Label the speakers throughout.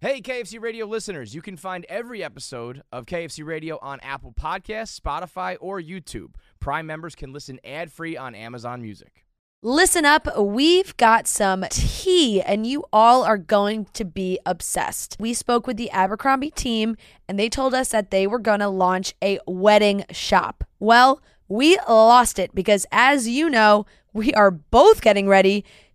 Speaker 1: Hey, KFC Radio listeners, you can find every episode of KFC Radio on Apple Podcasts, Spotify, or YouTube. Prime members can listen ad free on Amazon Music.
Speaker 2: Listen up, we've got some tea, and you all are going to be obsessed. We spoke with the Abercrombie team, and they told us that they were going to launch a wedding shop. Well, we lost it because, as you know, we are both getting ready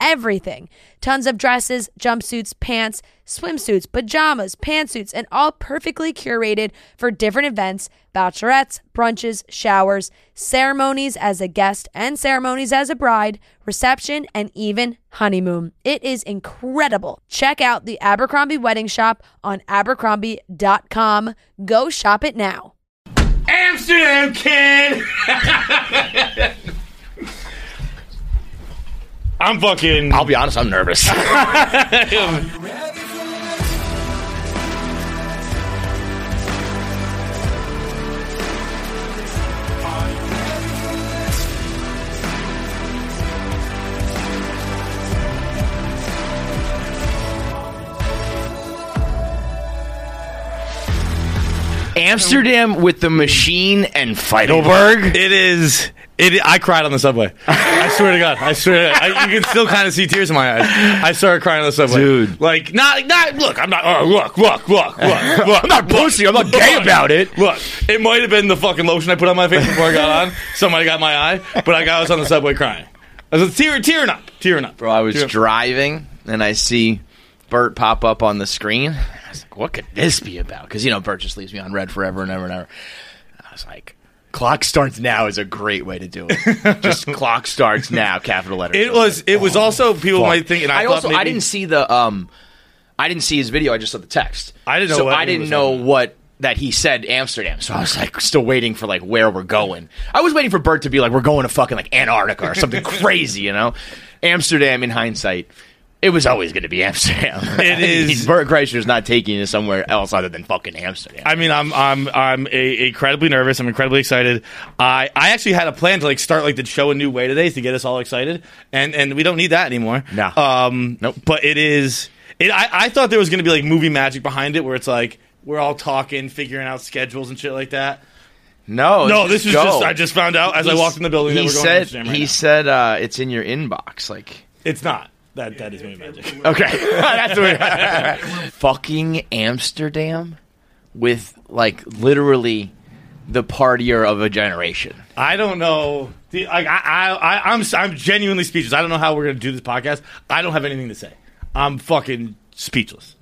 Speaker 2: everything tons of dresses, jumpsuits, pants, swimsuits, pajamas, pantsuits, and all perfectly curated for different events bachelorettes, brunches, showers, ceremonies as a guest and ceremonies as a bride, reception, and even honeymoon. It is incredible. Check out the Abercrombie Wedding Shop on Abercrombie.com. Go shop it now.
Speaker 3: Amsterdam kid. Oh, I'm fucking.
Speaker 4: I'll be honest, I'm nervous. Amsterdam with the machine and Feidelberg.
Speaker 3: It is. It. I cried on the subway. I swear to God. I swear. To, I, you can still kind of see tears in my eyes. I started crying on the subway,
Speaker 4: Dude.
Speaker 3: Like not. Not. Look. I'm not. Uh, look. Look. Look. Look. Look.
Speaker 4: I'm not pussy. I'm not gay about it.
Speaker 3: Look, it might have been the fucking lotion I put on my face before I got on. Somebody got my eye, but I, got, I was on the subway crying. I was tear, tearing up, tearing up.
Speaker 4: Bro, I was
Speaker 3: Tearing up.
Speaker 4: driving and I see Bert pop up on the screen. I was like, what could this be about? Because, you know, Bert just leaves me on red forever and ever and ever. I was like, clock starts now is a great way to do it. just clock starts now, capital letters.
Speaker 3: It was. It was also people
Speaker 4: Fuck.
Speaker 3: might think, and I,
Speaker 4: I
Speaker 3: thought
Speaker 4: also
Speaker 3: maybe,
Speaker 4: I didn't see the um I didn't see his video. I just saw the text.
Speaker 3: I didn't know
Speaker 4: So
Speaker 3: what
Speaker 4: I
Speaker 3: he
Speaker 4: didn't
Speaker 3: was
Speaker 4: know
Speaker 3: on.
Speaker 4: what that he said Amsterdam. So I was like still waiting for like where we're going. I was waiting for Bert to be like we're going to fucking like Antarctica or something crazy, you know. Amsterdam in hindsight it was always going to be Amsterdam.
Speaker 3: It
Speaker 4: I mean,
Speaker 3: is-
Speaker 4: Bert Kreischer's not taking us somewhere else other than fucking Amsterdam.
Speaker 3: I mean, I'm I'm I'm a, incredibly nervous. I'm incredibly excited. I I actually had a plan to like start like the show a new way today to get us all excited, and and we don't need that anymore.
Speaker 4: No.
Speaker 3: Um.
Speaker 4: Nope.
Speaker 3: But it is. It. I, I thought there was going to be like movie magic behind it, where it's like we're all talking, figuring out schedules and shit like that.
Speaker 4: no,
Speaker 3: No, this is
Speaker 4: go.
Speaker 3: just I just found out as I
Speaker 4: He's-
Speaker 3: walked in the building
Speaker 4: He
Speaker 3: that we're going to
Speaker 4: said
Speaker 3: Amsterdam right
Speaker 4: he
Speaker 3: now.
Speaker 4: said uh, it's in your inbox like
Speaker 3: it's not. That that is movie magic.
Speaker 4: Okay, that's weird. Fucking Amsterdam with like literally the partier of a generation.
Speaker 3: I don't know. The- Like I, I, I I'm, I'm genuinely speechless. I don't know how we're gonna do this podcast. I don't have anything to say. I'm fucking speechless.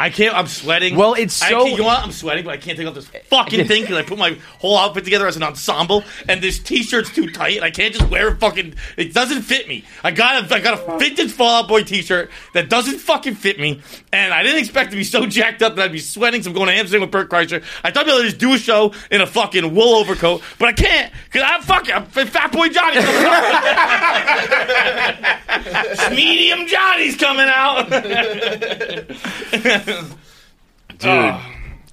Speaker 3: I can't. I'm sweating.
Speaker 4: Well, it's
Speaker 3: I
Speaker 4: so-
Speaker 3: can't- you know what? I'm sweating, but I can't take off this fucking thing because I put my whole outfit together as an ensemble, and this t-shirt's too tight, and I can't just wear a fucking. It doesn't fit me. I got a, I got a vintage Fallout Boy t-shirt that doesn't fucking fit me, and I didn't expect to be so jacked up that I'd be sweating. So I'm going to Amsterdam with Bert Kreischer. I thought I'd be able to just do a show in a fucking wool overcoat, but I can't because I'm fucking I'm Fat Boy Johnny. Medium Johnny's coming out.
Speaker 4: Dude,
Speaker 3: This,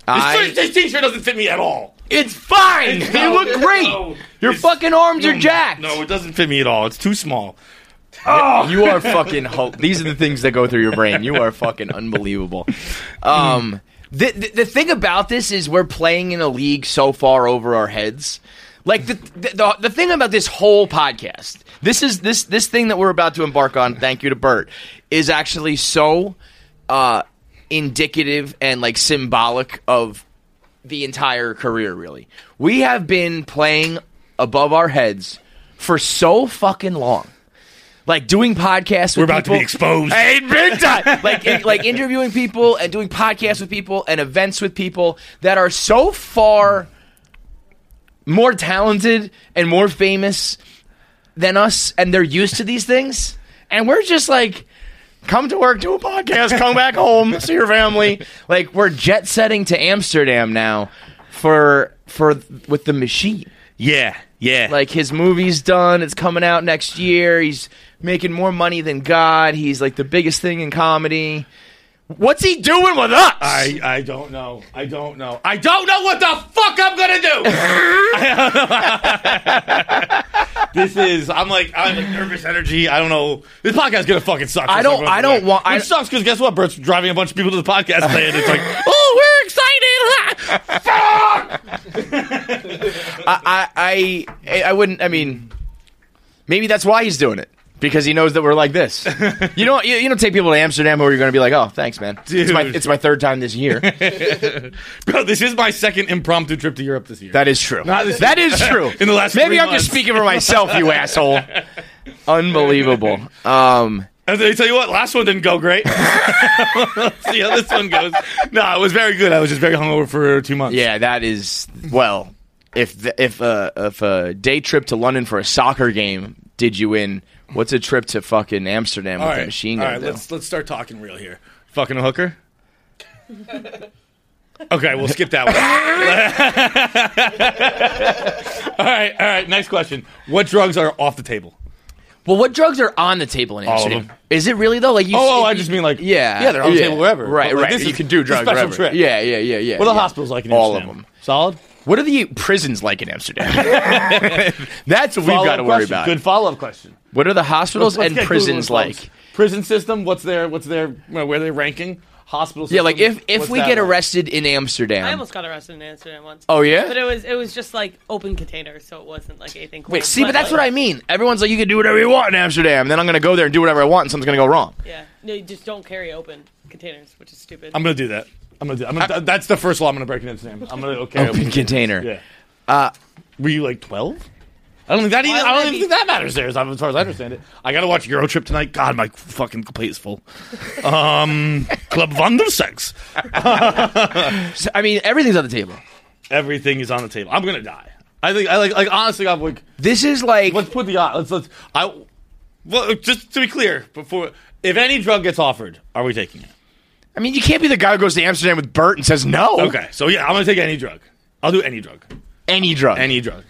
Speaker 4: I,
Speaker 3: this t-shirt doesn't fit me at all.
Speaker 4: it's fine. You
Speaker 3: No,
Speaker 4: look great.
Speaker 3: no.
Speaker 4: Your
Speaker 3: It's-
Speaker 4: fucking arms are jacked.
Speaker 3: No, it doesn't fit me at all. It's too small.
Speaker 4: You are fucking. Ho- These are the things that go through your brain. You are fucking unbelievable. Um, the, the the thing about this is we're playing in a league so far over our heads. Like the, the the the thing about this whole podcast, this is this this thing that we're about to embark on. Thank you to Bert, is actually so uh, indicative and like symbolic of the entire career, really. We have been playing above our heads for so fucking long. Like doing podcasts with
Speaker 3: We're about to be exposed.
Speaker 4: Hey, big time. like in- like interviewing people and doing podcasts with people and events with people that are so far more talented and more famous than us and they're used to these things and we're just like come to work do a podcast come back home see your family like we're jet setting to amsterdam now for for with the machine
Speaker 3: Yeah, yeah.
Speaker 4: Like his movie's done, it's coming out next year. He's making more money than God. He's like the biggest thing in comedy. What's he doing with us?
Speaker 3: I, I don't know. I don't know. I don't know what the fuck I'm gonna do. this is. I'm like I'm like nervous energy. I don't know. This podcast's gonna fucking suck.
Speaker 4: I don't- I don't want- I-
Speaker 3: It sucks because guess what? Bert's driving a bunch of people to the podcast today, and it's like, oh, we're excited.
Speaker 4: I, I, I, I wouldn't. I mean, maybe that's why he's doing it because he knows that we're like this. you don't, you, you don't take people to Amsterdam who are going to be like, oh, thanks, man. It's my,
Speaker 3: Dude.
Speaker 4: it's my third time this year.
Speaker 3: Bro, this is my second impromptu trip to Europe this year.
Speaker 4: That is true.
Speaker 3: Not this-
Speaker 4: that is true.
Speaker 3: In the last
Speaker 4: maybe
Speaker 3: three
Speaker 4: I'm
Speaker 3: months.
Speaker 4: just speaking for myself, you asshole. Unbelievable. Um,
Speaker 3: And I tell you what, last one didn't go great. Let's see how this one goes. No, it was very good. I was just very hungover for two months.
Speaker 4: yeah, that is well. If the, if uh, if a day trip to London for a soccer game did you in, what's a trip to fucking Amsterdam
Speaker 3: All
Speaker 4: with
Speaker 3: right.
Speaker 4: a machine
Speaker 3: All
Speaker 4: gun?
Speaker 3: right.
Speaker 4: do?
Speaker 3: Let's let's start talking real here. Fucking a hooker. okay, we'll skip that one. all right, all right. Next question. What drugs are off the table?
Speaker 4: Well, what drugs are on the table in
Speaker 3: of
Speaker 4: Amsterdam?
Speaker 3: them.
Speaker 4: Is it really though? Like you?
Speaker 3: Oh, oh,
Speaker 4: you-
Speaker 3: I just mean like
Speaker 4: yeah,
Speaker 3: yeah. They're on the
Speaker 4: yeah.
Speaker 3: table wherever.
Speaker 4: Right,
Speaker 3: But, like,
Speaker 4: right.
Speaker 3: This
Speaker 4: you
Speaker 3: is
Speaker 4: can do
Speaker 3: a
Speaker 4: drugs
Speaker 3: Special
Speaker 4: wherever.
Speaker 3: trip.
Speaker 4: Yeah, yeah, yeah, yeah.
Speaker 3: What are the
Speaker 4: yeah.
Speaker 3: hospitals like in
Speaker 4: All
Speaker 3: Amsterdam?
Speaker 4: of them.
Speaker 3: Solid.
Speaker 4: What are the prisons like in Amsterdam? That's what we've got to
Speaker 3: Follow-up
Speaker 4: worry
Speaker 3: question.
Speaker 4: about.
Speaker 3: Good follow up question.
Speaker 4: What are the hospitals
Speaker 3: Let's
Speaker 4: and
Speaker 3: get
Speaker 4: prisons
Speaker 3: Google results.
Speaker 4: like?
Speaker 3: Prison system. What's their what's their where they're ranking? Hospital. System,
Speaker 4: Yeah, like if if
Speaker 3: what's
Speaker 4: we
Speaker 3: that
Speaker 4: get
Speaker 3: like?
Speaker 4: arrested in
Speaker 5: I
Speaker 4: Amsterdam.
Speaker 5: almost got arrested in Amsterdam once.
Speaker 4: Oh, yeah?
Speaker 5: but it was it was just like open containers, so it wasn't like anything. Cool.
Speaker 4: Wait, see, but that's what I mean. Everyone's like, you can do whatever you want in Amsterdam. Then I'm gonna go there and do whatever I want, and something's gonna go wrong.
Speaker 5: Yeah, no, you just don't carry open containers, which is stupid.
Speaker 3: I'm gonna do that. I'm gonna do. I'm gonna, that's the first law I'm gonna break in Amsterdam. I'm gonna okay.
Speaker 4: Open container.
Speaker 3: Yeah. Were you like 12? Uh, I don't think that even,
Speaker 5: Why
Speaker 3: I
Speaker 5: would I
Speaker 3: don't even
Speaker 5: be-
Speaker 3: think that matters there, as, as far as I understand it. I gotta watch Euro Trip tonight. God, my fucking plate is full. Um, Club Wandersex.
Speaker 4: So, I mean, everything's on the table.
Speaker 3: Everything is on the table. I'm gonna die. I think. I like. Like honestly, I'm like.
Speaker 4: This is like
Speaker 3: Let's put the odds. Let's. Let's. I. Well, just to be clear, before if any drug gets offered, are we taking it?
Speaker 4: I mean, you can't be the guy who goes to Amsterdam with Bert and says no.
Speaker 3: Okay, so yeah, I'm gonna take any drug. I'll do any drug.
Speaker 4: Any drug.
Speaker 3: Any drug.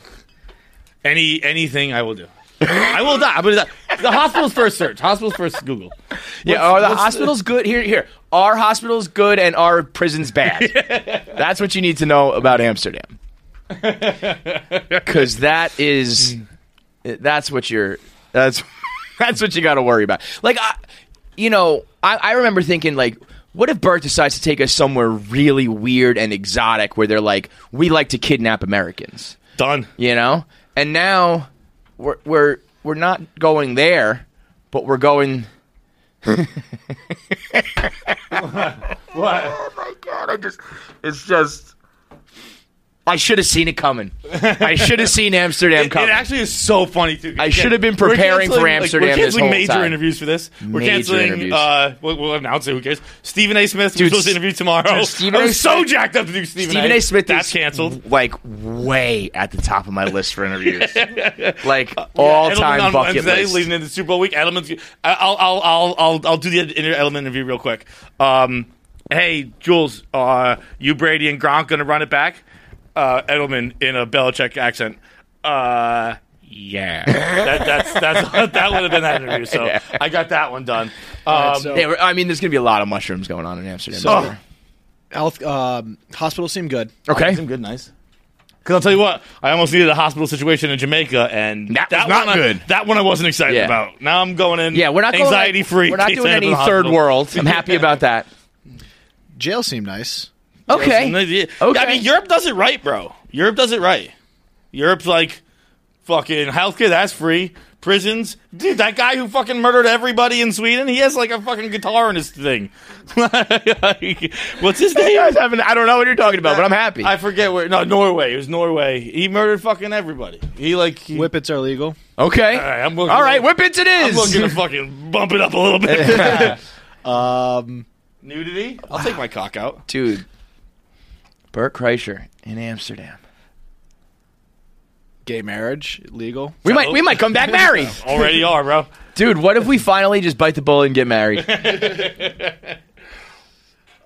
Speaker 3: Any anything I will do. I will die. I'm gonna die. The hospital's first search. Hospital's first Google.
Speaker 4: yeah, are the hospitals good? Here, here. Are hospitals good and are prisons bad? That's what you need to know about Amsterdam. Because that is, that's what you're, that's, that's what you got to worry about. Like, I, you know, I, I remember thinking like, what if Bert decides to take us somewhere really weird and exotic where they're like, we like to kidnap Americans,
Speaker 3: Done.
Speaker 4: you know? And now we're we're we're not going there, but we're going. Oh
Speaker 3: What?
Speaker 4: It's just. I should have seen it coming. I should have seen Amsterdam
Speaker 3: It, it
Speaker 4: coming.
Speaker 3: actually is so funny too. 'cause
Speaker 4: I
Speaker 3: again,
Speaker 4: should have been
Speaker 3: we're
Speaker 4: preparing for
Speaker 3: canceling,
Speaker 4: Amsterdam
Speaker 3: Like,
Speaker 4: this
Speaker 3: we're canceling
Speaker 4: whole
Speaker 3: major
Speaker 4: time.
Speaker 3: interviews for this. We're
Speaker 4: Major
Speaker 3: canceling.
Speaker 4: interviews.
Speaker 3: Uh, we'll, we'll announce it. Who cares? Stephen A. Smith.
Speaker 4: Dude,
Speaker 3: Dude, supposed to
Speaker 4: S-
Speaker 3: interview tomorrow.
Speaker 4: dude, Stephen
Speaker 3: I'm
Speaker 4: A.
Speaker 3: so
Speaker 4: Smith-
Speaker 3: jacked up to do Stephen,
Speaker 4: Stephen A. Smith
Speaker 3: That's
Speaker 4: is
Speaker 3: canceled.
Speaker 4: Like way at the top of my list for interviews. like all
Speaker 3: Edelman
Speaker 4: time
Speaker 3: on
Speaker 4: bucket
Speaker 3: Wednesday,
Speaker 4: list.
Speaker 3: leading into Super Bowl week. Edelman's. I'll I'll I'll I'll, I'll do the inter- Edelman interview real quick. Um, hey Jules, uh, you Brady and Gronk gonna run it back? Uh, Edelman in a Belichick accent. Uh, yeah, that, that's that's that would have been that interview. So I got that one done. Um,
Speaker 4: Yeah, we're- I mean, there's gonna be a lot of mushrooms going on in Amsterdam.
Speaker 3: oh,
Speaker 6: Health um, hospitals seem good.
Speaker 4: okay,
Speaker 3: good, nice. Because I'll tell you what, I almost needed a hospital situation in Jamaica, and
Speaker 4: That was not
Speaker 3: one I-
Speaker 4: good.
Speaker 3: that one I wasn't excited
Speaker 4: Yeah.
Speaker 3: about. Now I'm going in.
Speaker 4: yeah, we're not going, like-
Speaker 3: anxiety free.
Speaker 4: We're not doing any third world. I'm happy about that.
Speaker 6: Jail seemed nice.
Speaker 4: Okay,
Speaker 3: Okay.
Speaker 4: Okay.
Speaker 3: I mean, Europe does it right, bro. Europe does it right. Europe's like fucking healthcare. That's free. Prisons, dude. That guy who fucking murdered everybody in Sweden, he has like a fucking guitar in his thing. Like, what's his
Speaker 4: you
Speaker 3: name?
Speaker 4: guys haven't. I don't know what you're talking about, but I'm happy.
Speaker 3: I forget where. No, Norway. It was Norway. He murdered fucking everybody. He like he,
Speaker 6: Whippets are legal.
Speaker 4: okay,
Speaker 3: right, I'm looking-
Speaker 4: all right, whippets it
Speaker 3: I'm
Speaker 4: is.
Speaker 3: looking to fucking bump it up a little bit.
Speaker 6: Um,
Speaker 3: Nudity. I'll take my cock out.
Speaker 4: dude. Bert Kreischer in Amsterdam.
Speaker 6: gay marriage legal.
Speaker 4: We might we might come back married,
Speaker 3: Already are, bro.
Speaker 4: dude. What if we finally just bite the bullet and get married?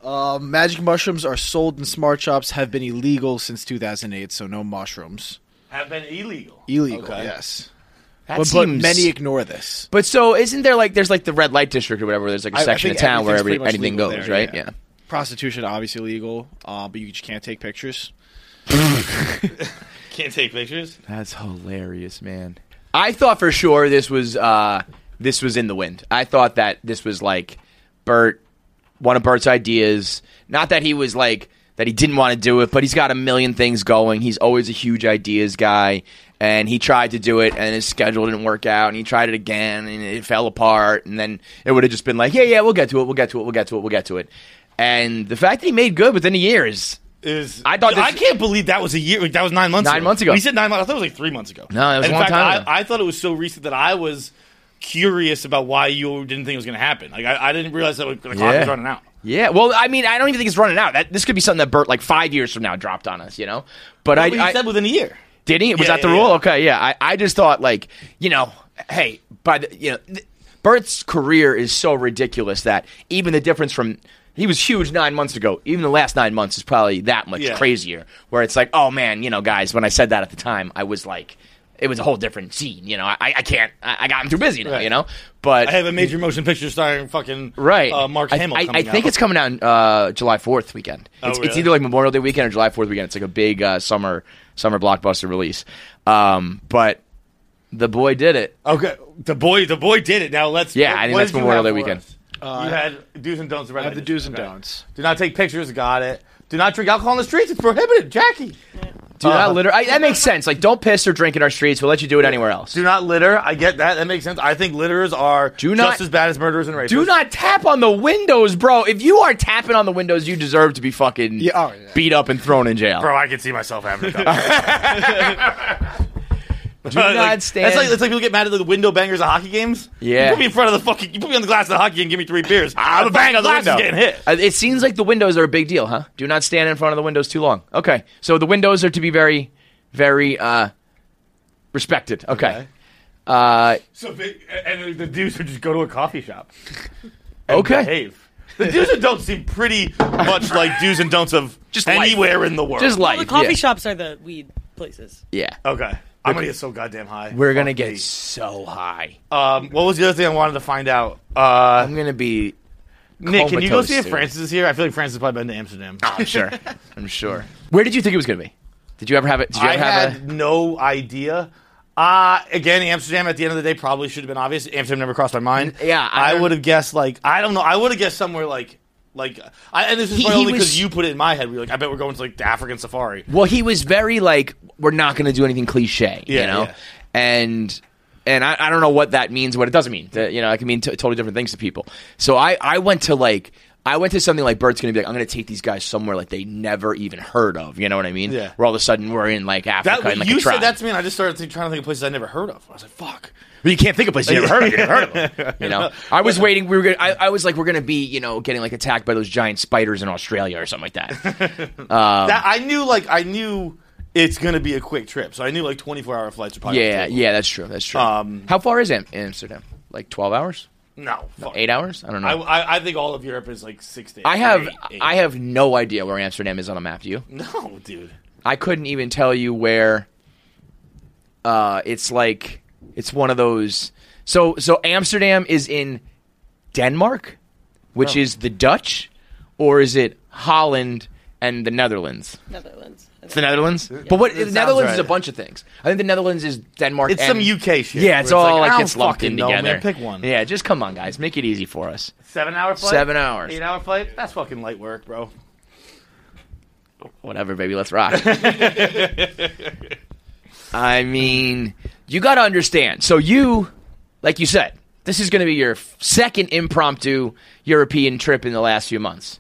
Speaker 6: Um, magic mushrooms are sold in smart shops. Have been illegal since 2008, so no mushrooms.
Speaker 3: have been illegal.
Speaker 6: Illegal.
Speaker 3: Okay.
Speaker 6: Yes.
Speaker 4: That
Speaker 6: But, but
Speaker 4: seems-
Speaker 6: many ignore this.
Speaker 4: But so isn't there like there's like the red light district or whatever? There's like a
Speaker 6: I- I
Speaker 4: section of
Speaker 6: think
Speaker 4: town where
Speaker 6: everything's pretty
Speaker 4: every,
Speaker 6: much
Speaker 4: anything
Speaker 6: legal
Speaker 4: goes,
Speaker 6: there,
Speaker 4: right? Yeah.
Speaker 6: Prostitution obviously legal, uh, but you just can't take pictures.
Speaker 3: Can't take pictures.
Speaker 4: That's hilarious, man. I thought for sure this was uh this was in the wind. I thought that this was like Bert one of Bert's ideas. Not that he was like that he didn't want to do it, but he's got a million things going. He's always a huge ideas guy. And he tried to do it, and his schedule didn't work out. And he tried it again, and it fell apart. And then it would have just been like, "Yeah, yeah, we'll get to it. We'll get to it. We'll get to it. We'll get to it." And the fact that he made good within a year is
Speaker 3: Is
Speaker 4: I thought this-
Speaker 3: I can't believe that was a year. That was nine months.
Speaker 4: Nine
Speaker 3: ago.
Speaker 4: months ago.
Speaker 3: We said nine months. I thought it was like three months ago.
Speaker 4: No, it was
Speaker 3: in
Speaker 4: a long
Speaker 3: fact,
Speaker 4: time
Speaker 3: I,
Speaker 4: ago.
Speaker 3: I thought it was so recent that I was curious about why you didn't think it was going to happen. Like I, I didn't realize that the clock
Speaker 4: Yeah.
Speaker 3: was running out.
Speaker 4: Yeah, well, I mean, I don't even think it's running out. That this could be something that Bert like five years from now dropped on us, you know. But
Speaker 3: But you
Speaker 4: I, I
Speaker 3: said within a year.
Speaker 4: did he? Was
Speaker 3: Yeah,
Speaker 4: that the
Speaker 3: yeah,
Speaker 4: rule?
Speaker 3: yeah.
Speaker 4: Okay, yeah. I, I just thought like you know, hey, by the you know, th- Bert's career is so ridiculous that even the difference from he was huge nine months ago. Even the last nine months is probably that much
Speaker 3: Yeah.
Speaker 4: crazier. Where it's like, oh man, you know, guys, when I said that at the time, I was like, it was a whole different scene. You know, I, I can't, I, I got I'm too busy now.
Speaker 3: Right.
Speaker 4: You know, but
Speaker 3: I have a major motion picture starring fucking
Speaker 4: Right.
Speaker 3: uh, Mark
Speaker 4: I,
Speaker 3: Hamill.
Speaker 4: I, I
Speaker 3: coming
Speaker 4: think
Speaker 3: out. Oh,
Speaker 4: it's coming out uh, July 4th weekend. It's, it's
Speaker 3: really?
Speaker 4: either like Memorial Day weekend or July 4th weekend. It's like a big uh, summer summer blockbuster release. Um, but the boy did it.
Speaker 3: okay. The boy, the boy did it. Now let's
Speaker 4: Yeah, I think
Speaker 3: what
Speaker 4: that's
Speaker 3: did you
Speaker 4: Memorial
Speaker 3: have
Speaker 4: Day
Speaker 3: for
Speaker 4: weekend.
Speaker 3: us? you had do's and don'ts.
Speaker 6: Uh, I have the do's and don'ts.
Speaker 3: Do not take pictures. Got it. Do not drink alcohol on the streets. It's prohibited. Jackie.
Speaker 4: Dude, that
Speaker 3: Uh,
Speaker 4: liter- I, that makes sense. Like, don't piss or drink in our streets. We'll let you do it anywhere else.
Speaker 3: Do not litter. I get that. That makes sense. I think litterers are
Speaker 4: Do not-
Speaker 3: just as bad as murderers and rapists.
Speaker 4: Do not tap on the windows, bro. If you are tapping on the windows, you deserve to be fucking
Speaker 6: Yeah, oh, yeah.
Speaker 4: beat up and thrown in jail.
Speaker 3: Bro, I can see myself having a couple.
Speaker 4: do not stand.
Speaker 3: That's like, that's like people get mad at the window bangers at hockey games.
Speaker 4: Yeah. Ah,
Speaker 3: You put me in front of the fucking. You put me on the glass of the hockey game. Give me three beers. I'm a bang on the window. Getting hit.
Speaker 4: Uh, It seems like the windows are a big deal, huh? Do not stand in front of the windows too long. Okay, so the windows are to be very, very uh, respected. Okay.
Speaker 3: Okay.
Speaker 4: Uh,
Speaker 3: So big, and the dudes would just go to a coffee shop.
Speaker 4: okay.
Speaker 3: Behave. The do's and don'ts seem pretty much like do's and don'ts of
Speaker 4: Just life.
Speaker 3: anywhere in the world.
Speaker 4: Just
Speaker 5: Well,
Speaker 4: like
Speaker 5: the coffee
Speaker 4: yeah.
Speaker 5: shops are the weed places.
Speaker 4: Yeah.
Speaker 3: Okay. I'm gonna get so goddamn high.
Speaker 4: We're gonna
Speaker 3: Fuck
Speaker 4: get
Speaker 3: me.
Speaker 4: so high.
Speaker 3: Um, what was the other thing I wanted to find out? Uh,
Speaker 4: I'm gonna be.
Speaker 3: Nick, can you go
Speaker 4: comatose
Speaker 3: see if
Speaker 4: soon.
Speaker 3: Francis is here? I feel like Francis has probably been to Amsterdam.
Speaker 4: Oh, I'm sure. I'm sure. Where did you think it was gonna be? Did you ever have it? Did you
Speaker 3: I
Speaker 4: ever have
Speaker 3: had no idea. Uh, again, Amsterdam at the end of the day probably should have been obvious. Amsterdam never crossed my mind.
Speaker 4: yeah, I
Speaker 3: I,
Speaker 4: don't-
Speaker 3: would have guessed like I don't know. I would have guessed somewhere like like I, and this is
Speaker 4: He-
Speaker 3: probably
Speaker 4: he
Speaker 3: only because
Speaker 4: was-
Speaker 3: you put it in my head. We were like I bet we're going to like the African safari.
Speaker 4: Well, he was very like, we're not going to do anything cliche, you
Speaker 3: Yeah,
Speaker 4: know,
Speaker 3: yeah.
Speaker 4: and and I, I don't know what that means, what it doesn't mean. That, you know, it can mean t- totally different things to people. So I I went to like. I went to something like Bert's going to be like, I'm going to take these guys somewhere like they never even heard of. You know what I mean?
Speaker 3: Yeah.
Speaker 4: Where all of a sudden we're in like Africa
Speaker 3: That
Speaker 4: and like
Speaker 3: you
Speaker 4: a tribe.
Speaker 3: said that to me, and I just started think- trying to think of places I never heard of. I was like, fuck.
Speaker 4: But you can't think of places you never heard of. You never heard of them. You know, I was waiting. We were. Gonna, I, I was like, we're going to be, you know, getting like attacked by those giant spiders in Australia or something like that. Um,
Speaker 3: that I knew like I knew it's gonna be a quick trip, so I knew like 24 hour flights are probably.
Speaker 4: yeah,
Speaker 3: available.
Speaker 4: yeah, that's true. That's true.
Speaker 3: Um,
Speaker 4: How far is Am- Amsterdam? Like 12 hours?
Speaker 3: No, fuck.
Speaker 4: eight hours? I don't know.
Speaker 3: I,
Speaker 4: I,
Speaker 3: I, I think all of Europe is like six days.
Speaker 4: have
Speaker 3: Eight, eight.
Speaker 4: I have no idea where Amsterdam is on a map. Do you?
Speaker 3: no, dude.
Speaker 4: I couldn't even tell you where. Uh, it's like it's one of those. So so Amsterdam is in Denmark, which
Speaker 3: Oh.
Speaker 4: is the Dutch, or is it Holland and the Netherlands?
Speaker 5: Netherlands.
Speaker 4: It's the Netherlands. But what the
Speaker 3: sounds
Speaker 4: Netherlands is a
Speaker 3: right.
Speaker 4: bunch of things. I think the Netherlands is Denmark.
Speaker 3: It's
Speaker 4: and-
Speaker 3: some UK shit.
Speaker 4: Yeah, it's
Speaker 3: where
Speaker 4: all
Speaker 3: like, I
Speaker 4: like gets
Speaker 3: don't
Speaker 4: lumped in
Speaker 3: fucking know, man.
Speaker 4: together.
Speaker 3: Pick one.
Speaker 4: Yeah, just come on, guys, make it easy for us.
Speaker 3: Seven hour flight.
Speaker 4: Seven hours.
Speaker 3: Eight hour flight. That's fucking light work, bro.
Speaker 4: whatever, baby, let's rock. I mean, you got to understand. So you, like you said, this is going to be your f- second impromptu European trip in the last few months.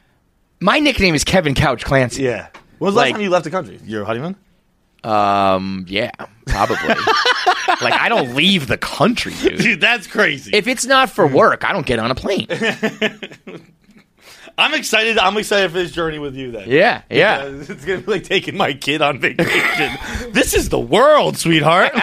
Speaker 4: My nickname is Kevin Couch Clancy.
Speaker 3: Yeah. When was the
Speaker 4: Like-
Speaker 3: last time you left the country? Your honeymoon?
Speaker 4: Um, yeah, probably. like I don't leave the country, dude.
Speaker 3: Dude, that's crazy.
Speaker 4: If it's not for work, I don't get on a plane.
Speaker 3: I'm excited. I'm excited for this journey with you then.
Speaker 4: Yeah, yeah.
Speaker 3: Because It's gonna be like taking my kid on vacation. this is the world, sweetheart.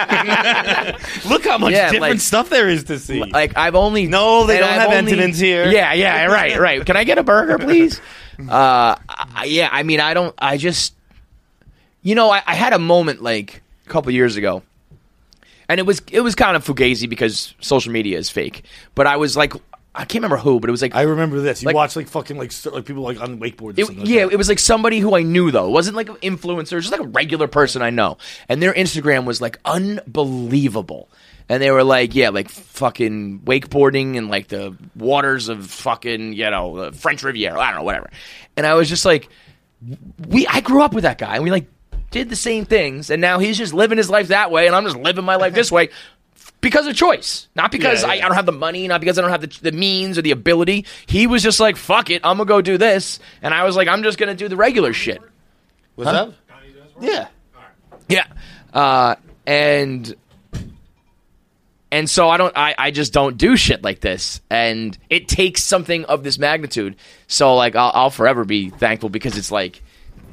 Speaker 3: Look how much
Speaker 4: Yeah,
Speaker 3: different
Speaker 4: like-
Speaker 3: stuff there is to see.
Speaker 4: Like I've only
Speaker 3: No, they
Speaker 4: and
Speaker 3: don't
Speaker 4: I've
Speaker 3: have
Speaker 4: only-
Speaker 3: Entenmann's here.
Speaker 4: Yeah, yeah, right, right. Can I get a burger, please? Uh, I- yeah. I mean, I don't. I just you know, I, I had a moment like a couple years ago, and it was it was kind of fugazi because social media is fake. But I was like, I can't remember who, but it was like
Speaker 3: I remember this. You
Speaker 4: Like-
Speaker 3: watch like fucking like cer- like people like on wakeboards. or
Speaker 4: It,
Speaker 3: something like
Speaker 4: yeah,
Speaker 3: that.
Speaker 4: it was like somebody who I knew though. It wasn't like an influencer, just like a regular person I know. And their Instagram was like unbelievable. And they were like, yeah, like fucking wakeboarding and like the waters of fucking, you know, the French Riviera, I don't know, whatever. And I was just like, we I grew up with that guy and we like did the same things and now he's just living his life that way and I'm just living my life this way because of choice not because
Speaker 3: Yeah,
Speaker 4: I, I
Speaker 3: yeah.
Speaker 4: don't have the money not because I don't have the, the means or the ability he was just like fuck it I'm gonna go do this and I was like I'm just gonna do the regular shit
Speaker 3: What's up? Yeah.
Speaker 4: yeah uh, and and so I don't I, I just don't do shit like this and it takes something of this magnitude so like I'll, I'll forever be thankful because it's like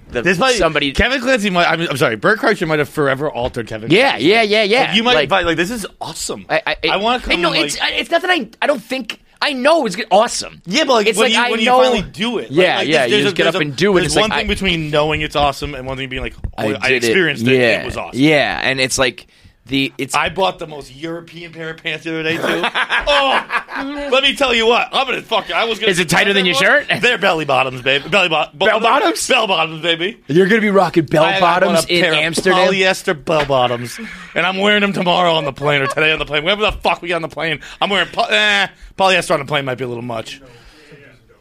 Speaker 4: the,
Speaker 3: This might
Speaker 4: somebody
Speaker 3: Kevin Clancy might. I'm, I'm sorry, Bert Kreischer might have forever altered Kevin.
Speaker 4: Yeah,
Speaker 3: Clancy.
Speaker 4: yeah, yeah, yeah.
Speaker 3: Like, you might like, like this is awesome.
Speaker 4: I, I, it-
Speaker 3: want to come.
Speaker 4: and No,
Speaker 3: and, like-
Speaker 4: it's it's not that I I don't think I know it's gonna- awesome.
Speaker 3: yeah, but like
Speaker 4: it's
Speaker 3: when,
Speaker 4: like
Speaker 3: you,
Speaker 4: I
Speaker 3: when
Speaker 4: know-
Speaker 3: you finally do it, like-
Speaker 4: Yeah,
Speaker 3: like,
Speaker 4: yeah,
Speaker 3: there's
Speaker 4: you just
Speaker 3: a-
Speaker 4: get
Speaker 3: there's
Speaker 4: up
Speaker 3: a-
Speaker 4: and do it.
Speaker 3: There's
Speaker 4: It's
Speaker 3: one
Speaker 4: like,
Speaker 3: thing
Speaker 4: I-
Speaker 3: between knowing it's awesome and one thing being like, oh, I,
Speaker 4: did
Speaker 3: experienced it.
Speaker 4: Yeah,
Speaker 3: It was awesome.
Speaker 4: Yeah, and it's like the it's
Speaker 3: I bought the most European pair of pants the other day too. oh, let me tell you what. I'm gonna fuck. I was gonna.
Speaker 4: Is it tighter than your shirt?
Speaker 3: They're belly bottoms, baby. Belly bottom.
Speaker 4: Bell bottoms?
Speaker 3: Bell bottoms, baby.
Speaker 4: you're gonna be rocking
Speaker 3: I
Speaker 4: bell
Speaker 3: had on
Speaker 4: bottoms
Speaker 3: a
Speaker 4: in
Speaker 3: pair of
Speaker 4: Amsterdam.
Speaker 3: Polyester bell bottoms, and I'm wearing them tomorrow on the plane or today on the plane. Wherever the fuck we get on the plane, I'm wearing po- eh, polyester on the plane. Might be a little much.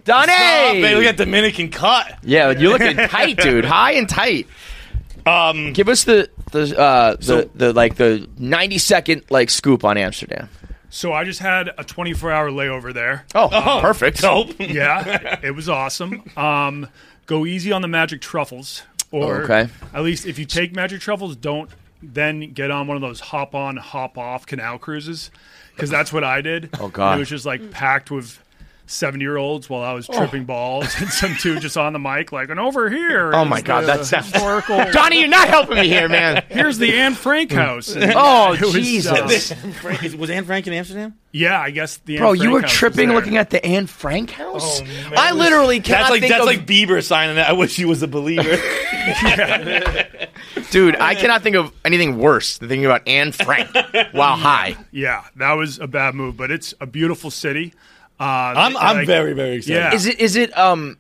Speaker 4: Donnie!
Speaker 3: Oh, baby, we got Dominican cut.
Speaker 4: yeah, you're looking tight, dude. High and tight.
Speaker 3: Um,
Speaker 4: Give us the the uh the,
Speaker 3: So-
Speaker 4: the like the 90 second like scoop on Amsterdam.
Speaker 7: So I just had a 24 hour layover there. Um,
Speaker 4: Oh,
Speaker 3: oh,
Speaker 4: perfect.
Speaker 3: Dope.
Speaker 7: Yeah, it was awesome. Um, go easy on the magic truffles, or
Speaker 4: Oh, Okay.
Speaker 7: at least if you take magic truffles, don't then get on one of those hop on, hop off canal cruises, because that's what I did. Oh
Speaker 4: God. Oh.
Speaker 7: it was just like packed with. 70 year olds while I was tripping balls and some dude just on the mic like and over here
Speaker 4: Oh
Speaker 7: is
Speaker 4: my God,
Speaker 7: the
Speaker 4: that's- that's-
Speaker 7: historical
Speaker 4: Donnie, you're not helping me here, man.
Speaker 7: here's the Anne Frank house And
Speaker 4: Oh,
Speaker 7: it was, uh,
Speaker 4: Jesus.
Speaker 3: Frank, is- was Anne Frank in Amsterdam?
Speaker 7: yeah I guess the
Speaker 4: Bro,
Speaker 7: Anne
Speaker 4: you
Speaker 7: Frank
Speaker 4: were
Speaker 7: house was
Speaker 4: tripping
Speaker 7: there. Oh,
Speaker 4: looking at the Anne Frank house?
Speaker 3: man.
Speaker 4: I literally cannot
Speaker 3: That's like
Speaker 4: think
Speaker 3: that's
Speaker 4: of
Speaker 3: like Bieber signing that. I wish he was a believer.
Speaker 4: Dude, I cannot think of anything worse than thinking about Anne Frank while high.
Speaker 7: Yeah, that was a bad move, but it's a beautiful city. Uh,
Speaker 3: I'm I'm very very excited.
Speaker 7: yeah.
Speaker 4: Is it is it um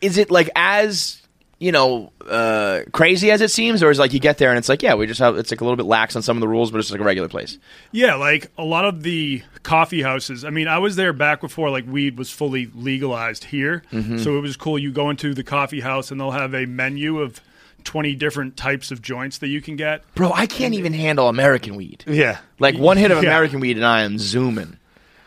Speaker 4: is it like as you know uh crazy as it seems or is like you get there and it's like yeah we just have it's like a little bit lax on some of the rules but it's like a regular place
Speaker 7: yeah, like a lot of the coffee houses. I mean, I was there back before like weed was fully legalized here,
Speaker 4: Mm-hmm.
Speaker 7: so it was cool. You go into the coffee house and they'll have a menu of twenty different types of joints that you can get.
Speaker 4: bro i can't even handle american weed
Speaker 3: Yeah.
Speaker 4: like one hit of
Speaker 7: Yeah.
Speaker 4: american weed and i am zooming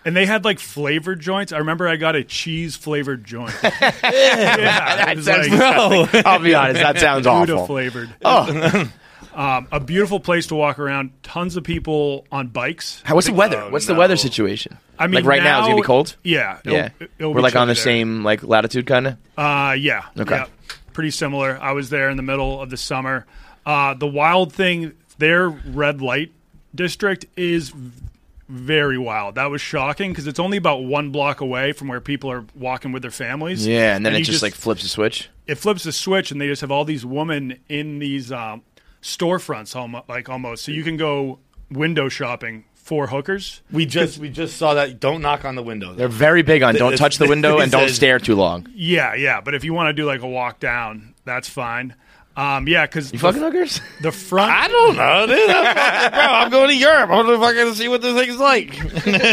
Speaker 7: And they had like flavored joints. I remember I got a cheese flavored joint. yeah, it was
Speaker 4: sounds-
Speaker 7: like
Speaker 4: i'll be honest that sounds
Speaker 7: Buddha
Speaker 4: awful
Speaker 7: flavored. Oh. um, a beautiful place to walk around. Tons of people on bikes.
Speaker 4: How- what's the weather
Speaker 3: Oh,
Speaker 4: what's the
Speaker 3: no.
Speaker 4: weather situation
Speaker 7: I mean,
Speaker 4: like right now, it's gonna be cold
Speaker 7: Yeah, it'll-
Speaker 4: yeah
Speaker 7: it'll
Speaker 4: we're
Speaker 7: be
Speaker 4: like on the
Speaker 7: chilly there.
Speaker 4: same like latitude kind of
Speaker 7: Uh, yeah.
Speaker 4: Okay.
Speaker 7: yeah. Pretty similar. I was there in the middle of the summer. Uh, the wild thing, their red light district is v- very wild. That was shocking because it's only about one block away from where people are walking with their families.
Speaker 4: yeah and then it
Speaker 7: you
Speaker 4: just, like flips a switch
Speaker 7: it flips the switch and they just have all these women in these um, storefronts almost like almost so you can go window shopping for hookers
Speaker 3: We just we just saw that. Don't knock on the window.
Speaker 4: they're very big on don't
Speaker 3: This-
Speaker 4: touch the window
Speaker 3: this
Speaker 4: and don't
Speaker 3: is-
Speaker 4: stare too long
Speaker 7: yeah yeah but if you want to do like a walk down that's fine um, yeah because
Speaker 4: you fucking hookers
Speaker 7: the front
Speaker 3: I don't know, dude. I'm fucking- bro, I'm going to Europe. I'm going to fucking see what this thing is like.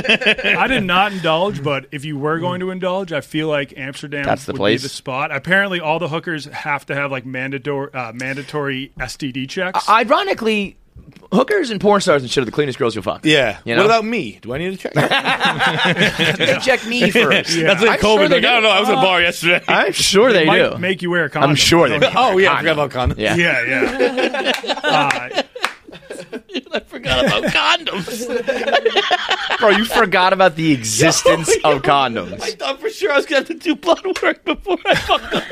Speaker 3: Mm.
Speaker 7: I did not indulge, but if you were going to indulge, I feel like Amsterdam
Speaker 4: That's the
Speaker 7: would
Speaker 4: place.
Speaker 7: be the spot. Apparently, all the hookers have to have like mandatory uh, mandatory STD checks.
Speaker 4: ironically, hookers and porn stars and shit are the cleanest girls you'll fuck.
Speaker 3: Yeah.
Speaker 4: You know?
Speaker 3: What about Uh, me? Do I need to check?
Speaker 4: they check me first?
Speaker 7: That's
Speaker 3: Like
Speaker 4: I'm
Speaker 3: COVID.
Speaker 4: sure they
Speaker 3: like, I
Speaker 4: do.
Speaker 3: don't know. I was at a bar yesterday.
Speaker 4: I'm sure they,
Speaker 7: Might
Speaker 4: do.
Speaker 7: make you wear a condom.
Speaker 4: sure they do.
Speaker 3: oh yeah, I forgot about condoms.
Speaker 4: Yeah.
Speaker 7: Yeah, yeah. uh,
Speaker 3: forgot about condoms.
Speaker 4: Bro, you forgot about the existence of condoms.
Speaker 3: I thought for sure I was gonna have to do blood work before I fucked up.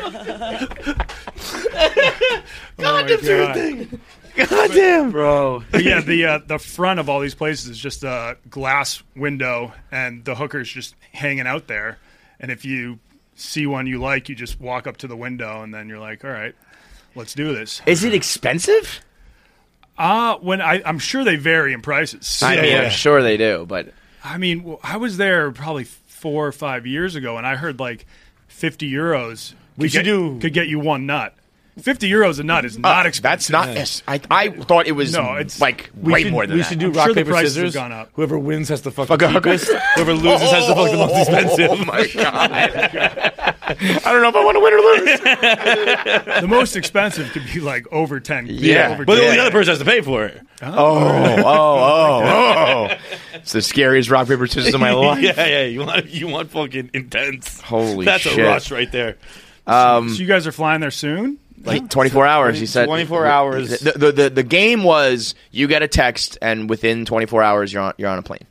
Speaker 3: condoms are a
Speaker 7: God.
Speaker 3: thing.
Speaker 4: Goddamn, bro.
Speaker 7: but yeah, the uh, the front of all these places is just a glass window, and the hookers just hanging out there. And if you see one you like, you just walk up to the window, and then you're like, all right. Let's do this.
Speaker 4: Is it expensive?
Speaker 7: Uh, when I, I'm sure they vary in prices.
Speaker 4: I mean,
Speaker 3: Yeah.
Speaker 4: I'm sure they do, but
Speaker 7: I mean, w- I was there probably four or five years ago, and I heard like 50 euros. We
Speaker 3: should
Speaker 7: get,
Speaker 3: do-
Speaker 7: could get you one nut. 50 euros a nut is not expensive.
Speaker 4: Uh, that's not. I, I thought it was
Speaker 7: No, it's-
Speaker 4: like
Speaker 3: We
Speaker 4: way
Speaker 3: should,
Speaker 4: more than
Speaker 3: we
Speaker 4: that.
Speaker 3: should do
Speaker 7: I'm
Speaker 3: rock
Speaker 7: sure the
Speaker 3: paper
Speaker 7: prices have
Speaker 3: scissors.
Speaker 7: gone up.
Speaker 3: Whoever wins has to fuck
Speaker 4: Fuck,
Speaker 3: the
Speaker 4: fuck,
Speaker 3: cheapest. Whoever loses has to fuck the most expensive.
Speaker 4: Oh my god! I don't know if I want to win or lose.
Speaker 7: the most expensive could be like over 10.
Speaker 4: Yeah.
Speaker 7: over
Speaker 3: But
Speaker 7: 10.
Speaker 3: only the other person has to pay for it.
Speaker 4: Oh, oh, oh, oh! It's the scariest rock paper scissors of my life.
Speaker 3: yeah, yeah. You want you want fucking intense.
Speaker 4: Holy
Speaker 3: That's
Speaker 4: shit.
Speaker 3: a rush right there.
Speaker 7: so you guys are flying there soon?
Speaker 4: Um, Like 24 hours, he said.
Speaker 3: 24 hours.
Speaker 4: The, the, the, the game was you get a text, and within 24 hours, you're on, you're on a plane.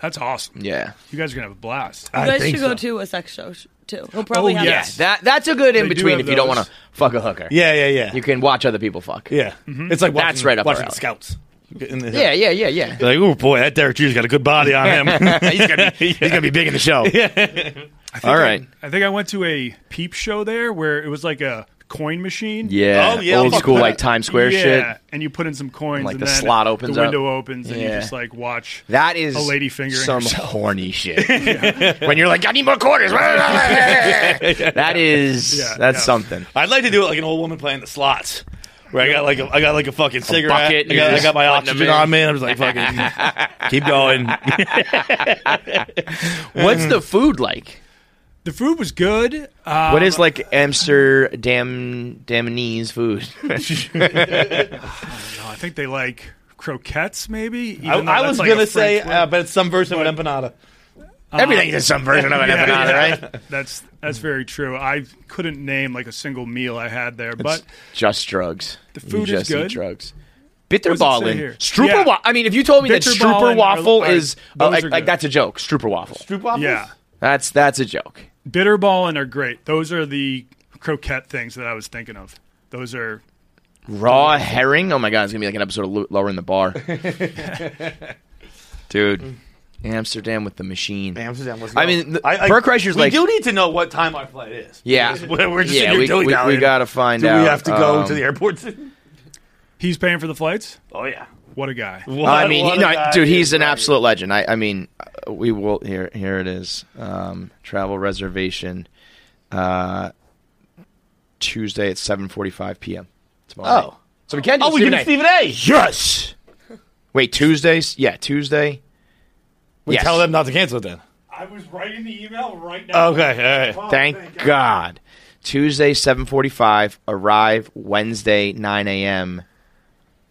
Speaker 7: That's awesome.
Speaker 4: Yeah.
Speaker 7: You guys are going to have a blast.
Speaker 5: You guys should go to a sex show sh- too. He'll probably
Speaker 7: Oh,
Speaker 5: have
Speaker 7: yes.
Speaker 5: it.
Speaker 4: That That's a good in
Speaker 7: do
Speaker 4: between
Speaker 7: have
Speaker 4: if you don't
Speaker 7: those.
Speaker 4: want to fuck a hooker.
Speaker 3: Yeah, yeah, yeah.
Speaker 4: You can watch other people fuck.
Speaker 3: yeah. It's like watching,
Speaker 4: That's right up our
Speaker 3: watching the
Speaker 4: alley.
Speaker 3: scouts. In the-
Speaker 4: Yeah, yeah, yeah, yeah.
Speaker 3: Like, oh boy, that Derek Jeter's got a good body on him. he's gonna be, he's gonna be big in the show.
Speaker 4: All right.
Speaker 7: I think I went to a peep show there where it was like a coin machine.
Speaker 4: Yeah.
Speaker 3: Oh, yeah,
Speaker 4: Old
Speaker 3: fuck
Speaker 4: school,
Speaker 3: that.
Speaker 4: like Times Square
Speaker 7: yeah,
Speaker 4: shit.
Speaker 7: and you put in some coins,
Speaker 4: Like
Speaker 7: and
Speaker 4: the
Speaker 7: then
Speaker 4: slot opens
Speaker 7: the
Speaker 4: up.
Speaker 7: window opens, and you
Speaker 4: Yeah.
Speaker 7: just like watch.
Speaker 4: That is
Speaker 7: A lady fingering
Speaker 4: some
Speaker 7: herself.
Speaker 4: horny shit. When you're like, I need more quarters. that is
Speaker 7: Yeah,
Speaker 4: that's
Speaker 7: yeah.
Speaker 4: something.
Speaker 3: I'd like to do it like an old woman playing the slots. Where I got like a, I got like a fucking cigarette.
Speaker 4: bucket,
Speaker 3: I,
Speaker 4: you're
Speaker 3: got, I
Speaker 4: just
Speaker 3: got my
Speaker 4: putting
Speaker 3: oxygen on
Speaker 4: 'em in.
Speaker 3: me. and I'm just like fucking keep going.
Speaker 4: What's the food like?
Speaker 7: The food was good. Uh,
Speaker 4: What is like Amsterdam Damanese food?
Speaker 7: I think they like croquettes, maybe. even
Speaker 3: I,
Speaker 7: though
Speaker 3: I
Speaker 7: that's
Speaker 3: was
Speaker 7: like a
Speaker 3: gonna say,
Speaker 7: French word.
Speaker 3: uh,
Speaker 7: uh,
Speaker 3: but it's some version of an empanada.
Speaker 4: Everything's just some version of an
Speaker 7: Yeah,
Speaker 4: empanada,
Speaker 7: yeah.
Speaker 4: right?
Speaker 7: that's that's very true. I couldn't name like a single meal I had there, but
Speaker 4: Just drugs. The
Speaker 7: food is
Speaker 4: just eat
Speaker 7: good.
Speaker 4: drugs.
Speaker 7: What does it say here?
Speaker 4: Bitterballen. Strooper
Speaker 7: Yeah.
Speaker 4: wa- I mean, if you told me that Strooper
Speaker 7: Bitterballen are-
Speaker 4: waffle
Speaker 7: are-
Speaker 4: is uh,
Speaker 7: those
Speaker 4: like,
Speaker 7: are
Speaker 4: like
Speaker 7: good.
Speaker 4: that's a joke. Strooper waffle.
Speaker 3: Stroop waffles?
Speaker 7: yeah,
Speaker 4: That's that's a joke.
Speaker 7: bitterballen are great. Those are the croquette things that I was thinking of. Those are
Speaker 4: Raw herring. Oh my god, it's gonna be like an episode of Lo- Lower in the Bar. Dude, Amsterdam with the machine.
Speaker 3: Amsterdam was.
Speaker 4: I mean, the- Burkreicher's
Speaker 3: we
Speaker 4: like-
Speaker 3: do need to know what time our flight is.
Speaker 4: Yeah.
Speaker 3: Because we're, we're just in
Speaker 4: Yeah,
Speaker 3: here
Speaker 4: we-
Speaker 3: doing
Speaker 4: we-
Speaker 3: now.
Speaker 4: we
Speaker 3: and
Speaker 4: gotta find
Speaker 3: do
Speaker 4: out,
Speaker 3: We have to go
Speaker 4: um,
Speaker 3: to the airport.
Speaker 7: he's paying for the flights.
Speaker 3: oh yeah.
Speaker 7: What a guy!
Speaker 3: What,
Speaker 4: I mean,
Speaker 3: what a
Speaker 4: no,
Speaker 3: guy
Speaker 4: dude, he's an
Speaker 3: right.
Speaker 4: absolute legend. I, I mean, uh, we will here. Here it is. Um, travel reservation, uh, Tuesday at seven forty-five p.m. tomorrow.
Speaker 3: Oh.
Speaker 4: so we can do
Speaker 3: Oh, we
Speaker 4: Stephen
Speaker 3: can
Speaker 4: A.
Speaker 3: Stephen A.
Speaker 4: Yes. Wait, Tuesdays? Yeah, Tuesday.
Speaker 3: We
Speaker 4: Yes.
Speaker 3: tell them not to cancel it then.
Speaker 7: I was writing the email right now.
Speaker 3: Okay, all right.
Speaker 4: Thank God. Tuesday seven forty-five. Arrive Wednesday nine a.m.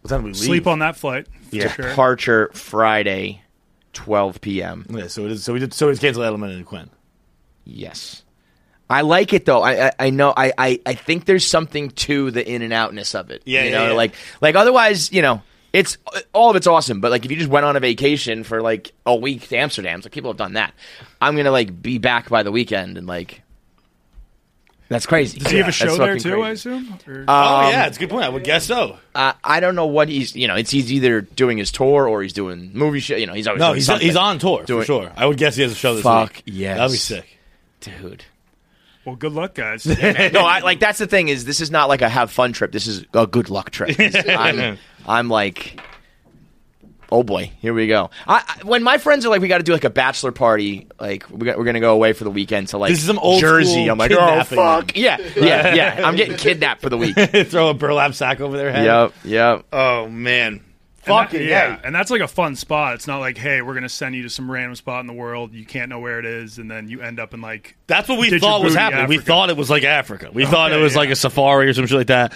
Speaker 3: What time do we leave?
Speaker 7: Sleep on that flight. for
Speaker 3: Yeah.
Speaker 7: sure.
Speaker 4: Departure Friday twelve p.m.
Speaker 3: Yeah, so it is. So we did. So it's canceled Edelman and Quinn.
Speaker 4: Yes. I like it though. I I, I know. I, I I think there's something to the in and outness of it.
Speaker 3: Yeah,
Speaker 4: you
Speaker 3: yeah,
Speaker 4: know,
Speaker 3: yeah.
Speaker 4: like like otherwise, you know, it's all of it's awesome. But like if you just went on a vacation for like a week to Amsterdam, so people have done that. I'm gonna like be back by the weekend and like. That's crazy.
Speaker 7: Does he have a
Speaker 4: That's
Speaker 7: show there
Speaker 4: fucking
Speaker 7: too?
Speaker 4: crazy.
Speaker 7: I assume. Or-
Speaker 3: Oh yeah, it's a good point. I would guess so.
Speaker 4: Uh, Um, I don't know what he's. You know, it's he's either doing his tour or he's doing movie show. You know, he's always
Speaker 3: No,
Speaker 4: doing
Speaker 3: he's
Speaker 4: something.
Speaker 3: he's on tour
Speaker 4: Do
Speaker 3: for
Speaker 4: it.
Speaker 3: sure. I would guess he has a show this
Speaker 4: Fuck
Speaker 3: week.
Speaker 4: yes.
Speaker 3: that'd be sick.
Speaker 4: dude.
Speaker 7: well, good luck, guys.
Speaker 4: no, I, like that's the thing is this is not like a have fun trip. This is a good luck trip. I'm, I'm like, oh boy, here we go. I, I when my friends are like, we got to do like a bachelor party. Like we got, we're gonna go away for the weekend to like
Speaker 3: This is some old
Speaker 4: Jersey.
Speaker 3: school
Speaker 4: I'm like, oh
Speaker 3: kidnapping.
Speaker 4: fuck, yeah, yeah, yeah. I'm getting kidnapped for the week.
Speaker 3: Throw a burlap sack over their head.
Speaker 4: yep, yep.
Speaker 3: Oh man.
Speaker 7: And that-
Speaker 3: Fucking
Speaker 7: yeah.
Speaker 3: yeah.
Speaker 7: And that's like a fun spot. It's not like, hey, we're gonna send you to some random spot in the world. You can't know where it is, and then you end up in like
Speaker 3: That's what
Speaker 7: Did
Speaker 3: we
Speaker 7: your
Speaker 3: thought was
Speaker 7: booty
Speaker 3: happening. We
Speaker 7: Africa.
Speaker 3: thought it was like Africa. We thought it
Speaker 7: Okay,
Speaker 3: was
Speaker 7: yeah.
Speaker 3: like a safari or some shit like that.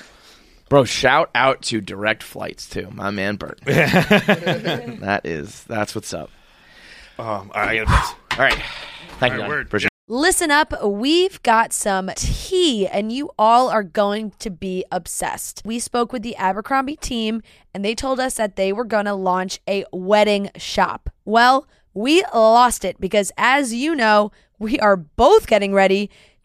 Speaker 4: Bro, shout out to direct flights too, my man Bert. that is that's what's up.
Speaker 3: Um, all right, I gotta piss.
Speaker 4: All right, thank you.
Speaker 7: All right,
Speaker 4: Don.
Speaker 7: word.
Speaker 4: Appreciate it.
Speaker 2: Listen up, we've got some tea, and you all are going to be obsessed. We spoke with the Abercrombie team, and they told us that they were going to launch a wedding shop. Well, we lost it because, as you know, we are both getting ready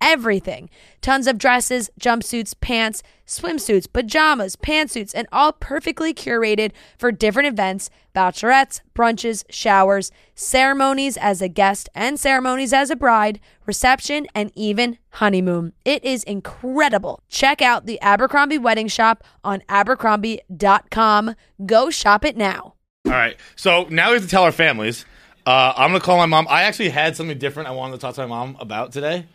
Speaker 2: everything tons of dresses, jumpsuits, pants, swimsuits, pajamas, pantsuits, and all perfectly curated for different events bachelorettes, brunches, showers, ceremonies as a guest and ceremonies as a bride, reception, and even honeymoon. It is incredible. Check out the Abercrombie Wedding Shop on Abercrombie.com. Go shop it now.
Speaker 3: All right. So now we have to tell our families. Uh, I'm going to call my mom. I actually had something different I wanted to talk to my mom about today.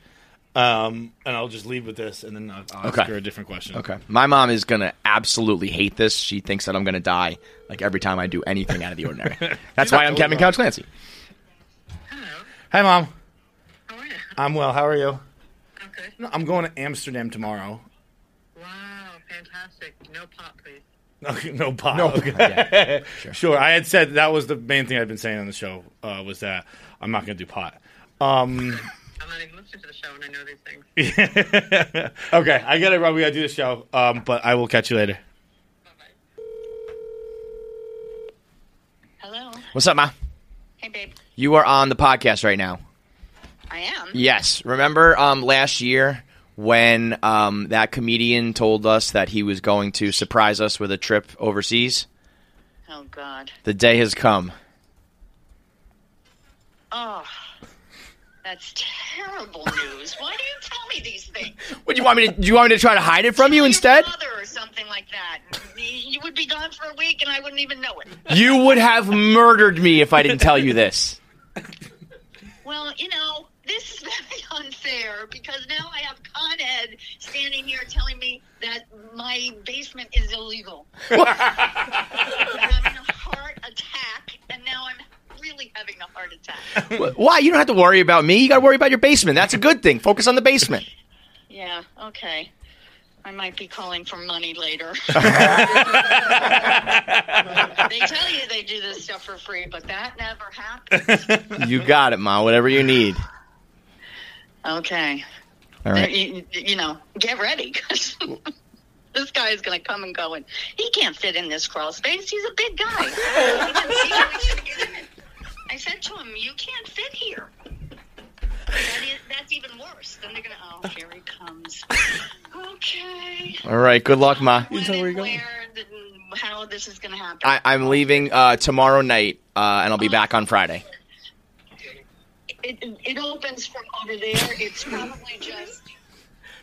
Speaker 3: Um, and I'll just leave with this, and then I'll, I'll ask
Speaker 4: Okay.
Speaker 3: her a different question.
Speaker 4: Okay. My mom is going to absolutely hate this. She thinks that I'm going to die like every time I do anything out of the ordinary. That's why I'm Kevin Couch Clancy.
Speaker 3: Hi, mom.
Speaker 8: How are you?
Speaker 3: I'm well. How are you?
Speaker 8: I'm good.
Speaker 3: No, I'm going to Amsterdam tomorrow.
Speaker 8: Wow, fantastic. No pot, please.
Speaker 3: No, no pop. No, sure. I had said that was the main thing I'd been saying on the show uh, was that I'm not going to do pot. Um,
Speaker 8: I'm not even listening to the show, and I know these things.
Speaker 3: okay, I got it wrong. We got to do the show, um, but I will catch you later.
Speaker 8: Hello.
Speaker 4: What's up, Ma?
Speaker 8: Hey, babe.
Speaker 4: You are on the podcast right now.
Speaker 8: I am.
Speaker 4: Yes. Remember um, last year when um, that comedian told us that he was going to surprise us with a trip overseas?
Speaker 8: Oh God.
Speaker 4: The day has come.
Speaker 8: Oh, that's terrible news. Why do you tell me these things?
Speaker 4: What do you want me to? Do you want me to try to hide it from you
Speaker 8: Your
Speaker 4: instead?
Speaker 8: Mother or something like that. You would be gone for a week, and I wouldn't even know it.
Speaker 4: You would have murdered me if I didn't tell you this.
Speaker 8: Well, you know, this is very unfair because now I have Con Ed standing here telling me that my basement is illegal. I'm having a heart attack, and now I'm really having a heart attack.
Speaker 4: Wh- Why? You don't have to worry about me. You got to worry about your basement. That's a good thing. Focus on the basement.
Speaker 8: Yeah, okay. I might be calling for money later. they tell you they do this stuff for free, but that never happens.
Speaker 4: You got it, Ma. Whatever you need.
Speaker 8: Okay.
Speaker 4: All right.
Speaker 8: you, you know, get ready 'cause this guy is going to come and go, and he can't fit in this crawl space. He's a big guy. He can see how he should get in it. I said to him, "You can't fit here." That is, that's even worse. Then they're going to, oh, here he comes. Okay.
Speaker 4: All right. Good luck, Ma.
Speaker 8: When and where, and how this is going to happen?
Speaker 4: I, I'm leaving uh, tomorrow night, uh, and I'll be back on Friday.
Speaker 8: it, it opens from over there. It's probably just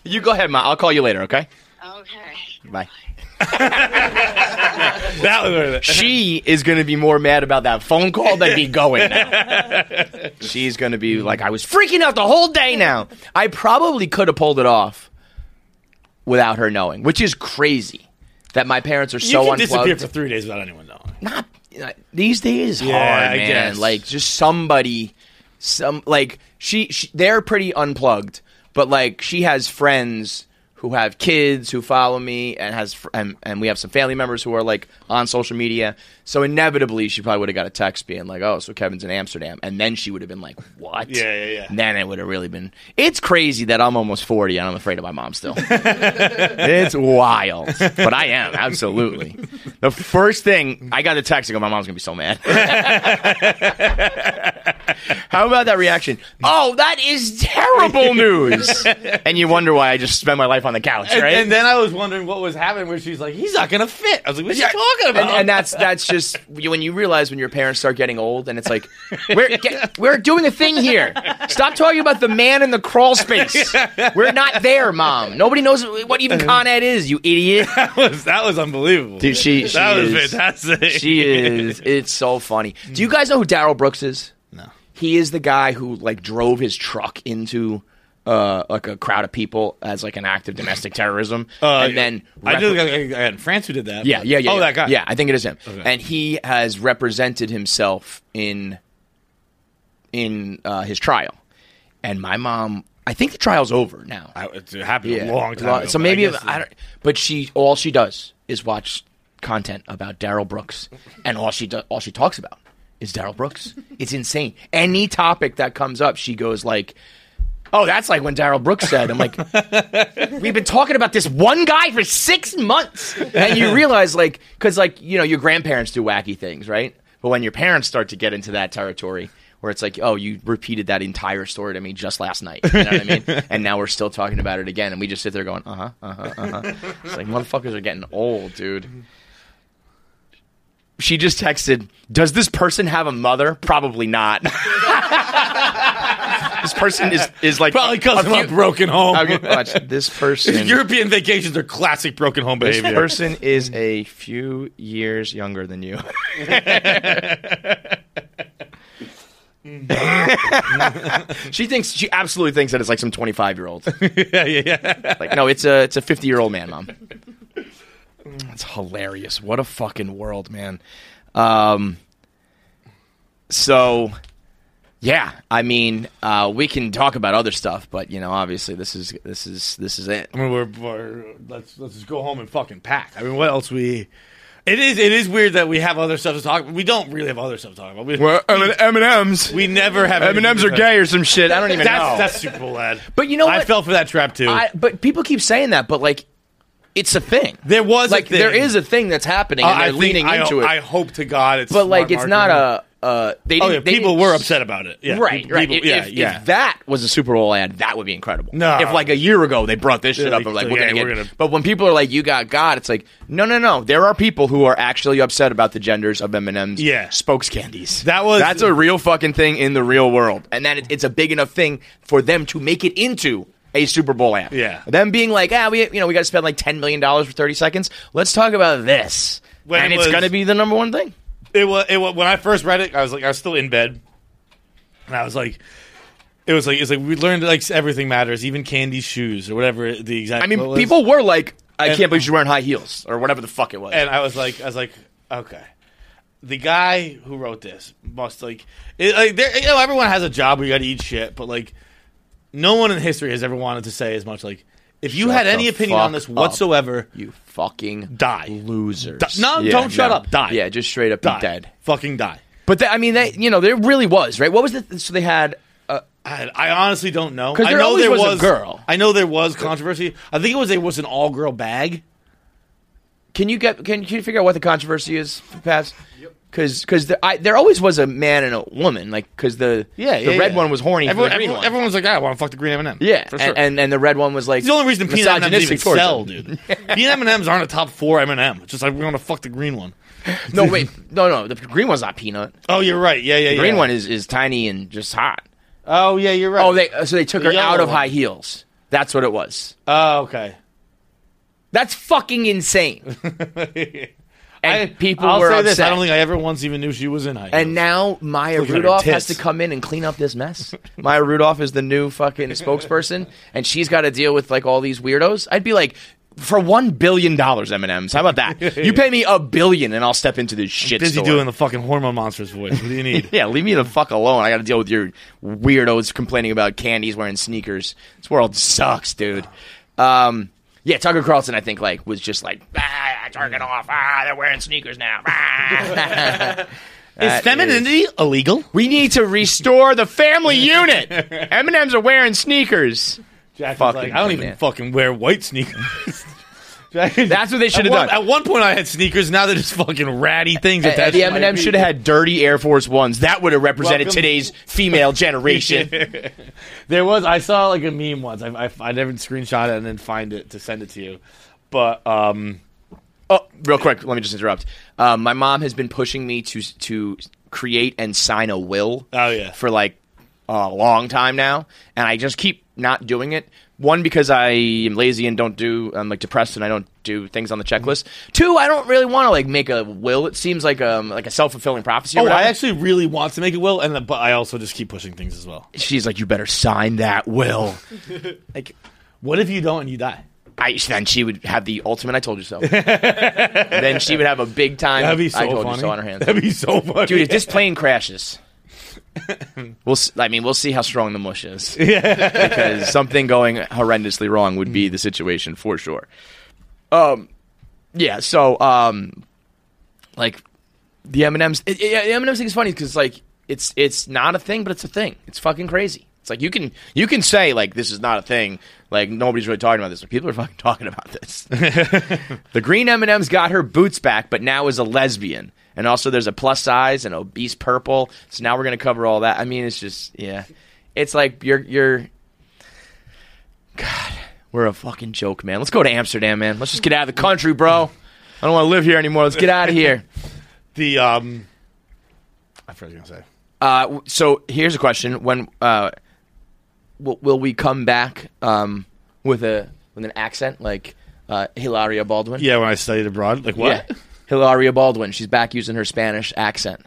Speaker 4: You go ahead, Ma. I'll call you later. Okay.
Speaker 8: okay.
Speaker 4: Bye.
Speaker 3: That was
Speaker 4: She is going to be more mad about that phone call than me going now. She's going to be like, I was freaking out the whole day now. I probably could have pulled it off without her knowing, which is crazy that my parents are
Speaker 3: you
Speaker 4: so
Speaker 3: can disappear
Speaker 4: unplugged.
Speaker 3: for three days without anyone knowing.
Speaker 4: Not uh, these days,
Speaker 3: Yeah,
Speaker 4: hard
Speaker 3: I
Speaker 4: man.
Speaker 3: guess.
Speaker 4: Like just somebody, some like she, she. They're pretty unplugged, but like she has friends who have kids who follow me, and has fr- and, and we have some family members who are like on social media. So inevitably, she probably would have got a text being like, "Oh, so Kevin's in Amsterdam," and then she would have been like, "What?"
Speaker 3: Yeah, yeah, yeah.
Speaker 4: And Then it would have really been. It's crazy that I'm almost forty and I'm afraid of my mom still. It's wild, but I am absolutely. The first thing I got a text, I go, "My mom's gonna be so mad." How about that reaction? Oh, that is terrible news. and you wonder why I just spend my life on the couch,
Speaker 3: And,
Speaker 4: right?
Speaker 3: and then I was wondering what was happening where she's like, he's not going to fit. I was like, what's she talking about?
Speaker 4: And, and that's that's just when you realize when your parents start getting old, and it's like we're get, we're doing a thing here. Stop talking about the man in the crawl space. We're not there, mom. Nobody knows what even Con Ed is. You idiot,
Speaker 3: that, was, that was unbelievable.
Speaker 4: dude. She, she
Speaker 3: that was
Speaker 4: is-
Speaker 3: fantastic.
Speaker 4: She is. It's so funny. Do you guys know who Daryl Brooks is? No. He is the guy who like drove his truck into uh, like a crowd of people as like an act of domestic terrorism,
Speaker 3: Uh,
Speaker 4: and then
Speaker 3: I
Speaker 4: rep-
Speaker 3: knew the guy- I had in France who did that.
Speaker 4: yeah,
Speaker 3: but-
Speaker 4: yeah, yeah.
Speaker 3: Oh,
Speaker 4: yeah.
Speaker 3: that guy.
Speaker 4: Yeah, I think it is him.
Speaker 3: Okay.
Speaker 4: And he has represented himself in in uh, his trial. And my mom, I think the trial's over now.
Speaker 3: I, it happened a long time. ago,
Speaker 4: So
Speaker 3: but
Speaker 4: maybe
Speaker 3: I
Speaker 4: if-
Speaker 3: guess-
Speaker 4: I don't, but she all she does is watch content about Daryl Brooks, and all she do, all she talks about is Daryl Brooks. It's insane. Any topic that comes up, she goes like, Oh, that's like when Daryl Brooks said, I'm like, we've been talking about this one guy for six months. And you realize, like, because, like, you know, your grandparents do wacky things, right? But when your parents start to get into that territory where it's like, oh, you repeated that entire story to me just last night. You know what I mean? and now we're still talking about it again. And we just sit there going, uh huh, uh huh, uh huh. It's like, motherfuckers are getting old, dude. She just texted, does this person have a mother? Probably not. this person is, is like
Speaker 3: Probably because
Speaker 4: a
Speaker 3: of my
Speaker 4: few-
Speaker 3: broken home.
Speaker 4: I'm gonna watch this person.
Speaker 3: European vacations are classic broken home
Speaker 4: this
Speaker 3: behavior.
Speaker 4: person is a few years younger than you. she thinks she absolutely thinks that it's like some twenty five year old.
Speaker 3: yeah, yeah, yeah.
Speaker 4: Like no, it's a it's a fifty year old man, mom. It's hilarious. What a fucking world, man. Um. So, yeah, I mean, uh, we can talk about other stuff, but you know, obviously, this is this is this is it.
Speaker 3: I mean, we're, we're let's let's just go home and fucking pack. I mean, what else we? It is it is weird that we have other stuff to talk. We don't really have other stuff to talk about. We,
Speaker 4: M and M's.
Speaker 3: we never have
Speaker 4: M and M's are
Speaker 3: anything to-
Speaker 4: gay or some shit. I don't even
Speaker 3: That's
Speaker 4: know.
Speaker 3: that's Super Bowl ad.
Speaker 4: But you know
Speaker 3: I
Speaker 4: what?
Speaker 3: fell for that trap too.
Speaker 4: I, but people keep saying that, but like, it's a thing.
Speaker 3: there was
Speaker 4: like
Speaker 3: a thing.
Speaker 4: there is a thing that's happening,
Speaker 3: Uh,
Speaker 4: and they're
Speaker 3: I think-
Speaker 4: leaning
Speaker 3: I,
Speaker 4: into it.
Speaker 3: I hope to God it's.
Speaker 4: but like,
Speaker 3: smart
Speaker 4: it's not
Speaker 3: marketing.
Speaker 4: a. Uh, they
Speaker 3: Oh
Speaker 4: didn't-
Speaker 3: yeah,
Speaker 4: they
Speaker 3: people
Speaker 4: didn't-
Speaker 3: were upset about it. Yeah,
Speaker 4: Right,
Speaker 3: people,
Speaker 4: right.
Speaker 3: people-
Speaker 4: If-
Speaker 3: yeah,
Speaker 4: if,
Speaker 3: yeah.
Speaker 4: if that was a Super Bowl ad, that would be incredible.
Speaker 3: No.
Speaker 4: if like a year ago they brought this shit
Speaker 3: Yeah,
Speaker 4: up, I'm like,
Speaker 3: like,
Speaker 4: we're
Speaker 3: yeah,
Speaker 4: gonna get.
Speaker 3: we're gonna-
Speaker 4: But when people are like, "You got God," it's like, no, no, no. There are people who are actually upset about the genders of M and M's.
Speaker 3: Yeah.
Speaker 4: spokes candies.
Speaker 3: That was-
Speaker 4: that's a real fucking thing in the real world, and that it, it's a big enough thing for them to make it into. A Super Bowl ad.
Speaker 3: Yeah.
Speaker 4: Them being like, ah, we you know, we gotta spend like ten million dollars for thirty seconds. Let's talk about this.
Speaker 3: When
Speaker 4: and
Speaker 3: it
Speaker 4: it's
Speaker 3: was-
Speaker 4: gonna be the number one thing.
Speaker 3: it was, it was when I first read it. I was like, I was still in bed, and I was like, it was like it's like we learned like everything matters, even candy shoes or whatever the exact.
Speaker 4: I mean,
Speaker 3: quote was.
Speaker 4: people were like, I
Speaker 3: And-
Speaker 4: can't believe she's wearing high heels or whatever the fuck it was.
Speaker 3: and I was like, I was like, okay, the guy who wrote this must like, it, like there, you know, everyone has a job where you got to eat shit, but like, no one in history has ever wanted to say as much like, if you
Speaker 4: Shut
Speaker 3: had any
Speaker 4: the
Speaker 3: opinion on
Speaker 4: fuck
Speaker 3: this
Speaker 4: up.
Speaker 3: whatsoever,
Speaker 4: you fucking
Speaker 3: Die.
Speaker 4: losers.
Speaker 3: Di- no, don't shut up. Die.
Speaker 4: Mm. Yeah, just straight up be
Speaker 3: die,
Speaker 4: dead.
Speaker 3: fucking die.
Speaker 4: But that, I mean, that you know, there really was right. What was the so they had? Uh,
Speaker 3: I, I honestly don't know.
Speaker 4: 'Cause
Speaker 3: I
Speaker 4: there
Speaker 3: know
Speaker 4: always
Speaker 3: there
Speaker 4: was a
Speaker 3: was
Speaker 4: girl.
Speaker 3: I know there was controversy. I think it was it was an all girl bag.
Speaker 4: can you get? Can, can you figure out what the controversy is? Pass. Because because there, I- there always was a man and a woman like because the the red one was horny. for
Speaker 3: Everyone,
Speaker 4: the green
Speaker 3: everyone,
Speaker 4: one.
Speaker 3: everyone was like, "Ah, "I want to fuck the green M and m
Speaker 4: yeah,
Speaker 3: for
Speaker 4: and-
Speaker 3: sure.
Speaker 4: and, and the red one was like
Speaker 3: it's the only reason the peanut M&Ms even
Speaker 4: misogynistic towards
Speaker 3: sell,
Speaker 4: him.
Speaker 3: dude. peanut M and M's aren't a top four M and M. It's just like we're gonna fuck the green one.
Speaker 4: No wait, no no, the green one's not peanut.
Speaker 3: Oh, you're right. Yeah, yeah.
Speaker 4: The green
Speaker 3: yeah.
Speaker 4: one is is tiny and just hot.
Speaker 3: Oh, yeah, you're right.
Speaker 4: Oh, they uh, so they took
Speaker 3: The
Speaker 4: her out
Speaker 3: yellow
Speaker 4: of
Speaker 3: one.
Speaker 4: high heels. That's what it was.
Speaker 3: Oh, okay.
Speaker 4: That's fucking insane. and people
Speaker 3: I'll
Speaker 4: were
Speaker 3: say
Speaker 4: upset.
Speaker 3: this: I don't think I ever once even knew she was in high.
Speaker 4: and now Maya
Speaker 3: Look at her
Speaker 4: Rudolph has to
Speaker 3: tits.
Speaker 4: come in and clean up this mess. Maya Rudolph is the new fucking spokesperson, and she's got to deal with like all these weirdos. I'd be like, for one billion dollars, M and M's. How about that? You pay me a billion, and I'll step into this shit.
Speaker 3: busy
Speaker 4: store.
Speaker 3: doing the fucking hormone monsters voice. What do you need?
Speaker 4: yeah, leave me the fuck alone. I got to deal with your weirdos complaining about candies wearing sneakers. This world sucks, dude. Um, yeah, Tucker Carlson, I think, like was just like, ah, jerking off. Ah, they're wearing sneakers now. Ah.
Speaker 3: is femininity illegal?
Speaker 4: we need to restore the family unit. M and M's are wearing sneakers.
Speaker 3: Jack was
Speaker 4: Fucking
Speaker 3: like, I don't
Speaker 4: thing,
Speaker 3: even
Speaker 4: man.
Speaker 3: fucking wear white sneakers. Jack is-
Speaker 4: That's what they should
Speaker 3: At
Speaker 4: have
Speaker 3: one-
Speaker 4: done.
Speaker 3: At one point, I had sneakers. Now they're just fucking ratty things.
Speaker 4: Uh,
Speaker 3: attached
Speaker 4: the
Speaker 3: to
Speaker 4: M
Speaker 3: my
Speaker 4: and M
Speaker 3: feet.
Speaker 4: should have had dirty Air Force Ones. That would have represented
Speaker 3: Welcome-
Speaker 4: today's female generation.
Speaker 3: There was. I saw like a meme once. I I, I never screenshot it and then find it to send it to you. But um,
Speaker 4: Oh, real quick, let me just interrupt. Um, my mom has been pushing me to to create and sign a will.
Speaker 3: Oh, yeah.
Speaker 4: for like a long time now, and I just keep not doing it. One because I am lazy and don't do. I'm like depressed and I don't do things on the checklist. Two, I don't really want to like make a will. It seems like um like a self fulfilling prophecy.
Speaker 3: oh,
Speaker 4: or
Speaker 3: I
Speaker 4: whatever.
Speaker 3: actually really want to make it will, and but I also just keep pushing things as well.
Speaker 4: She's like, you better sign that will.
Speaker 3: Like, what if you don't and you die?
Speaker 4: I, then she would have the ultimate. I told you so. then she would have a big time.
Speaker 3: That'd be so
Speaker 4: I told
Speaker 3: funny.
Speaker 4: you so on her hands.
Speaker 3: That'd be so funny,
Speaker 4: dude. If this plane crashes, we'll. s- I mean, we'll see how strong the mush is. because something going horrendously wrong would be the situation for sure. Um, yeah. So, um, like the M and M's. The M and M's thing is funny because like it's it's not a thing, but it's a thing. It's fucking crazy. It's It's like you can you can say like this is not a thing. Like nobody's really talking about this. Like, people are fucking talking about this. the green M and M's got her boots back, but now is a lesbian. And also, there's a plus size and obese purple. So now we're gonna cover all that. I mean, it's just yeah, it's like you're you're. God, we're a fucking joke, man. Let's go to Amsterdam, man. Let's just get out of the country, bro. I don't want to live here anymore. Let's get out of here.
Speaker 9: The um, I forgot what I was gonna say.
Speaker 4: Uh, w- so here's a question: When uh, will, will we come back um, with a with an accent like uh, Hilaria Baldwin?
Speaker 9: Yeah, when I studied abroad, like what?
Speaker 4: Yeah. Hilaria Baldwin. She's back using her Spanish accent.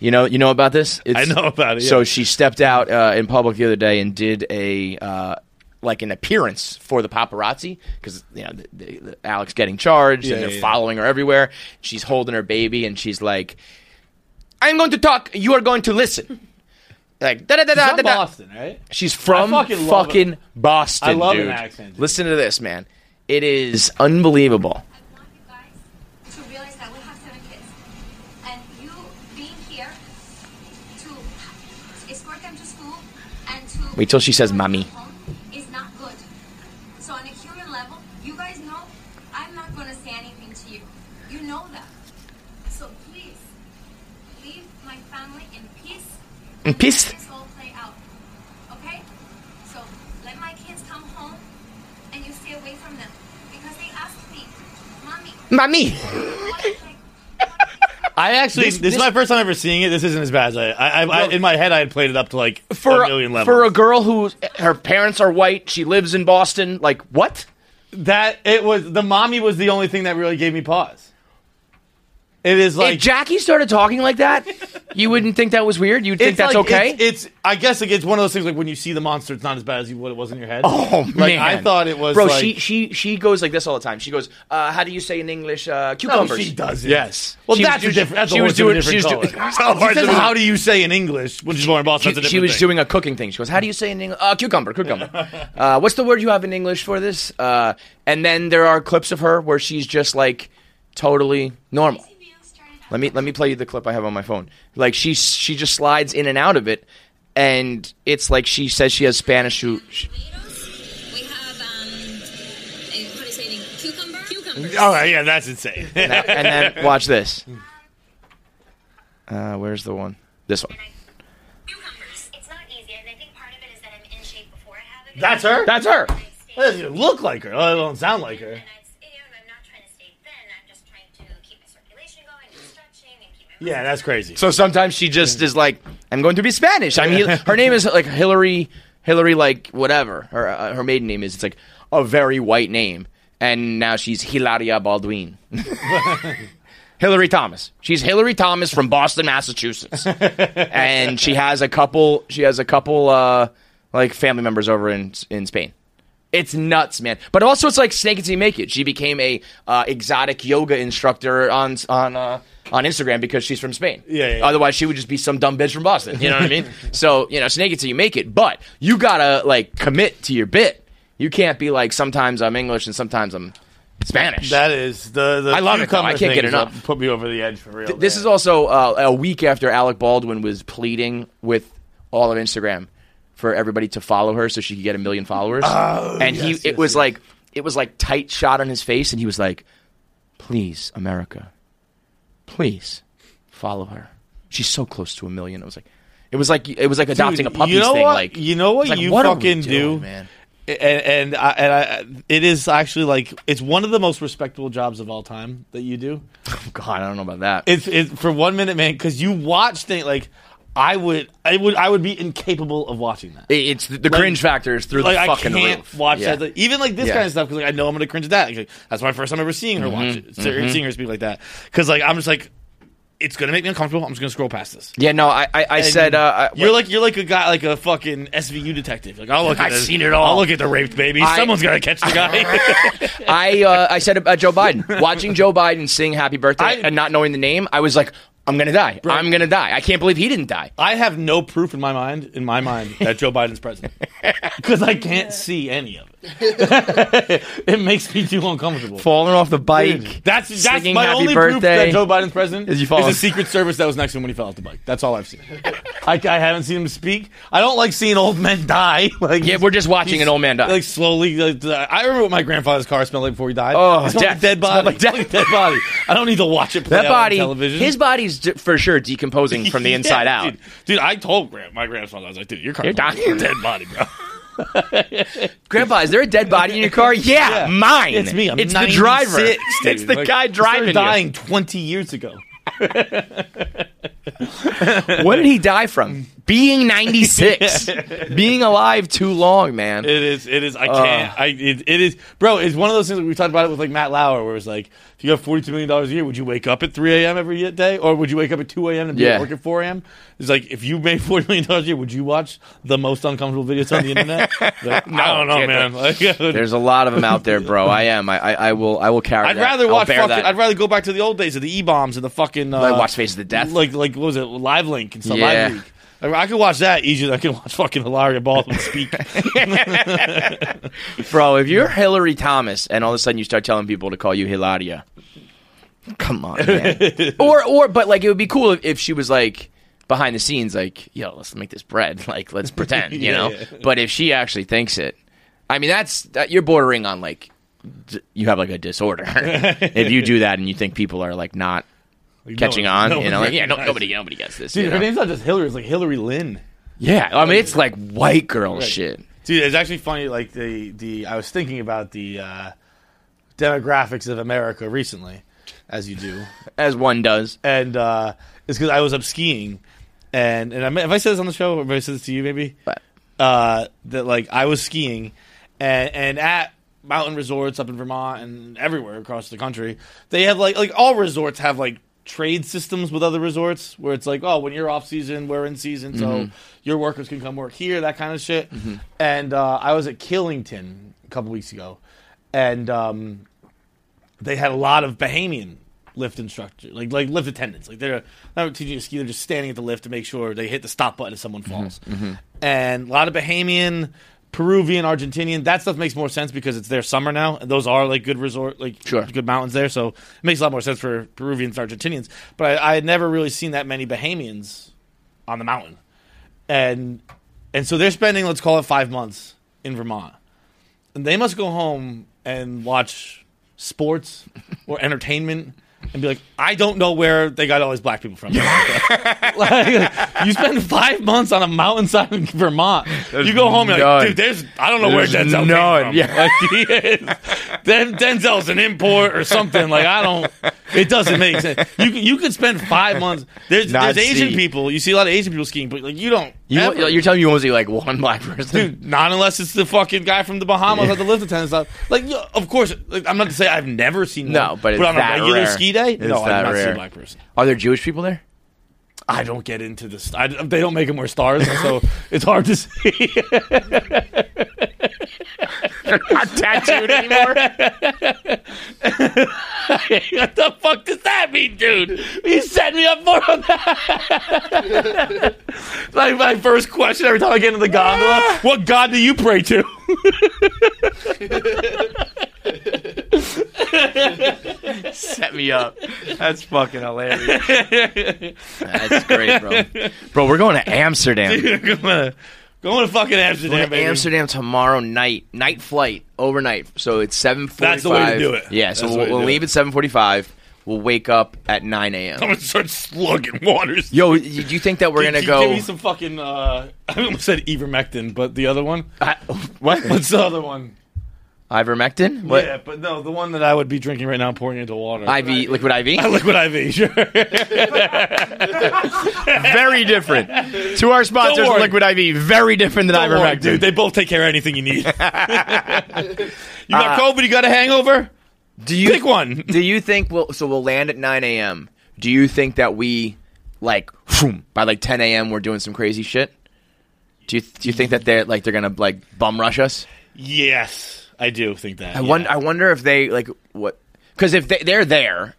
Speaker 4: You know, you know about this. It's-
Speaker 9: know about it, yeah.
Speaker 4: So she stepped out uh, in public the other day and did a uh, like an appearance for the paparazzi because you know the, the, the- Alex getting charged
Speaker 9: Yeah,
Speaker 4: and they're
Speaker 9: yeah, yeah.
Speaker 4: following her everywhere. She's holding her baby and she's like, "I'm going to talk. You are going to listen." Like da da da da da. da.
Speaker 3: right?
Speaker 4: She's from
Speaker 3: I
Speaker 4: fucking,
Speaker 3: fucking love it.
Speaker 4: Boston.
Speaker 3: I love an
Speaker 4: dude.
Speaker 3: accent, dude.
Speaker 4: Listen to this, man. It is unbelievable.
Speaker 8: I want you guys to realize that we have seven kids. And you being here to escort them to school and to
Speaker 4: Wait till she says mommy.
Speaker 8: home is not good. So on a human level, you guys know I'm not gonna say anything to you. You know that. So please leave my family in peace. and let
Speaker 4: peace?
Speaker 8: This all play out. Okay? So let my kids come home and you stay away from them. Because they asked me, Mommy,
Speaker 4: Mommy.
Speaker 9: I actually, this, is my first time ever seeing it. This isn't as bad as I. I, I, I in my head, I had played it up to like
Speaker 4: For
Speaker 9: a million levels.
Speaker 4: for a girl who her parents are white, she lives in Boston. Like what?
Speaker 3: That it was the mommy was the only thing that really gave me pause. It is like
Speaker 4: if Jackie started talking like that, you wouldn't think that was weird. You'd think
Speaker 3: it's
Speaker 4: that's
Speaker 3: like-
Speaker 4: okay.
Speaker 3: It's, it's I guess like, it's one of those things like when you see the monster, it's not as bad as you, what it was in your head.
Speaker 4: Oh
Speaker 3: like
Speaker 4: man!
Speaker 3: I thought it was.
Speaker 4: Bro,
Speaker 3: like,
Speaker 4: she she she goes like this all the time. She goes, uh, "How do you say in English uh,
Speaker 3: no,
Speaker 4: cucumbers?"
Speaker 3: she doesn't.
Speaker 4: Yes.
Speaker 3: Well,
Speaker 4: She was
Speaker 3: that's
Speaker 4: doing-
Speaker 3: a different. That's
Speaker 4: she
Speaker 3: a
Speaker 4: was
Speaker 3: was doing.
Speaker 4: doing-
Speaker 3: Different
Speaker 4: she was
Speaker 3: color.
Speaker 4: doing-
Speaker 3: She says, how do you say in English when she's born in Boston?
Speaker 4: She,
Speaker 3: That's a
Speaker 4: she was
Speaker 3: different thing.
Speaker 4: doing a cooking thing. She goes, "How do you say in English? Uh, cucumber, cucumber. uh, what's the word you have in English for this?" Uh, and then there are clips of her where she's just like totally normal. Let me let me play you the clip I have on my phone. Like she she just slides in and out of it, and it's like she says she has Spanish. Who she,
Speaker 8: We have, um, a- what is it, a cucumber? Cucumbers.
Speaker 9: All right, yeah, that's insane.
Speaker 4: and then watch this. Uh, where's the one? This one.
Speaker 8: Cucumbers. It's not easy, and I think part of it is that I'm in shape before I have it.
Speaker 3: That's her.
Speaker 4: That's her.
Speaker 3: That doesn't even look like her. Oh, it don't sound like her.
Speaker 8: And it's, you know, I'm not trying to stay thin. I'm just trying to keep my circulation going, and stretching, and keep my
Speaker 3: Yeah, that's crazy.
Speaker 4: So sometimes she just is like, "I'm going to be Spanish." I mean, her name is like Hillary, Hillary, like whatever her uh, her maiden name is. It's like a very white name, and now she's Hilaria Baldwin. Hillary Thomas. She's Hillary Thomas from Boston, Massachusetts, and she has a couple. She has a couple uh, like family members over in in Spain. It's nuts, man. But also, it's like snake it till you make it. She became a uh, exotic yoga instructor on on uh, on Instagram because she's from Spain.
Speaker 3: Yeah, yeah, yeah.
Speaker 4: Otherwise, she would just be some dumb bitch from Boston. You know what I mean? So you know, snake it till you make it. But you gotta like commit to your bit. You can't be like sometimes I'm English and sometimes I'm Spanish.
Speaker 3: That is the. the
Speaker 4: I love it, though.
Speaker 3: cucumber
Speaker 4: I can't
Speaker 3: thing
Speaker 4: get
Speaker 3: is
Speaker 4: enough.
Speaker 3: what Put me over the edge for real.
Speaker 4: This is also uh, a week after Alec Baldwin was pleading with all of Instagram for everybody to follow her so she could get a million followers.
Speaker 3: Oh,
Speaker 4: and he, it was like it was like tight shot on his face, and he was like, "Please, America, please follow her. She's so close to a million. I was like, it was like it was like adopting a puppy
Speaker 3: you know
Speaker 4: thing.
Speaker 3: what?
Speaker 4: Like
Speaker 3: You know what
Speaker 4: it's like,
Speaker 3: you
Speaker 4: are we
Speaker 3: fucking
Speaker 4: doing,
Speaker 3: do?
Speaker 4: man.
Speaker 3: and and I, and I, it is actually like it's one of the most respectable jobs of all time that you do.
Speaker 4: Oh, God, I don't know about that.
Speaker 3: It's it's for one minute, man, because you watch things like I would, I would, I would be incapable of watching that.
Speaker 4: It- it's the, the cringe factor is through
Speaker 3: Like
Speaker 4: the
Speaker 3: I
Speaker 4: fucking
Speaker 3: can't
Speaker 4: roof.
Speaker 3: watch
Speaker 4: Yeah.
Speaker 3: that. Like, even like this
Speaker 4: Yeah. Mm-hmm.
Speaker 3: kind of stuff because like I know I'm gonna cringe at that. Like, that's my first time ever seeing her watch it, ser- seeing her speak like that. Because like I'm just like, it's gonna make me uncomfortable. I'm just gonna scroll past this.
Speaker 4: yeah, no, I I, I
Speaker 3: And
Speaker 4: said uh, I-
Speaker 3: you're like you're like a guy like a fucking SVU detective. Like I'll look. At
Speaker 4: I've
Speaker 3: the-
Speaker 4: seen it all.
Speaker 3: I'll look at the raped baby.
Speaker 4: I-
Speaker 3: Someone's gotta catch the guy.
Speaker 4: I uh, I said about Joe Biden, watching Joe Biden sing "Happy Birthday"
Speaker 3: I-
Speaker 4: and not knowing the name, I was like, I'm gonna die. I'm gonna die. I can't believe he didn't die.
Speaker 3: I have no proof in my mind, in my mind, that Joe Biden's president because I can't see any of it. it makes me too uncomfortable.
Speaker 4: Falling off the bike.
Speaker 3: That's that's
Speaker 4: Singing
Speaker 3: my
Speaker 4: Happy
Speaker 3: only proof
Speaker 4: Birthday.
Speaker 3: that Joe Biden's president
Speaker 4: As you
Speaker 3: is
Speaker 4: fall
Speaker 3: the
Speaker 4: off-
Speaker 3: Secret Service that was next to him when he fell off the bike. That's all I've seen. I, I haven't seen him speak. I don't like seeing old men die. Like, yeah,
Speaker 4: we're just watching an old man die.
Speaker 3: Like slowly. Like, I remember what my grandfather's car smelled like before he died.
Speaker 4: Oh,
Speaker 3: It smelled like
Speaker 4: death.
Speaker 3: dead body.
Speaker 4: Smelled like
Speaker 3: Smelled like dead body. I don't need to watch it play
Speaker 4: that
Speaker 3: out on
Speaker 4: body,
Speaker 3: television.
Speaker 4: his body's d- for sure decomposing from the
Speaker 3: Yeah,
Speaker 4: inside out.
Speaker 3: dude. Dude, I told Grant, my grandfather, I was like, dude, your car's
Speaker 4: You're
Speaker 3: like
Speaker 4: dying.
Speaker 3: a dead body, bro.
Speaker 4: Grandpa, is there a dead body in your car? Yeah, mine.
Speaker 3: It's me. I'm
Speaker 4: it's the driver.
Speaker 3: 96, dude.
Speaker 4: It's the
Speaker 3: Like, I
Speaker 4: guy
Speaker 3: started
Speaker 4: driving. you.
Speaker 3: dying 20 years ago.
Speaker 4: what did he die from? Being 96. Being alive too long, man.
Speaker 3: It is. It is. I can't. I. It, it is, bro. It's one of those things that we talked about it with like Matt Lauer, where it's like, if you have forty two million dollars a year, would you wake up at three a.m. every day, or would you wake up at two a.m. and be
Speaker 4: Yeah.
Speaker 3: at work at four a.m.? It's like, if you made forty million dollars a year, would you watch the most uncomfortable videos on the internet? Like, I don't know,
Speaker 4: can't.
Speaker 3: man. Like,
Speaker 4: There's a lot of them out there, bro. I am. I, I, I will I will carry
Speaker 3: I'd
Speaker 4: that.
Speaker 3: rather
Speaker 4: I'll
Speaker 3: watch.
Speaker 4: bear
Speaker 3: Fucking,
Speaker 4: that.
Speaker 3: I'd rather go back to the old days of the e bombs and the fucking. Uh,
Speaker 4: I watch Faces of Death.
Speaker 3: Like like what was it? Live Link and stuff.
Speaker 4: Yeah.
Speaker 3: Live Leak. I, I could watch that easier than I could watch fucking Hilaria Baldwin speak.
Speaker 4: Bro, if you're Hillary Thomas and all of a sudden you start telling people to call you Hilaria, come on, man. or, or, but like it would be cool if, if she was like behind the scenes, like, yo, let's make this bread. Like, let's pretend, you
Speaker 3: Yeah,
Speaker 4: know?
Speaker 3: yeah.
Speaker 4: But if she actually thinks it, I mean, that's, that, you're bordering on like, d- you have like a disorder. if you do that and you think people are like not catching
Speaker 3: no
Speaker 4: on,
Speaker 3: one- no
Speaker 4: you know,
Speaker 3: one
Speaker 4: like, yeah, no,
Speaker 3: recognizes-
Speaker 4: nobody, nobody gets this.
Speaker 3: Dude,
Speaker 4: you
Speaker 3: her
Speaker 4: know?
Speaker 3: name's not just Hillary. It's like Hillary Lynn.
Speaker 4: yeah. I mean, it's like white girl
Speaker 3: Right.
Speaker 4: shit.
Speaker 3: Dude, it's actually funny. Like the the I was thinking about the uh, demographics of America recently, as you do,
Speaker 4: as one does,
Speaker 3: and uh, it's because I was up skiing, and and I, may- have I said this on the show? Or have I said this to you? Maybe.
Speaker 4: But
Speaker 3: uh, that like I was skiing, and and at mountain resorts up in Vermont and everywhere across the country, they have like like all resorts have like trade systems with other resorts where it's like oh when you're off season we're in season
Speaker 4: Mm-hmm.
Speaker 3: so your workers can come work here that kind of shit. And uh, I was at Killington a couple weeks ago, and um, they had a lot of Bahamian lift instructor, like like lift attendants. Like they're not teaching you to ski; they're just standing at the lift to make sure they hit the stop button if someone falls. And a lot of Bahamian, Peruvian, Argentinian. That stuff makes more sense because it's their summer now, and those are like good resort, like
Speaker 4: Sure.
Speaker 3: good mountains there. So it makes a lot more sense for Peruvians and Argentinians. But I, I had never really seen that many Bahamians on the mountain, and and so they're spending let's call it five months in Vermont. And they must go home and watch sports or entertainment and be like, I don't know where they got all these black people from. like, you spend five months on a mountainside in Vermont. you go home and you're
Speaker 4: none.
Speaker 3: like, dude, there's I don't know where
Speaker 4: There's
Speaker 3: Denzel
Speaker 4: none,
Speaker 3: came from.
Speaker 4: yeah.
Speaker 3: Like, he is. Den- Denzel's an import or something. Like I don't. It doesn't make sense. You c- you could spend five months. There's
Speaker 4: Not
Speaker 3: there's Asian
Speaker 4: see.
Speaker 3: people. You see a lot of Asian people skiing, but like you don't.
Speaker 4: you,
Speaker 3: ever-
Speaker 4: you're telling me you won't see like one black person.
Speaker 3: Dude, not unless it's the fucking guy from the Bahamas at the lift attendant stuff. Like, yeah, of course, like, I'm not to say I've never seen
Speaker 4: No,
Speaker 3: one,
Speaker 4: but it's
Speaker 3: on
Speaker 4: that
Speaker 3: a regular
Speaker 4: rare.
Speaker 3: ski day,
Speaker 4: It's
Speaker 3: no,
Speaker 4: that
Speaker 3: I've not seen
Speaker 4: rare.
Speaker 3: a black person.
Speaker 4: Are there Jewish people there?
Speaker 3: I don't get into this. I, they don't make them wear stars, so it's hard to see.
Speaker 4: Not tattooed anymore.
Speaker 3: what the fuck does that mean, dude? You set me up for that. like my first question every time I get into the
Speaker 4: Ah.
Speaker 3: gondola: What god do you pray to?
Speaker 4: Set me up. That's fucking hilarious. That's great, bro. Bro, we're going to Amsterdam.
Speaker 3: going to going to fucking Amsterdam,
Speaker 4: We're going to
Speaker 3: baby.
Speaker 4: Amsterdam tomorrow night. Night flight overnight. So it's seven forty-five.
Speaker 3: That's the way to do it.
Speaker 4: Yeah. So
Speaker 3: That's the way
Speaker 4: we'll,
Speaker 3: to
Speaker 4: we'll
Speaker 3: do
Speaker 4: leave
Speaker 3: it.
Speaker 4: at seven forty-five. We'll wake up at nine
Speaker 3: I'm
Speaker 4: a.m.
Speaker 3: gonna start slugging waters.
Speaker 4: Yo, y- do you think that we're
Speaker 3: Can-
Speaker 4: gonna
Speaker 3: can you
Speaker 4: go?
Speaker 3: Give me some fucking. Uh, I almost said ivermectin, but the other one.
Speaker 4: I- what?
Speaker 3: What's the other one?
Speaker 4: Ivermectin? What?
Speaker 3: Yeah, but no, the one that I would be drinking right now, and pouring into water.
Speaker 4: IV, liquid IV.
Speaker 3: Liquid IV, sure.
Speaker 4: Very different. To our sponsors,
Speaker 3: Don't worry.
Speaker 4: Liquid IV. Very different than
Speaker 3: Don't
Speaker 4: ivermectin.
Speaker 3: worry, dude. They both take care of anything you need. you got COVID, you got a hangover?
Speaker 4: Uh, Do you
Speaker 3: Pick one.
Speaker 4: Do you think we'll so we'll land at nine a.m. Do you think that we like phoom, by like ten a.m. we're doing some crazy shit? Do you do you think that they're like they're gonna like bum rush us?
Speaker 3: Yes, I do think that.
Speaker 4: I wonder. I wonder if they like what because if they, they're there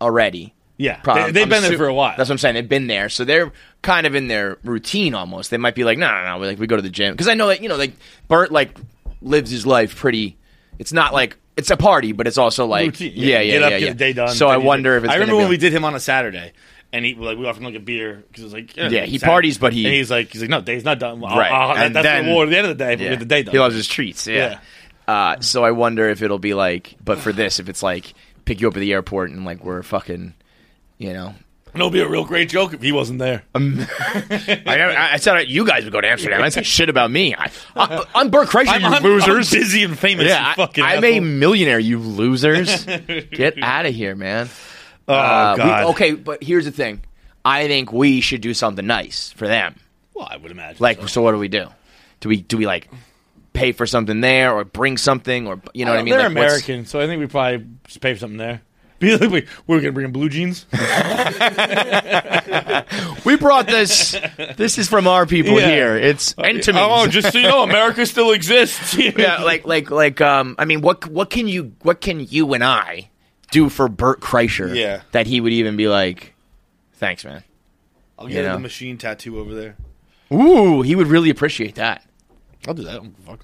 Speaker 4: already.
Speaker 3: Yeah,
Speaker 4: prob-
Speaker 3: they, have
Speaker 4: I'm
Speaker 3: been there
Speaker 4: assu-
Speaker 3: for a while.
Speaker 4: That's what I'm saying. They've been there, so they're kind of in their routine almost. They might be like, no, no, no. we- Like we go to the gym because I know that you know, like Bert like lives his life pretty. It's not like it's a party, but it's also like
Speaker 3: Routine.
Speaker 4: yeah, yeah,
Speaker 3: Get
Speaker 4: yeah,
Speaker 3: up, get
Speaker 4: yeah.
Speaker 3: the day done.
Speaker 4: So I
Speaker 3: Then you-
Speaker 4: wonder if it's
Speaker 3: I
Speaker 4: gonna
Speaker 3: remember
Speaker 4: be
Speaker 3: when
Speaker 4: like-
Speaker 3: we did him on a Saturday, and he like we offered him like a beer because it was like
Speaker 4: Yeah, he
Speaker 3: Saturday.
Speaker 4: parties, but he-
Speaker 3: and he's like he's like no, day's not done. I'll-
Speaker 4: right.
Speaker 3: I'll-
Speaker 4: And
Speaker 3: that's
Speaker 4: then-
Speaker 3: the reward at the end of the day. If
Speaker 4: yeah.
Speaker 3: we get the day done.
Speaker 4: He loves his treats. Yeah. Uh, so I wonder if it'll be like, but for this, if it's like pick you up at the airport and like we're fucking, you know.
Speaker 3: And it'll be a real great joke if he wasn't there.
Speaker 4: Um, I, never, I I said you guys would go to Amsterdam. I said shit about me. I, I, I'm Bert Kreischer,
Speaker 3: I'm-
Speaker 4: you
Speaker 3: I'm-
Speaker 4: losers.
Speaker 3: I'm busy and famous,
Speaker 4: Yeah,
Speaker 3: you
Speaker 4: I-
Speaker 3: fucking
Speaker 4: I'm a
Speaker 3: asshole.
Speaker 4: millionaire, you losers. Get out of here, man. Uh,
Speaker 3: Oh,
Speaker 4: we-
Speaker 3: God.
Speaker 4: okay, but here's the thing. I think we should do something nice for them.
Speaker 3: Well, I would imagine.
Speaker 4: Like, so, what do we do? Do we do we like pay for something there, or bring something, or you know what I mean?
Speaker 3: Oh, They're
Speaker 4: Like, what's-
Speaker 3: American, so I think we probably just pay for something there. Be like, wait, we're gonna bring him blue jeans.
Speaker 4: we brought this. This is from our people
Speaker 3: Yeah.
Speaker 4: here. It's intimate.
Speaker 3: Oh, just so you know, America still exists.
Speaker 4: yeah, like like like. Um, I mean, what what can you what can you and I do for Bert Kreischer?
Speaker 10: Yeah.
Speaker 4: that he would even be like, thanks, man.
Speaker 10: I'll
Speaker 4: You
Speaker 10: get
Speaker 4: know?
Speaker 10: the machine tattoo over there.
Speaker 4: Ooh, he would really appreciate that.
Speaker 10: I'll do that. I don't give a fuck.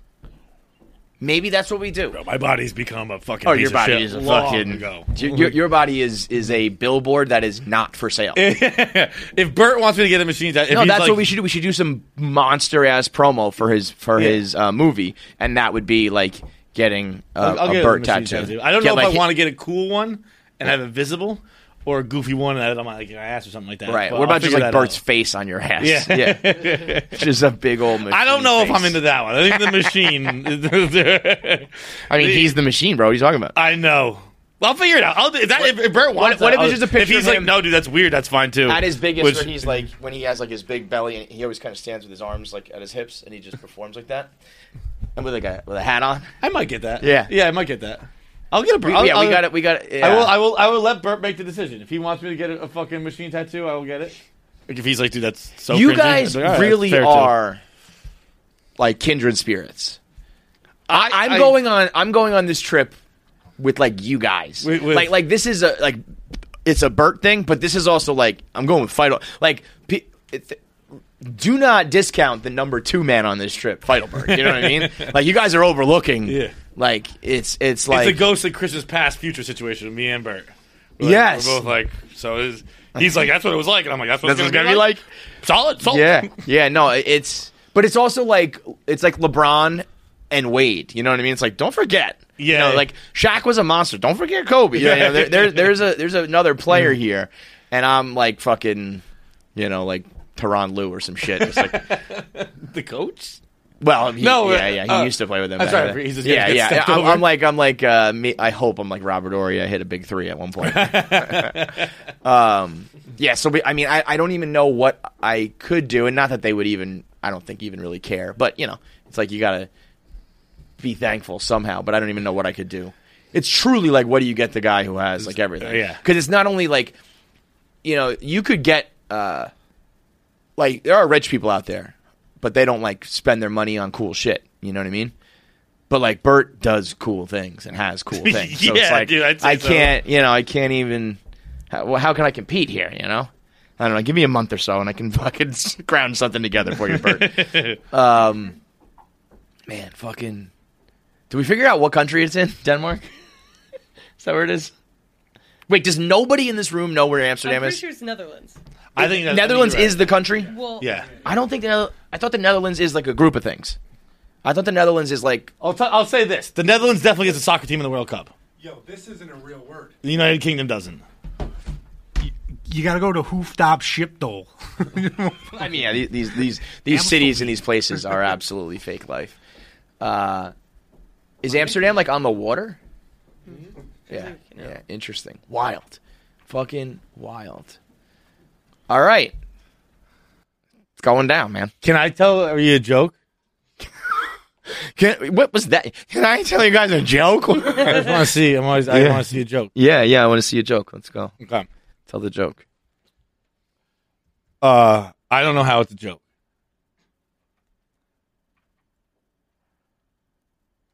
Speaker 4: Maybe that's what we do.
Speaker 3: my body's become a fucking.
Speaker 4: Oh,
Speaker 3: piece
Speaker 4: your
Speaker 3: of
Speaker 4: body
Speaker 3: shit
Speaker 4: is a
Speaker 3: long
Speaker 4: fucking.
Speaker 3: ago.
Speaker 4: Your, your, your body is is a billboard that is not for sale.
Speaker 3: If Bert wants me to get a machine tattoo, if
Speaker 4: no,
Speaker 3: he's
Speaker 4: that's
Speaker 3: like,
Speaker 4: what we should do. We should do some monster ass promo for his for
Speaker 3: Yeah.
Speaker 4: his uh, movie, and that would be like getting uh,
Speaker 10: I'll, I'll
Speaker 4: a
Speaker 10: get a
Speaker 4: Bert
Speaker 10: machine
Speaker 4: tattoo.
Speaker 10: I don't
Speaker 4: Get,
Speaker 10: know if
Speaker 4: like,
Speaker 10: I want to get a cool one and have it visible, or a goofy one and have it on my like, ass or something like that.
Speaker 4: Right.
Speaker 10: But
Speaker 4: what
Speaker 10: I'll
Speaker 4: about just
Speaker 10: figure
Speaker 4: like
Speaker 10: that
Speaker 4: Bert's
Speaker 10: out.
Speaker 4: face on your ass?
Speaker 10: Yeah.
Speaker 4: just a big old.
Speaker 10: I don't
Speaker 4: machine
Speaker 10: know if
Speaker 4: face.
Speaker 10: I'm into that one. I think the machine.
Speaker 4: I mean, he's the machine, bro. What are you talking about?
Speaker 10: I know. Well, I'll figure it out. I'll, do- if, that, if, if Bert wants,
Speaker 4: what
Speaker 10: that,
Speaker 4: if it's
Speaker 10: I'll-
Speaker 4: just a picture
Speaker 10: If he's
Speaker 4: of
Speaker 10: like,
Speaker 4: him-
Speaker 10: no, dude, that's weird. That's fine too.
Speaker 4: At his biggest,
Speaker 10: Which-
Speaker 4: where he's like when he has like his big belly, and he always kind of stands with his arms like at his hips, and he just performs like that, and with like a with a hat on.
Speaker 10: I might get that.
Speaker 4: Yeah.
Speaker 10: yeah, I might get that. I'll get a.
Speaker 4: We-
Speaker 10: I'll,
Speaker 4: yeah,
Speaker 10: I'll,
Speaker 4: we got it. We got it.
Speaker 10: I
Speaker 4: yeah.
Speaker 10: will. I will. I will let Bert make the decision. If he wants me to get a, a fucking machine tattoo, I will get it.
Speaker 3: Like, if he's like, dude, that's so.
Speaker 4: you
Speaker 3: cringy,"
Speaker 4: guys
Speaker 3: I'd be like, "All right, that's
Speaker 4: really
Speaker 3: fair, too."
Speaker 4: are like kindred spirits. I, I, am
Speaker 10: I-
Speaker 4: going on. I'm going on this trip with like you guys.
Speaker 10: With- with-
Speaker 4: like like this is a like it's a Bert thing, but this is also like I'm going with Fido. Like. P- it, do not discount the number two man on this trip, Feidelberg. You know what I mean? Like you guys are overlooking.
Speaker 10: Yeah.
Speaker 4: Like it's it's like
Speaker 10: it's a ghost of Christmas past future situation with me and Bert. We're like-
Speaker 4: yes.
Speaker 10: we're both like so. Is, he's like that's what it was like, and I'm like that's what
Speaker 4: That's
Speaker 10: it's
Speaker 4: what's
Speaker 10: gonna,
Speaker 4: gonna be like.
Speaker 10: Solid, solid.
Speaker 4: Yeah, yeah, no, it- it's but it's also like it's like LeBron and Wade. You know what I mean? It's like don't forget. You
Speaker 10: Yeah.
Speaker 4: know, like Shaq was a monster. Don't forget Kobe. You know, there, there, there's a there's another
Speaker 10: Mm.
Speaker 4: player here, and I'm like fucking, you know, like Teron Lou or some shit. It's like,
Speaker 10: the coach.
Speaker 4: well, he,
Speaker 10: No,
Speaker 4: yeah, yeah, he
Speaker 10: uh,
Speaker 4: used to play with them.
Speaker 10: I'm
Speaker 4: back
Speaker 10: sorry,
Speaker 4: then.
Speaker 10: he's just gonna
Speaker 4: yeah,
Speaker 10: get
Speaker 4: yeah.
Speaker 10: stepped
Speaker 4: I'm,
Speaker 10: over.
Speaker 4: I'm like, I'm like, uh, me, I hope I'm like Robert Ory. I hit a big three at one point. um, yeah. So we, I mean, I, I don't even know what I could do, and not that they would even, I don't think even really care. But you know, it's like you gotta be thankful somehow. But I don't even know what I could do. It's truly like, what do you get the guy who has like everything?
Speaker 10: yeah.
Speaker 4: Because it's not only like, you know, you could get. uh like there are rich people out there, but they don't like spend their money on cool shit. You know what I mean? But like Bert does cool things and has cool things. So it's
Speaker 10: Yeah,
Speaker 4: like
Speaker 10: dude, I'd say
Speaker 4: I
Speaker 10: so.
Speaker 4: can't, you know, I can't even. How, well, how can I compete here? You know, I don't know. Give me a month or so, and I can fucking ground something together for you, Bert. um, man, fucking. Do we figure out what country it's in? Denmark. is that where it is? Wait, does nobody in this room know where
Speaker 5: I'm
Speaker 4: Amsterdam
Speaker 5: pretty
Speaker 4: is?
Speaker 5: sure it's Netherlands.
Speaker 10: I think that's,
Speaker 4: Netherlands is the country.
Speaker 5: Well,
Speaker 10: Yeah,
Speaker 4: I don't think the Nether- I thought the Netherlands is like a group of things. I thought the Netherlands is like
Speaker 10: I'll, t- I'll say this: the Netherlands definitely gets a soccer team in the World Cup.
Speaker 11: Yo, this isn't a real word.
Speaker 10: The United Kingdom doesn't.
Speaker 11: You gotta go to Hoofdop Shipdol.
Speaker 4: I mean yeah, these these these, these cities and these places are absolutely fake life. Uh, is Amsterdam like on the water? Yeah, yeah, interesting, wild, fucking wild. All right, it's going down, man.
Speaker 10: Can I tell you a joke?
Speaker 4: Can, what was that? Can I tell you guys a joke?
Speaker 10: I just want to see. I'm always. I
Speaker 4: Yeah.
Speaker 10: want to see a joke.
Speaker 4: yeah, yeah, I want to see a joke. Let's go.
Speaker 10: Okay.
Speaker 4: Tell the joke.
Speaker 10: Uh, I don't know how it's a joke.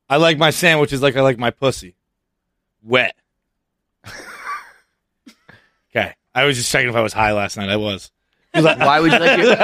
Speaker 10: I like my sandwiches like I like my pussy. Wet. okay. I was just checking if I was high last night. I was.
Speaker 4: why would you like your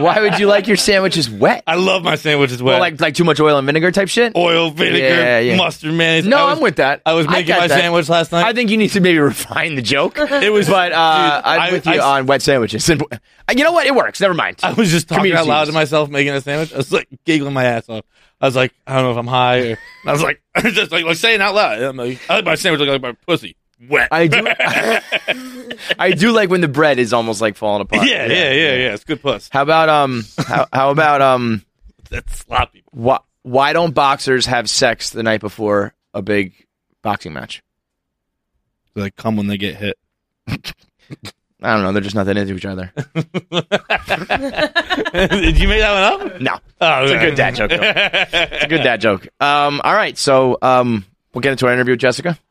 Speaker 4: Why would you like your sandwiches wet? I
Speaker 3: love my sandwiches wet.
Speaker 4: Well, like like too much oil and vinegar type shit.
Speaker 3: Oil, vinegar, mustard, mayonnaise.
Speaker 4: No,
Speaker 3: I was-
Speaker 4: I'm with that.
Speaker 3: I was making
Speaker 4: got
Speaker 3: my sandwich last night.
Speaker 4: I think you need to maybe refine the joke.
Speaker 3: It was-
Speaker 4: but uh,
Speaker 3: Dude,
Speaker 4: I'm
Speaker 3: I-
Speaker 4: with you
Speaker 3: I-
Speaker 4: on wet sandwiches. And, uh, you know what? It works. Never mind.
Speaker 3: I was just talking
Speaker 4: Comedic
Speaker 3: out loud to
Speaker 4: genius.
Speaker 3: myself making a sandwich. I was like giggling my ass off. I was like, I don't know if I'm high. Or, I was like, just like, like saying out loud. I'm like, I like my sandwich look like my pussy wet.
Speaker 4: I do. I do like when the bread is almost like falling apart.
Speaker 3: Yeah, yeah, yeah, yeah. It's good puss.
Speaker 4: How about um? How, how about um?
Speaker 3: That's sloppy.
Speaker 4: Why Why don't boxers have sex the night before a big boxing match?
Speaker 3: They like come when they get hit.
Speaker 4: I don't know. They're just not that into each other.
Speaker 3: Did you make that one up?
Speaker 4: No.
Speaker 3: Oh,
Speaker 4: it's a
Speaker 3: okay.
Speaker 4: good dad joke. Though. it's a good dad joke. Um. All right. So um, we'll get into our interview with Jessica.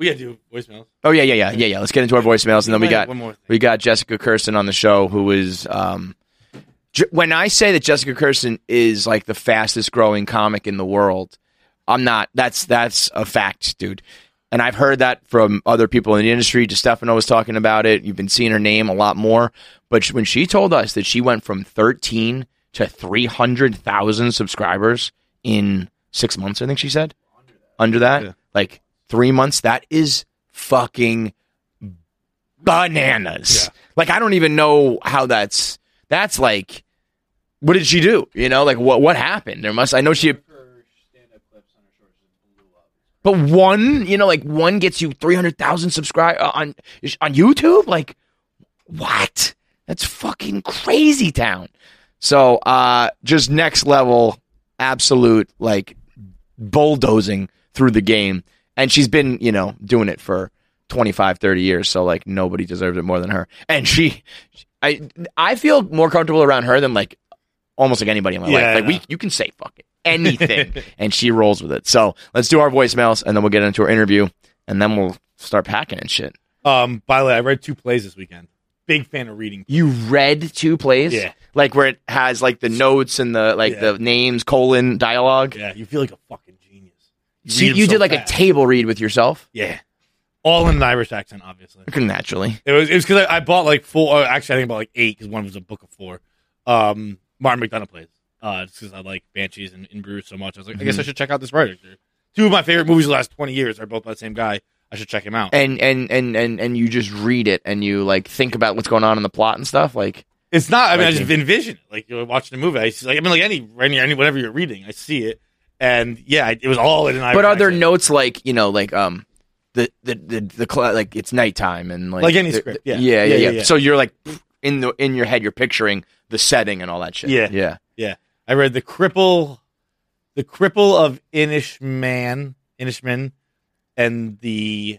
Speaker 3: We gotta do voicemails.
Speaker 4: Oh yeah, yeah, yeah, yeah, yeah. Let's get into our voicemails, and then we
Speaker 3: might have
Speaker 4: got
Speaker 3: one more thing.
Speaker 4: we got Jessica Kirsten on the show, who is um, J- when I say that Jessica Kirsten is like the fastest growing comic in the world, I'm not. That's that's a fact, dude. And I've heard that from other people in the industry. DeStefano was talking about it. You've been seeing her name a lot more. But sh- when she told us that she went from 13 to 300,000 subscribers in six months, I think she said under that, like three months. That is fucking bananas. Like I don't even know how that's that's like. What did she do? You know, like what what happened? There must I know she. But one, you know, like one gets you three hundred thousand subscribe uh, on on YouTube. Like what? That's fucking crazy town. So uh just next level, absolute like bulldozing through the game. And she's been, you know, doing it for 25, 30 years. So, like, nobody deserves it more than her. And she, I I feel more comfortable around her than, like, almost like anybody in my
Speaker 3: Yeah, I
Speaker 4: life. Like, we,
Speaker 3: know.
Speaker 4: you can say fucking anything. and she rolls with it. So, let's do our voicemails and then we'll get into our interview and then we'll start packing and shit.
Speaker 3: Um, by the way, I read two plays this weekend. Big fan of reading.
Speaker 4: You read two plays?
Speaker 3: Yeah.
Speaker 4: Like, where it has, like, the notes and the, like, the names, colon, dialogue.
Speaker 3: Yeah, you feel like a fucking genius.
Speaker 4: So
Speaker 3: read 'em
Speaker 4: you
Speaker 3: so
Speaker 4: did, like,
Speaker 3: fast.
Speaker 4: a table read with yourself?
Speaker 3: Yeah, all in an Irish accent, obviously.
Speaker 4: Naturally.
Speaker 3: It was it was because I, I bought like four. Or actually, I think I bought like eight because one was a book of four. Um, Martin McDonough plays. Uh, just because I like Banshees and, and Brew so much, I was like, I guess I
Speaker 4: Mhm.
Speaker 3: should check out this writer. They're- Two of my favorite movies of the last twenty years are both by the same guy. I should check him out.
Speaker 4: and and and and and you just read it and you like think about what's going on in the plot and stuff like
Speaker 3: It's not. I mean, I
Speaker 4: Like
Speaker 3: just envision it. Like you're watching a movie. I see, like I mean, like any any, any whatever you're reading, I see it. And yeah, it was all in an Irish
Speaker 4: but are there
Speaker 3: accent.
Speaker 4: notes like you know like um the the the, the cl- like it's nighttime and like
Speaker 3: Like any
Speaker 4: the-
Speaker 3: script,
Speaker 4: the-
Speaker 3: yeah.
Speaker 4: yeah yeah,
Speaker 3: Yeah,
Speaker 4: yeah.
Speaker 3: yeah, yeah.
Speaker 4: so you're like in the in your head you're picturing the setting and all that shit
Speaker 3: Yeah.
Speaker 4: yeah
Speaker 3: Yeah. I read The Cripple The Cripple of Inishman Inishman and the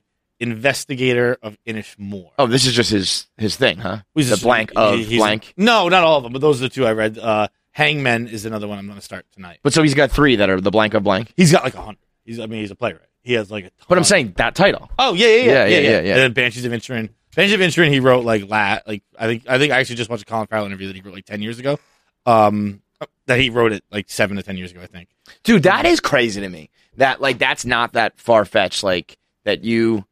Speaker 3: Investigator of Inishmore.
Speaker 4: oh this is just his his thing huh
Speaker 3: Who's
Speaker 4: the
Speaker 3: this-
Speaker 4: blank of
Speaker 3: he- he's-
Speaker 4: blank
Speaker 3: no, not all of them, but those are the two I read. Uh Hangmen is another one I'm gonna start tonight.
Speaker 4: but so he's got three that are the blank of blank
Speaker 3: He's got like a hundred. He's I mean he's a playwright. He has like a ton.
Speaker 4: but i'm saying that title
Speaker 3: Oh yeah, yeah, yeah,
Speaker 4: Yeah, yeah, yeah, yeah.
Speaker 3: And then Banshees of Inisherin. Banshees of Inisherin. He wrote like lat. Like I think I think I actually just watched a Colin Farrell interview that he wrote like ten years ago. Um, that he wrote it like seven to ten years ago, I think.
Speaker 4: dude that is crazy to me that like that's not that far-fetched like that you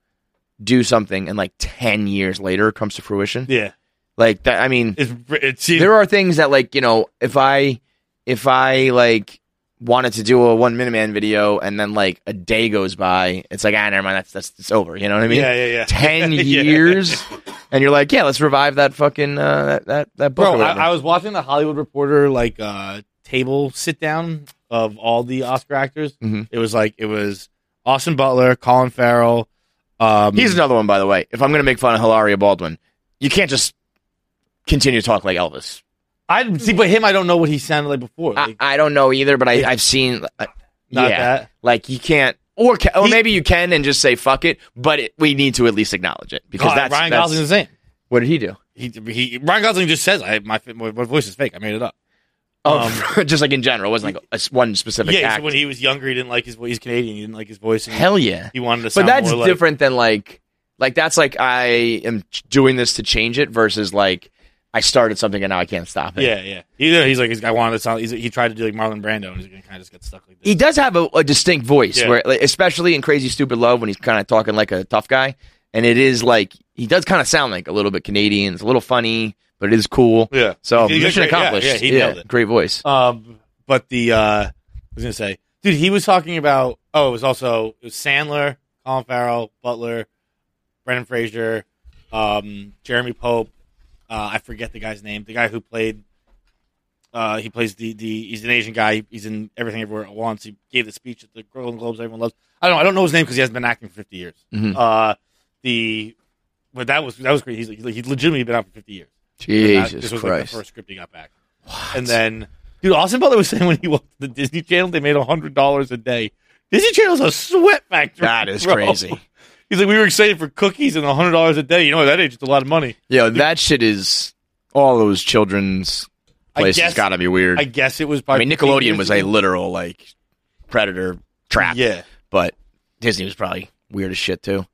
Speaker 4: do something and like 10 years later it comes to fruition
Speaker 3: Yeah,
Speaker 4: like that i mean
Speaker 3: it's it's
Speaker 4: there are things that like you know if i if i like wanted to do a one minute man video and then like a day goes by it's like ah never mind that's that's it's over you know what i mean
Speaker 3: Yeah, yeah, yeah.
Speaker 4: 10
Speaker 3: Yeah.
Speaker 4: years and you're like yeah let's revive that fucking uh that that, that book or
Speaker 3: Bro, I,
Speaker 4: whatever.
Speaker 3: I was watching the Hollywood Reporter like uh, table sit down of all the Oscar actors.
Speaker 4: Mhm.
Speaker 3: It was like it was Austin Butler, Colin Farrell. Um,
Speaker 4: he's another one by the way if i'm gonna make fun of hilaria baldwin you can't just continue to talk like elvis
Speaker 3: I see, but him, I don't know what he sounded like before.
Speaker 4: I,
Speaker 3: Like,
Speaker 4: I don't know either, but I, I've seen. Uh,
Speaker 3: Not
Speaker 4: yeah,
Speaker 3: that.
Speaker 4: like you can't, or ca- or
Speaker 3: He-
Speaker 4: maybe you can and just say fuck it. But it, we need to at least acknowledge it because
Speaker 3: God,
Speaker 4: that's
Speaker 3: Ryan
Speaker 4: that's-
Speaker 3: Gosling's the same.
Speaker 4: What did he do?
Speaker 3: He, he Ryan Gosling just says I my my voice is fake. I made it up. Um,
Speaker 4: Oh, just like in general, it wasn't like a s one specific
Speaker 3: yeah, he said
Speaker 4: act.
Speaker 3: when he was younger, he didn't like his voice. He's Canadian. He didn't like his voice. and
Speaker 4: Hell yeah,
Speaker 3: He wanted to
Speaker 4: but
Speaker 3: sound
Speaker 4: that's
Speaker 3: more like-
Speaker 4: different than like like that's like I am ch- doing this to change it versus like I started something and now I can't stop it.
Speaker 3: Yeah, yeah. Either he's like, he's, I wanted to sound. He's, he tried to do like Marlon Brando, and he's gonna kind of just get stuck like this.
Speaker 4: He does have a, a distinct voice,
Speaker 3: Yeah.
Speaker 4: where like, especially in Crazy Stupid Love when he's kind of talking like a tough guy, and it is like he does kind of sound like a little bit Canadian. It's a little funny, but it is cool.
Speaker 12: Yeah.
Speaker 4: So
Speaker 12: He- he did
Speaker 4: mission
Speaker 12: great. Yeah,
Speaker 4: accomplished.
Speaker 12: yeah, he nailed it.
Speaker 4: Great voice.
Speaker 12: Um,
Speaker 3: but the uh, I was gonna say, dude, he was talking about. Oh, it was also it was Sandler, Colin Farrell, Butler, Brendan Fraser, um, Jeremy Pope. Uh, I forget the guy's name. The guy who played. Uh, he plays the, the he's an Asian guy. He's in everything everywhere at once. He gave the speech at the Golden Globes. Everyone loves. I don't know. I don't know his name because he hasn't been acting for fifty years.
Speaker 4: Mhm.
Speaker 3: Uh, the but that was that was great. He's like, he's legitimately been out for fifty years.
Speaker 4: Jesus
Speaker 3: this was
Speaker 4: Christ.
Speaker 3: Like the first script he got back. And then, dude, Austin Butler was saying when he walked to the Disney Channel, they made hundred dollars a day. Disney Channel's a sweat factory.
Speaker 4: That is
Speaker 3: bro.
Speaker 4: crazy.
Speaker 3: He's like, we were excited for cookies and hundred dollars a day. You know, at that age, it's a lot of money.
Speaker 4: Yo, that shit is all those children's
Speaker 3: I
Speaker 4: places
Speaker 3: guess-
Speaker 4: got to be weird.
Speaker 3: I guess it was.
Speaker 4: I
Speaker 3: Probably
Speaker 4: mean, Nickelodeon was a literal like predator trap.
Speaker 3: Yeah.
Speaker 4: but Disney was probably weird as shit too.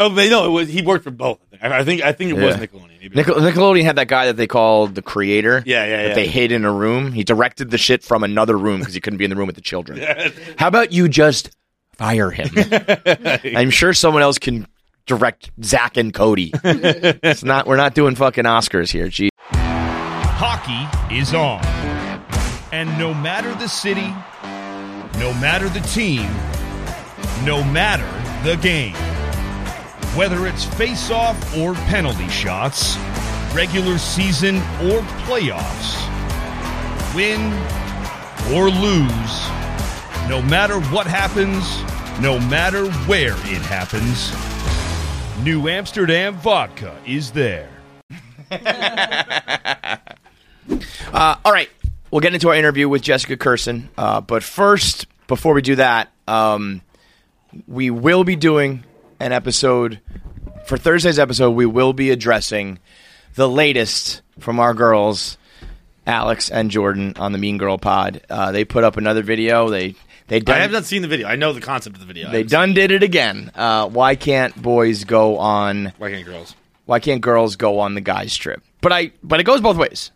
Speaker 3: Oh, they no, it was. He worked for both. I I think. I think it was
Speaker 4: Yeah.
Speaker 3: Nickelodeon. Maybe.
Speaker 4: Nickel- Nickelodeon had that guy that they called the creator.
Speaker 3: "Oh." Yeah, yeah,
Speaker 4: That
Speaker 3: yeah.
Speaker 4: they hid in a room. He directed the shit from another room because he couldn't be in the room with the children.
Speaker 3: Yeah.
Speaker 4: How about you just fire him? I'm sure someone else can direct Zach and Cody. it's not. We're not doing fucking Oscars here. Gee.
Speaker 9: Hockey is on. And no matter the city, no matter the team, no matter the game, whether it's face-off or penalty shots, regular season or playoffs, win or lose, no matter what happens, no matter where it happens, New Amsterdam Vodka is there.
Speaker 4: Uh, all right, we'll get into our interview with Jessica Curson. Uh, but first, before we do that, um, we will be doing an episode for Thursday's episode. We will be addressing the latest from our girls, Alex and Jordan, on the Mean Girl Pod. Uh, they put up another video. They they done,
Speaker 3: I have not seen the video. I know the concept of the video. I
Speaker 4: they
Speaker 3: haven't
Speaker 4: done did it again. Uh, why can't boys go on?
Speaker 3: seen- Why can't girls?
Speaker 4: Why can't girls go on the guys trip? But I but it goes both ways.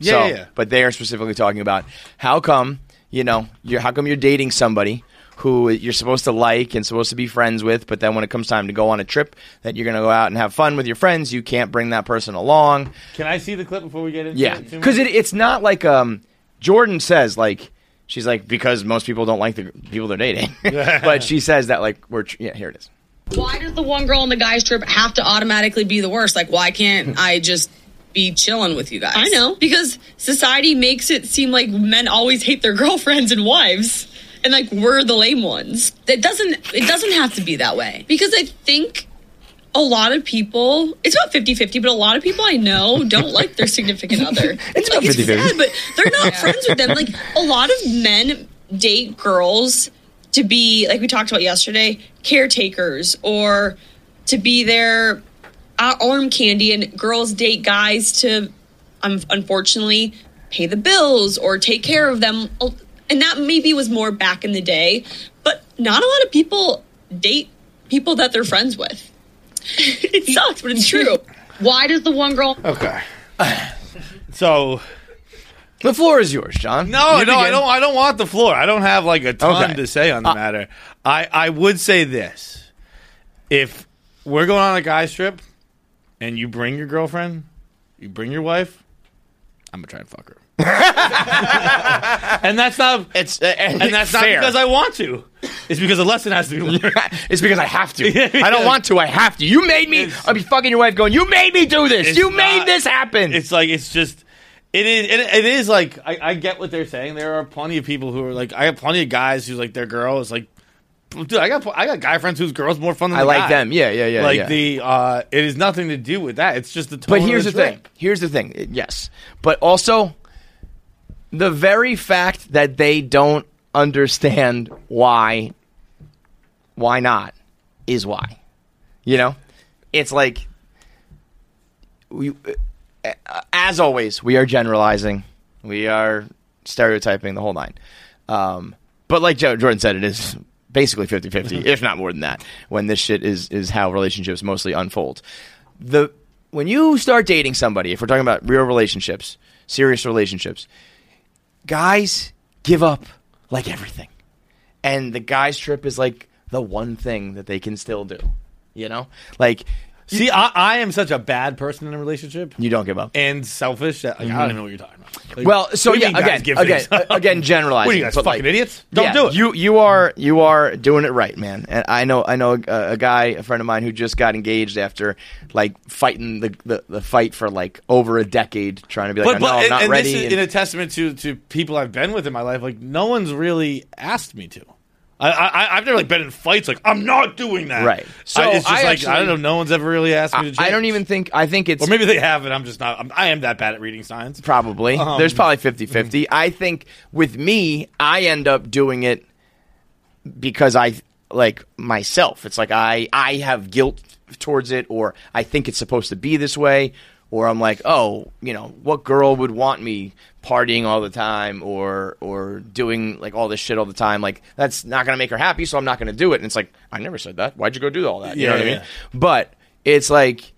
Speaker 3: Yeah,
Speaker 4: So-
Speaker 3: yeah, yeah.
Speaker 4: But they are specifically talking about how come you know you're, how come you're dating somebody who you're supposed to like and supposed to be friends with, but then when it comes time to go on a trip that you're going to go out and have fun with your friends, you can't bring that person along.
Speaker 3: Can I see the clip before we get into
Speaker 4: Yeah,
Speaker 3: it? too
Speaker 4: because
Speaker 3: much?
Speaker 4: it, it's not like um, Jordan says like she's like because most people don't like the people they're dating, but she says that like we're tr- yeah here it is.
Speaker 5: Why does the one girl on the guys trip have to automatically be the worst? Like, why can't I just be chilling with you guys?
Speaker 13: I know because society makes it seem like men always hate their girlfriends and wives, and like we're the lame ones.
Speaker 5: It doesn't. It doesn't have to be that way.
Speaker 13: Because I think a lot of people, it's about 50-50, but a lot of people I know don't like their significant other. It's
Speaker 4: about
Speaker 13: like, it's
Speaker 4: 50-50.
Speaker 13: sad, but they're not friends with them. Like a lot of men date girls to be like we talked about yesterday, caretakers or to be their uh, arm candy and girls date guys to um, unfortunately pay the bills or take care of them Oh, and that maybe was more back in the day but not a lot of people date people that they're friends with it sucks but it's true why does the one girl
Speaker 3: Okay. so
Speaker 4: the floor is yours, John.
Speaker 3: No,
Speaker 4: You
Speaker 3: no, I
Speaker 4: begin.
Speaker 3: don't I don't want the floor. I don't have like a ton
Speaker 4: Okay. Uh,
Speaker 3: to say on the matter. I I would say this. If we're going on a guy trip and you bring your girlfriend, you bring your wife, I'm going to try and fuck her. and that's not
Speaker 4: it's
Speaker 3: uh, and that's
Speaker 4: fair.
Speaker 3: not because I want to. It's because a lesson has to be learned.
Speaker 4: it's because I have to. I don't want to. I have to. You made me. I'll be fucking your wife, going. You made me do this.
Speaker 3: It's
Speaker 4: You made
Speaker 3: not-
Speaker 4: this happen.
Speaker 3: It's like it's just it is it, it is like I, I get what they're saying. There are plenty of people who are like I have plenty of guys who's like their girl is like dude I got I got guy friends whose girls more fun than
Speaker 4: I
Speaker 3: the
Speaker 4: like
Speaker 3: guy.
Speaker 4: them. Yeah, yeah, yeah,
Speaker 3: Like
Speaker 4: yeah.
Speaker 3: the uh it is nothing to do with that. It's just the tone
Speaker 4: But
Speaker 3: of
Speaker 4: here's the
Speaker 3: trip.
Speaker 4: thing. Here's the thing. It- Yes. But also, the very fact that they don't understand why, why not, is why. You know, it's like, we, uh, as always, we are generalizing, we are stereotyping the whole nine. Um, but like Jo- Jordan said, it is basically 50 50, if not more than that, when this shit is, is how relationships mostly unfold. The When you start dating somebody, if we're talking about real relationships, serious relationships, guys give up like everything. And the guys' trip is like the one thing that they can still do. You know? Like
Speaker 3: See, I, I am such a bad person in a relationship.
Speaker 4: You don't give up. Mm-hmm.
Speaker 3: And selfish. That, like, I don't even know what you're talking about. Like,
Speaker 4: well, so
Speaker 3: what do
Speaker 4: yeah,
Speaker 3: you mean guys
Speaker 4: again,
Speaker 3: give
Speaker 4: again,
Speaker 3: things?
Speaker 4: uh, again, generalizing.
Speaker 3: What are you guys,
Speaker 4: but,
Speaker 3: fucking
Speaker 4: like,
Speaker 3: idiots? Don't
Speaker 4: yeah,
Speaker 3: do it.
Speaker 4: You you are you are doing it right, man. And I know I know a, a guy, a friend of mine, who just got engaged after like fighting the, the, the fight for like over a decade, trying to be like, no, I'm
Speaker 3: and,
Speaker 4: not
Speaker 3: and
Speaker 4: ready.
Speaker 3: This is
Speaker 4: and-
Speaker 3: in a testament to to people I've been with in my life. Like no one's really asked me to. I, I I've never like been in fights. Like I'm not doing that.
Speaker 4: Right.
Speaker 3: So
Speaker 4: So
Speaker 3: I, it's just
Speaker 4: I
Speaker 3: like
Speaker 4: actually-
Speaker 3: I don't know. No one's ever really asked me to. Change.
Speaker 4: I don't even think. I think it's
Speaker 3: Or maybe they have, and I'm just not. I'm, I am that bad at reading signs.
Speaker 4: Probably.
Speaker 3: Um, mm-hmm.
Speaker 4: There's probably 50 50. I think with me, I end up doing it because I like myself. It's like I, I have guilt towards it, or I think it's supposed to be this way, or I'm like, oh, you know, what girl would want me partying all the time or or doing like all this shit all the time like that's not going to make her happy so i'm not going to do it and it's like i never said that why'd you go do all that you know
Speaker 3: Yeah,
Speaker 4: what i
Speaker 3: yeah,
Speaker 4: mean but it's like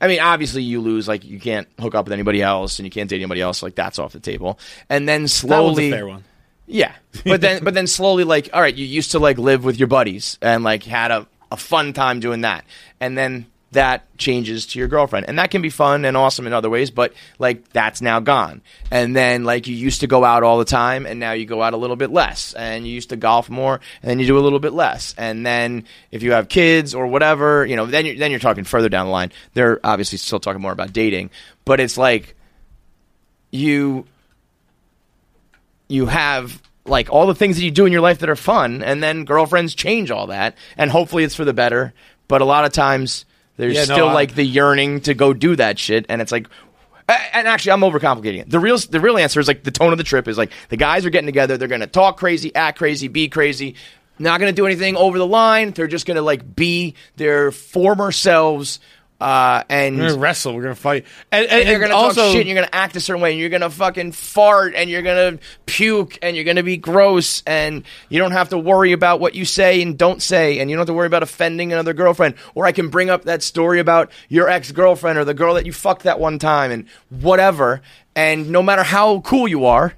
Speaker 4: I mean, obviously you lose. Like you can't hook up with anybody else, and you can't date anybody else. Like that's off the table. And then
Speaker 3: That one's
Speaker 4: slowly,
Speaker 3: a fair one.
Speaker 4: yeah. But then, but then slowly, like, all right, you used to like live with your buddies and like had a, a fun time doing that, and then that changes to your girlfriend, and that can be fun and awesome in other ways. But like that's now gone, and then like you used to go out all the time, and now you go out a little bit less, and you used to golf more, and then you do a little bit less, and then if you have kids or whatever, you know, then you're, then you're talking further down the line. They're obviously still talking more about dating, but it's like you you have like all the things that you do in your life that are fun, and then girlfriends change all that, and hopefully it's for the better. But a lot of times there's
Speaker 3: Yeah, no,
Speaker 4: still
Speaker 3: I-
Speaker 4: like the yearning to go do that shit, and it's like. a- And actually, I'm overcomplicating it. The real, the real answer is like the tone of the trip is like the guys are getting together. They're going to talk crazy, act crazy, be crazy. Not going to do anything over the line. They're just going to like be their former selves. Uh, and
Speaker 3: We're gonna wrestle. We're gonna fight. And, and,
Speaker 4: and, you're
Speaker 3: and
Speaker 4: gonna
Speaker 3: also,
Speaker 4: talk shit and you're gonna act a certain way and you're gonna fucking fart and you're gonna puke and you're gonna be gross and you don't have to worry about what you say and don't say and you don't have to worry about offending another girlfriend or i can bring up that story about your ex-girlfriend or the girl that you fucked that one time and whatever and no matter how cool you are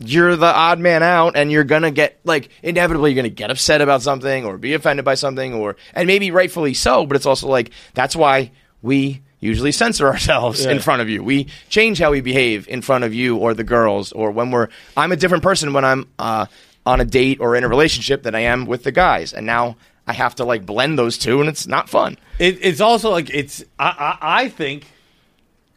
Speaker 4: you're the odd man out and you're gonna get like inevitably you're gonna get upset about something or be offended by something or and maybe rightfully so but it's also like that's why we usually censor ourselves in
Speaker 3: Yeah.
Speaker 4: front of you we change how we behave in front of you or the girls or when we're i'm a different person when i'm uh, on a date or in a relationship than i am with the guys and now i have to like blend those two and it's not fun
Speaker 3: It, it's also like it's. I, I I think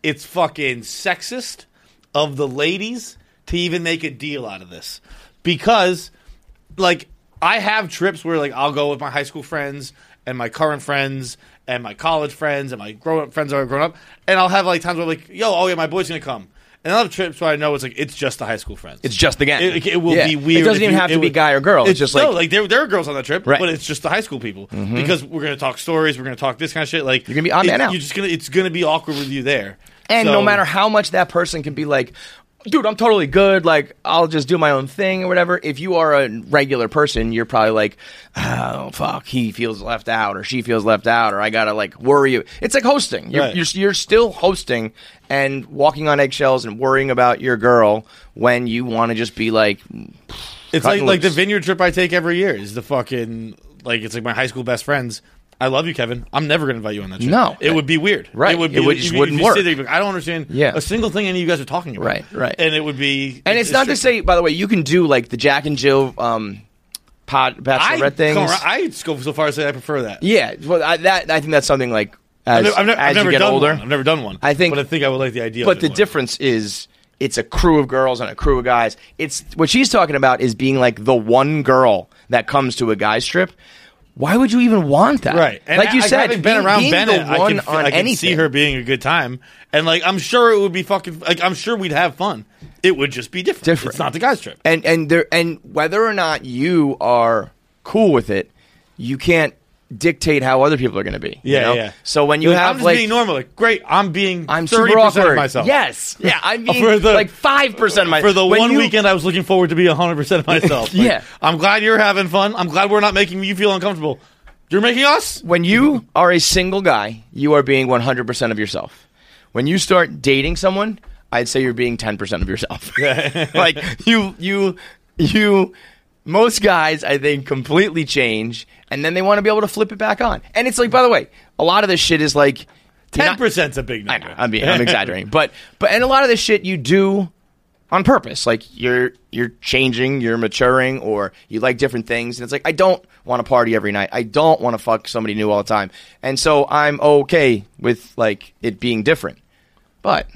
Speaker 3: it's fucking sexist of the ladies to even make a deal out of this because, like, I have trips where like I'll go with my high school friends and my current friends and my college friends and my grown up friends that are grown up, and I'll have like times where like, yo, oh yeah, my boy's gonna come. And I'll have trips where I know it's like it's just the high school friends.
Speaker 4: It's just the gang.
Speaker 3: It, it will
Speaker 4: Yeah.
Speaker 3: be weird.
Speaker 4: It doesn't
Speaker 3: if
Speaker 4: even
Speaker 3: you-
Speaker 4: have to be
Speaker 3: would-
Speaker 4: guy or girl. It's just,
Speaker 3: no,
Speaker 4: like-
Speaker 3: like there, there are girls on that trip,
Speaker 4: Right.
Speaker 3: but it's just the high school people
Speaker 4: Mhm.
Speaker 3: because we're gonna talk stories, we're gonna talk this kind of shit. Like you're gonna
Speaker 4: be on
Speaker 3: it,
Speaker 4: man out.
Speaker 3: You're just gonna it's gonna be awkward with you there.
Speaker 4: And no
Speaker 3: So-
Speaker 4: matter how much that person can be like, dude, I'm totally good. Like, I'll just do my own thing or whatever. If you are a regular person, you're probably like, oh, fuck, he feels left out or she feels left out or I gotta like worry. It's like hosting. You're,
Speaker 3: Right.
Speaker 4: you're, you're still hosting and walking on eggshells and worrying about your girl when you wanna just be like,
Speaker 3: It's like
Speaker 4: cutting
Speaker 3: like the
Speaker 4: loose.
Speaker 3: vineyard trip I take every year is the fucking like it's like my high school best friends. I love you, Kevin. I'm never gonna invite you on that trip.
Speaker 4: No.
Speaker 3: it would be weird.
Speaker 4: Right.
Speaker 3: It would be.
Speaker 4: It would-
Speaker 3: if
Speaker 4: just
Speaker 3: you- if
Speaker 4: wouldn't
Speaker 3: you sit
Speaker 4: work.
Speaker 3: there, you'd be like, I don't understand.
Speaker 4: Yeah.
Speaker 3: a single thing any of you guys are talking about.
Speaker 4: Right, right.
Speaker 3: And it would be.
Speaker 4: and it's, not to say, by the way, you can do like the Jack and Jill, um, pod,
Speaker 3: I
Speaker 4: bachelorette things.
Speaker 3: come around- I just go so far as to say I prefer that.
Speaker 4: Yeah, well, I, that I think that's something like as,
Speaker 3: I've never- I've never-
Speaker 4: as
Speaker 3: I've never
Speaker 4: you get
Speaker 3: done
Speaker 4: older,
Speaker 3: one. I've never done one.
Speaker 4: I think,
Speaker 3: But I think I would like the idea. of
Speaker 4: But
Speaker 3: it
Speaker 4: the
Speaker 3: more.
Speaker 4: difference is it's a crew of girls and a crew of guys. It's what she's talking about is being like the one girl that comes to a guy's trip. Why would you even want that?
Speaker 3: Right. And
Speaker 4: like you
Speaker 3: I,
Speaker 4: said,
Speaker 3: having been
Speaker 4: be-
Speaker 3: around
Speaker 4: being
Speaker 3: Bennett,
Speaker 4: the one
Speaker 3: I can,
Speaker 4: on
Speaker 3: I can
Speaker 4: anything.
Speaker 3: see her being a good time. And like I'm sure it would be fucking like I'm sure we'd have fun. It would just be different. It's not the guy's trip.
Speaker 4: and and there and whether or not you are cool with it, you can't dictate how other people are going to be. you
Speaker 3: Yeah,
Speaker 4: know?
Speaker 3: yeah.
Speaker 4: So when you
Speaker 3: Like,
Speaker 4: have
Speaker 3: I'm just
Speaker 4: like
Speaker 3: being normal, like great, I'm being
Speaker 4: I'm super
Speaker 3: 30%
Speaker 4: awkward.
Speaker 3: of myself.
Speaker 4: Yes. Yeah, I'm being,
Speaker 3: For
Speaker 4: like, 5% of my-
Speaker 3: For the
Speaker 4: when
Speaker 3: one
Speaker 4: you-
Speaker 3: weekend I was looking forward to be 100% of myself. Like,
Speaker 4: Yeah.
Speaker 3: I'm glad you're having fun. I'm glad we're not making you feel uncomfortable. You're making us?
Speaker 4: When you are a single guy, you are being 100% of yourself. When you start dating someone, I'd say you're being 10% of yourself. like you you you most guys, I think, completely change, and then they want to be able to flip it back on. And it's like, by the way, a lot of this shit is like ten
Speaker 3: percent's a big
Speaker 4: number. I know, I'm, being, I'm exaggerating, but but and a lot of this shit you do on purpose. Like you're you're changing, you're maturing, or you like different things. And it's like I don't want to party every night. I don't want to fuck somebody new all the time. And so I'm okay with like it being different. But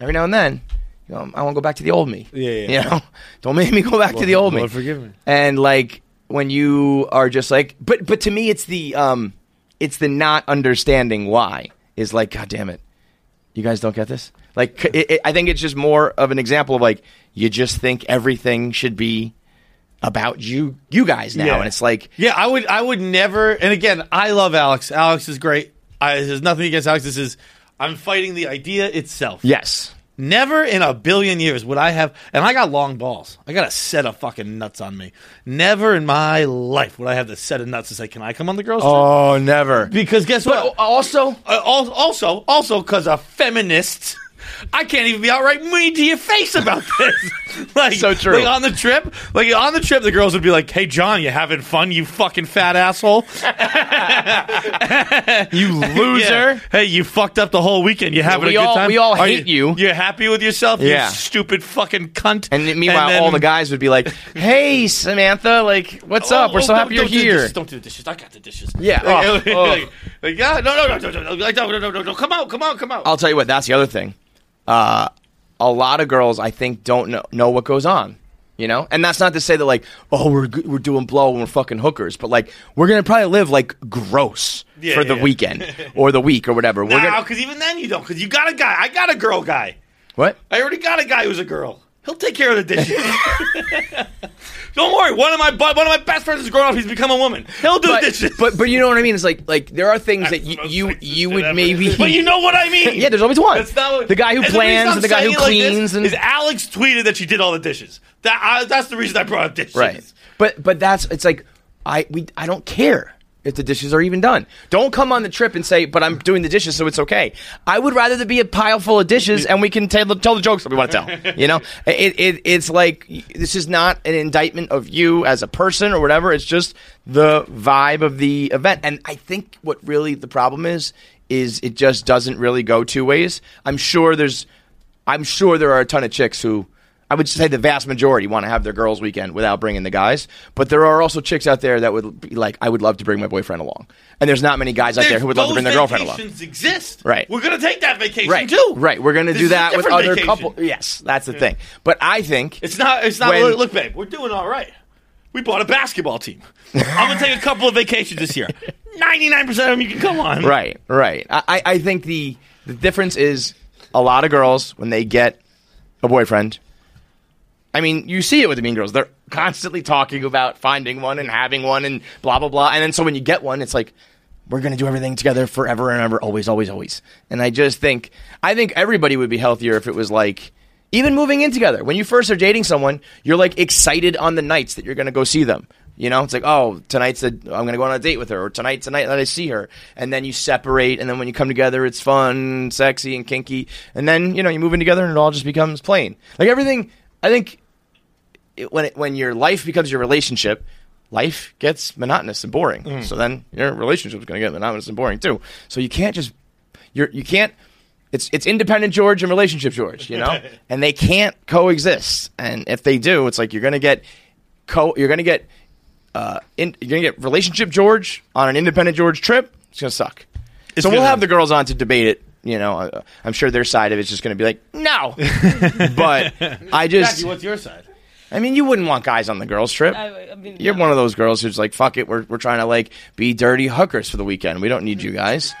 Speaker 4: every now and then, you know, I want to go back to the old me.
Speaker 3: Yeah, yeah.
Speaker 4: You know, don't make me go back to the old me.
Speaker 3: Lord forgive me.
Speaker 4: And like when you are just like, but but to me, it's the um, it's the not understanding why is like, god damn it, you guys don't get this. Like, c- it, it, I think it's just more of an example of like you just think everything should be about you, you guys now,
Speaker 3: Yeah.
Speaker 4: and it's like
Speaker 3: Yeah, I would. I would never. And again, I love Alex. Alex is great. I, there's nothing against Alex. This is. I'm fighting the idea itself.
Speaker 4: yes,
Speaker 3: Never in a billion years would I have. And I got long balls. I got a set of fucking nuts on me. Never in my life would I have the set of nuts to say, "Can I come on the girls' trip?"
Speaker 4: oh never.
Speaker 3: Because guess what? Uh,
Speaker 4: Also,
Speaker 3: also, also, because a feminist, I can't even be outright mean to your face about this. like so
Speaker 4: true.
Speaker 3: Like on the trip, like on the trip, the girls would be like, "Hey, John, you having fun? You fucking fat asshole,
Speaker 4: you
Speaker 3: loser. Hey, you fucked up the whole weekend. You having
Speaker 4: we
Speaker 3: a good
Speaker 4: all-
Speaker 3: time?
Speaker 4: we all
Speaker 3: Are
Speaker 4: hate you.
Speaker 3: You're happy with yourself?
Speaker 4: Yeah.
Speaker 3: You stupid fucking cunt.
Speaker 4: And meanwhile,
Speaker 3: then-
Speaker 4: all the guys would be like, "Hey, Samantha, like, what's
Speaker 3: Oh,
Speaker 4: up? We're
Speaker 3: oh,
Speaker 4: so
Speaker 3: don't-
Speaker 4: happy you're
Speaker 3: don't do the
Speaker 4: here."
Speaker 3: dishes, don't do the dishes. I got the dishes.
Speaker 4: Yeah.
Speaker 3: Like,
Speaker 4: Oh,
Speaker 3: like, like, yeah, no, no, no, no, no, no, like, no, no, no, no, no, come out, come out, come out.
Speaker 4: I'll tell you what. That's the other thing. Uh, a lot of girls, I think, don't know, know what goes on. You know, and that's not to say that like, oh, we're g- we're doing blow and we're fucking hookers, but like, we're gonna probably live like gross
Speaker 3: Yeah,
Speaker 4: for
Speaker 3: yeah,
Speaker 4: the
Speaker 3: yeah.
Speaker 4: weekend or the week or whatever. We're
Speaker 3: Nah,
Speaker 4: gonna
Speaker 3: because even then you don't. Because you got a guy. I got a girl guy.
Speaker 4: what?
Speaker 3: I already got a guy who's a girl. He'll take care of the dishes. don't worry. One of my bu- one of my best friends is grown up. He's become a woman. He'll do
Speaker 4: but,
Speaker 3: dishes.
Speaker 4: But but you know what I mean? It's like like there are things that you you, you would maybe.
Speaker 3: But you know what I mean.
Speaker 4: yeah, there's always one.
Speaker 3: That's not what,
Speaker 4: the guy who
Speaker 3: and reason
Speaker 4: plans
Speaker 3: I'm
Speaker 4: and the guy
Speaker 3: saying
Speaker 4: who
Speaker 3: it like this
Speaker 4: cleans and
Speaker 3: is Alex tweeted that she did all the dishes. That I, that's the reason I brought up dishes.
Speaker 4: Right. But but that's it's like I we I don't care if the dishes are even done. Don't come on the trip and say, "But I'm doing the dishes, so it's okay." I would rather there be a pile full of dishes, and we can tell the, tell the jokes that we want to tell. You know, it, it it's like this is not an indictment of you as a person or whatever. It's just the vibe of the event, and I think what really the problem is is it just doesn't really go two ways. I'm sure there's I'm sure there are a ton of chicks who I would say the vast majority want to have their girls' weekend without bringing the guys, but there are also chicks out there that would be like, I would love to bring my boyfriend along, and there's not many guys out there who would love to
Speaker 3: Those
Speaker 4: bring their girlfriend along.
Speaker 3: vacations exist.
Speaker 4: Right.
Speaker 3: We're gonna take that vacation
Speaker 4: Right,
Speaker 3: too.
Speaker 4: right. We're gonna
Speaker 3: This
Speaker 4: do
Speaker 3: is a
Speaker 4: that with
Speaker 3: different
Speaker 4: other
Speaker 3: vacation.
Speaker 4: couple. Yes, that's the thing. But I think
Speaker 3: It's not. Uh, It's not.
Speaker 4: when-
Speaker 3: look, look, babe, we're doing all right. We bought a basketball team. I'm gonna take a couple of vacations this year. Ninety nine percent of them you can come on.
Speaker 4: Right, right. I, I- I think the the difference is a lot of girls when they get a boyfriend. I mean, you see it with the mean girls. They're constantly talking about finding one and having one and blah blah blah. And then so when you get one, it's like we're gonna do everything together forever and ever, always, always, always. And I just think I think everybody would be healthier if it was like even moving in together. When you first are dating someone, you're like excited on the nights that you're gonna go see them. You know, it's like, oh, tonight's a, I'm going to go on a date with her, or tonight, tonight, that I see her. And then you separate, and then when you come together, it's fun, sexy, and kinky. And then, you know, you move in together, and it all just becomes plain. Like everything, I think it, when, it, when your life becomes your relationship, life gets monotonous and boring.
Speaker 3: Mm.
Speaker 4: So then your relationship's going to get monotonous and boring too. So you can't just, you're, you can't, it's, it's independent George and relationship George, you know? and they can't coexist. And if they do, it's like you're going to get, co- you're going to get, uh, in, you're gonna get relationship George on an independent George trip. It's gonna suck. so we'll have the girls on to debate it. You know, uh, I'm sure their side of it's just gonna be like, no. but I just,
Speaker 3: Jackie, what's your side?
Speaker 4: I mean, you wouldn't want guys on the girls trip.
Speaker 5: I- I mean,
Speaker 4: You're one of those girls who's like, fuck it, we're we're trying to like be dirty hookers for the weekend. We don't need you guys.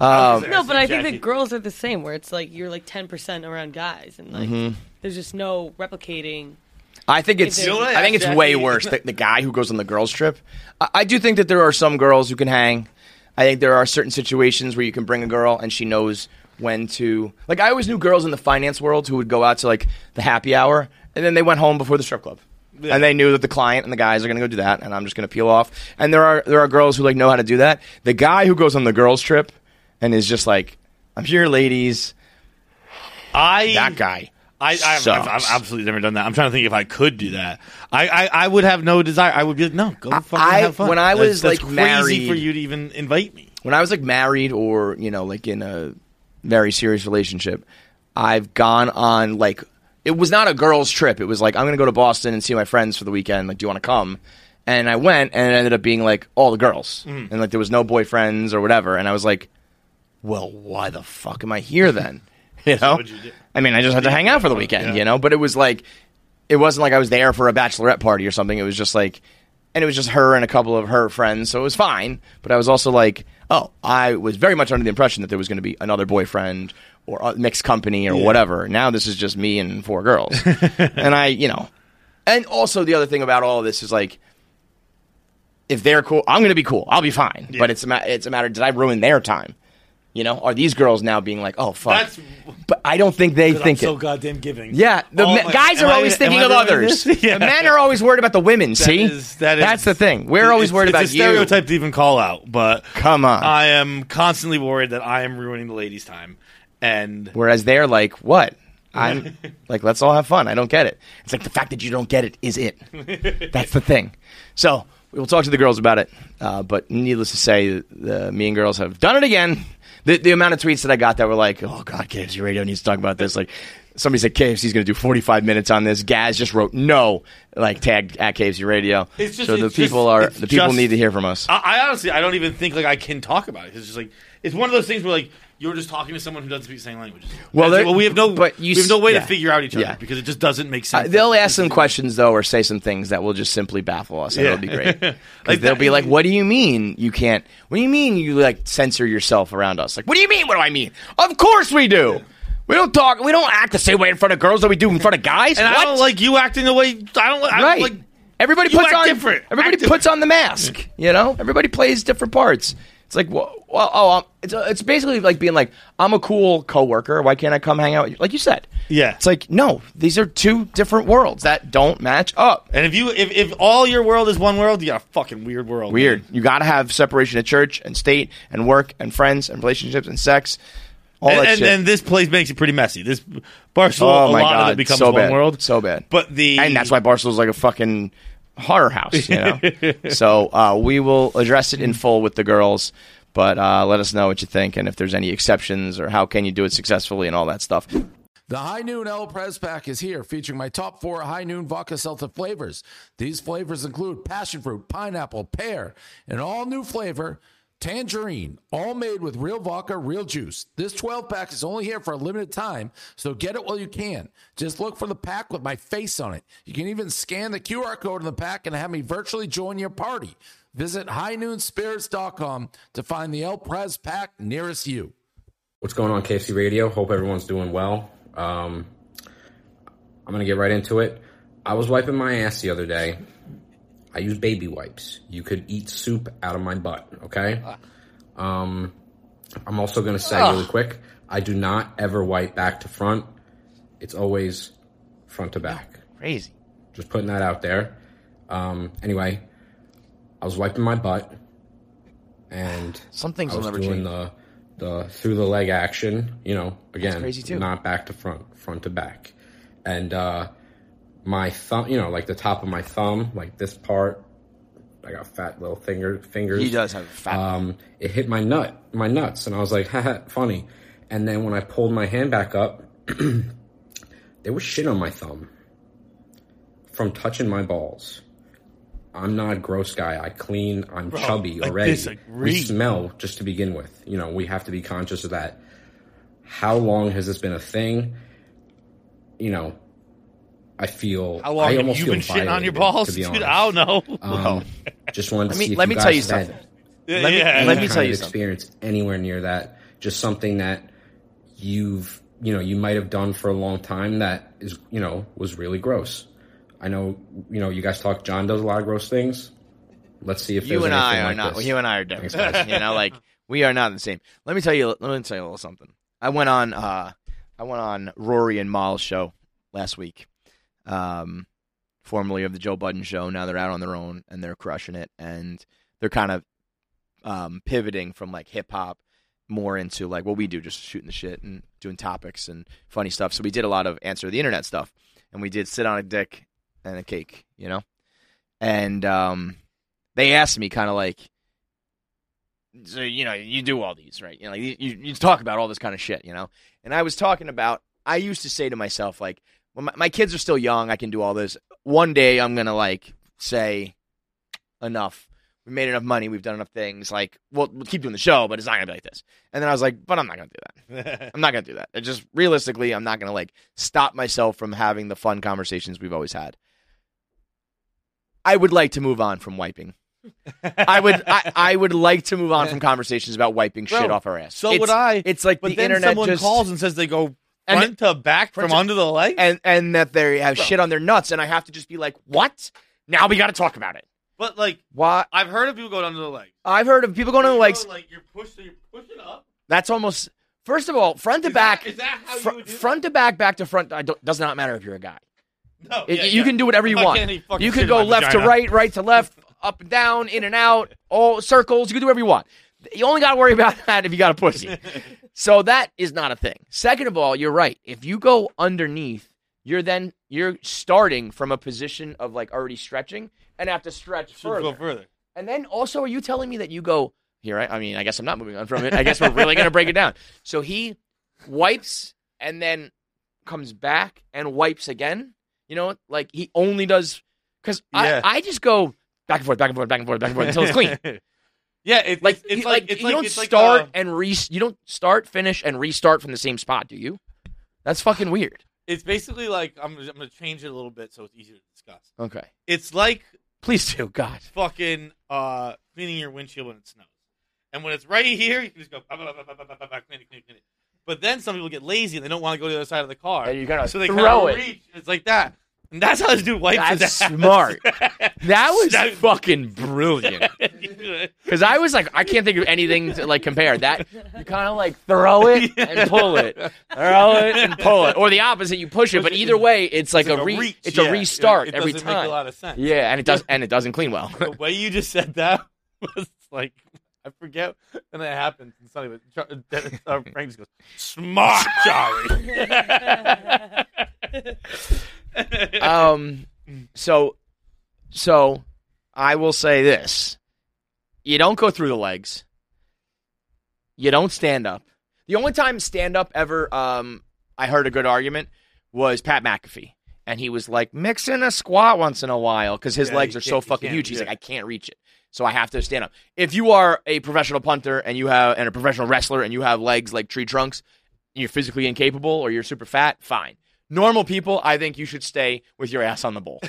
Speaker 4: Um,
Speaker 5: no, but I think that girls are the same, where it's like you're like ten percent around guys, and like
Speaker 4: Mhm.
Speaker 5: there's just no replicating.
Speaker 4: I think
Speaker 5: If
Speaker 4: it's
Speaker 5: there's-
Speaker 4: I think it's way worse. The, the guy who goes on the girls trip. I, I do think that there are some girls who can hang. I think there are certain situations where you can bring a girl and she knows when to. Like I always knew girls in the finance world who would go out to like the happy hour and then they went home before the strip club. And they knew that the client and the guys are going to go do that, and I'm just going to peel off. And there are there are girls who like know how to do that. The guy who goes on the girls trip and is just like, "I'm here, ladies."
Speaker 3: I
Speaker 4: that guy.
Speaker 3: I,
Speaker 10: I've, I've, I've
Speaker 3: Sucks.
Speaker 10: absolutely never done that. I'm trying to think if I could do that. I, I, I would have no desire. I would be like, no, go fucking
Speaker 4: I-
Speaker 10: have fun.
Speaker 4: when I
Speaker 10: That's-
Speaker 4: was,
Speaker 10: that's
Speaker 4: like,
Speaker 10: crazy
Speaker 4: married-
Speaker 10: for you to even invite me.
Speaker 4: when I was like married or you know like in a very serious relationship, I've gone on like it was not a girls trip. It was like I'm gonna go to Boston and see my friends for the weekend. Like, do you want to come? And I went, and it ended up being like all the girls,
Speaker 3: Mm.
Speaker 4: and like there was no boyfriends or whatever. And I was like, well, why the fuck am I here then? You know, I mean, I just had to hang out for the weekend, you know. But it was like, it wasn't like I was there for a bachelorette party or something. It was just like, and it was just her and a couple of her friends, so it was fine. But I was also like, oh, I was very much under the impression that there was going to be another boyfriend or uh, mixed company or
Speaker 3: Yeah.
Speaker 4: whatever. Now this is just me and four girls, and I, you know, and also the other thing about all of this is like if they're cool, I'm going to be cool. I'll be fine. But it's a ma- it's a matter. Did I ruin their time? You know, are these girls now being like, oh fuck?
Speaker 10: That's-
Speaker 4: but I don't think they
Speaker 10: 'Cause
Speaker 4: think
Speaker 10: I'm
Speaker 4: it.
Speaker 10: so goddamn giving.
Speaker 4: yeah, the
Speaker 10: Oh
Speaker 4: ma-
Speaker 10: my-
Speaker 4: guys
Speaker 10: am
Speaker 4: are
Speaker 10: I-
Speaker 4: always
Speaker 10: am
Speaker 4: thinking
Speaker 10: I
Speaker 4: of
Speaker 10: doing
Speaker 4: others.
Speaker 10: this? Yeah.
Speaker 4: The men are always worried about the women. see,
Speaker 10: is- that is-
Speaker 4: that's the thing. We're always
Speaker 10: It's-
Speaker 4: worried about
Speaker 10: it's a stereotype
Speaker 4: you.
Speaker 10: to even call out, but
Speaker 4: come on.
Speaker 10: I am constantly worried that I am ruining the ladies' time. And
Speaker 4: Whereas they're like, what? I'm like, let's all have fun. I don't get it. It's like the fact that you don't get it is it. That's the thing. So we will talk to the girls about it. Uh, but needless to say, the, me and girls have done it again. The, the amount of tweets that I got that were like, "Oh God, KFC Radio needs to talk about this." Like somebody said, KFC's going to do 45 minutes on this. Gaz just wrote no, like tagged at KFC Radio.
Speaker 10: It's just-
Speaker 4: so the
Speaker 10: it's just-
Speaker 4: people are
Speaker 10: it's
Speaker 4: the people
Speaker 10: just-
Speaker 4: need to hear from us.
Speaker 10: I, I honestly, I don't even think like I can talk about it. It's just like it's one of those things where like you're just talking to someone who doesn't speak the same languages.
Speaker 4: Well,
Speaker 10: That's
Speaker 4: there-
Speaker 10: it. well we have no,
Speaker 4: but you
Speaker 10: we have no
Speaker 4: s-
Speaker 10: way
Speaker 4: yeah.
Speaker 10: to figure out each other
Speaker 4: Yeah.
Speaker 10: because it just doesn't make
Speaker 4: Uh,
Speaker 10: sense.
Speaker 4: they'll ask some questions though, or say some things that will just simply baffle us, and
Speaker 10: Yeah.
Speaker 4: it'll be great. 'Cause
Speaker 10: Like
Speaker 4: they'll
Speaker 10: that-
Speaker 4: be like, "What do you mean you can't? What do you mean you like censor yourself around us? Like, what do you mean? What do I mean? Of course we do. We don't talk. We don't act the same way in front of girls that we do in front of guys.
Speaker 10: and
Speaker 4: what?
Speaker 10: I don't like you acting the way I don't. li- I don't
Speaker 4: right?
Speaker 10: like
Speaker 4: everybody
Speaker 10: you
Speaker 4: puts
Speaker 10: act
Speaker 4: on
Speaker 10: different.
Speaker 4: Everybody puts on the mask. You know, everybody plays different parts. It's like, well, well oh, um, it's it's basically like being like, I'm a cool coworker. Why can't I come hang out? with you? Like you said,
Speaker 10: Yeah.
Speaker 4: It's like, no, these are two different worlds that don't match up.
Speaker 10: And if you if, if all your world is one world, you got a fucking weird world.
Speaker 4: Weird. You got to have separation of church and state and work and friends and relationships and sex. All
Speaker 10: and,
Speaker 4: that
Speaker 10: and,
Speaker 4: shit.
Speaker 10: and this place makes it pretty messy. This Barcelona,
Speaker 4: oh my
Speaker 10: a lot
Speaker 4: god,
Speaker 10: of it becomes
Speaker 4: so
Speaker 10: one
Speaker 4: bad.
Speaker 10: world.
Speaker 4: so bad.
Speaker 10: But the
Speaker 4: and that's why Barcelona's like a fucking horror house, you know. so uh, we will address it in full with the girls. But uh, let us know what you think and if there's any exceptions or how can you do it successfully and all that stuff.
Speaker 14: The High Noon El Pres Pack is here, featuring my top four High Noon Vodka Seltzer flavors. These flavors include passion fruit, pineapple, pear, and all new flavor, tangerine, all made with real vodka, real juice. This 12 pack is only here for a limited time, so get it while you can. Just look for the pack with my face on it. You can even scan the QR code in the pack and have me virtually join your party. Visit highnoonspirits.com to find the El Pres Pack nearest you.
Speaker 15: What's going on, KFC Radio? Hope everyone's doing well. Um, I'm gonna get right into it. I was wiping my ass the other day. I use baby wipes. You could eat soup out of my butt, okay?
Speaker 11: Ah.
Speaker 15: Um, I'm also gonna say really
Speaker 16: Ugh.
Speaker 15: quick I do not ever wipe back to front, it's always front to back.
Speaker 4: Crazy.
Speaker 15: Just putting that out there. Um, anyway, I was wiping my butt and
Speaker 4: some things
Speaker 15: I
Speaker 4: will
Speaker 15: was
Speaker 4: never
Speaker 15: doing
Speaker 4: change.
Speaker 15: the the through the leg action. You know, again,
Speaker 4: crazy, too.
Speaker 15: not back to front, front to back, and uh, my thumb. You know, like the top of my thumb, like this part. I got fat little finger fingers.
Speaker 4: He does have fat.
Speaker 15: Um, it hit my nut, my nuts, and I was like, haha, funny. And then when I pulled my hand back up, there was shit on my thumb from touching my balls. I'm not a gross guy. I clean. I'm
Speaker 10: Bro,
Speaker 15: chubby
Speaker 10: I
Speaker 15: already.
Speaker 10: disagree.
Speaker 15: we smell just to begin with. You know, we have to be conscious of that. How long has this been a thing? You know, I feel.
Speaker 10: How long
Speaker 15: I
Speaker 10: have
Speaker 15: almost
Speaker 10: you
Speaker 15: feel
Speaker 10: been shitting on your
Speaker 15: violated,
Speaker 10: balls?
Speaker 15: to be
Speaker 10: Dude,
Speaker 15: honest.
Speaker 10: I don't know.
Speaker 15: Um, just wanted to
Speaker 4: Let me-
Speaker 15: see if
Speaker 4: let me
Speaker 15: you guys
Speaker 4: tell you
Speaker 15: have had
Speaker 4: something. Yeah, Let me- yeah.
Speaker 15: any
Speaker 4: let me
Speaker 15: kind
Speaker 4: tell
Speaker 15: of
Speaker 4: you something.
Speaker 15: Experience anywhere near that. Just something that you've you know you might have done for a long time that is you know was really gross. I know you know you guys talk. John does a lot of gross things. Let's see if
Speaker 4: you
Speaker 15: there's
Speaker 4: and I
Speaker 15: anything
Speaker 4: are
Speaker 15: like
Speaker 4: not.
Speaker 15: This.
Speaker 4: You and I are different.
Speaker 15: Thanks, guys.
Speaker 4: you know, like we are not the same. Let me tell you. Let me tell you a little something. I went on. Uh, I went on Rory and Mal's show last week. Um, formerly of the Joe Budden show. Now they're out on their own and they're crushing it. And they're kind of um, pivoting from like hip hop more into like what we do, just shooting the shit and doing topics and funny stuff. So we did a lot of answer the internet stuff, and we did sit on a dick and a cake, you know. And um, they asked me kind of like, so you know, you do all these, right? You know, like you, you you talk about all this kind of shit, you know. And I was talking about, I used to say to myself like, when my, my kids are still young, I can do all this. One day I'm gonna like say enough. We made enough money. We've done enough things. Like, we'll, we'll keep doing the show, but it's not gonna be like this. And then I was like, but I'm not gonna do that. I'm not gonna do that. It just realistically, I'm not gonna like stop myself from having the fun conversations we've always had. I would like to move on from wiping. I would, I, I would like to move on from conversations about wiping shit
Speaker 3: Bro,
Speaker 4: off our ass.
Speaker 3: so
Speaker 4: It's-
Speaker 3: would I.
Speaker 4: It's like
Speaker 3: But
Speaker 4: the
Speaker 3: then
Speaker 4: internet
Speaker 3: someone
Speaker 4: just-
Speaker 3: calls and says they go front
Speaker 4: to back
Speaker 3: from under
Speaker 4: the leg, and and that they have
Speaker 3: Bro.
Speaker 4: shit on their nuts, and I have to just be like, what? Now we got to talk about it.
Speaker 3: But like,
Speaker 4: why?
Speaker 3: I've heard of people going under the leg.
Speaker 4: I've heard of people going on legs.
Speaker 3: Like you're pushing, you're pushing up.
Speaker 4: That's almost first of all front to back.
Speaker 3: is that how you
Speaker 4: fr-
Speaker 3: would do that?
Speaker 4: front to back, back to front. I don't, does not matter if you're a guy.
Speaker 3: No,
Speaker 4: It-
Speaker 3: yeah,
Speaker 4: you
Speaker 3: yeah.
Speaker 4: can do whatever you
Speaker 3: I
Speaker 4: want.
Speaker 3: can't eat fucking
Speaker 4: You
Speaker 3: shit
Speaker 4: can
Speaker 3: in
Speaker 4: go
Speaker 3: my
Speaker 4: left to
Speaker 3: vagina.
Speaker 4: right, right to left, up and down, in and out, all circles. You can do whatever you want. You only got to worry about that if you got a pussy. so that is not a thing. Second of all, you're right. If you go underneath, you're then you're starting from a position of like already stretching and have to stretch
Speaker 3: Should go
Speaker 4: further.
Speaker 3: further.
Speaker 4: And then also, are you telling me that you go here? I, I mean, I guess I'm not moving on from it. I guess we're really going to break it down. So he wipes and then comes back and wipes again. You know, like he only does because
Speaker 3: Yeah.
Speaker 4: I, I just go back and forth, back and forth, back and forth, back and forth until it's clean.
Speaker 3: yeah, it's
Speaker 4: like
Speaker 3: it's
Speaker 4: you-
Speaker 3: like- it's
Speaker 4: you
Speaker 3: like-
Speaker 4: don't
Speaker 3: it's like,
Speaker 4: start
Speaker 3: uh,
Speaker 4: and re you don't start, finish, and restart from the same spot, do you? That's fucking weird.
Speaker 3: It's basically like I'm, I'm gonna change it a little bit so it's easier to discuss.
Speaker 4: Okay,
Speaker 3: It's like
Speaker 4: please do, God.
Speaker 3: fucking uh, cleaning your windshield when it snows, and when it's right here, you can just go "Bah, bah, bah, bah, bah, bah, bah, bah, clean it, clean it, clean it. But then some people get lazy and they don't want to go to the other side of the car,
Speaker 4: And you gotta
Speaker 3: so they
Speaker 4: throw
Speaker 3: kinda
Speaker 4: it.
Speaker 3: Reach. It's like that, and that's how this dude wipes. his
Speaker 4: That's
Speaker 3: ass.
Speaker 4: smart. That was fucking brilliant. Because I was like, I can't think of anything to like compare that. You kind of like throw it and pull it, throw it and pull it, or the opposite. You push it, but either way, it's like,
Speaker 3: like
Speaker 4: a
Speaker 3: a
Speaker 4: re-
Speaker 3: reach,
Speaker 4: it's
Speaker 3: yeah.
Speaker 4: a restart
Speaker 3: It- it
Speaker 4: every
Speaker 3: doesn't make a
Speaker 4: time.
Speaker 3: lot of sense.
Speaker 4: Yeah, and it does, and it doesn't clean well.
Speaker 3: the way you just said that was like I forget when that happened. And somebody was Char- Dennis, uh, Frank just goes smart, Ah, Charlie.
Speaker 4: um, so, so I will say this: you don't go through the legs. You don't stand up. The only time stand up ever, um, I heard a good argument was Pat McAfee, and he was like mixing a squat once in a while because his
Speaker 3: Yeah,
Speaker 4: legs
Speaker 3: you
Speaker 4: are so
Speaker 3: can't- you
Speaker 4: fucking
Speaker 3: can't,
Speaker 4: huge. He's
Speaker 3: yeah.
Speaker 4: like, I can't reach it, so I have to stand up. If you are a professional punter and you have and a professional wrestler and you have legs like tree trunks, you're physically incapable or you're super fat, fine. Normal people, I think you should stay with your ass on the bowl.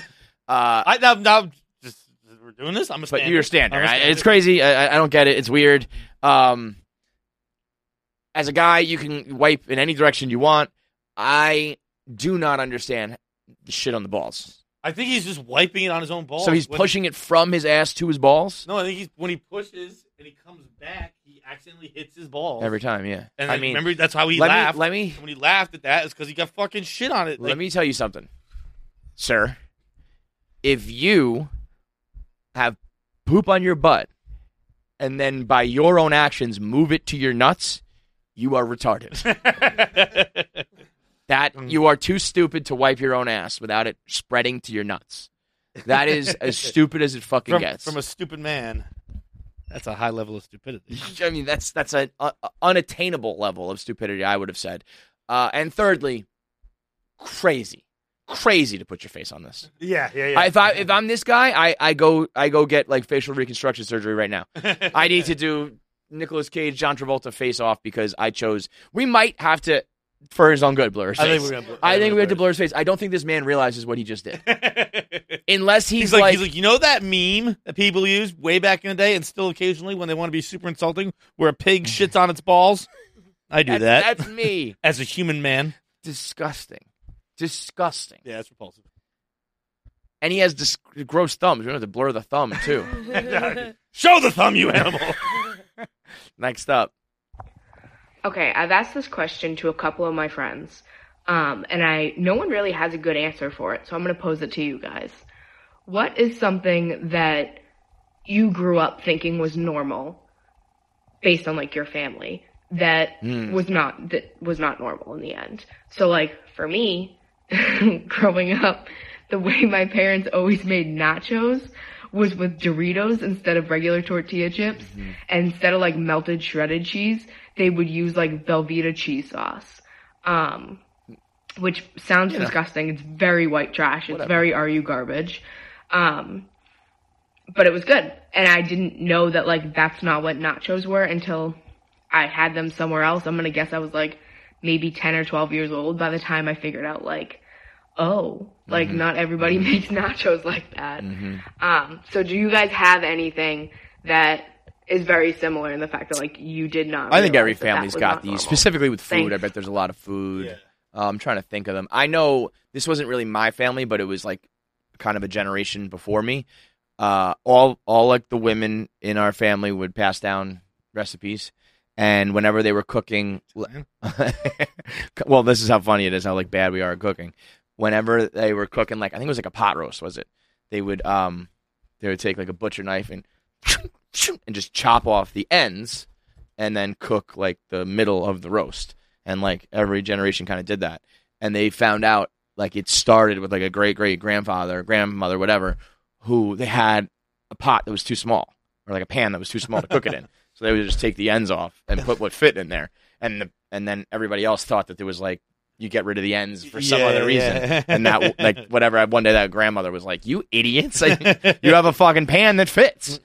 Speaker 4: Uh,
Speaker 3: I now, now just we're doing this. I'm a
Speaker 4: but
Speaker 3: standard.
Speaker 4: you're a standard.
Speaker 3: I'm a
Speaker 4: I-
Speaker 3: standard.
Speaker 4: It's crazy. I, I- I don't get it. It's weird. Um, as a guy, you can wipe in any direction you want. I do not understand the shit on the balls.
Speaker 3: I think he's just wiping it on his own balls.
Speaker 4: So he's
Speaker 3: when-
Speaker 4: pushing it from his ass to his balls
Speaker 3: No, I think he's when he pushes and he comes back, he accidentally hits his balls
Speaker 4: every time. Yeah,
Speaker 3: And
Speaker 4: I
Speaker 3: then
Speaker 4: mean,
Speaker 3: remember that's how he
Speaker 4: let me-
Speaker 3: laughed.
Speaker 4: let me
Speaker 3: when he laughed at that is because he got fucking shit on it.
Speaker 4: Let me tell you something, sir. If you have poop on your butt and then by your own actions move it to your nuts, you are retarded. that
Speaker 3: Mm.
Speaker 4: you are too stupid to wipe your own ass without it spreading to your nuts. That is as stupid as it fucking
Speaker 3: from,
Speaker 4: gets.
Speaker 3: from a stupid man. That's a high level of stupidity.
Speaker 4: I mean, that's that's an uh, unattainable level of stupidity. I would have said. Uh, and thirdly, crazy, crazy to put your face on this.
Speaker 11: Yeah, yeah,
Speaker 4: I- if I if I'm this guy, I, I go I go get like facial reconstruction surgery right now. I need to do Nicolas Cage, John Travolta face off because I chose. We might have to for his own good blur his
Speaker 3: I think
Speaker 4: face.
Speaker 3: we're gonna blur-
Speaker 4: I think
Speaker 3: we're
Speaker 4: we have to
Speaker 3: gonna
Speaker 4: blur his face. I don't think this man realizes what he just did, unless he's,
Speaker 3: He's like, he's like, you know that meme that people use way back in the day, and still occasionally when they want to be super insulting, where a pig shits on its balls. I do that.
Speaker 4: That's, that's me.
Speaker 3: as a human man.
Speaker 4: Disgusting, disgusting.
Speaker 3: Yeah, it's repulsive.
Speaker 4: And he has dis- gross thumbs. We have to blur the thumb too.
Speaker 3: Show the thumb, you animal.
Speaker 4: Next up,
Speaker 16: Okay, I've asked this question to a couple of my friends, um, and I no one really has a good answer for it, so I'm going to pose it to you guys. What is something that you grew up thinking was normal, based on like your family, that
Speaker 17: Mm.
Speaker 16: was not that was not normal in the end. So like for me, growing up, the way my parents always made nachos was with Doritos instead of regular tortilla chips. And instead of like melted shredded cheese, they would use like Velveeta cheese sauce. Um, which sounds
Speaker 17: Yeah.
Speaker 16: disgusting. It's very white trash. It's
Speaker 17: Whatever.
Speaker 16: very RU garbage. Um, but it was good. And I didn't know that like that's not what nachos were until I had them somewhere else. I'm going to guess I was like maybe 10 or 12 years old by the time I figured out like, oh, like
Speaker 17: Mhm.
Speaker 16: not everybody makes nachos like that.
Speaker 17: Mm-hmm.
Speaker 16: Um, so do you guys have anything that is very similar in the fact that like you did not?
Speaker 4: I think every
Speaker 16: realize that that
Speaker 4: family's
Speaker 16: was
Speaker 4: got
Speaker 16: not
Speaker 4: these,
Speaker 16: normal?
Speaker 4: specifically with food. I
Speaker 16: Thanks.
Speaker 4: bet there's a lot of food. Uh, I'm trying to think of them. I know this wasn't really my family, but it was like kind of a generation before me. Uh, all all like the women in our family would pass down recipes, and whenever they were cooking, well, this is how funny it is, how like bad we are at cooking. Whenever they were cooking, like I think it was like a pot roast, was it? They would um, they would take like a butcher knife and and just chop off the ends and then cook like the middle of the roast. And like every generation kind of did that. And they found out like it started with like a great great grandfather, grandmother, whatever, who they had a pot that was too small or like a pan that was too small to cook it in. So they would just take the ends off and put what fit in there. And the, and then everybody else thought that there was like you get rid of the ends for some
Speaker 3: Yeah,
Speaker 4: other reason.
Speaker 3: yeah.
Speaker 4: And that like whatever one day that grandmother was like, "You idiots. Like, you have a fucking pan that fits."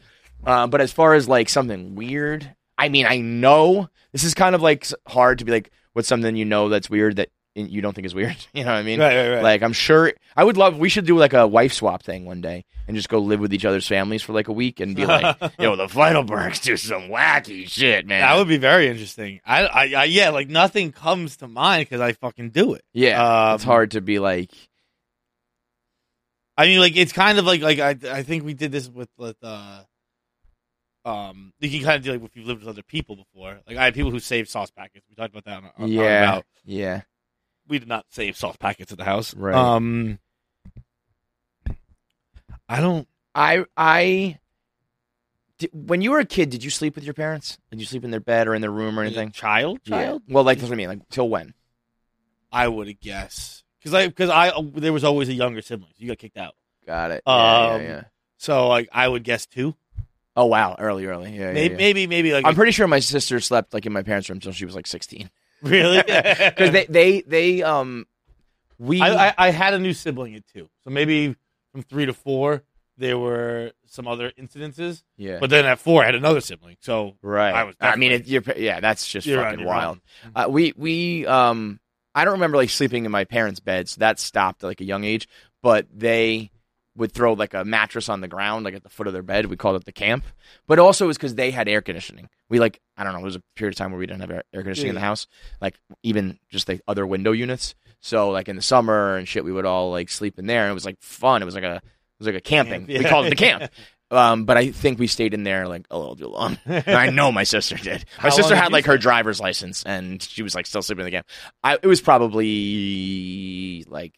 Speaker 4: Uh, but as far as like something weird, I mean, I know this is kind of like s- hard to be like, what's something you know that's weird that i- you don't think is weird? You know what I mean?
Speaker 3: Right, right, right.
Speaker 4: Like, I'm sure I would love, we should do like a wife swap thing one day and just go live with each other's families for like a week and be like, yo, the Feidelbergs do some wacky shit, man.
Speaker 10: That would be very interesting. I, I, I yeah, like nothing comes to mind because I fucking do it.
Speaker 4: Yeah, it's
Speaker 10: Um,
Speaker 4: hard to be like,
Speaker 10: I mean, like it's kind of like like I I think we did this with with uh um you can kind of do like if you've lived with other people before. Like I had people who saved sauce packets. We talked about that. On, our- on our
Speaker 4: yeah,
Speaker 10: route.
Speaker 4: yeah.
Speaker 10: we did not save sauce packets at the house.
Speaker 4: Right.
Speaker 10: Um, I don't.
Speaker 4: I I. Did, when you were a kid, did you sleep with your parents? Did you sleep in their bed or in their room or anything?
Speaker 10: Child,
Speaker 4: yeah.
Speaker 10: child?
Speaker 4: Well, like that's what I mean. Like till when?
Speaker 10: I would guess because I because I there was always a younger sibling. You got kicked out.
Speaker 4: Got it.
Speaker 10: Um,
Speaker 4: Yeah, yeah, yeah.
Speaker 10: So like I would guess two.
Speaker 4: Oh wow, early, early. Yeah, yeah,
Speaker 10: Maybe-
Speaker 4: yeah.
Speaker 10: maybe- maybe, like,
Speaker 4: I'm
Speaker 10: a-
Speaker 4: pretty sure my sister slept like in my parents' room until she was like 16.
Speaker 10: Really?
Speaker 4: Because they, they, they, um, we.
Speaker 10: I, I, I had a new sibling at two, so maybe from three to four there were some other incidences.
Speaker 4: Yeah.
Speaker 10: but then at four I had another sibling. So
Speaker 4: right.
Speaker 10: I was.
Speaker 4: I mean, it, you're, yeah, that's just
Speaker 10: You're right,
Speaker 4: fucking
Speaker 10: you're Mm-hmm.
Speaker 4: wild. Uh, we, we, um, I don't remember like sleeping in my parents' beds. That stopped at like a young age, but they would throw like a mattress on the ground, like at the foot of their bed. We called it the camp. But also it was because they had air conditioning. We like, I don't know, it was a period of time where we didn't have air air conditioning in the
Speaker 10: Yeah.
Speaker 4: house, like even just the other window units. So like in the summer and shit, we would all like sleep in there, and it was like fun. It was like a, it was like a camping.
Speaker 10: Camp,
Speaker 4: We
Speaker 10: yeah.
Speaker 4: called it the camp. Um, but I think we stayed in there like a little too long. And I know my sister did. My
Speaker 10: How long
Speaker 4: sister
Speaker 10: did
Speaker 4: had
Speaker 10: you
Speaker 4: like her driver's license, and she was like still sleeping in the camp. I, it was probably like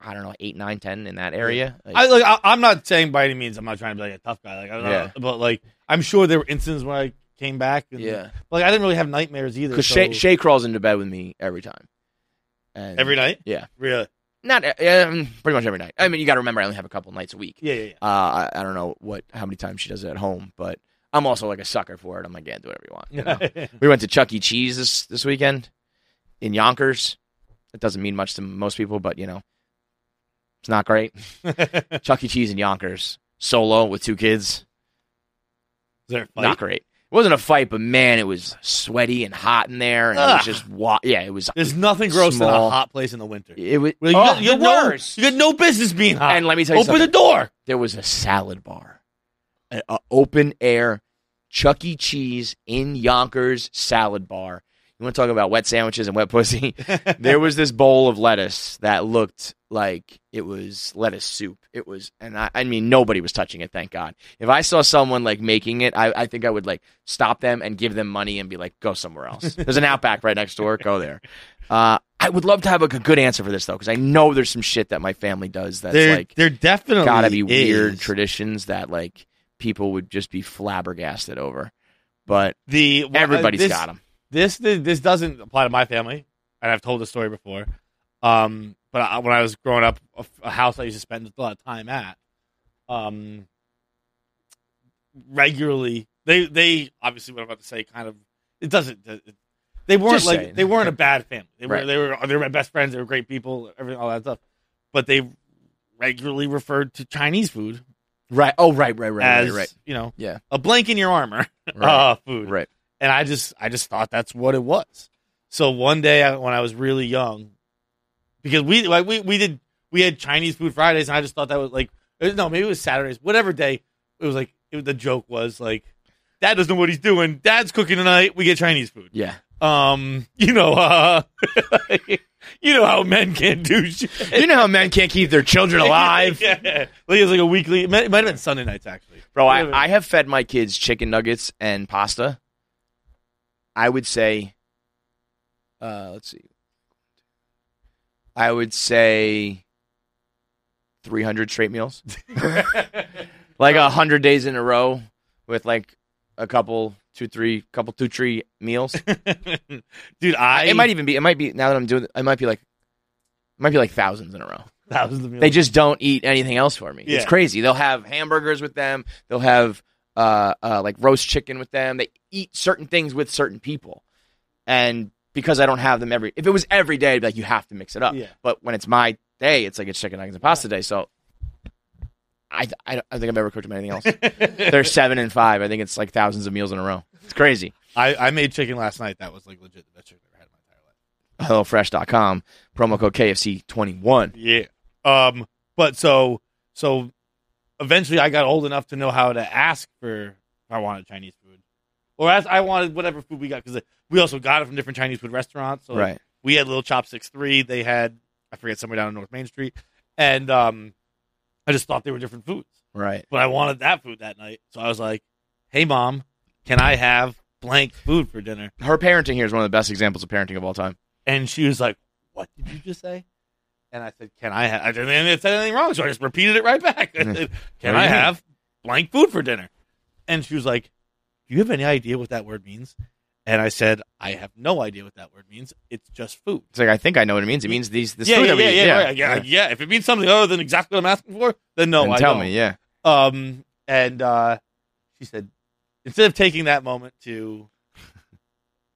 Speaker 4: I don't know eight, nine, ten in that area.
Speaker 10: I like. I, I'm not saying by any means I'm not trying to be like a tough guy. Like, I don't
Speaker 4: Yeah.
Speaker 10: know, but like I'm sure there were instances when I came back. And,
Speaker 4: Yeah.
Speaker 10: Like I didn't really have nightmares either.
Speaker 4: because
Speaker 10: so-
Speaker 4: Shay, Shay crawls into bed with me every time. And-
Speaker 10: Every night?
Speaker 4: Yeah.
Speaker 10: Really?
Speaker 4: Not um, pretty much every night. I mean, you got to remember, I only have a couple nights a week.
Speaker 10: Yeah, yeah,
Speaker 4: Uh, I, I don't know what how many times she does it at home, but I'm also like a sucker for it. I'm like, yeah, do whatever you want. you know? we went to Chuck E. Cheese this this weekend in Yonkers. It doesn't mean much to most people, but you know, it's not great. Chuck E. Cheese in Yonkers, solo with two kids.
Speaker 10: Is there a fight?
Speaker 4: Not great. It wasn't a fight, but man, it was sweaty and hot in there, and it was
Speaker 10: Ugh.
Speaker 4: just wa- yeah, it was.
Speaker 10: There's nothing gross than a
Speaker 4: small.
Speaker 10: hot place in the winter.
Speaker 4: It was
Speaker 10: Well, you
Speaker 4: oh,
Speaker 10: got- you
Speaker 4: the
Speaker 10: got no-
Speaker 4: worst.
Speaker 10: you got no business being hot.
Speaker 4: And let me tell you,
Speaker 10: Open the
Speaker 4: something.
Speaker 10: door.
Speaker 4: There was a salad bar, an a open air Chuck E. Cheese in Yonkers salad bar. You want to talk about wet sandwiches and wet pussy? there was this bowl of lettuce that looked like it was lettuce soup. It was, and I, I mean, nobody was touching it. Thank God. If I saw someone like making it, I, I think I would like stop them and give them money and be like, go somewhere else. There's an Outback right next door. Go there. Uh, I would love to have like, a good answer for this though, because I know there's some shit that my family does that's
Speaker 10: There-
Speaker 4: like
Speaker 10: there definitely
Speaker 4: gotta be
Speaker 10: is.
Speaker 4: weird traditions that like people would just be flabbergasted over. But
Speaker 3: the uh,
Speaker 4: everybody's
Speaker 3: this,
Speaker 4: got 'em.
Speaker 3: This, this this doesn't apply to my family, and I've told this story before. Um, but I, when I was growing up, a, a house I used to spend a lot of time at, um, regularly they they obviously what I'm about to say kind of it doesn't it- they weren't
Speaker 4: Just
Speaker 3: like
Speaker 4: saying.
Speaker 3: they weren't a bad family. They were
Speaker 4: Right.
Speaker 3: they were they were my best friends. They were great people. Everything all that stuff, but they regularly referred to Chinese food
Speaker 4: Right. Oh, right, right, right,
Speaker 3: as
Speaker 4: right, right.
Speaker 3: you know
Speaker 4: Yeah.
Speaker 3: a blank in your armor
Speaker 4: Right.
Speaker 3: uh, food
Speaker 4: Right.
Speaker 3: and i just i just thought that's what it was so one day I, when i was really young because we like we, we did we had chinese food fridays and i just thought that was like it was- no maybe it was saturdays whatever day it was like it, the joke was like dad doesn't know what he's doing dad's cooking tonight we get chinese food
Speaker 4: Yeah.
Speaker 3: um you know uh you know how men can't do shit
Speaker 4: You know how men can't keep their children alive.
Speaker 3: yeah. Like, it was like a weekly it might, it might have been sunday nights actually
Speaker 4: Bro, I, I have fed my kids chicken nuggets and pasta. I would say, uh, let's see. I would say 300 straight meals. like a 100 days in a row with like a couple, two, three, couple, two, three meals.
Speaker 3: Dude, I.
Speaker 4: It might even be, it might be, now that I'm doing it, it might be like, it might be like thousands in a row.
Speaker 3: Thousands of meals.
Speaker 4: They just don't eat anything else for me. It's
Speaker 3: Yeah.
Speaker 4: crazy. They'll have hamburgers with them. They'll have uh, uh, like roast chicken with them. They eat certain things with certain people, and because I don't have them every, if it was every day, I'd be like you have to mix it up.
Speaker 3: Yeah.
Speaker 4: But when it's my day, it's like it's chicken nuggets and pasta day. So I, I, don't- I don't think I've ever cooked them anything else. They're seven and five. I think it's like thousands of meals in a row. It's crazy.
Speaker 3: I, I made chicken last night. That was like legit the best chicken I've ever
Speaker 4: E HelloFresh.com promo code KFC twenty one.
Speaker 3: had. Yeah. Um. But so so, eventually I got old enough to know how to ask for if I wanted Chinese food, or as I wanted whatever food we got because we also got it from different Chinese food restaurants. So like,
Speaker 4: Right.
Speaker 3: we had Little Chopsticks Three. They had I forget somewhere down on North Main Street, and um, I just thought they were different foods.
Speaker 4: Right.
Speaker 3: But I wanted that food that night, so I was like, "Hey mom, can I have blank food for dinner?"
Speaker 4: Her parenting here is one of the best examples of parenting of all time.
Speaker 3: And she was like, "What did you just say?" And I said, "Can I have?" I didn't I didn't say anything wrong, so I just repeated it right back. I said, "Can
Speaker 4: There
Speaker 3: I
Speaker 4: you go.
Speaker 3: have blank food for dinner?" And she was like, "Do you have any idea what that word means?" And I said, "I have no idea what that word means. It's just food."
Speaker 4: It's like I think I know what it means. It means these this
Speaker 3: yeah,
Speaker 4: food
Speaker 3: yeah,
Speaker 4: that we
Speaker 3: yeah,
Speaker 4: eat.
Speaker 3: yeah, right. yeah, yeah. If it means something other than exactly what I'm asking for, then no,
Speaker 4: Then
Speaker 3: I
Speaker 4: tell
Speaker 3: don't.
Speaker 4: me, yeah.
Speaker 3: Um, and uh, she said, instead of taking that moment to,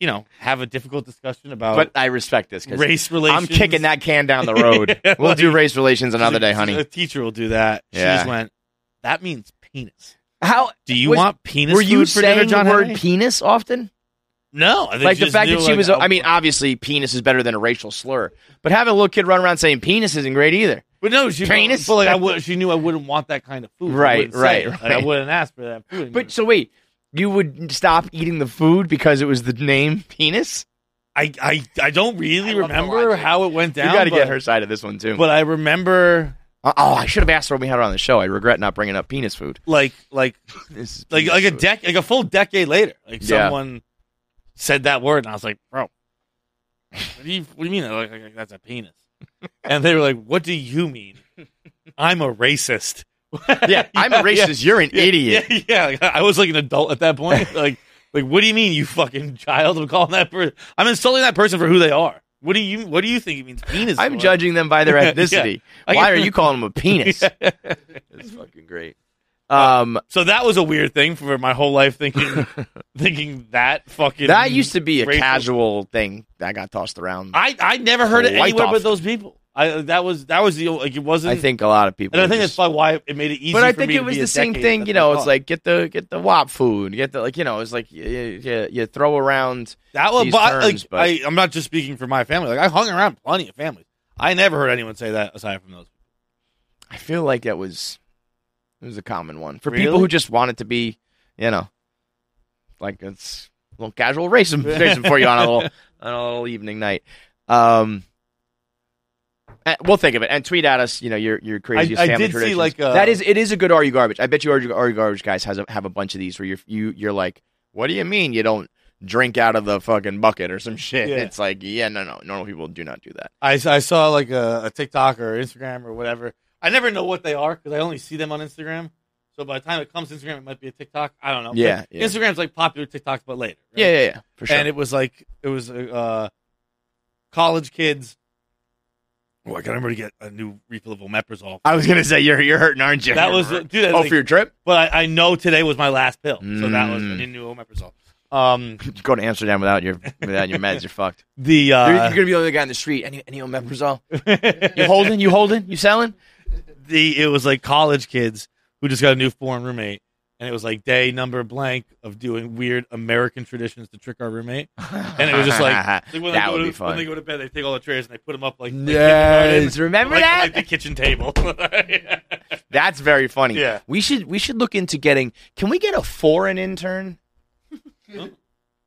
Speaker 3: you know, have a difficult discussion about,
Speaker 4: But I respect this 'cause
Speaker 3: race
Speaker 4: I'm
Speaker 3: relations.
Speaker 4: kicking that can down the road.
Speaker 3: Yeah,
Speaker 4: We'll
Speaker 3: like-
Speaker 4: do race relations another day, honey.
Speaker 3: A teacher will do that. She
Speaker 4: Yeah.
Speaker 3: just went. That means penis.
Speaker 4: How
Speaker 3: do Oh, you
Speaker 4: was-
Speaker 3: want penis?
Speaker 4: Were you
Speaker 3: food for dinner,
Speaker 4: saying
Speaker 3: John
Speaker 4: the word
Speaker 3: Henry?
Speaker 4: penis often?
Speaker 3: No, I think
Speaker 4: like
Speaker 3: she
Speaker 4: the
Speaker 3: just
Speaker 4: fact
Speaker 3: knew,
Speaker 4: that she
Speaker 3: like,
Speaker 4: was.
Speaker 3: oh,
Speaker 4: I mean, obviously, penis is better than a racial slur. But having a little kid run around saying penis isn't great either.
Speaker 3: But no, she
Speaker 4: Penis?
Speaker 3: But like, I would, she knew I wouldn't want that kind of food. I
Speaker 4: Right,
Speaker 3: wouldn't say
Speaker 4: right,
Speaker 3: it. Like, I
Speaker 4: right.
Speaker 3: wouldn't ask for that food.
Speaker 4: But so wait, you would stop eating the food because it was the name penis?
Speaker 3: I I, I don't really remember how it went down.
Speaker 4: you got to
Speaker 3: but-
Speaker 4: get her side of this one too.
Speaker 3: But I remember.
Speaker 4: Oh, I should have asked her when we had her on the show. I regret not bringing up penis food.
Speaker 3: like like
Speaker 4: This is
Speaker 3: like like a dec- like a full decade later. Like
Speaker 4: Yeah.
Speaker 3: someone said that word, and I was like, bro, what do you what do you mean? Like, like, like, that's a penis. And they were like, what do you mean? I'm a racist.
Speaker 4: Yeah, I'm a racist. You're an idiot.
Speaker 3: Yeah, yeah. Like, I was like an adult at that point. like like what do you mean, you fucking child? I'm calling that person. I'm insulting that person for who they are. What do you what do you think it means penis?
Speaker 4: I'm
Speaker 3: for?
Speaker 4: judging them by their
Speaker 3: Yeah.
Speaker 4: ethnicity.
Speaker 3: I
Speaker 4: Why
Speaker 3: get-
Speaker 4: are you calling them a penis?
Speaker 3: Yeah.
Speaker 4: It's fucking great. Um,
Speaker 3: Uh, so that was a weird thing for my whole life thinking thinking that fucking
Speaker 4: that used to be a
Speaker 3: racial-
Speaker 4: casual thing that got tossed around.
Speaker 3: I I never heard it
Speaker 4: Quite
Speaker 3: anywhere but
Speaker 4: often.
Speaker 3: those people. I that was that was the like it wasn't.
Speaker 4: I think a lot of people.
Speaker 3: and I think
Speaker 4: just-
Speaker 3: that's probably why it made it easy.
Speaker 4: but I
Speaker 3: for
Speaker 4: think
Speaker 3: me
Speaker 4: it
Speaker 3: to
Speaker 4: was
Speaker 3: be
Speaker 4: the
Speaker 3: a
Speaker 4: same
Speaker 3: decade
Speaker 4: thing.
Speaker 3: at
Speaker 4: You
Speaker 3: the
Speaker 4: know,
Speaker 3: top.
Speaker 4: it's like get the get the wop food. Get the like you know, it's like you, you, you throw around
Speaker 3: that was.
Speaker 4: these
Speaker 3: But, I-
Speaker 4: terms,
Speaker 3: like, I, I'm not just speaking for my family. Like I hung around plenty of families. I never heard anyone say that aside from those.
Speaker 4: I feel like that was it was a common one for people
Speaker 3: Really?
Speaker 4: who just want it to be, you know, like it's a little casual racism, racism for you on a little on a little evening night. Um, eh, we'll think of it and tweet at us. You know your your craziest
Speaker 3: I
Speaker 4: family
Speaker 3: did see,
Speaker 4: traditions.
Speaker 3: like, uh,
Speaker 4: that is it is a good are you garbage. I bet you are you, are you garbage guys has a, have a bunch of these where you're you you're like, what do you mean you don't drink out of the fucking bucket or some shit?
Speaker 3: Yeah.
Speaker 4: It's like yeah no no normal people do not do that.
Speaker 3: I, I saw like a, a TikTok or Instagram or whatever. I never know what they are because I only see them on Instagram. So by the time it comes to Instagram, it might be a TikTok. I don't know.
Speaker 4: Yeah,
Speaker 3: But
Speaker 4: yeah.
Speaker 3: Instagram's like popular TikToks, but later. right?
Speaker 4: Yeah, yeah, yeah, for sure.
Speaker 3: And it was like it was uh, college kids. Well, I got everybody get a new refill of omeprazole.
Speaker 4: I was gonna say you're you're hurting, aren't you?
Speaker 3: That was dude. that was
Speaker 4: oh,
Speaker 3: like-
Speaker 4: for your trip.
Speaker 3: But I, I know today was my last pill, so that was I
Speaker 4: Mm.
Speaker 3: didn't know omeprazole. Um,
Speaker 4: go to Amsterdam without your without your meds. You're fucked.
Speaker 3: The uh,
Speaker 4: you're, you're gonna be the only guy in the street. Any any old members all? you holding? You holding? You selling?
Speaker 3: the it was like college kids who just got a new foreign roommate, and it was like day number blank of doing weird American traditions to trick our roommate, and it was just like, like when they
Speaker 4: That
Speaker 3: go
Speaker 4: would
Speaker 3: to,
Speaker 4: be
Speaker 3: When
Speaker 4: fun.
Speaker 3: they go to bed, they take all the trays and they put them up like like,
Speaker 4: Yes, remember
Speaker 3: like,
Speaker 4: that?
Speaker 3: like the kitchen table.
Speaker 4: That's very funny.
Speaker 3: Yeah.
Speaker 4: We should we should look into getting. Can we get a foreign intern?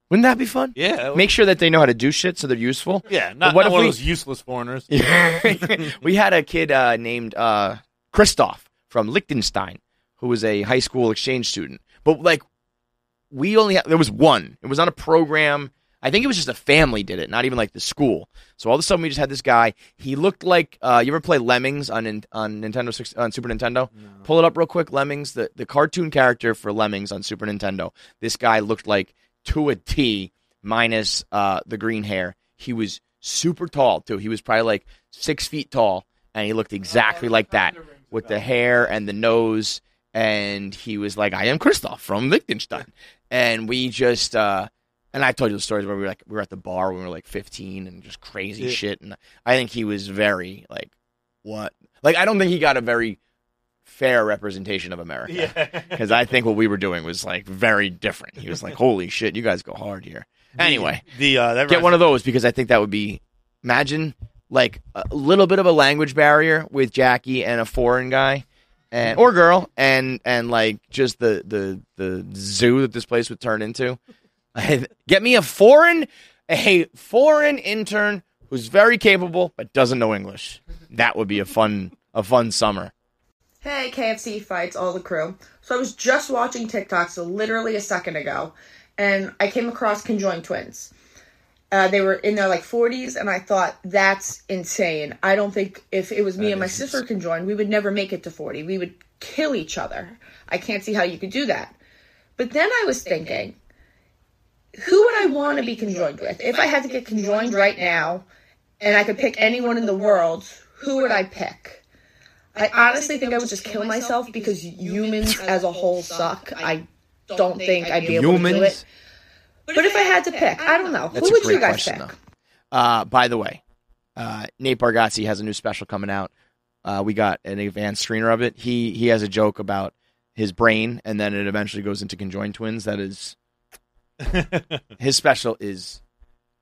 Speaker 4: Wouldn't that be fun?
Speaker 3: Yeah, that would-
Speaker 4: Make sure that they know how to do shit so they're useful.
Speaker 3: yeah,
Speaker 4: But
Speaker 3: not,
Speaker 4: what
Speaker 3: not
Speaker 4: if
Speaker 3: one
Speaker 4: we,
Speaker 3: of those useless foreigners.
Speaker 4: we had a kid uh, named uh, Christoph from Liechtenstein who was a high school exchange student. But like, we only had, there was one. It was on a program. I think it was just a family did it, not even like the school. So all of a sudden we just had this guy. He looked like uh, you ever play Lemmings on Nin- on Nintendo six, on Super Nintendo. Pull it up real quick. Lemmings, the the cartoon character for Lemmings on Super Nintendo. This guy looked like to a T minus uh, the green hair. He was super tall too. He was probably like six feet tall, and he looked exactly like that with the hair and the nose. And he was like, "I am Christoph from Liechtenstein," and we just. Uh, and I told you the stories where we were like we were at the bar when we were like 15 and just crazy
Speaker 3: Yeah.
Speaker 4: shit. And I think he was very like, what? Like I don't think he got a very fair representation of America because I think what we were doing was like very different. He was like, holy shit, you guys go hard here. Anyway,
Speaker 3: the uh, that
Speaker 4: get one of those because I think that would be imagine like a little bit of a language barrier with Jackie and a foreign guy and or girl and and like just the the the zoo that this place would turn into. get me a foreign a foreign intern who's very capable but doesn't know English. That would be a fun a fun summer.
Speaker 17: Hey, KFC fights all the crew. So I was just watching TikToks literally a second ago, and I came across conjoined twins. Uh, they were in their like 40s, and I thought that's insane. I don't think if it was me and my sister conjoined, we would never make it to 40. We would kill each other. I can't see how you could do that. But then I was thinking, who would I want to be conjoined with? If I had to get conjoined right now, and I could pick anyone in the world, who would I pick? I honestly think I would just kill myself because humans as a whole suck. I don't think I'd be able to do it.
Speaker 4: Humans?
Speaker 17: But if I had to pick, I don't know.
Speaker 4: That's
Speaker 17: Who
Speaker 4: a
Speaker 17: would
Speaker 4: great
Speaker 17: you guys
Speaker 4: question,
Speaker 17: pick?
Speaker 4: though. Uh, by the way, uh, Nate Bargatze has a new special coming out. Uh, we got an advanced screener of it. He he has a joke about his brain, and then it eventually goes into conjoined twins. That is, his special is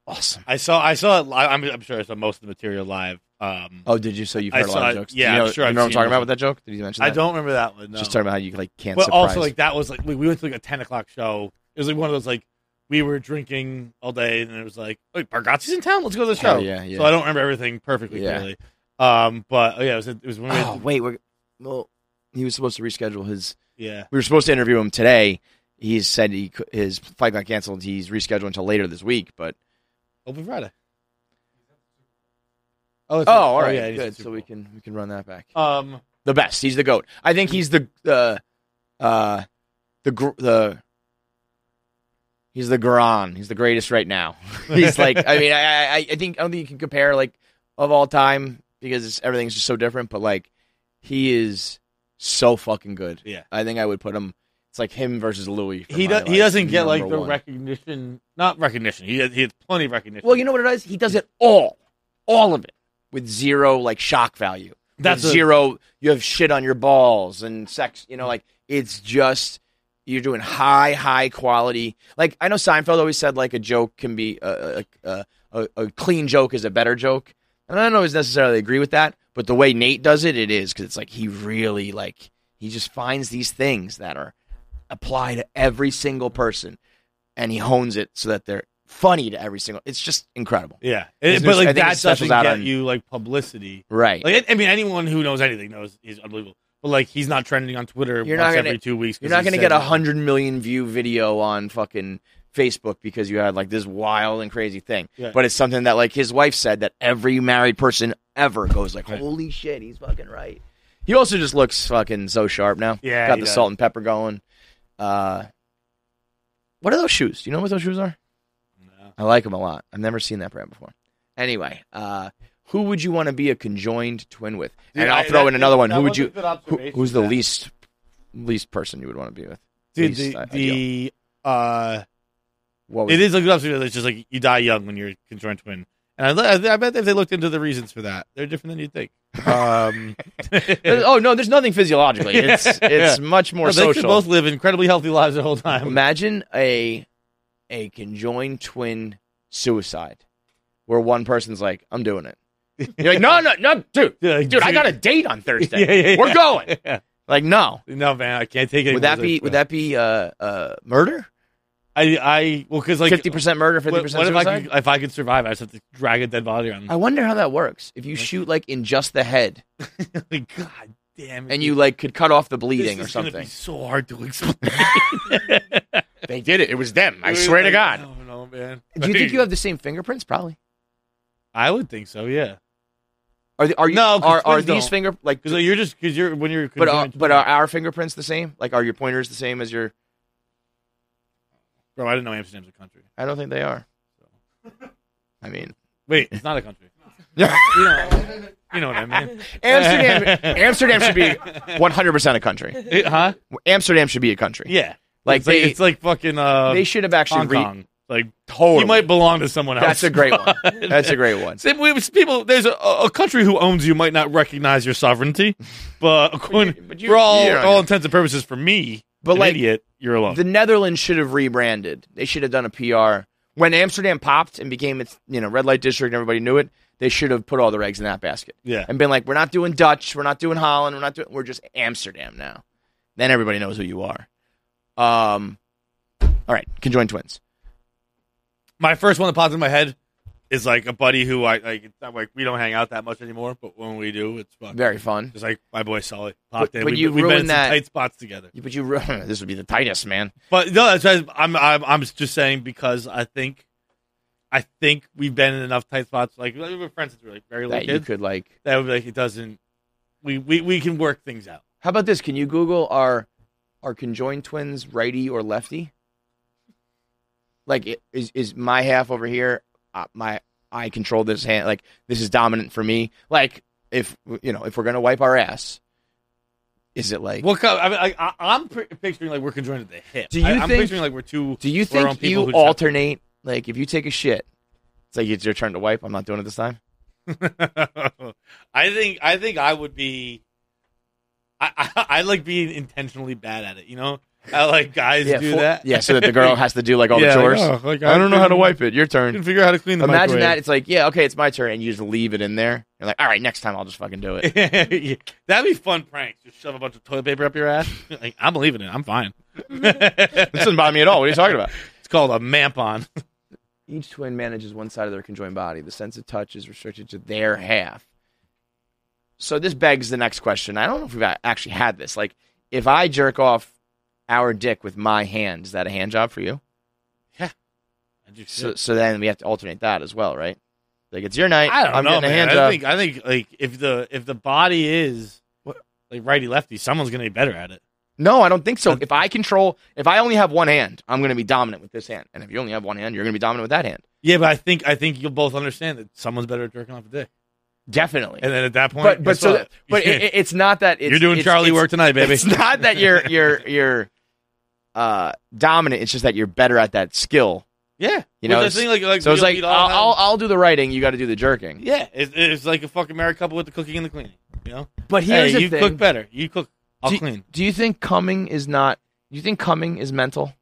Speaker 4: awesome.
Speaker 3: I saw I saw it. li- I'm, I'm sure I saw most of the material live. Um,
Speaker 4: Oh, did you? So you've
Speaker 3: I
Speaker 4: heard a
Speaker 3: saw it-
Speaker 4: lot of jokes. Do
Speaker 3: Yeah,
Speaker 4: you know,
Speaker 3: I'm sure.
Speaker 4: You
Speaker 3: I've
Speaker 4: know what I'm
Speaker 3: seen
Speaker 4: talking
Speaker 3: it.
Speaker 4: about with that joke? Did you mention?
Speaker 3: I
Speaker 4: that?
Speaker 3: don't remember that one. No.
Speaker 4: Just talking about how you like can't.
Speaker 3: But
Speaker 4: surprise.
Speaker 3: also like that was like we we went to like a ten o'clock show. It was like one of those like we were drinking all day, and it was like, "Wait, Bargatze's in town. Let's go to the show."
Speaker 4: Hell yeah, yeah.
Speaker 3: So I don't remember everything perfectly
Speaker 4: Yeah.
Speaker 3: clearly. Um, but oh, yeah, it was it was when we
Speaker 4: Oh wait, we're well. He was supposed to reschedule his.
Speaker 3: Yeah.
Speaker 4: we were supposed to interview him today. He said he cou- his flight got canceled. He's rescheduled until later this week. But
Speaker 3: open Friday.
Speaker 4: oh,
Speaker 3: it's-
Speaker 4: all
Speaker 3: oh,
Speaker 4: right,
Speaker 3: yeah, it is
Speaker 4: good.
Speaker 3: the
Speaker 4: So we can we can run that back.
Speaker 3: Um,
Speaker 4: the best. He's the goat. I think he's the uh, uh the gr- the he's the Garon. He's the greatest right now. he's like I mean I, I I think I don't think you can compare like of all time because everything's just so different. But like he is so fucking good.
Speaker 3: Yeah.
Speaker 4: I think I would put him. It's like him versus Louis. for
Speaker 3: he
Speaker 4: my,
Speaker 3: does, he doesn't get like
Speaker 4: number
Speaker 3: the
Speaker 4: one.
Speaker 3: recognition, not recognition. He has, he has plenty of recognition.
Speaker 4: Well, you know what it is? He does it all, all of it, with zero like shock value. With
Speaker 3: That's a-
Speaker 4: zero. You have shit on your balls and sex. You know, like it's just you're doing high, high quality. Like I know Seinfeld always said like a joke can be uh, a a, a, a, a clean joke is a better joke, and I don't always necessarily agree with that. But the way Nate does it, it is because it's like he really like he just finds these things that are apply to every single person and he hones it so that they're funny to every single it's just incredible
Speaker 3: Yeah, It-
Speaker 4: His new-
Speaker 3: but
Speaker 4: I
Speaker 3: like
Speaker 4: think
Speaker 3: that
Speaker 4: his special's
Speaker 3: doesn't
Speaker 4: out
Speaker 3: get
Speaker 4: on-
Speaker 3: you like publicity,
Speaker 4: Right.
Speaker 3: Like, I I mean, anyone who knows anything knows he's unbelievable. But like, he's not trending on Twitter
Speaker 4: you're
Speaker 3: once
Speaker 4: not gonna
Speaker 3: every two weeks. 'cause
Speaker 4: you're not
Speaker 3: he
Speaker 4: gonna
Speaker 3: said
Speaker 4: get a
Speaker 3: it.
Speaker 4: hundred million view video on fucking facebook because you had like this wild and crazy thing
Speaker 3: Yeah.
Speaker 4: but it's something that like his wife said that every married person ever goes like
Speaker 3: Right.
Speaker 4: holy shit he's fucking right He also just looks fucking so sharp now.
Speaker 3: Yeah,
Speaker 4: got
Speaker 3: he
Speaker 4: the
Speaker 3: does.
Speaker 4: salt and pepper going. Uh, what are those shoes? Do you know what those shoes are? I like them a lot. I've never seen that brand before. Anyway, uh, who would you want to be a conjoined twin with?
Speaker 3: Dude,
Speaker 4: and I'll
Speaker 3: I-
Speaker 4: throw
Speaker 3: that-
Speaker 4: in another one.
Speaker 3: that
Speaker 4: Who would
Speaker 3: was a
Speaker 4: you?
Speaker 3: good
Speaker 4: who-
Speaker 3: observation,
Speaker 4: who's the
Speaker 3: Zach.
Speaker 4: least least person you would want to be with?
Speaker 3: Dude,
Speaker 4: Least i-
Speaker 3: the,
Speaker 4: ideal.
Speaker 3: the uh,
Speaker 4: What was
Speaker 3: it is a good observation. It's just like you die young when you're conjoined twin, and I, I bet if they looked into the reasons for that, they're different than you'd think. Um,
Speaker 4: oh no, there's nothing physiologically. It's it's much more
Speaker 3: No, they could
Speaker 4: social.
Speaker 3: both live incredibly healthy lives the whole time.
Speaker 4: Imagine a a conjoined twin suicide, where one person's like, "I'm doing it." You're like, "No, no, no, dude, dude, I
Speaker 3: dude.
Speaker 4: got a date on Thursday.
Speaker 3: Yeah, yeah, yeah.
Speaker 4: We're going." Like, no,
Speaker 3: no, man, I can't take it.
Speaker 4: Would that be? Would that be uh, uh, murder?
Speaker 3: I, I, well, because like
Speaker 4: fifty percent murder,
Speaker 3: What,
Speaker 4: fifty percent
Speaker 3: what if I
Speaker 4: suicide.
Speaker 3: could, if I could survive? I just have to drag a dead body around.
Speaker 4: I wonder how that works. If you shoot like in just the head,
Speaker 3: God damn it!
Speaker 4: and you like could cut off the bleeding
Speaker 3: this
Speaker 4: or
Speaker 3: is gonna be
Speaker 4: something.
Speaker 3: so hard to explain.
Speaker 4: they did it. It was them. I
Speaker 3: Dude,
Speaker 4: swear to
Speaker 3: like, oh.
Speaker 4: God.
Speaker 3: I don't know, man.
Speaker 4: Do you think you have the same fingerprints? Probably.
Speaker 3: I would think so. Oh, Yeah.
Speaker 4: Are the, are you
Speaker 3: no? 'cause
Speaker 4: are, are
Speaker 3: twins
Speaker 4: these
Speaker 3: don't.
Speaker 4: finger like?
Speaker 3: 'Cause you're just because you're when you're
Speaker 4: But uh, are,
Speaker 3: conjoined
Speaker 4: but are our fingerprints the same? Like, are your pointers the same as your?
Speaker 3: Bro, I didn't know Amsterdam's a country.
Speaker 4: I don't think they are. I mean,
Speaker 3: wait, it's not a country. you, know, you know what I mean?
Speaker 4: Amsterdam, Amsterdam should be one hundred percent a country,
Speaker 3: It- huh?
Speaker 4: Amsterdam should be a country.
Speaker 3: Yeah,
Speaker 4: like
Speaker 3: it's like,
Speaker 4: they,
Speaker 3: it's like fucking. Uh,
Speaker 4: they should have actually
Speaker 3: Hong
Speaker 4: re-
Speaker 3: Kong. Like
Speaker 4: Totally.
Speaker 3: you might belong to someone else.
Speaker 4: That's a great one. That's a great one.
Speaker 3: See, we- people, there's a, a country who owns you might not recognize your sovereignty, but according,
Speaker 4: but you-
Speaker 3: for all,
Speaker 4: you're on
Speaker 3: all
Speaker 4: your-
Speaker 3: intents and purposes, for me,
Speaker 4: But
Speaker 3: an
Speaker 4: like
Speaker 3: idiot, you're alone.
Speaker 4: The Netherlands should have rebranded. They should have done a PR when Amsterdam popped and became its you know red light district and everybody knew it. They should have put all their eggs in that basket.
Speaker 3: Yeah.
Speaker 4: and been like, we're not doing Dutch, we're not doing Holland, we're not doing, we're just Amsterdam now. Then everybody knows who you are. Um, all right, conjoined twins.
Speaker 3: my first one that pops in my head is like a buddy who I like. I'm like, we don't hang out that much anymore, but when we do, it's fun.
Speaker 4: Very fun.
Speaker 3: Just like my boy Sully popped
Speaker 4: But-
Speaker 3: in.
Speaker 4: but
Speaker 3: we,
Speaker 4: you
Speaker 3: we've been in
Speaker 4: ruined that-
Speaker 3: some tight spots together.
Speaker 4: But you, ru- this would be the tightest man.
Speaker 3: But no, that's why I'm, I'm I'm just saying because I think I think we've been in enough tight spots. Like we were friends since we were like very little
Speaker 4: That you
Speaker 3: kids.
Speaker 4: could like.
Speaker 3: That would be like it doesn't. We, we we can work things out.
Speaker 4: How about this? Can you Google are are conjoined twins righty or lefty? Like i- is is my half over here? Uh, my I control this hand. Like this is dominant for me. Like if you know if we're gonna wipe our ass, is it like?
Speaker 3: What kind? I mean, I, I, I'm pr- picturing like we're conjoined at the hip.
Speaker 4: Do you
Speaker 3: I, I'm
Speaker 4: think-
Speaker 3: picturing like we're two.
Speaker 4: do you
Speaker 3: grown
Speaker 4: think
Speaker 3: people who
Speaker 4: you
Speaker 3: just have-
Speaker 4: alternate? Like if you take a shit, it's like it's your turn to wipe. I'm not doing it this time.
Speaker 3: I think I think I would be. I, I I like being intentionally bad at it. You know, I like guys
Speaker 4: Yeah,
Speaker 3: do
Speaker 4: for-
Speaker 3: that.
Speaker 4: yeah, so that the girl has to do, like, all the
Speaker 3: Yeah,
Speaker 4: chores.
Speaker 3: oh, like,
Speaker 4: I don't know how to
Speaker 3: couldn't-
Speaker 4: wipe it. Your turn.
Speaker 3: couldn't figure out how to clean the
Speaker 4: Imagine that.
Speaker 3: microwave.
Speaker 4: It's like yeah, okay, it's my turn, and you just leave it in there. You're like, all right, next time I'll just fucking do it.
Speaker 3: Yeah, That'd be fun pranks. Just shove a bunch of toilet paper up your ass. Like, I'm believing it. I'm fine. this
Speaker 4: doesn't bother me at all. What are you talking about?
Speaker 3: It's called a mampon.
Speaker 4: Each twin manages one side of their conjoined body. The sense of touch is restricted to their half. So this begs the next question. I don't know if we've a- actually had this. Like, if I jerk off our dick with my hand, is that a hand job for you? So, so then we have to alternate that as well, right? Like it's your night.
Speaker 3: I don't
Speaker 4: am
Speaker 3: know,
Speaker 4: getting a
Speaker 3: man.
Speaker 4: hand
Speaker 3: I
Speaker 4: job.
Speaker 3: think I think like if the if the body is like righty lefty, someone's gonna be better at it.
Speaker 4: No, I don't think so. If I control, if I only have one hand, I'm going to be dominant with this hand, and if you only have one hand, you're going to be dominant with that hand.
Speaker 3: Yeah, but I think I think you'll both understand that someone's better at jerking off a dick.
Speaker 4: Definitely.
Speaker 3: And then at that point,
Speaker 4: But but
Speaker 3: guess
Speaker 4: so
Speaker 3: what?
Speaker 4: that- but it, it- it's not that it's,
Speaker 3: You're doing
Speaker 4: it's-
Speaker 3: Charlie
Speaker 4: it's-
Speaker 3: work tonight, baby.
Speaker 4: It's not that you're you're you're uh, dominant. It's just that you're better at that skill.
Speaker 3: yeah, But
Speaker 4: You know,
Speaker 3: the
Speaker 4: it's-
Speaker 3: thing, like, like
Speaker 4: so it's
Speaker 3: we'll
Speaker 4: like
Speaker 3: eat
Speaker 4: I'll,
Speaker 3: all the time.
Speaker 4: I'll I'll do the writing. You got to do the jerking.
Speaker 3: yeah, it's, it's like a fucking married couple with the cooking and the cleaning. You know,
Speaker 4: But
Speaker 3: Hey,
Speaker 4: here's the
Speaker 3: you
Speaker 4: thing.
Speaker 3: cook better. You cook. I'll
Speaker 4: do, you-
Speaker 3: clean.
Speaker 4: Do you think coming is not? Do you think coming is mental?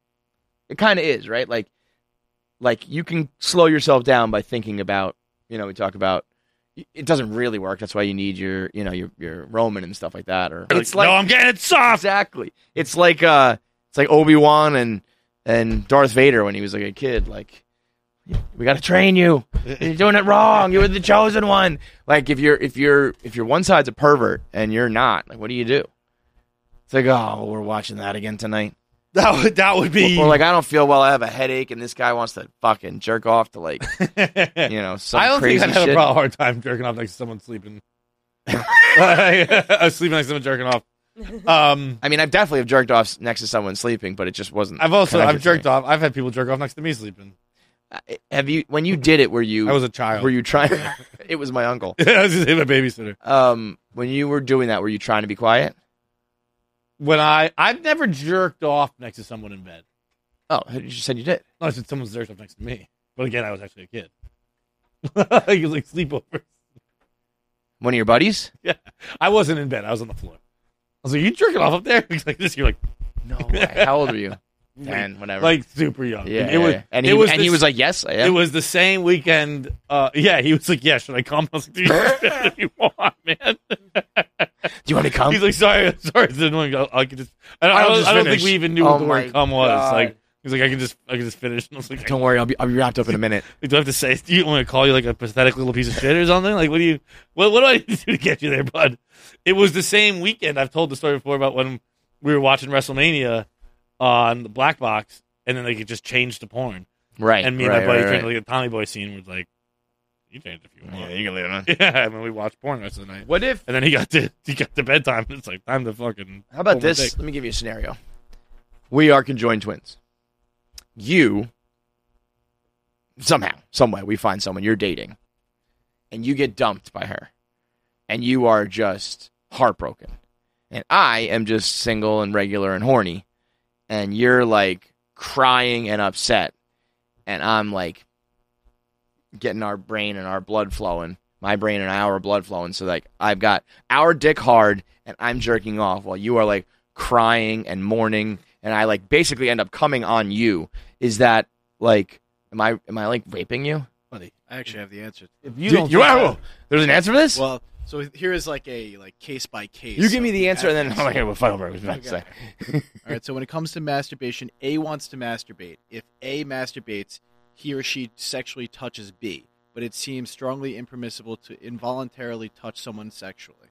Speaker 4: It kind of is, right? Like, like you can slow yourself down by thinking about. You know, we talk about. It doesn't really work. That's why you need your, you know, your your Roman and stuff like that. Or
Speaker 3: Like, "No, I'm getting it soft.
Speaker 4: Exactly. It's like uh, it's like Obi Wan and and Darth Vader when he was like a kid. Like, we got to train you. You're doing it wrong. You were the chosen one. Like, if you're if you're if your one side's a pervert and you're not, like, what do you do? It's like, oh, we're watching that again tonight.
Speaker 3: That would that would be
Speaker 4: Or, or like, I don't feel well. I have a headache, and this guy wants to fucking jerk off to like, you know, some
Speaker 3: I don't
Speaker 4: crazy
Speaker 3: think I'd have
Speaker 4: shit.
Speaker 3: a prob- hard time jerking off next to someone sleeping. I was sleeping next to someone jerking off.
Speaker 4: Um, I mean, I definitely have jerked off s- next to someone sleeping, but it just wasn't.
Speaker 3: I've also I've
Speaker 4: connected to me.
Speaker 3: jerked off. I've had people jerk off next to me sleeping.
Speaker 4: Have you? When you did it, were you?
Speaker 3: I was a child.
Speaker 4: Were you trying? it was my uncle.
Speaker 3: I was just a babysitter.
Speaker 4: Um, when you were doing that, were you trying to be quiet?
Speaker 3: When I I've never jerked off next to someone in bed.
Speaker 4: Oh, you just said you did.
Speaker 3: No, I said someone's jerked off next to me. But again, I was actually a kid. it was like sleepovers.
Speaker 4: One of your buddies?
Speaker 3: Yeah, I wasn't in bed. I was on the floor. I was like, "You jerking off up there?" He's like, "This." You're like,
Speaker 4: "No." How old were you? Ten, whatever.
Speaker 3: Like super young.
Speaker 4: Yeah,
Speaker 3: It was.
Speaker 4: yeah. And
Speaker 3: it
Speaker 4: he-
Speaker 3: was
Speaker 4: and he was like, "Yes, I am."
Speaker 3: It was the same weekend. Uh, yeah, he was like, "Yeah, should I come?" I was like, "Dude, you can do if you want, man." Do
Speaker 4: you want to come?
Speaker 3: He's like, "Sorry, sorry, it's annoying. I, I could just." I don't, I
Speaker 4: I'll
Speaker 3: don't,
Speaker 4: just
Speaker 3: I don't think
Speaker 4: finish.
Speaker 3: we even knew
Speaker 4: Oh
Speaker 3: what the
Speaker 4: my
Speaker 3: word "come" was.
Speaker 4: God.
Speaker 3: Like, he's like, "I can just, I can just finish." And I was like,
Speaker 4: Don't worry, I'll be I'll be wrapped up in a minute.
Speaker 3: "Do I have to say? Do you want me to call you like a pathetic little piece of shit or something? Like, what do you? What, what do I need to do to get you there, bud?" It was the same weekend. I've told the story before about when we were watching WrestleMania on the Black Box, and then like it just changed to porn.
Speaker 4: Right,
Speaker 3: And me and
Speaker 4: right,
Speaker 3: my buddy
Speaker 4: right,
Speaker 3: turned
Speaker 4: right.
Speaker 3: like the Tommy Boy scene was like, "You changed if you want. Yeah,
Speaker 4: you can leave it on."
Speaker 3: Yeah, and then we watched porn the rest of the night.
Speaker 4: What if-
Speaker 3: And then he got to he got to bedtime. and It's like time to fucking.
Speaker 4: How about
Speaker 3: pull my
Speaker 4: this?
Speaker 3: dick.
Speaker 4: Let me give you a scenario. We are conjoined twins. You somehow, some way, we find someone you're dating, and you get dumped by her, and you are just heartbroken, and I am just single and regular and horny, and you're like crying and upset, and I'm like getting our brain and our blood flowing. My brain and our blood flowing. So like I've got our dick hard and I'm jerking off while you are like crying and mourning and I like basically end up coming on you. Is that like am I am I like raping you?
Speaker 6: Buddy, I actually have the answer. If
Speaker 4: you Dude, don't you think are- that- there's an answer for this?
Speaker 6: Well, so here is like a like case by case.
Speaker 4: You give me
Speaker 6: of
Speaker 4: the answer and then-
Speaker 6: ethics.
Speaker 4: okay, we'll find out what I was about to
Speaker 6: Okay.
Speaker 4: say.
Speaker 6: All right, so when it comes to masturbation, A wants to masturbate. If A masturbates, he or she sexually touches B, but it seems strongly impermissible to involuntarily touch someone sexually.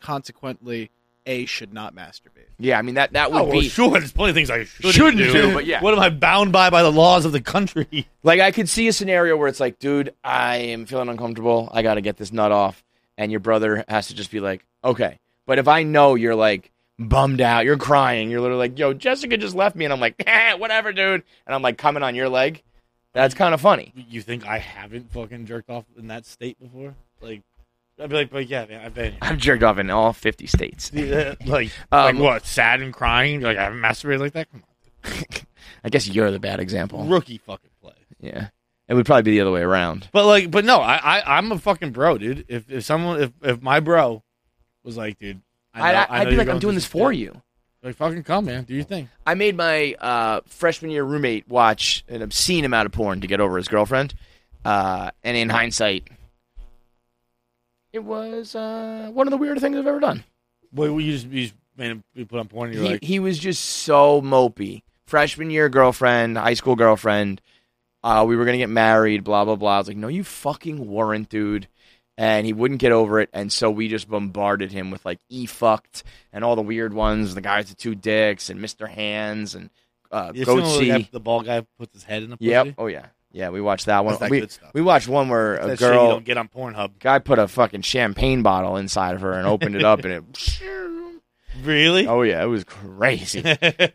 Speaker 6: Consequently, A should not masturbate.
Speaker 4: Yeah, I mean that that
Speaker 6: Oh,
Speaker 4: would
Speaker 6: well,
Speaker 4: be
Speaker 6: sure,
Speaker 3: there's plenty of things I
Speaker 6: shouldn't
Speaker 4: do.
Speaker 6: do.
Speaker 4: but yeah.
Speaker 3: What am I bound by by the laws of the country?
Speaker 4: Like I could see a scenario where it's like, dude, I am feeling uncomfortable. I got to get this nut off, and your brother has to just be like, okay. But if I know you're like bummed out, you're crying, you're literally like, yo, Jessica just left me, and I'm like, eh, whatever, dude, and I'm like coming on your leg. That's kind of funny.
Speaker 3: You think I haven't fucking jerked off in that state before? Like, I'd be like, but yeah, man, I've been.
Speaker 4: I've jerked off in all 50 states.
Speaker 3: Yeah, like, like
Speaker 4: Um,
Speaker 3: what? Sad and crying? Like I haven't masturbated like that. Come
Speaker 4: I guess you're the bad
Speaker 3: on,
Speaker 4: example.
Speaker 3: rookie fucking play.
Speaker 4: Yeah, it would probably be the other way around.
Speaker 3: But like, but no, I, I I'm a fucking bro, dude. If if someone if if my bro was like, dude, I
Speaker 4: I'd-
Speaker 3: know, I,
Speaker 4: I'd
Speaker 3: know
Speaker 4: be
Speaker 3: you're
Speaker 4: like, I'm
Speaker 3: going
Speaker 4: doing
Speaker 3: through
Speaker 4: this for
Speaker 3: shit.
Speaker 4: you.
Speaker 3: Like, fucking come, man. Do your thing.
Speaker 4: I made my uh, freshman year roommate watch an obscene amount of porn to get over his girlfriend. Uh, and in hindsight, it was uh, one of the weirdest things I've ever done.
Speaker 3: Wait, well, you just you just made him you put on porn. And you're
Speaker 4: he,
Speaker 3: like,
Speaker 4: he was just so mopey. Freshman year girlfriend, high school girlfriend. Uh, we were gonna get married. Blah blah blah. I was like, no, you fucking weren't, dude. And he wouldn't get over it, and so we just bombarded him with like e fucked and all the weird ones, the guys with two dicks and Mister Hands and uh,
Speaker 3: You've seen
Speaker 4: Goat
Speaker 3: when the
Speaker 4: See.
Speaker 3: guy- the ball guy puts his head in the pussy.
Speaker 4: Yep. Oh yeah. Yeah, we watched that one.
Speaker 3: That's that
Speaker 4: we,
Speaker 3: good stuff.
Speaker 4: we watched one where
Speaker 3: That's
Speaker 4: a
Speaker 3: that shit you
Speaker 4: girl
Speaker 3: don't get on Pornhub.
Speaker 4: Guy put a fucking champagne bottle inside of her and opened it up, and it.
Speaker 3: Really?
Speaker 4: Oh yeah, it was crazy.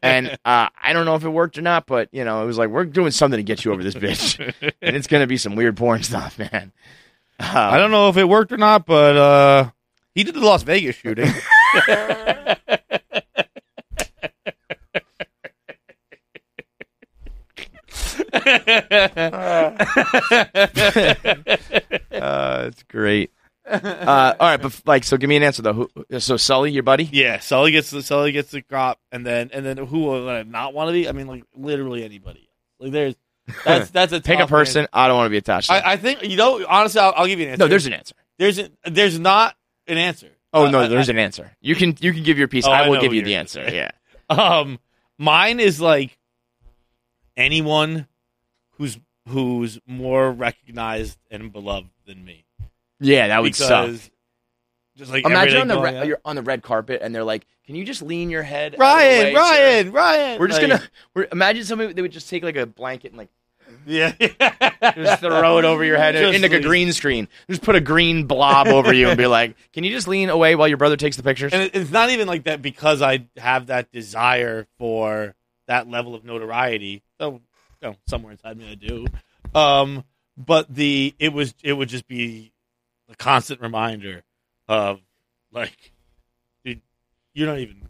Speaker 4: and uh, I don't know if it worked or not, but you know, it was like we're doing something to get you over this bitch, and it's gonna be some weird porn stuff, man.
Speaker 3: I don't know if it worked or not, but uh, he did the Las Vegas shooting.
Speaker 4: uh, it's great. Uh, all right, but like, so give me an answer though. Who, so Sully, your buddy?
Speaker 3: Yeah, Sully gets the Sully gets the crop, and then and then who will I not want to be? I mean, like literally anybody. Like there's that's that's a
Speaker 4: pick a
Speaker 3: tough man.
Speaker 4: person. I don't want to be attached. to
Speaker 3: I, I think you know. Honestly, I'll, I'll give you an answer.
Speaker 4: No, there's an answer.
Speaker 3: There's a, there's not an answer.
Speaker 4: Oh no, there's an answer. You can you can give your piece.
Speaker 3: Oh,
Speaker 4: I
Speaker 3: I
Speaker 4: will
Speaker 3: know
Speaker 4: give
Speaker 3: who
Speaker 4: you
Speaker 3: you're
Speaker 4: the
Speaker 3: gonna
Speaker 4: answer.
Speaker 3: say.
Speaker 4: Yeah.
Speaker 3: Um, mine is like anyone who's who's more recognized and beloved than me.
Speaker 4: Yeah, that would suck.
Speaker 3: Because Just like
Speaker 4: Imagine
Speaker 3: everything
Speaker 4: on the
Speaker 3: going
Speaker 4: re-
Speaker 3: on.
Speaker 4: you're on the red carpet and they're like, "Can you just lean your head?" out of the
Speaker 3: Ryan,
Speaker 4: way so-
Speaker 3: Ryan, Ryan.
Speaker 4: We're just
Speaker 3: Like-
Speaker 4: gonna. We're, imagine somebody they would just take like a blanket and like
Speaker 3: Yeah.
Speaker 4: just throw it over your head
Speaker 3: Just
Speaker 4: in like a
Speaker 3: leave.
Speaker 4: green screen. Just put a green blob over you and be like, "Can you just lean away while your brother takes the pictures?"
Speaker 3: And it- it's not even like that because I have that desire for that level of notoriety. So, you know, somewhere inside me, I do. Um, but the it was it would just be a constant reminder of like, dude, you're not even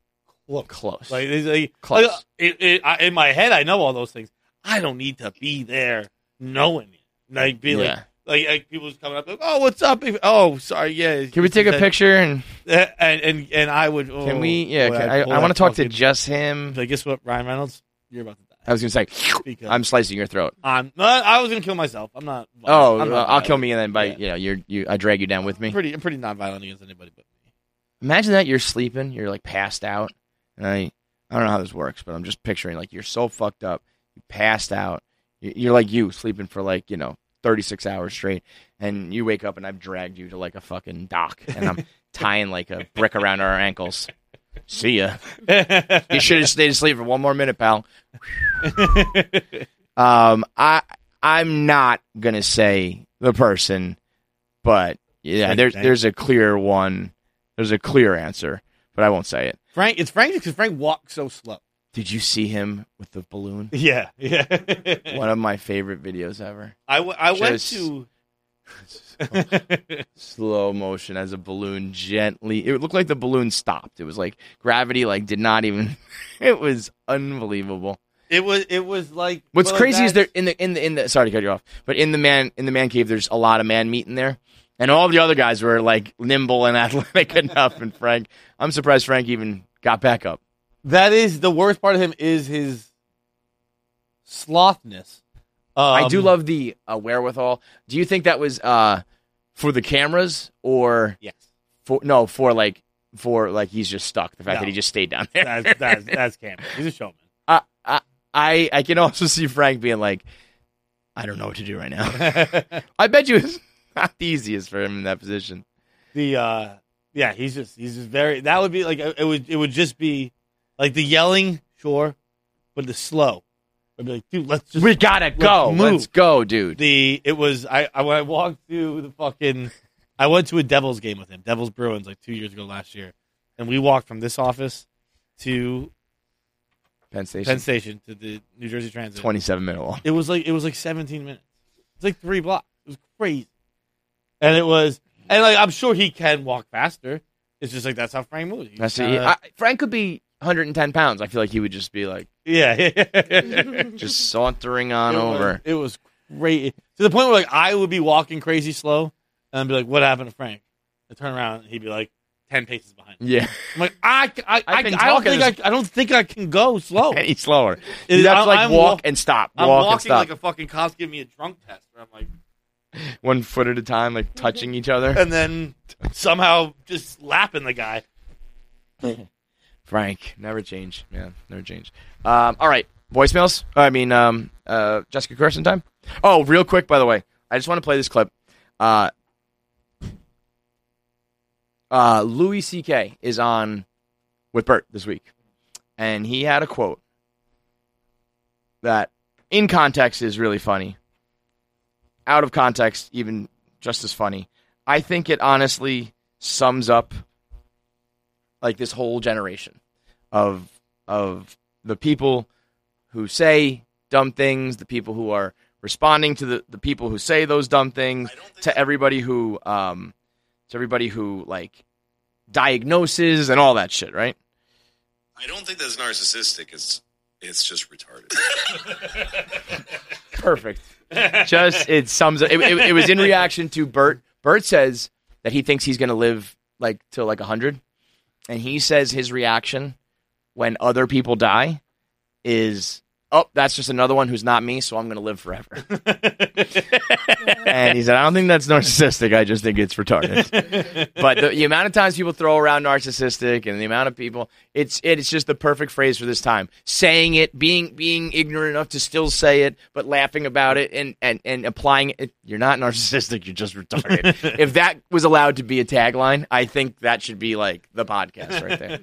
Speaker 3: close.
Speaker 4: Close.
Speaker 3: Like, it's like-
Speaker 4: Close.
Speaker 3: like, it, it, I, in my head, I know all those things. I don't need to be there knowing it. Like, be like,
Speaker 4: Yeah.
Speaker 3: like, like people just coming up, like, oh, what's up? If- Oh, sorry, yeah.
Speaker 4: Can we take a
Speaker 3: that-
Speaker 4: picture and-
Speaker 3: Uh, and and and I would. Oh,
Speaker 4: Can we? Yeah,
Speaker 3: boy,
Speaker 4: can-
Speaker 3: I'd
Speaker 4: I,
Speaker 3: pull
Speaker 4: I
Speaker 3: that
Speaker 4: want to talk to
Speaker 3: fucking-
Speaker 4: just him.
Speaker 3: Like, Oh, guess what, Ryan Reynolds? You're about to die.
Speaker 4: I was gonna say,
Speaker 3: Because-
Speaker 4: I'm slicing your throat.
Speaker 3: I'm. no, I was gonna kill myself. I'm not.
Speaker 4: Oh,
Speaker 3: I'm
Speaker 4: uh,
Speaker 3: not
Speaker 4: I'll
Speaker 3: violent.
Speaker 4: kill me and then by you know you're you I drag you down with me.
Speaker 3: I'm pretty. I'm pretty non-violent against anybody. But
Speaker 4: Imagine that you're sleeping, you're like passed out, and I I don't know how this works, but I'm just picturing like you're so fucked up, you passed out, You- you're like you sleeping for like you know 36 hours straight, and you wake up and I've dragged you to like a fucking dock, and I'm tying like a brick around our ankles. See ya. you should have stayed asleep for one more minute, pal. um, I I'm not gonna say the person, but yeah,
Speaker 3: Frank
Speaker 4: there's
Speaker 3: Knight.
Speaker 4: there's a clear one. There's a clear answer, but I won't say it.
Speaker 3: Frank, it's Frank because Frank walks so slow.
Speaker 4: Did you see him with the balloon?
Speaker 3: Yeah, yeah.
Speaker 4: one of my favorite videos ever.
Speaker 3: I, w- I went
Speaker 4: Just
Speaker 3: to.
Speaker 4: slow motion as a balloon gently. It looked like the balloon stopped. It was like gravity like did not even. it was unbelievable.
Speaker 3: It was. It was like.
Speaker 4: What's
Speaker 3: well,
Speaker 4: crazy is
Speaker 3: that's-
Speaker 4: there in the in the in the sorry to cut you off, but in the man in the man cave, there's a lot of man meat in there, and all the other guys were like nimble and athletic enough. And Frank, I'm surprised Frank even got back up.
Speaker 3: That is the worst part of him is his slothness.
Speaker 4: I do
Speaker 3: Um,
Speaker 4: love the uh, wherewithal. Do you think that was uh, for the cameras or
Speaker 3: yes
Speaker 4: for no for like for like he's just stuck the fact
Speaker 3: No.
Speaker 4: that he just stayed down there.
Speaker 3: That's that's that's Campbell. He's a showman.
Speaker 4: I I I I can also see Frank being like, I don't know what to do right now. I bet you it's not the easiest for him in that position.
Speaker 3: The uh, yeah, he's just he's just very. That would be like it would it would just be like the yelling, sure, but the slow. I'd be like, dude, let's just
Speaker 4: We gotta
Speaker 3: let's
Speaker 4: go.
Speaker 3: move.
Speaker 4: Let's go, dude.
Speaker 3: The it was I, I when I walked through the fucking I went to a Devils game with him, Devils Bruins, like two years ago last year, and we walked from this office to
Speaker 4: Penn Station.
Speaker 3: Penn Station to the New Jersey Transit.
Speaker 4: 27 minute walk.
Speaker 3: It was like it was like 17 minutes. It's like three blocks. It was crazy, and it was and like I'm sure he can walk faster. It's just like that's how Frank moves. He's uh,
Speaker 4: That's
Speaker 3: kinda-
Speaker 4: I, Frank could be 110 pounds. I feel like he would just be like,
Speaker 3: yeah,
Speaker 4: just sauntering on
Speaker 3: it
Speaker 4: over.
Speaker 3: Was, it was great to the point where like I would be walking crazy slow and I'd be like, "What happened to Frank?" I turn around and he'd be like ten paces behind. me.
Speaker 4: Yeah.
Speaker 3: I'm like, I, I, I,
Speaker 4: I've been
Speaker 3: I don't
Speaker 4: talking
Speaker 3: think
Speaker 4: this-
Speaker 3: I, I don't think I can go slow.
Speaker 4: Any slower.
Speaker 3: It-
Speaker 4: You'd have to
Speaker 3: I'm-
Speaker 4: like
Speaker 3: I'm
Speaker 4: walk
Speaker 3: walk-
Speaker 4: and stop.
Speaker 3: I'm
Speaker 4: walk and
Speaker 3: walking
Speaker 4: stop.
Speaker 3: like a fucking cop's giving me a drunk test. Where I'm like,
Speaker 4: One foot at a time, like touching each other.
Speaker 3: and then somehow just lapping the guy.
Speaker 4: Frank, never change. Yeah, never change. Um, all right, voicemails. I mean, um, uh, Jessica Carson time. Oh, real quick, by the way, I just want to play this clip. Uh, uh, Louis C.K. is on with Bert this week, and he had a quote that, in context, is really funny. Out of context, even just as funny. I think it honestly sums up like this whole generation of of the people who say dumb things, the people who are responding to the, the people who say those dumb things, to everybody who um to everybody who like diagnoses and all that shit, right?
Speaker 18: I don't think that's narcissistic. It's it's just retarded.
Speaker 4: Perfect. Just it sums up. It, it, it was in reaction to Bert. Bert says that he thinks he's going to live like till like hundred, and he says his reaction when other people die is, "Oh, that's just another one who's not me, so I'm going to live forever." and he said, "I don't think that's narcissistic. I just think it's retarded." but the, the amount of times people throw around narcissistic and the amount of people, it's it's just the perfect phrase for this time. Saying it, being being ignorant enough to still say it, but laughing about it and and and applying it. You're not narcissistic. You're just retarded. if that was allowed to be a tagline, I think that should be like the podcast right there.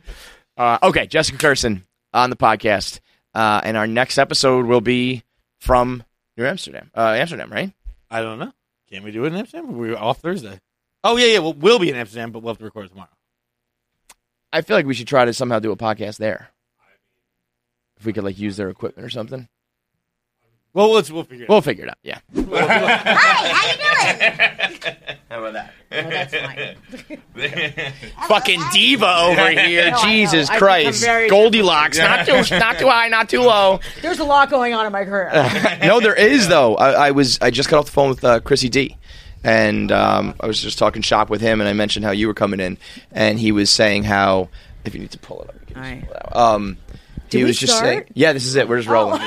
Speaker 4: Uh, okay, Jessica Kirsten on the podcast, uh, and our next episode will be from New Amsterdam. Uh, Amsterdam, right?
Speaker 10: I don't know. Can we do it in Amsterdam? We're off Thursday. Oh yeah, yeah. Well, we'll be in Amsterdam, but we'll have to record tomorrow.
Speaker 4: I feel like we should try to somehow do a podcast there. If we could like use their equipment or something.
Speaker 10: Well, let's we'll figure it
Speaker 4: We'll
Speaker 10: out.
Speaker 4: figure it out. Yeah.
Speaker 10: How about that?
Speaker 4: that's
Speaker 3: Fucking diva over here.
Speaker 4: No, I know.
Speaker 3: Jesus
Speaker 4: I've
Speaker 3: Christ.
Speaker 4: become very
Speaker 3: Goldilocks. Not
Speaker 4: different.
Speaker 3: too not too high, not too low.
Speaker 19: There's a lot going on in my career.
Speaker 4: no, there is though. I, I was I just got off the phone with uh, Chrissy D, and um, I was just talking shop with him, and I mentioned how you were coming in, and he was saying how if you need to pull it up, you can just pull it out. Um,
Speaker 19: Did
Speaker 4: he
Speaker 19: we
Speaker 4: was just saying,
Speaker 19: start? Oh,
Speaker 4: yeah, this is it. We're just rolling.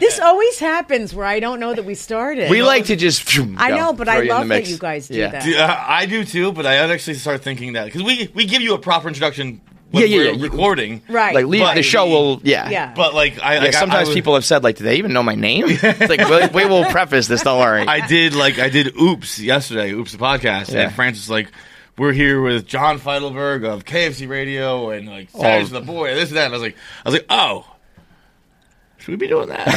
Speaker 19: this always happens where I don't know that we started.
Speaker 4: We like to just. phew,
Speaker 19: I
Speaker 4: go,
Speaker 19: know, but
Speaker 4: throw
Speaker 19: I
Speaker 4: you in the
Speaker 19: love that
Speaker 4: mix.
Speaker 19: you guys do that.
Speaker 10: Dude, uh, I do too, but I would actually start thinking that because we we give you a proper introduction when
Speaker 4: Yeah, yeah,
Speaker 10: we're
Speaker 4: yeah, you-
Speaker 10: recording,
Speaker 19: Right.
Speaker 4: Like leave
Speaker 10: but-
Speaker 4: the show will yeah.
Speaker 10: But like, I,
Speaker 4: Yeah,
Speaker 10: like, I- I
Speaker 4: sometimes
Speaker 10: was-
Speaker 4: people have said like, do they even know my name? It's like we, we will preface this. Don't worry.
Speaker 10: I did like I did Oops yesterday, Oops the podcast,
Speaker 4: Yeah.
Speaker 10: and Francis like we're here with John Feidelberg of KFC Radio and like
Speaker 4: Oh.
Speaker 10: Saturdays with the Boy, this and that. And I was like, I was like, oh, should we be doing that?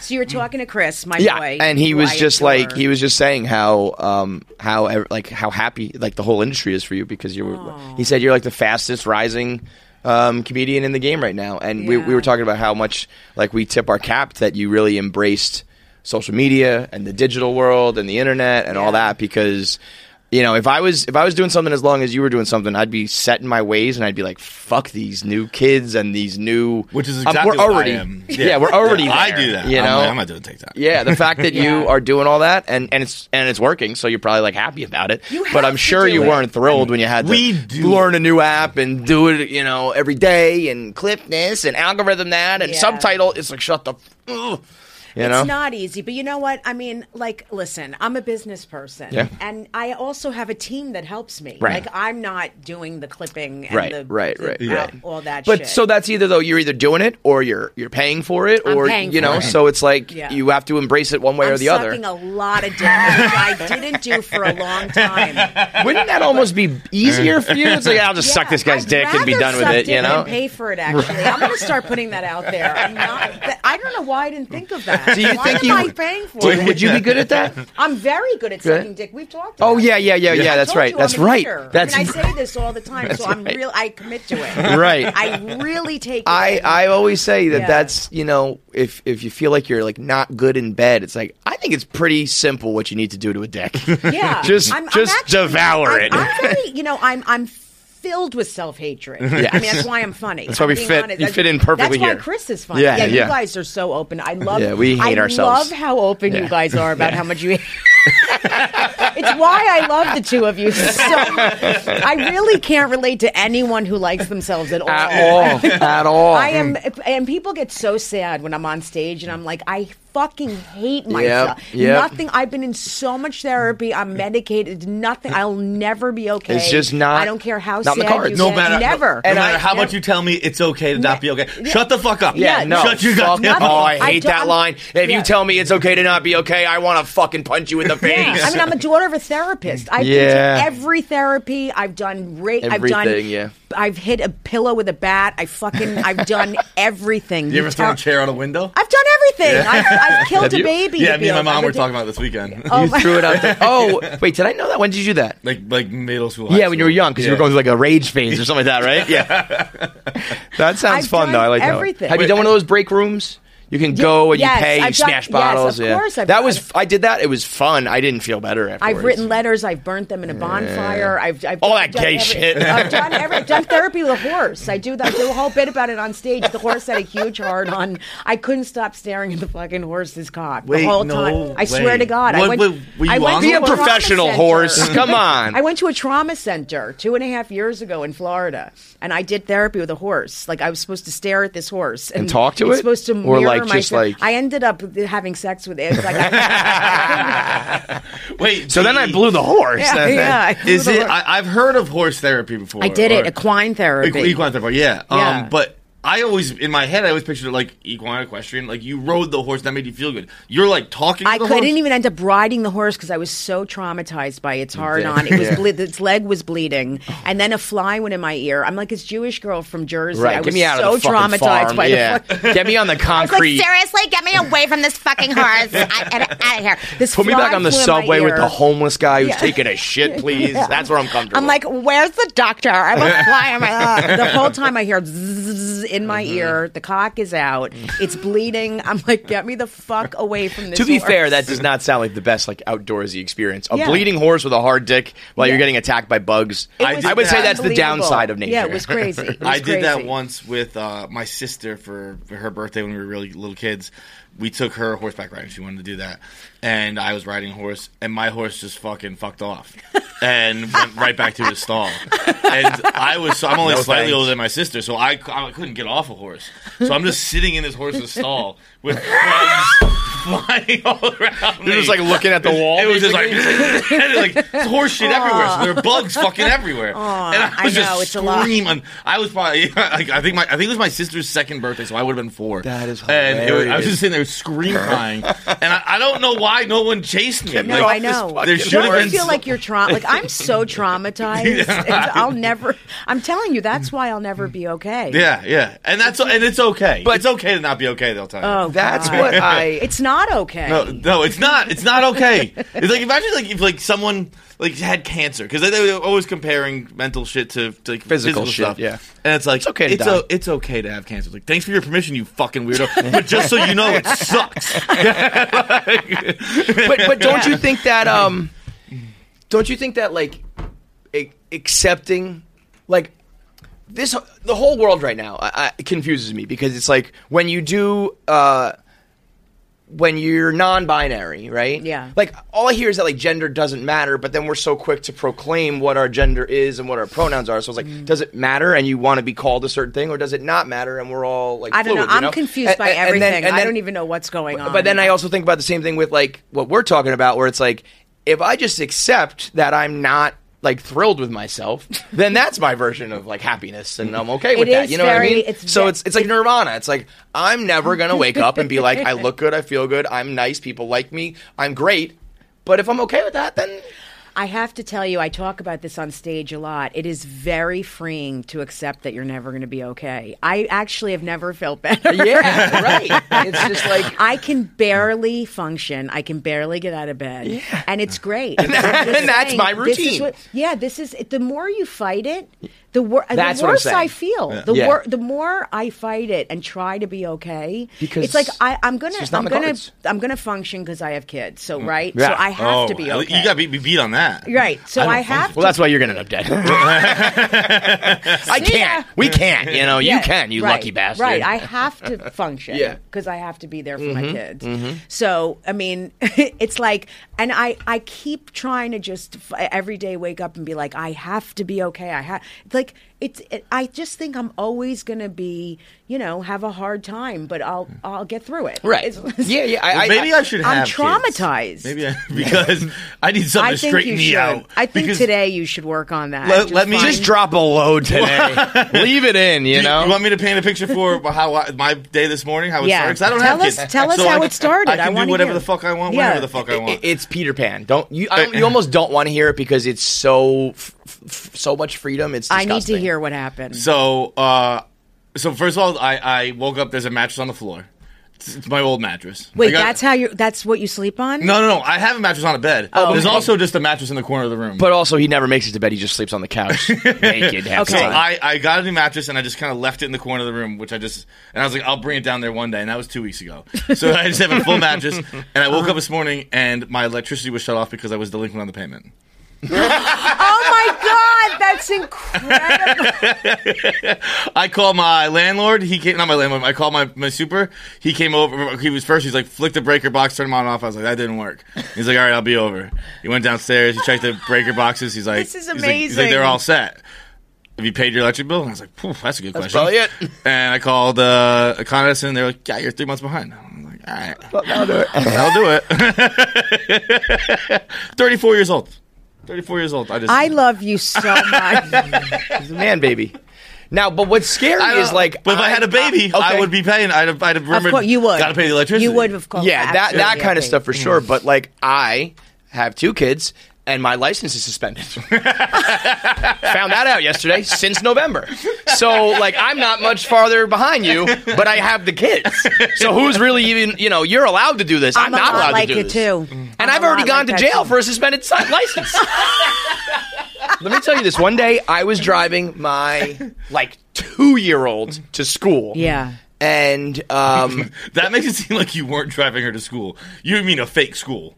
Speaker 19: So you were talking to Chris, my
Speaker 4: yeah,
Speaker 19: boy,
Speaker 4: and he
Speaker 19: who
Speaker 4: was
Speaker 19: I
Speaker 4: just
Speaker 19: adore.
Speaker 4: like he was just saying how um how ev- like how happy like the whole industry is for you because you were he said you're like the fastest rising um comedian in the game right now and we we were talking about how much like we tip our cap that you really embraced social media and the digital world and the internet and all that because you know if I was if I was doing something as long as you were doing something I'd be set in my ways and I'd be like fuck these new kids and these new
Speaker 10: Which is
Speaker 4: Um,
Speaker 10: exactly
Speaker 4: we're
Speaker 10: what I
Speaker 4: already
Speaker 10: am.
Speaker 4: Yeah. we're already
Speaker 10: Yeah, I
Speaker 4: there,
Speaker 10: do that.
Speaker 4: you
Speaker 10: I'm
Speaker 4: know
Speaker 10: like, I'm not doing TikTok.
Speaker 4: yeah, the fact that you are doing all that and, and it's and it's working, so you're probably like happy about it. but I'm sure you
Speaker 10: it.
Speaker 4: weren't thrilled when you had to
Speaker 10: We do-
Speaker 4: learn a new app and do it, you know, every day and clip this and algorithm that and subtitle. It's like shut the, f- ugh, you know.
Speaker 19: It's not easy, but you know what? I mean, like, listen, I'm a business person,
Speaker 4: Yeah.
Speaker 19: and I also have a team that helps me.
Speaker 4: Right.
Speaker 19: Like, I'm not doing the clipping, and
Speaker 4: Right,
Speaker 19: the,
Speaker 4: right,
Speaker 19: the
Speaker 4: right,
Speaker 19: out-
Speaker 4: right.
Speaker 19: all that.
Speaker 4: but
Speaker 19: shit.
Speaker 4: so that's either though you're either doing it or you're you're paying for it
Speaker 19: I'm
Speaker 4: or
Speaker 19: paying
Speaker 4: you know
Speaker 19: for it.
Speaker 4: so it's like
Speaker 19: Yeah.
Speaker 4: you have to embrace it one way
Speaker 19: I'm
Speaker 4: or the other.
Speaker 19: sucking a lot of dick, which I didn't do for a long time.
Speaker 4: Wouldn't that almost be easier for you? It's like I'll just
Speaker 19: Yeah,
Speaker 4: suck this guy's
Speaker 19: I'd
Speaker 4: dick and be
Speaker 19: rather
Speaker 4: done with
Speaker 19: suck
Speaker 4: it,
Speaker 19: dick
Speaker 4: you know.
Speaker 19: than pay for it. Actually, I'm going to start putting that out there. I'm not, that- I don't know why I didn't think of that.
Speaker 4: Do you
Speaker 19: why
Speaker 4: think
Speaker 19: am
Speaker 4: you-
Speaker 19: I paying for
Speaker 4: Do-
Speaker 19: it?
Speaker 4: would you be good at that?
Speaker 19: I'm very good at
Speaker 4: Good.
Speaker 19: sucking dick. We've talked.
Speaker 4: Oh yeah, yeah, yeah, yeah.
Speaker 19: I
Speaker 4: that's
Speaker 19: told
Speaker 4: right.
Speaker 19: you
Speaker 4: That's
Speaker 19: I'm a
Speaker 4: right.
Speaker 19: kidder.
Speaker 4: That's
Speaker 19: I mean, I say this all the time,
Speaker 4: That's
Speaker 19: so I'm
Speaker 4: right.
Speaker 19: real. I commit to it.
Speaker 4: Right.
Speaker 19: I really take. It.
Speaker 4: I, I always say that
Speaker 19: Yeah.
Speaker 4: that's you know if if you feel like you're like not good in bed, it's like I think it's pretty simple what you need to do to a deck.
Speaker 19: Yeah.
Speaker 4: just
Speaker 19: I'm- I'm
Speaker 4: just
Speaker 19: actually-
Speaker 4: devour
Speaker 19: I'm-
Speaker 4: it.
Speaker 19: I'm very- you know, I'm I'm filled with self hatred.
Speaker 4: Yes.
Speaker 19: I mean, that's why I'm funny.
Speaker 4: That's why
Speaker 19: I'm
Speaker 4: we
Speaker 19: being
Speaker 4: fit-
Speaker 19: honest.
Speaker 4: you
Speaker 19: That's-
Speaker 4: fit in perfectly
Speaker 19: That's why
Speaker 4: here.
Speaker 19: Chris is funny.
Speaker 4: Yeah,
Speaker 19: Yeah,
Speaker 4: yeah.
Speaker 19: you guys are so open. I love.
Speaker 4: Yeah, we hate
Speaker 19: I
Speaker 4: ourselves.
Speaker 19: love how open
Speaker 4: Yeah.
Speaker 19: you guys are about
Speaker 4: Yeah.
Speaker 19: how much you. it's why I love the two of you so. I really can't relate to anyone who likes themselves at all.
Speaker 4: At all, at all.
Speaker 19: I am, and people get so sad when I'm on stage, and I'm like, I fucking hate myself.
Speaker 4: yep.
Speaker 19: Nothing. I've been in so much therapy. I'm medicated. Nothing. I'll never be okay.
Speaker 10: It's just not-
Speaker 19: I don't care
Speaker 10: Not
Speaker 19: how
Speaker 10: in
Speaker 19: sad
Speaker 10: the
Speaker 19: you
Speaker 10: cards. No
Speaker 19: get.
Speaker 10: matter,
Speaker 19: never.
Speaker 10: No, matter how much you tell me it's okay to not be okay. Shut the fuck up.
Speaker 4: Yeah, no.
Speaker 10: Shut your
Speaker 4: fuck-
Speaker 10: goddamn
Speaker 4: Oh,
Speaker 10: mouth.
Speaker 4: I hate that line. If you tell me it's okay to not be okay, I want to fucking punch you in the face.
Speaker 19: Yeah, I mean, I'm a daughter of a therapist. I've
Speaker 4: Yeah.
Speaker 19: been to every therapy. I've done rape. I've done.
Speaker 4: Everything, yeah.
Speaker 19: I've hit a pillow with a bat. I fucking. I've done everything.
Speaker 10: You ever throw
Speaker 19: tell-
Speaker 10: a chair out a window?
Speaker 19: I've done everything.
Speaker 10: Yeah.
Speaker 19: I've, I've killed
Speaker 10: Have
Speaker 19: a
Speaker 10: you?
Speaker 19: baby.
Speaker 10: Yeah,
Speaker 19: to
Speaker 10: me and my
Speaker 19: build.
Speaker 10: mom
Speaker 19: I've
Speaker 10: were
Speaker 19: been-
Speaker 10: talking about it this weekend.
Speaker 19: Oh You my-
Speaker 4: threw it out there. Oh, wait, did I know that? When did you do that?
Speaker 10: Like like middle school.
Speaker 4: yeah, when you were young, because you were going through like a rage phase or something like that, right? Yeah. that sounds
Speaker 19: I've
Speaker 4: fun, though. I
Speaker 19: done
Speaker 4: like
Speaker 19: everything.
Speaker 4: that. One. Have you
Speaker 19: Wait,
Speaker 4: done one of those break rooms? You can go and
Speaker 19: yes,
Speaker 4: you pay, you
Speaker 19: I've done-
Speaker 4: smash
Speaker 19: yes, of
Speaker 4: bottles. yeah.
Speaker 19: course I've
Speaker 4: that
Speaker 19: done
Speaker 4: was I did that. It was fun. I didn't feel better afterwards.
Speaker 19: I've written letters. I've burnt them in a bonfire. I've, I've
Speaker 4: All
Speaker 19: done-
Speaker 4: that
Speaker 19: done
Speaker 4: gay
Speaker 19: every-
Speaker 4: shit.
Speaker 19: I've done, every, I've done therapy with a horse. I do that. I do a whole bit about it on stage. The horse had a huge hard on. I couldn't stop staring at the fucking horse's cock the
Speaker 4: Wait,
Speaker 19: whole
Speaker 4: no
Speaker 19: time. I
Speaker 4: way.
Speaker 19: swear to God,
Speaker 4: What-
Speaker 19: I went.
Speaker 4: what- were
Speaker 19: I
Speaker 4: you
Speaker 19: went
Speaker 4: on
Speaker 19: to
Speaker 4: Be a
Speaker 19: trauma
Speaker 4: professional
Speaker 19: center.
Speaker 4: horse. Come on.
Speaker 19: I went to a trauma center two and a half years ago in Florida, and I did therapy with a horse. Like I was supposed to stare at this horse
Speaker 4: And talk to
Speaker 19: it's
Speaker 4: it?
Speaker 19: Supposed to
Speaker 4: Or,
Speaker 19: mirror
Speaker 4: like, just,
Speaker 19: myself.
Speaker 4: like-
Speaker 19: I ended up having sex with it. It's like I-
Speaker 10: Wait.
Speaker 4: So then I blew the horse.
Speaker 19: Yeah,
Speaker 10: Then-
Speaker 19: yeah, I blew
Speaker 10: Is
Speaker 19: the
Speaker 10: it?
Speaker 19: horse.
Speaker 10: I, I've heard of horse therapy before.
Speaker 19: I did it.
Speaker 10: or-
Speaker 19: Equine therapy.
Speaker 10: Equine therapy. Yeah.
Speaker 19: Yeah.
Speaker 10: Um, but
Speaker 3: I always in my head I always pictured it like equine equestrian. Like you rode the horse that made you feel good. You're like talking.
Speaker 19: I
Speaker 3: to the
Speaker 19: couldn't
Speaker 3: horse.
Speaker 19: even end up riding the horse because I was so traumatized by its hard
Speaker 3: Yeah.
Speaker 19: on. It was
Speaker 3: Yeah.
Speaker 19: ble- its leg was bleeding,
Speaker 4: Oh.
Speaker 19: and then a fly went in my ear. I'm like, it's Jewish girl from Jersey. I
Speaker 4: Right,
Speaker 19: was
Speaker 4: get me out
Speaker 19: so
Speaker 4: of the fucking
Speaker 19: traumatized
Speaker 4: farm.
Speaker 19: by
Speaker 4: yeah.
Speaker 19: the.
Speaker 4: get me on the concrete.
Speaker 19: seriously, get me away from this fucking horse. out of here. This
Speaker 4: Put me back on the subway with the homeless guy who's
Speaker 19: Yeah.
Speaker 4: taking a shit, please.
Speaker 19: Yeah.
Speaker 4: That's where I'm comfortable.
Speaker 19: I'm like, where's the doctor? I'm a fly on my. Uh, the whole time I hear zzz in my
Speaker 4: Mm-hmm.
Speaker 19: ear. The cock is out. It's bleeding. I'm like, get me the fuck away from this.
Speaker 4: to be
Speaker 19: horse.
Speaker 4: fair, that does not sound like the best like outdoorsy experience. A
Speaker 19: Yeah.
Speaker 4: bleeding horse with a hard dick while
Speaker 19: Yeah.
Speaker 4: you're getting attacked by bugs.
Speaker 19: It
Speaker 4: I,
Speaker 19: was
Speaker 4: I would say that's the
Speaker 19: unbelievable.
Speaker 4: downside of nature.
Speaker 19: Yeah, it was crazy. It was
Speaker 3: I did that
Speaker 19: crazy.
Speaker 3: once with uh, my sister for, for her birthday when we were really little kids. We took her horseback riding. She wanted to do that, and I was riding a horse, and my horse just fucking fucked off and went right back to his stall. And I was so I'm only
Speaker 10: No
Speaker 3: slightly
Speaker 10: thanks.
Speaker 3: older than my sister, so I, cou- I couldn't get off a horse. So I'm just sitting in this horse's stall with flies flying all around.
Speaker 4: You're just,
Speaker 3: me.
Speaker 4: like, looking at the wall,
Speaker 3: It was just like,
Speaker 4: basically?
Speaker 3: and, like there's horse shit everywhere. So there
Speaker 19: Aw.
Speaker 3: are bugs fucking everywhere.
Speaker 19: Aw,
Speaker 3: and I
Speaker 19: I
Speaker 3: was
Speaker 19: know,
Speaker 3: just
Speaker 19: it's a lot.
Speaker 3: screaming. I was probably like, I think my I think it was my sister's second birthday, so I would have been four. That is and it was, I was
Speaker 4: hilarious.
Speaker 3: just sitting there scream crying, and I, I don't know why no one chased me.
Speaker 19: No, I know.
Speaker 3: There
Speaker 19: Don't
Speaker 3: should have
Speaker 19: you
Speaker 3: been.
Speaker 19: feel like you're trauma? Like I'm so traumatized.
Speaker 3: Yeah.
Speaker 19: and I'll never. I'm telling you, that's why I'll never be okay.
Speaker 3: yeah, yeah, and that's and it's okay. But it's okay to not be okay. They'll tell you.
Speaker 19: Oh, God. It's not okay.
Speaker 3: No, no, it's not. It's not okay. it's like imagine like if like someone like had cancer because they, they were always comparing mental shit to, to like, physical,
Speaker 4: Physical shit,
Speaker 3: stuff.
Speaker 4: yeah.
Speaker 3: and it's like it's
Speaker 4: okay to
Speaker 3: it's,
Speaker 4: die.
Speaker 3: o- it's okay to have cancer. It's like thanks for your permission, you fucking weirdo. but just so you know, it sucks.
Speaker 4: but but don't you think that um don't you think that like a- accepting like this the whole world right now I, I, confuses me because it's like when you do uh when you're non-binary right yeah like all i hear is that like gender doesn't matter but then we're so quick to proclaim what our gender is and what our pronouns are so it's like
Speaker 19: Mm-hmm.
Speaker 4: does it matter and you want to be called a certain thing or does it not matter and we're all like
Speaker 19: I don't
Speaker 4: fluid,
Speaker 19: know.
Speaker 4: you
Speaker 19: I'm confused
Speaker 4: And-
Speaker 19: by
Speaker 4: and-
Speaker 19: everything.
Speaker 4: and then- and
Speaker 19: I
Speaker 4: then-
Speaker 19: don't even know what's going on.
Speaker 4: but then I also think about the same thing with like what we're talking about, where it's like if I just accept that I'm not like thrilled with myself, then that's my version of like happiness, and I'm okay
Speaker 19: It
Speaker 4: with that.
Speaker 19: is
Speaker 4: You know what I
Speaker 19: very-
Speaker 4: mean?
Speaker 19: it's
Speaker 4: so
Speaker 19: ve-
Speaker 4: it's it's like Nirvana. It's like I'm never gonna wake up and be like I look good, I feel good, I'm nice, people like me, I'm great. But if I'm okay with that, then
Speaker 19: I have to tell you, I talk about this on stage a lot. It is very freeing to accept that you're never going to be okay. I actually have never felt better.
Speaker 4: Yeah, right. It's just like
Speaker 19: I can barely function. I can barely get out of bed, and it's great.
Speaker 4: And that- and that's my
Speaker 19: This is
Speaker 4: routine.
Speaker 19: what- yeah, this is the more you fight it, the, wor-
Speaker 4: That's
Speaker 19: the
Speaker 4: what I'm
Speaker 19: worse I
Speaker 4: saying.
Speaker 19: feel.
Speaker 4: Yeah.
Speaker 19: The
Speaker 4: Yeah.
Speaker 19: wor- the more I fight it and try to be okay,
Speaker 4: Because
Speaker 19: it's like I, I'm gonna,
Speaker 4: it's just not
Speaker 19: I'm
Speaker 4: Mm. in the
Speaker 19: gonna,
Speaker 4: cards.
Speaker 19: I'm gonna function because I have kids. So right, so I have to be
Speaker 3: Oh,
Speaker 19: okay.
Speaker 3: You got to be beat on that.
Speaker 19: Right. So I,
Speaker 3: don't
Speaker 19: have
Speaker 4: well, that's why you're gonna end up dead. I can't. We can't. You know,
Speaker 19: Yeah,
Speaker 4: you can. You
Speaker 19: right,
Speaker 4: lucky bastard.
Speaker 19: Right. I have to function
Speaker 4: Yeah.
Speaker 19: because I have to be
Speaker 3: Mm-hmm.
Speaker 19: there for my
Speaker 4: Mhm,
Speaker 19: kids.
Speaker 4: mhm.
Speaker 19: So, I mean, it's like, and I, I keep trying to just f- every day wake up and be like, I have to be okay. I have, like, it's, it, I just think I'm always going to be, you know, have a hard time, but I'll, I'll get through it.
Speaker 4: Right.
Speaker 19: It's-
Speaker 4: Yeah, yeah, I- Well, I-
Speaker 3: maybe I should
Speaker 19: I'm
Speaker 3: have kids.
Speaker 19: traumatized.
Speaker 3: Maybe I, because I need something
Speaker 19: I
Speaker 3: to
Speaker 19: think you
Speaker 3: straighten me
Speaker 19: should.
Speaker 3: out.
Speaker 19: I think
Speaker 3: Because-
Speaker 19: today you should work on that.
Speaker 3: Let- let me-
Speaker 19: find-
Speaker 3: Just
Speaker 4: drop a load today. Leave it in, you
Speaker 3: know. You want me to paint a picture for how I, my day this morning, how it
Speaker 4: Yeah.
Speaker 3: started? 'Cause I don't
Speaker 4: Tell
Speaker 3: have
Speaker 4: us-
Speaker 3: kids.
Speaker 4: tell us
Speaker 3: So
Speaker 4: how
Speaker 3: I-
Speaker 4: it started.
Speaker 3: I
Speaker 4: I
Speaker 3: can
Speaker 4: wanna
Speaker 3: do whatever
Speaker 4: hear.
Speaker 3: the fuck I want,
Speaker 4: Yeah.
Speaker 3: whenever the fuck I
Speaker 4: It-
Speaker 3: want.
Speaker 4: it- it's Peter Pan. Don't you? I, you almost don't want to hear it because it's so f- f- so much freedom. It's
Speaker 19: I need to
Speaker 4: disgusting.
Speaker 19: hear what happened.
Speaker 3: So, uh, so first of all, I, I woke up. There's a mattress on the floor. It's, it's my old mattress.
Speaker 19: Wait,
Speaker 3: I got-
Speaker 19: that's how you. That's what you sleep on.
Speaker 3: no, no, no. I have a mattress on a bed.
Speaker 19: Oh,
Speaker 3: There's
Speaker 19: okay.
Speaker 3: also just a mattress in the corner of the room.
Speaker 4: But also, he never makes it to bed. He just sleeps on the couch naked. half the
Speaker 3: So
Speaker 4: time.
Speaker 3: I, I got a new mattress and I just kind of left it in the corner of the room, which I just and I was like, I'll bring it down there one day, and that was two weeks ago. So I just have a full mattress, and I woke up this morning and my electricity was shut off because I was delinquent on the payment.
Speaker 19: oh my god, that's incredible!
Speaker 3: I called my landlord. He came, not my landlord. I called my, my super. He came over. He was first. He's like, flick the breaker box, turn them on and off. I was like, that didn't work. He's like, all right, I'll be over. He went downstairs. He checked the breaker boxes. He's like,
Speaker 19: This is
Speaker 3: he's like- he's like,
Speaker 19: amazing.
Speaker 3: they're all set. Have you paid your electric bill? And I was like, "Phew, that's a good
Speaker 4: That's
Speaker 3: question.
Speaker 4: probably it.
Speaker 3: And I called uh, a Con Edison. They're like, yeah, you're three months behind. I'm like, all right,
Speaker 4: I'll do it.
Speaker 3: I'll do it. Thirty-four years old. Thirty-four years old. I just
Speaker 19: I love you so much.
Speaker 4: He's a man baby. Now, but what's scary
Speaker 3: I
Speaker 4: is
Speaker 3: don't-
Speaker 4: like,
Speaker 3: but if I had a baby, I would be paying. I'd have, I'd have remembered. Got to pay the electricity.
Speaker 4: Yeah, that that kind of stuff for sure. But like, I have two kids, and my license is suspended. Found that out yesterday. Since November, so like, I'm not much farther behind you, but I have the kids. So who's really even? You know, you're allowed to do this. I'm,
Speaker 19: a
Speaker 4: not
Speaker 19: lot
Speaker 4: allowed
Speaker 19: like
Speaker 4: to do
Speaker 19: you
Speaker 4: this.
Speaker 19: too.
Speaker 4: And i have
Speaker 19: a
Speaker 4: already
Speaker 19: lot
Speaker 4: gone
Speaker 19: like
Speaker 4: to
Speaker 19: that
Speaker 4: jail for a suspended si- license. Let me tell you this. One day I was driving my like two year old to school.
Speaker 19: Yeah.
Speaker 4: And um,
Speaker 3: that makes it seem like you weren't driving her to school. You mean a fake school?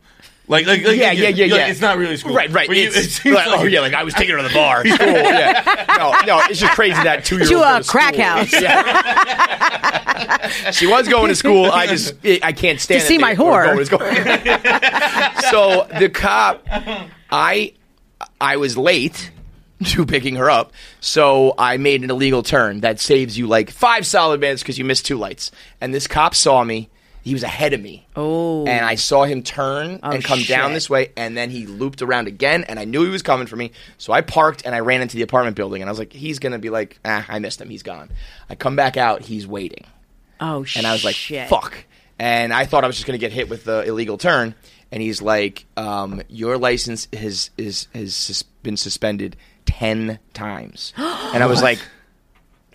Speaker 3: Like, like, like
Speaker 4: Yeah, yeah, yeah,
Speaker 3: like,
Speaker 4: yeah.
Speaker 3: It's not really school,
Speaker 4: Right, right.
Speaker 3: But you-
Speaker 4: It's-
Speaker 3: it seems
Speaker 4: like, oh, yeah, like, I was taking her to the bar.
Speaker 3: School,
Speaker 4: yeah.
Speaker 3: Mm-hmm.
Speaker 4: No, no, it's just crazy that two year old
Speaker 19: To a crack house.
Speaker 4: She was going to school. I just I can't stand
Speaker 19: To
Speaker 4: it.
Speaker 19: see my
Speaker 4: They were
Speaker 19: whore.
Speaker 4: going to school. so the cop, I I was late to picking her up, so I made an illegal turn that saves you like five solid minutes because you missed two lights. And this cop saw me. He was ahead of me.
Speaker 19: Oh.
Speaker 4: And I saw him turn
Speaker 19: Oh,
Speaker 4: and come down
Speaker 19: shit.
Speaker 4: this way, and then he looped around again, and I knew he was coming for me. So I parked and I ran into the apartment building, and I was like, he's going to be like, ah, I missed him. He's gone. I come back out, he's waiting.
Speaker 19: Oh
Speaker 4: And I was like,
Speaker 19: shit.
Speaker 4: fuck. And I thought I was just going to get hit with the illegal turn. And he's like, um, your license has, is, has sus- been suspended 10 times. and I was like,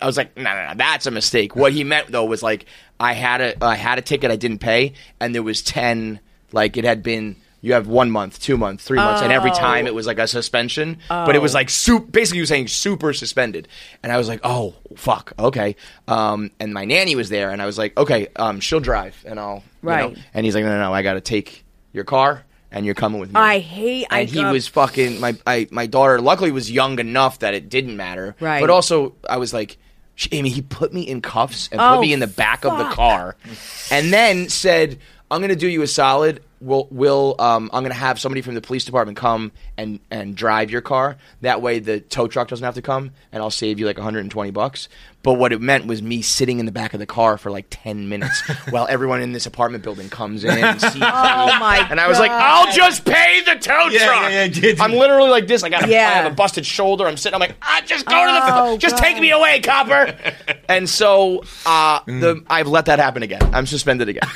Speaker 4: I was like, no, no, no, that's a mistake. What he meant though was like, I had a, I had a ticket I didn't pay, and there was ten. Like it had been, you have one month, two month, three months, and every
Speaker 10: Oh.
Speaker 4: time it was like a suspension. But it was
Speaker 10: Oh.
Speaker 4: like soup. Basically, you were saying super suspended, and I was like, oh fuck, okay. Um, and my nanny was there, and I was like, okay, um, she'll drive, and I'll you know.
Speaker 19: Right.
Speaker 4: And he's like, no, no, no, I got to take your car, and you're coming with me
Speaker 19: I hate. I
Speaker 4: and he
Speaker 19: got-
Speaker 4: was fucking my I, my daughter. Luckily, was young enough that it didn't matter.
Speaker 19: Right.
Speaker 4: But also, I was like, "Sh- Amy, he put me in cuffs and
Speaker 10: Oh,
Speaker 4: put me in the back of the
Speaker 10: fuck.
Speaker 4: car, and then said, "I'm going to do you a solid. We'll, we'll um, I'm going to have somebody from the police department come and and drive your car. That way, the tow truck doesn't have to come, and I'll save you like 120 bucks." But what it meant was me sitting in the back of the car for like 10 minutes while everyone in this apartment building comes in and sees me.
Speaker 10: Oh, my
Speaker 4: And I was like,
Speaker 10: God.
Speaker 4: I'll just pay the tow
Speaker 10: Yeah,
Speaker 4: truck.
Speaker 10: yeah,
Speaker 4: I'm literally like this. I got a, I
Speaker 10: Yeah.
Speaker 4: have a busted shoulder. I'm sitting. I'm like, ah, just go to
Speaker 10: Oh,
Speaker 4: the. Just take
Speaker 10: God.
Speaker 4: me away, copper. and so uh,
Speaker 10: Mm.
Speaker 4: the I've let that happen again. I'm suspended again.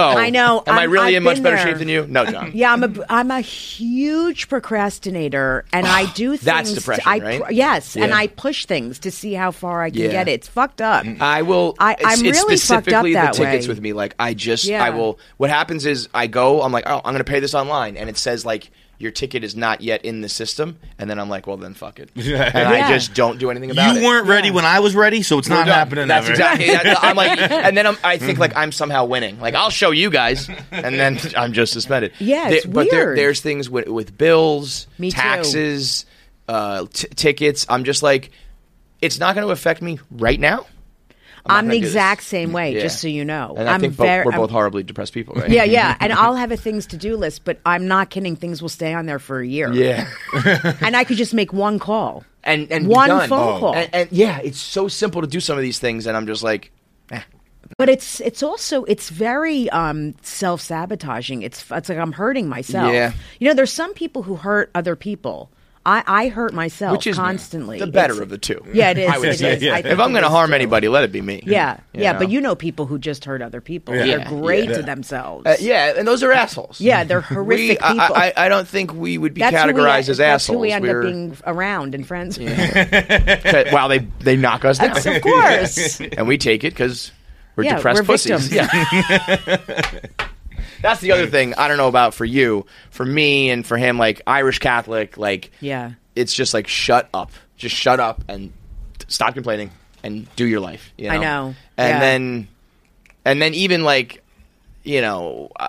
Speaker 19: I know.
Speaker 4: Am i
Speaker 19: I'm-
Speaker 4: really
Speaker 19: I've
Speaker 4: in much
Speaker 19: been
Speaker 4: better
Speaker 19: there.
Speaker 4: shape than you? No, John.
Speaker 19: Yeah, I'm a I'm a huge procrastinator, and I do things.
Speaker 4: That's depression,
Speaker 19: I,
Speaker 4: right?
Speaker 19: pr- Yes, and
Speaker 4: Yeah.
Speaker 19: I push things to see how far I can
Speaker 4: Yeah.
Speaker 19: get it. It's fucked up.
Speaker 10: Mm.
Speaker 4: I will.
Speaker 19: I,
Speaker 4: it's,
Speaker 19: I'm
Speaker 4: it's
Speaker 19: really fucked up
Speaker 4: specifically
Speaker 19: that
Speaker 4: the tickets
Speaker 19: way.
Speaker 4: with me. Like I just, I
Speaker 19: Yeah.
Speaker 4: will. What happens is I go. I'm like, oh, I'm gonna pay this online, and it says like your ticket is not yet in the system, and then I'm like, well, then fuck it, and I
Speaker 3: Yeah.
Speaker 4: just don't do anything about
Speaker 3: you
Speaker 4: it.
Speaker 3: weren't ready when I was ready, so it's
Speaker 4: We're
Speaker 3: not
Speaker 4: done.
Speaker 3: happening.
Speaker 4: That's
Speaker 3: ever.
Speaker 4: exactly. that- I'm like, and then I'm, I think like I'm somehow winning. Like I'll show you guys, and then I'm just suspended.
Speaker 10: Yeah,
Speaker 4: There-
Speaker 10: it's
Speaker 4: But there,
Speaker 10: weird.
Speaker 4: there's things with, with bills,
Speaker 10: Me too.
Speaker 4: taxes, uh, t- tickets. I'm just like, it's not going to affect me right now. not
Speaker 19: I'm the
Speaker 4: gonna do this.
Speaker 19: exact same way,
Speaker 4: Yeah.
Speaker 19: just so you know.
Speaker 4: And I
Speaker 19: am
Speaker 4: think both,
Speaker 19: very,
Speaker 4: we're
Speaker 19: I'm-
Speaker 4: both horribly depressed people, right?
Speaker 19: Yeah, yeah. And I'll have a things to do list, but I'm not kidding. Things will stay on there for a year.
Speaker 4: Yeah.
Speaker 19: and I could just make one call.
Speaker 4: and and be
Speaker 19: one
Speaker 4: done. Oh.
Speaker 19: phone call.
Speaker 4: And, and yeah, it's so simple to do some of these things, and I'm just like,
Speaker 19: But it's it's also it's very um, self sabotaging. It's it's like I'm hurting myself.
Speaker 4: Yeah.
Speaker 19: You know, there's some people who hurt other people. I, I hurt myself
Speaker 4: which is
Speaker 19: constantly.
Speaker 4: the better
Speaker 19: It's-
Speaker 4: of the two.
Speaker 19: Yeah, it is.
Speaker 4: I would
Speaker 19: It
Speaker 4: say.
Speaker 19: is. I think
Speaker 4: If I'm
Speaker 19: it
Speaker 4: going to
Speaker 19: is
Speaker 4: harm
Speaker 19: too.
Speaker 4: anybody, let it be me.
Speaker 19: Yeah, yeah,
Speaker 4: know?
Speaker 19: but you know people who just hurt other people.
Speaker 4: Yeah.
Speaker 19: They're
Speaker 4: Yeah.
Speaker 19: great
Speaker 4: Yeah.
Speaker 19: to themselves.
Speaker 4: Uh, yeah, and those are assholes.
Speaker 19: Yeah, they're horrific
Speaker 4: We- I-
Speaker 19: people.
Speaker 4: I, I, I don't think we would be
Speaker 19: that's who we-
Speaker 4: categorized as
Speaker 19: that's
Speaker 4: assholes.
Speaker 19: Who we end
Speaker 4: We're-
Speaker 19: up being around and friends. with.
Speaker 4: that- wow, they they knock us down.
Speaker 19: That's- of course.
Speaker 4: and we take it because we're
Speaker 19: Yeah,
Speaker 4: depressed
Speaker 19: we're
Speaker 4: pussies.
Speaker 19: victims.
Speaker 4: That's the other thing I don't know about for you, for me, and for him. Like Irish Catholic, like
Speaker 19: Yeah.
Speaker 4: it's just like shut up, just shut up and t- stop complaining and do your life. You know?
Speaker 19: I know.
Speaker 4: And
Speaker 19: Yeah.
Speaker 4: then, and then even like, you know. Uh,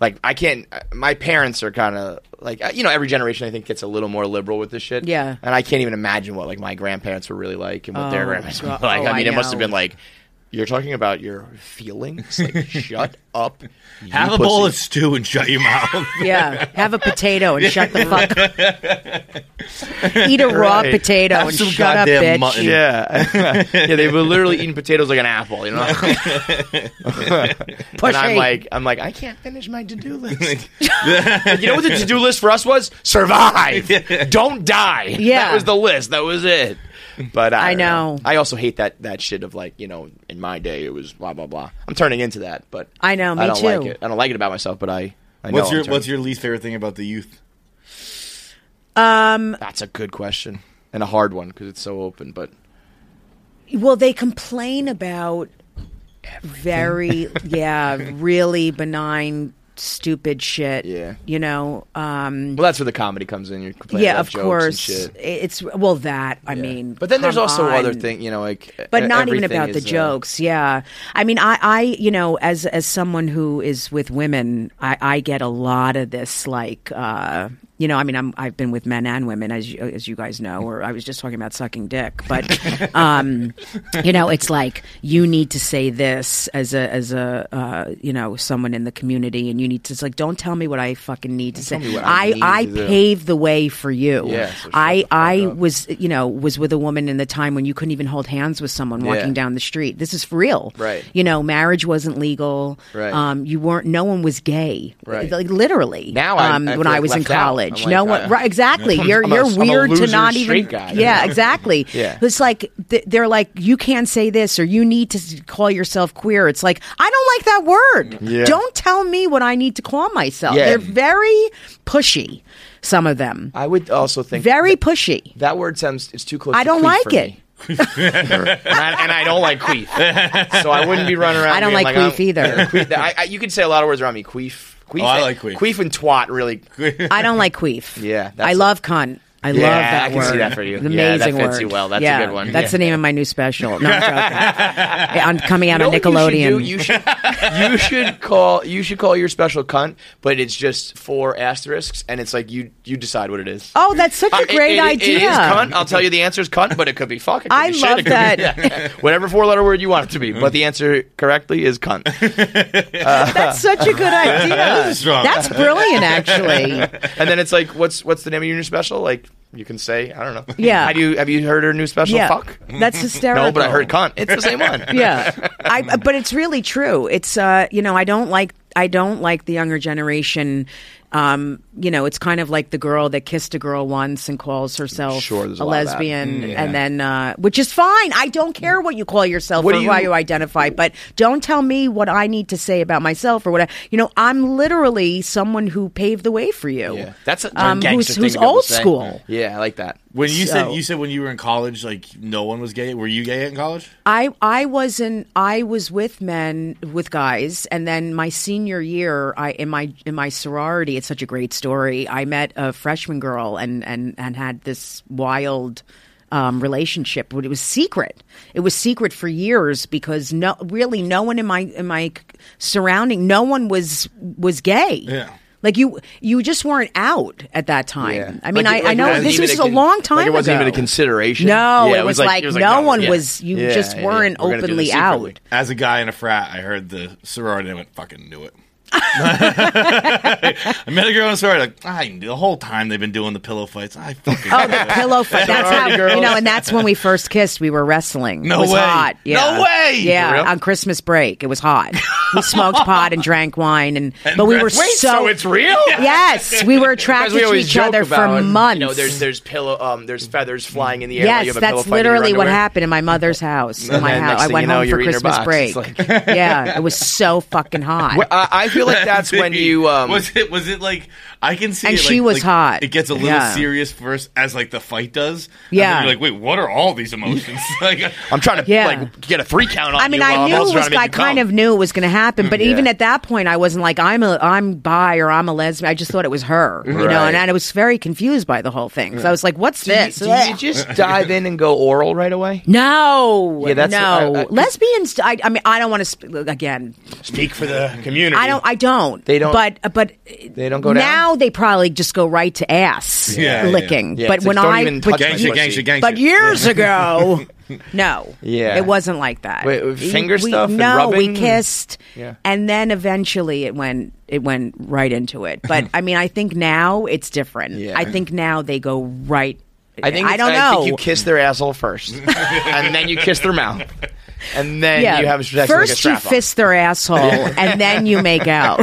Speaker 4: like I can't. uh, My parents are kind of like uh, you know every generation I think gets a little more liberal with this shit.
Speaker 10: Yeah.
Speaker 4: and I can't even imagine what like my grandparents were really like and what
Speaker 10: Oh,
Speaker 4: their grandparents were
Speaker 10: God.
Speaker 4: like.
Speaker 10: Oh,
Speaker 4: I
Speaker 10: I
Speaker 4: mean, it must have
Speaker 10: know.
Speaker 4: been like you're talking about your feelings. Like, shut up. you
Speaker 3: Have a bowl of
Speaker 4: pussy.
Speaker 3: stew and shut your mouth.
Speaker 19: Yeah, have a potato and shut the fuck. up. Eat a raw
Speaker 4: Right.
Speaker 19: potato
Speaker 4: Have
Speaker 19: and
Speaker 4: some
Speaker 19: shut up,
Speaker 4: goddamn
Speaker 19: bitch.
Speaker 4: mutton. Yeah, yeah. They were literally eating potatoes like an apple. You know. and I'm
Speaker 10: Pussy.
Speaker 4: like, I'm like, I can't finish my to do list.
Speaker 10: Like,
Speaker 4: you know what the to do list for us was? Survive. Don't die.
Speaker 10: Yeah.
Speaker 4: That was the list. That was it. But I,
Speaker 19: I
Speaker 4: don't know.
Speaker 19: know.
Speaker 4: I also hate that that shit of like you know in my day it was blah blah blah. I'm turning into that, but
Speaker 19: I know, me
Speaker 4: I don't
Speaker 19: too.
Speaker 4: like it. I don't like it about myself, but I. I
Speaker 3: What's
Speaker 4: know
Speaker 3: your What's your least favorite thing about the youth?
Speaker 19: Um,
Speaker 4: That's a good question and a hard one because it's so open. But
Speaker 19: well, they complain about very, yeah, really benign, stupid shit. Yeah. You know, um,
Speaker 4: well, that's where the comedy comes in. You're complaining
Speaker 19: yeah,
Speaker 4: about
Speaker 19: of
Speaker 4: jokes
Speaker 19: course.
Speaker 4: And shit.
Speaker 19: I- It's, well, that, I mean.
Speaker 4: But then there's
Speaker 19: come
Speaker 4: also other
Speaker 19: on.
Speaker 4: thing, you know, like
Speaker 19: but
Speaker 4: e-
Speaker 19: not even
Speaker 4: everything
Speaker 19: about the
Speaker 4: is, uh,
Speaker 19: jokes yeah i mean i i you know as as someone who is with women i i get a lot of this like uh you know, I mean, I'm, I've been with men and women, as you, as you guys know, or I was just talking about sucking dick. But, um, you know, it's like you need to say this as a as a uh, you know someone in the community, and you need to. It's like, don't tell me what I fucking need to say.
Speaker 4: me what I
Speaker 19: I
Speaker 4: need
Speaker 19: I,
Speaker 4: to do.
Speaker 19: paved the way for you.
Speaker 4: Yeah, so
Speaker 19: I I was you know was with a woman in the time when you couldn't even hold hands with someone walking
Speaker 4: Yeah.
Speaker 19: down the street. This is for real.
Speaker 4: Right.
Speaker 19: You know, marriage wasn't legal.
Speaker 4: Right.
Speaker 19: Um, you weren't. No one was gay.
Speaker 4: Right.
Speaker 19: Like literally.
Speaker 4: Now I-
Speaker 19: um,
Speaker 4: I
Speaker 19: when
Speaker 4: feel
Speaker 19: I was in
Speaker 4: left out.
Speaker 19: college,
Speaker 4: I'm like,
Speaker 19: no one.
Speaker 4: I-
Speaker 19: right. Exactly.
Speaker 4: I'm
Speaker 19: You're
Speaker 4: a-
Speaker 19: you're
Speaker 4: I'm a
Speaker 19: weird
Speaker 4: loser
Speaker 19: to not even.
Speaker 4: straight guy, you
Speaker 19: yeah.
Speaker 4: know?
Speaker 19: Exactly.
Speaker 4: Yeah.
Speaker 19: It's like th- they're like you can't say this or you need to s- call yourself queer. It's like I don't like that word.
Speaker 4: Yeah.
Speaker 19: Don't tell me what I need to call myself.
Speaker 4: Yeah.
Speaker 19: They're very pushy. Some of them.
Speaker 4: I would also think
Speaker 19: very pushy.
Speaker 4: That word sounds it's too close.
Speaker 19: I
Speaker 4: to
Speaker 19: don't
Speaker 4: queef
Speaker 19: like
Speaker 4: for
Speaker 19: it.
Speaker 4: me. and, I, and I don't like queef, so I wouldn't be running around.
Speaker 19: I don't
Speaker 4: being
Speaker 19: like queef
Speaker 4: I'm-
Speaker 19: either.
Speaker 4: queef- I, I, you could say a lot of words around me. Queef, queef.
Speaker 19: Oh, I like
Speaker 4: queef. Queef and twat really.
Speaker 19: I don't like queef.
Speaker 4: Yeah,
Speaker 19: I love cunt. I
Speaker 4: Yeah,
Speaker 19: love that
Speaker 4: I can
Speaker 19: word.
Speaker 4: see that for you.
Speaker 19: It's an
Speaker 4: Yeah, that
Speaker 19: amazing
Speaker 4: fits
Speaker 19: word.
Speaker 4: you well. That's a
Speaker 19: Yeah,
Speaker 4: good one.
Speaker 19: That's the
Speaker 4: Yeah.
Speaker 19: name of my new special. No, I'm joking. I'm coming out
Speaker 4: You
Speaker 19: on
Speaker 4: know what
Speaker 19: Nickelodeon.
Speaker 4: You should, do? you should you should call you should call your special cunt, but it's just four asterisks, and it's like you you decide what it is.
Speaker 19: oh, that's such
Speaker 4: Uh,
Speaker 19: a
Speaker 4: it-
Speaker 19: great
Speaker 4: it-
Speaker 19: idea.
Speaker 4: It is cunt. I'll tell you the answer is cunt, but it could be fuck. It could
Speaker 19: I
Speaker 4: be shit,
Speaker 19: love
Speaker 4: it could be-
Speaker 19: that.
Speaker 4: yeah. Whatever four letter word you want it to be, but the answer correctly is cunt.
Speaker 19: That's such a good idea.
Speaker 4: That is strong.
Speaker 19: That's brilliant, actually.
Speaker 4: and then it's like, what's what's the name of your new special? Like you can say, I don't know.
Speaker 19: Yeah.
Speaker 4: Have you have you heard her new special?
Speaker 19: Yeah.
Speaker 4: Fuck.
Speaker 19: That's hysterical.
Speaker 4: No, but I heard cunt. It's the same one.
Speaker 19: yeah I, but it's really true it's uh you know i don't like i don't like the younger generation um you know it's kind of like the girl that kissed a girl once and calls herself
Speaker 4: Sure, there's a
Speaker 19: a,
Speaker 4: lot of that.
Speaker 19: lesbian
Speaker 4: Mm, yeah.
Speaker 19: and then uh which is fine i don't care what you call yourself
Speaker 4: What
Speaker 19: or
Speaker 4: do
Speaker 19: how
Speaker 4: you-
Speaker 19: you identify but don't tell me what i need to say about myself or what I, you know i'm literally someone who paved the way for you
Speaker 4: Yeah. That's a
Speaker 19: um,
Speaker 4: gangster
Speaker 19: who's,
Speaker 4: thing
Speaker 19: who's
Speaker 4: to be able
Speaker 19: old
Speaker 4: to say.
Speaker 19: school
Speaker 4: Yeah, I like that.
Speaker 3: When you
Speaker 19: So-
Speaker 3: said you said when you were in college, like no one was gay. Were you gay in college?
Speaker 19: I I wasn't I was with men with guys and then my senior year I in my in my sorority it's such a great story I met a freshman girl and and and had this wild um, relationship but it was secret it was secret for years because no really no one in my in my surrounding no one was was gay
Speaker 3: Yeah.
Speaker 19: like you you just weren't out at that time I mean
Speaker 4: Like it-
Speaker 19: I, I
Speaker 4: like it
Speaker 19: know
Speaker 4: wasn't
Speaker 19: this
Speaker 4: even
Speaker 19: was a
Speaker 4: con-
Speaker 19: long time
Speaker 4: like it wasn't
Speaker 19: ago.
Speaker 4: even a consideration.
Speaker 19: No,
Speaker 4: Yeah,
Speaker 19: it, was, like,
Speaker 4: it
Speaker 19: no one
Speaker 4: yeah.
Speaker 19: was. You
Speaker 4: Yeah,
Speaker 19: just
Speaker 4: yeah,
Speaker 19: weren't
Speaker 4: we're gonna do
Speaker 19: openly
Speaker 4: this
Speaker 19: out.
Speaker 3: As a guy in a frat, I heard the sorority. and I went, "Fucking knew it." I met a girl in a sorority. Like, I knew the whole time they've been doing the pillow fights. I fucking
Speaker 19: Oh, the pillow fight. That's how you know, and that's when we first kissed. We were wrestling.
Speaker 3: No
Speaker 19: it was
Speaker 3: way.
Speaker 19: hot.
Speaker 3: No
Speaker 19: Yeah.
Speaker 3: way. For
Speaker 19: Yeah,
Speaker 3: real?
Speaker 19: on Christmas break, it was hot. We smoked pot and drank wine, and,
Speaker 4: And
Speaker 19: but we were
Speaker 4: wait,
Speaker 19: so.
Speaker 4: so it's real?
Speaker 19: Yes, we were
Speaker 4: Because
Speaker 19: attracted
Speaker 4: we
Speaker 19: to
Speaker 4: always
Speaker 19: each
Speaker 4: joke
Speaker 19: other
Speaker 4: about,
Speaker 19: for months.
Speaker 4: You know, there's there's pillow um there's feathers flying in the air. while you
Speaker 19: yes,
Speaker 4: have a pillow
Speaker 19: that's
Speaker 4: fight in your
Speaker 19: literally what
Speaker 4: underwear.
Speaker 19: happened in my mother's house. In
Speaker 4: And
Speaker 19: my
Speaker 4: then
Speaker 19: house,
Speaker 4: next
Speaker 19: I
Speaker 4: thing
Speaker 19: went
Speaker 4: you know,
Speaker 19: home
Speaker 4: you're
Speaker 19: for
Speaker 4: eating your
Speaker 19: Christmas
Speaker 4: box. It's
Speaker 19: break. yeah, it was so fucking hot.
Speaker 4: Well, I, I feel like that's when you um
Speaker 3: was it was it like I can see
Speaker 19: And
Speaker 3: it, like-
Speaker 19: she was
Speaker 3: like,
Speaker 19: hot.
Speaker 3: It gets a little
Speaker 19: Yeah.
Speaker 3: serious first as like the fight does. And
Speaker 19: Yeah.
Speaker 3: then you're like, wait, what are all these emotions? like
Speaker 4: I'm trying to
Speaker 19: Yeah.
Speaker 4: like get a three count on
Speaker 19: I mean,
Speaker 4: you while
Speaker 19: I
Speaker 4: I'm
Speaker 19: knew
Speaker 4: also
Speaker 19: it was.
Speaker 4: trying to make
Speaker 19: I
Speaker 4: you come. Mm-hmm.
Speaker 19: kind of knew it was going to happen, but
Speaker 4: Yeah.
Speaker 19: even at that point, I wasn't like I'm a I'm bi or I'm a lesbian. I just thought it was her, you know.
Speaker 4: Right.
Speaker 19: And, I was very confused by the whole thing. So I was like, "What's
Speaker 4: Do you-
Speaker 19: this?"
Speaker 4: do you, just dive in Uh, and go oral right away?
Speaker 19: No,
Speaker 4: Yeah, that's-
Speaker 19: no.
Speaker 4: I- I-
Speaker 19: Lesbians. I, I mean, I don't want to sp- again.
Speaker 4: Speak for the community.
Speaker 19: I don't. I don't.
Speaker 4: They don't-
Speaker 19: But uh, but
Speaker 4: They don't go down.
Speaker 19: now they probably just go right to ass
Speaker 4: Yeah,
Speaker 19: licking.
Speaker 4: yeah. Yeah,
Speaker 19: but
Speaker 4: it's like,
Speaker 19: when
Speaker 4: don't
Speaker 19: I
Speaker 4: even
Speaker 19: but,
Speaker 4: touch my Gangsta, pussy. gangsta, gangsta.
Speaker 19: but years
Speaker 4: Yeah.
Speaker 19: ago, no,
Speaker 4: Yeah.
Speaker 19: it wasn't like that.
Speaker 4: Wait, with finger
Speaker 19: we,
Speaker 4: stuff and
Speaker 19: No, we
Speaker 4: rubbing?
Speaker 19: kissed,
Speaker 4: Yeah.
Speaker 19: and then eventually it went it went right into it. But I mean, I think now it's different. I think now they go right.
Speaker 4: I think
Speaker 19: I
Speaker 4: it's-
Speaker 19: don't know.
Speaker 4: think you kiss their asshole first, and then you kiss their mouth, and then you have sex
Speaker 19: first
Speaker 4: with, like a
Speaker 19: you
Speaker 4: strap
Speaker 19: fist their asshole and then you make out.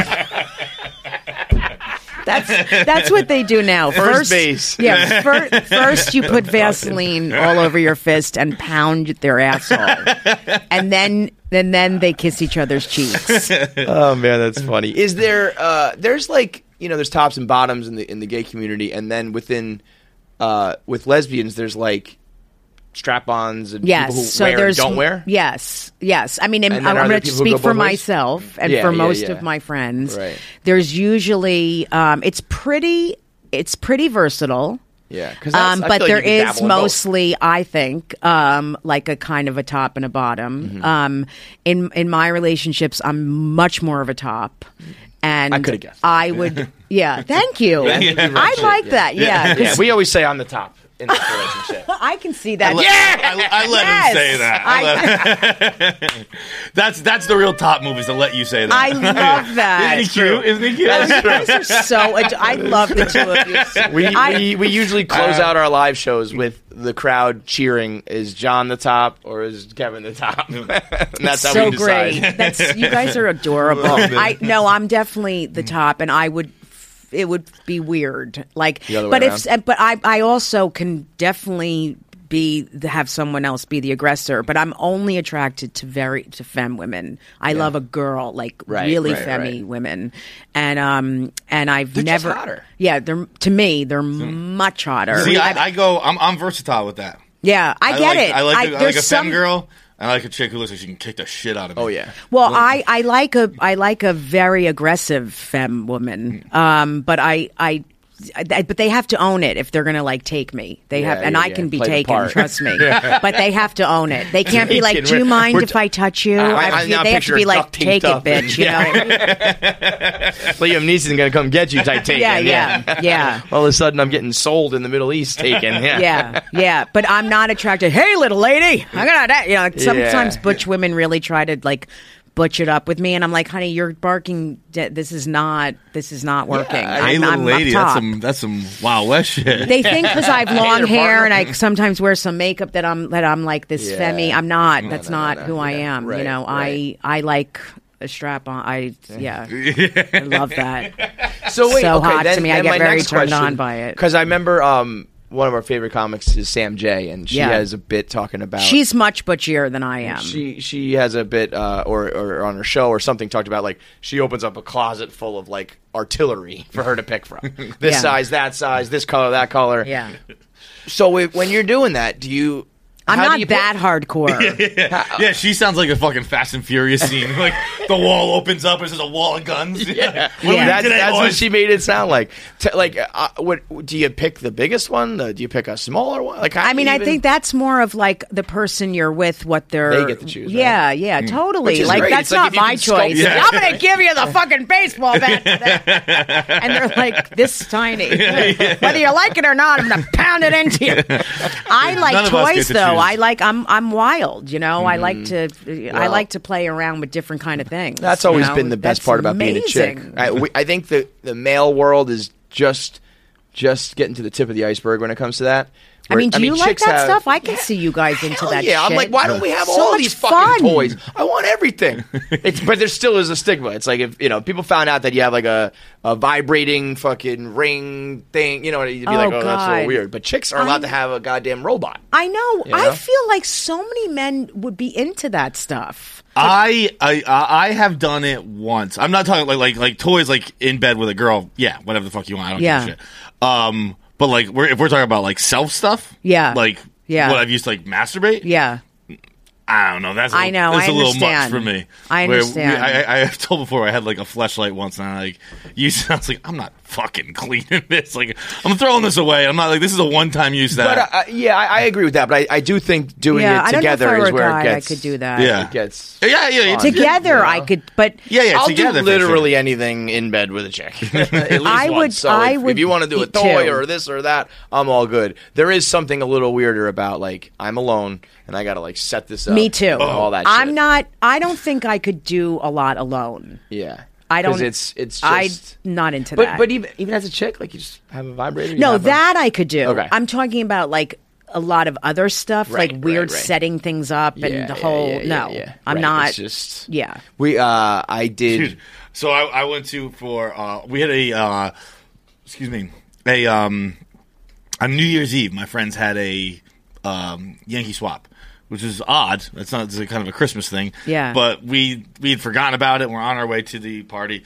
Speaker 19: That's that's what they do now.
Speaker 4: First base.
Speaker 19: Yeah. Fir- first, you put Vaseline all over your fist and pound their asshole, and then and then they kiss each other's cheeks.
Speaker 4: oh man, that's funny. Is there uh there's like you know, there's tops and bottoms in the in the gay community and then within uh with lesbians there's like strap ons and
Speaker 19: Yes.
Speaker 4: people who
Speaker 19: so
Speaker 4: wear and
Speaker 19: there's
Speaker 4: don't wear.
Speaker 19: Yes. Yes. I mean, I'm,
Speaker 4: And then are
Speaker 19: I'm
Speaker 4: there
Speaker 19: going to
Speaker 4: people who go
Speaker 19: speak for
Speaker 4: both ways?
Speaker 19: myself and
Speaker 4: Yeah,
Speaker 19: for
Speaker 4: yeah,
Speaker 19: most
Speaker 4: yeah.
Speaker 19: of my friends.
Speaker 4: Right.
Speaker 19: There's usually um, it's pretty it's pretty versatile.
Speaker 4: Yeah, 'cause that's-
Speaker 19: Um,
Speaker 4: I
Speaker 19: but
Speaker 4: feel like
Speaker 19: there
Speaker 4: you can
Speaker 19: is
Speaker 4: dabble in both.
Speaker 19: mostly, I think, um, like a kind of a top and a bottom.
Speaker 4: Mm-hmm.
Speaker 19: Um, in in my relationships, I'm much more of a top, and
Speaker 4: I coulda guessed.
Speaker 19: I would, yeah. Thank you.
Speaker 4: Yeah, I think you're
Speaker 19: I
Speaker 4: right.
Speaker 19: like that. Yeah, 'cause
Speaker 4: yeah. We always say on the top in this relationship.
Speaker 19: I can see that.
Speaker 3: yeah, I, I let
Speaker 19: Yes!
Speaker 3: him say that.
Speaker 19: I-
Speaker 3: I let- that's that's the real top move is to let you say that.
Speaker 19: I love that.
Speaker 3: Isn't he cute? Isn't he cute?
Speaker 19: Those guys are so. Ad- I love the two of you. so-
Speaker 4: We,
Speaker 19: I- Uh,
Speaker 4: we we usually
Speaker 3: Uh,
Speaker 4: close out our live shows with the crowd cheering: "Is John the top or is Kevin the top?" and that's how
Speaker 19: so
Speaker 4: we decide.
Speaker 19: great. That's you guys are adorable.
Speaker 4: Love it.
Speaker 19: I no, I'm definitely the top, and I would. f- It would be weird, like,
Speaker 4: The other way
Speaker 19: but if,
Speaker 4: around.
Speaker 19: but I, I also can definitely be have someone else be the aggressor. But I'm only attracted to very to femme women. I
Speaker 4: Yeah.
Speaker 19: love a girl, like
Speaker 4: Right,
Speaker 19: really
Speaker 4: right,
Speaker 19: femmy
Speaker 4: right.
Speaker 19: women, and um, and I've
Speaker 3: They're just
Speaker 19: never,
Speaker 3: hotter.
Speaker 19: yeah, they're to me they're much hotter.
Speaker 3: See,
Speaker 19: I've-
Speaker 3: I, I go. I'm, I'm versatile with that.
Speaker 19: yeah, I, get
Speaker 3: like,
Speaker 19: it.
Speaker 3: I like, the- I like
Speaker 19: there's
Speaker 3: a
Speaker 19: some-
Speaker 3: femme girl. and I like a chick who looks like she can kick the shit out of me. Oh yeah.
Speaker 19: Well, I, I like a I like a very aggressive femme
Speaker 4: Mm.
Speaker 19: woman, um, but I, I I but they have to own it if they're gonna like take me. They have,
Speaker 4: Yeah,
Speaker 19: and
Speaker 4: yeah,
Speaker 19: I
Speaker 4: yeah.
Speaker 19: can be
Speaker 4: Play the
Speaker 19: taken.
Speaker 4: part.
Speaker 19: Trust me,
Speaker 4: Yeah.
Speaker 19: but they have to own it. They can't be like,
Speaker 4: Taken.
Speaker 19: "Do you
Speaker 4: We're-
Speaker 19: mind
Speaker 4: we're
Speaker 19: if I touch you?"
Speaker 4: I-
Speaker 19: I-
Speaker 4: I now
Speaker 19: they have to
Speaker 4: picture
Speaker 19: be
Speaker 4: a
Speaker 19: like,
Speaker 4: duct taped
Speaker 19: "Take it,
Speaker 4: up and-
Speaker 19: bitch." You
Speaker 4: Yeah.
Speaker 19: know.
Speaker 4: Liam Neeson's gonna come get you type taken.
Speaker 19: Yeah, yeah, yeah.
Speaker 4: All of a sudden, I'm getting sold in the Middle East taken. Yeah,
Speaker 19: yeah, yeah, but I'm not attracted. Hey, little lady, I'm gonna. da-" You know, sometimes
Speaker 4: Yeah.
Speaker 19: butch women really try to like butch it up with me, and I'm like, honey, you're barking. De- this is not. This is not working. I'm,
Speaker 3: hey, little
Speaker 19: I'm up
Speaker 3: lady, that's
Speaker 19: top.
Speaker 3: some that's some Wild West shit.
Speaker 19: They think because I have long
Speaker 3: Hey there,
Speaker 19: hair and I
Speaker 3: partner.
Speaker 19: sometimes wear some makeup that I'm that I'm like this
Speaker 3: Yeah.
Speaker 19: femmy. I'm not.
Speaker 3: No,
Speaker 19: That's
Speaker 3: no, no,
Speaker 19: not
Speaker 3: no.
Speaker 19: who I
Speaker 3: Yeah,
Speaker 19: am. you
Speaker 3: right,
Speaker 19: know, I I like a strap on. I yeah, I love that.
Speaker 4: So wait, okay,
Speaker 19: hot
Speaker 4: then,
Speaker 19: to me. I
Speaker 4: then
Speaker 19: get
Speaker 4: my
Speaker 19: very
Speaker 4: next
Speaker 19: turned
Speaker 4: question,
Speaker 19: on by it.
Speaker 4: because I remember um, one of our favorite comics is Sam J, and she
Speaker 19: Yeah.
Speaker 4: has a bit talking about
Speaker 19: She's much butchier than I am.
Speaker 4: She she has a bit uh, or or on her show or something talked about like she opens up a closet full of like artillery for her to pick from. This
Speaker 19: Yeah.
Speaker 4: size, that size, this color, that color.
Speaker 19: Yeah.
Speaker 4: So if, when you're doing that, do you?
Speaker 19: I'm
Speaker 4: how do
Speaker 19: not
Speaker 4: you pick?
Speaker 19: that hardcore.
Speaker 3: yeah. yeah, she sounds like a fucking Fast and Furious scene. Like the wall opens up, and there's a wall of guns. Yeah,
Speaker 4: Yeah, that's, that's what she made it sound like. T- like, uh, what do you pick the biggest one? Uh, do you pick a smaller one? Like, how
Speaker 19: I
Speaker 4: do
Speaker 19: mean,
Speaker 4: you
Speaker 19: I
Speaker 4: even-
Speaker 19: think that's more of like the person you're with, what they're.
Speaker 4: They get to choose, right?
Speaker 19: Yeah, yeah,
Speaker 4: Mm. Which
Speaker 19: totally.
Speaker 4: is
Speaker 19: Like
Speaker 4: great.
Speaker 19: that's
Speaker 4: It's like
Speaker 19: not
Speaker 4: if you
Speaker 19: my
Speaker 4: can sculpt-
Speaker 19: choice.
Speaker 4: Yeah.
Speaker 19: I'm gonna give you the fucking baseball bat, and they're like this tiny. Whether you like it or not, I'm gonna pound it into you. I like
Speaker 13: None of us
Speaker 19: toys
Speaker 13: get to
Speaker 19: though.
Speaker 13: choose.
Speaker 19: I like I'm I'm wild. You know, I like to I
Speaker 4: Mm-hmm. Well.
Speaker 19: like to play around with different kind of things.
Speaker 4: That's
Speaker 19: you
Speaker 4: always
Speaker 19: know?
Speaker 4: been the best
Speaker 19: That's
Speaker 4: part about being a chick.
Speaker 19: amazing.
Speaker 4: I, we, I think the the male world is just just getting to the tip of the iceberg when it comes to that.
Speaker 19: I
Speaker 4: Where-
Speaker 19: mean, do you like
Speaker 4: chicks
Speaker 19: that
Speaker 4: have-
Speaker 19: stuff? I can see you guys into
Speaker 4: Hell
Speaker 19: that.
Speaker 4: yeah, I'm
Speaker 19: shit.
Speaker 4: like, why don't we have
Speaker 19: So
Speaker 4: all
Speaker 19: much
Speaker 4: these fucking
Speaker 19: fun.
Speaker 4: toys? I want everything. It's, but there still is a stigma. It's like if you know people found out that you have like a, a vibrating fucking ring thing, you know, you'd be like,
Speaker 19: Oh,
Speaker 4: oh, that's a
Speaker 19: God.
Speaker 4: little weird. But chicks are allowed
Speaker 19: I'm-
Speaker 4: to have a goddamn robot.
Speaker 19: I know.
Speaker 4: You know?
Speaker 19: I feel like so many men would be into that stuff.
Speaker 3: I, I I I have done it once. I'm not talking like like like toys like in bed with a girl. Yeah, whatever the fuck you want. I don't
Speaker 19: Yeah.
Speaker 3: give a shit. Um, but like we're, if we're talking about like self stuff.
Speaker 19: Yeah.
Speaker 3: Like
Speaker 19: Yeah.
Speaker 3: what I've used to like masturbate.
Speaker 19: Yeah.
Speaker 3: I don't know. That's a
Speaker 19: I
Speaker 3: little-
Speaker 19: know,
Speaker 3: That's
Speaker 19: I
Speaker 3: a little much
Speaker 19: understand.
Speaker 3: for me.
Speaker 19: I
Speaker 3: Where we-
Speaker 19: understand.
Speaker 3: I, I, I've told before I had like a flashlight once, and I like used. it. I was like, I'm not fucking cleaning this. Like I'm throwing this away. I'm not like this is a one time use. That
Speaker 4: But uh, yeah, I, I agree with that. But I, I do think doing
Speaker 19: Yeah,
Speaker 4: it
Speaker 19: I don't know if
Speaker 4: together
Speaker 19: I were
Speaker 4: is
Speaker 19: a
Speaker 4: where
Speaker 19: guy, I
Speaker 4: it gets.
Speaker 19: could do that.
Speaker 3: Yeah.
Speaker 4: it gets.
Speaker 3: Yeah, yeah, it's-
Speaker 19: Together,
Speaker 4: you know?
Speaker 19: I could, but
Speaker 4: I'll do literally anything in bed with a chick. At least
Speaker 19: I
Speaker 4: once.
Speaker 19: would-
Speaker 4: So
Speaker 19: I
Speaker 4: if,
Speaker 19: would
Speaker 4: if you want to do a
Speaker 19: be
Speaker 4: toy
Speaker 19: too.
Speaker 4: or this or that, I'm all good. There is something a little weirder about like I'm alone and I gotta like set this up.
Speaker 19: Me too.
Speaker 4: and All that.
Speaker 19: I'm
Speaker 4: shit.
Speaker 19: not. I don't think I could do a lot alone.
Speaker 4: Yeah.
Speaker 19: I
Speaker 4: 'Cause
Speaker 19: don't.
Speaker 4: It's it's
Speaker 19: I'm
Speaker 4: just.
Speaker 19: not into
Speaker 4: but
Speaker 19: that.
Speaker 4: but even even as a chick, like you just have a vibrator. you
Speaker 19: no,
Speaker 4: have a-
Speaker 19: that I could do.
Speaker 4: Okay.
Speaker 19: I'm talking about like a lot of other stuff,
Speaker 4: Right,
Speaker 19: like
Speaker 4: right,
Speaker 19: weird
Speaker 4: right.
Speaker 19: setting things up and
Speaker 4: Yeah,
Speaker 19: the
Speaker 4: yeah,
Speaker 19: whole.
Speaker 4: yeah, yeah,
Speaker 19: no,
Speaker 4: yeah.
Speaker 19: I'm
Speaker 4: Right,
Speaker 19: not.
Speaker 4: it's just-
Speaker 19: yeah.
Speaker 4: we uh I did.
Speaker 3: So I, I went to for uh, we had a uh, excuse me, a um, on New Year's Eve, my friends had a um, Yankee swap, which is odd. That's not it's a kind of a Christmas thing.
Speaker 19: Yeah.
Speaker 3: But we we had forgotten about it. We're on our way to the party,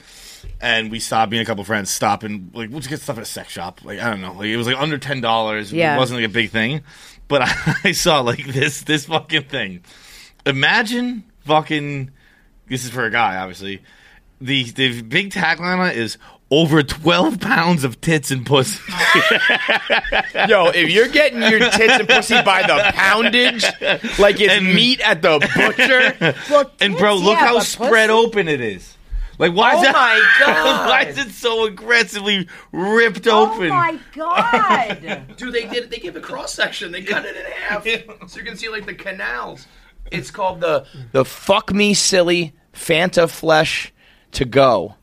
Speaker 3: and we stopped. Me and a couple friends stop and like we'll just get stuff at a sex shop. Like I don't know. Like it was like under ten dollars.
Speaker 19: Yeah.
Speaker 3: It wasn't like a big thing, but I, I saw like this this fucking thing. Imagine fucking. This is for a guy, obviously. The the big tagline on it is over twelve pounds of tits and pussy.
Speaker 4: Yo, if you're getting your tits and pussy by the poundage, like it's meat at the butcher.
Speaker 3: and bro,
Speaker 4: tits,
Speaker 3: look
Speaker 4: yeah,
Speaker 3: how
Speaker 4: but
Speaker 3: spread
Speaker 4: pussy-
Speaker 3: open it is. Like why
Speaker 4: Oh
Speaker 3: is that?
Speaker 4: my God. Oh
Speaker 3: why is it so aggressively ripped open?
Speaker 19: Oh god!
Speaker 4: Dude, they did. They gave a cross section. They cut it in half, so you can see like the canals. It's called the the fuck me silly Fanta flesh to go.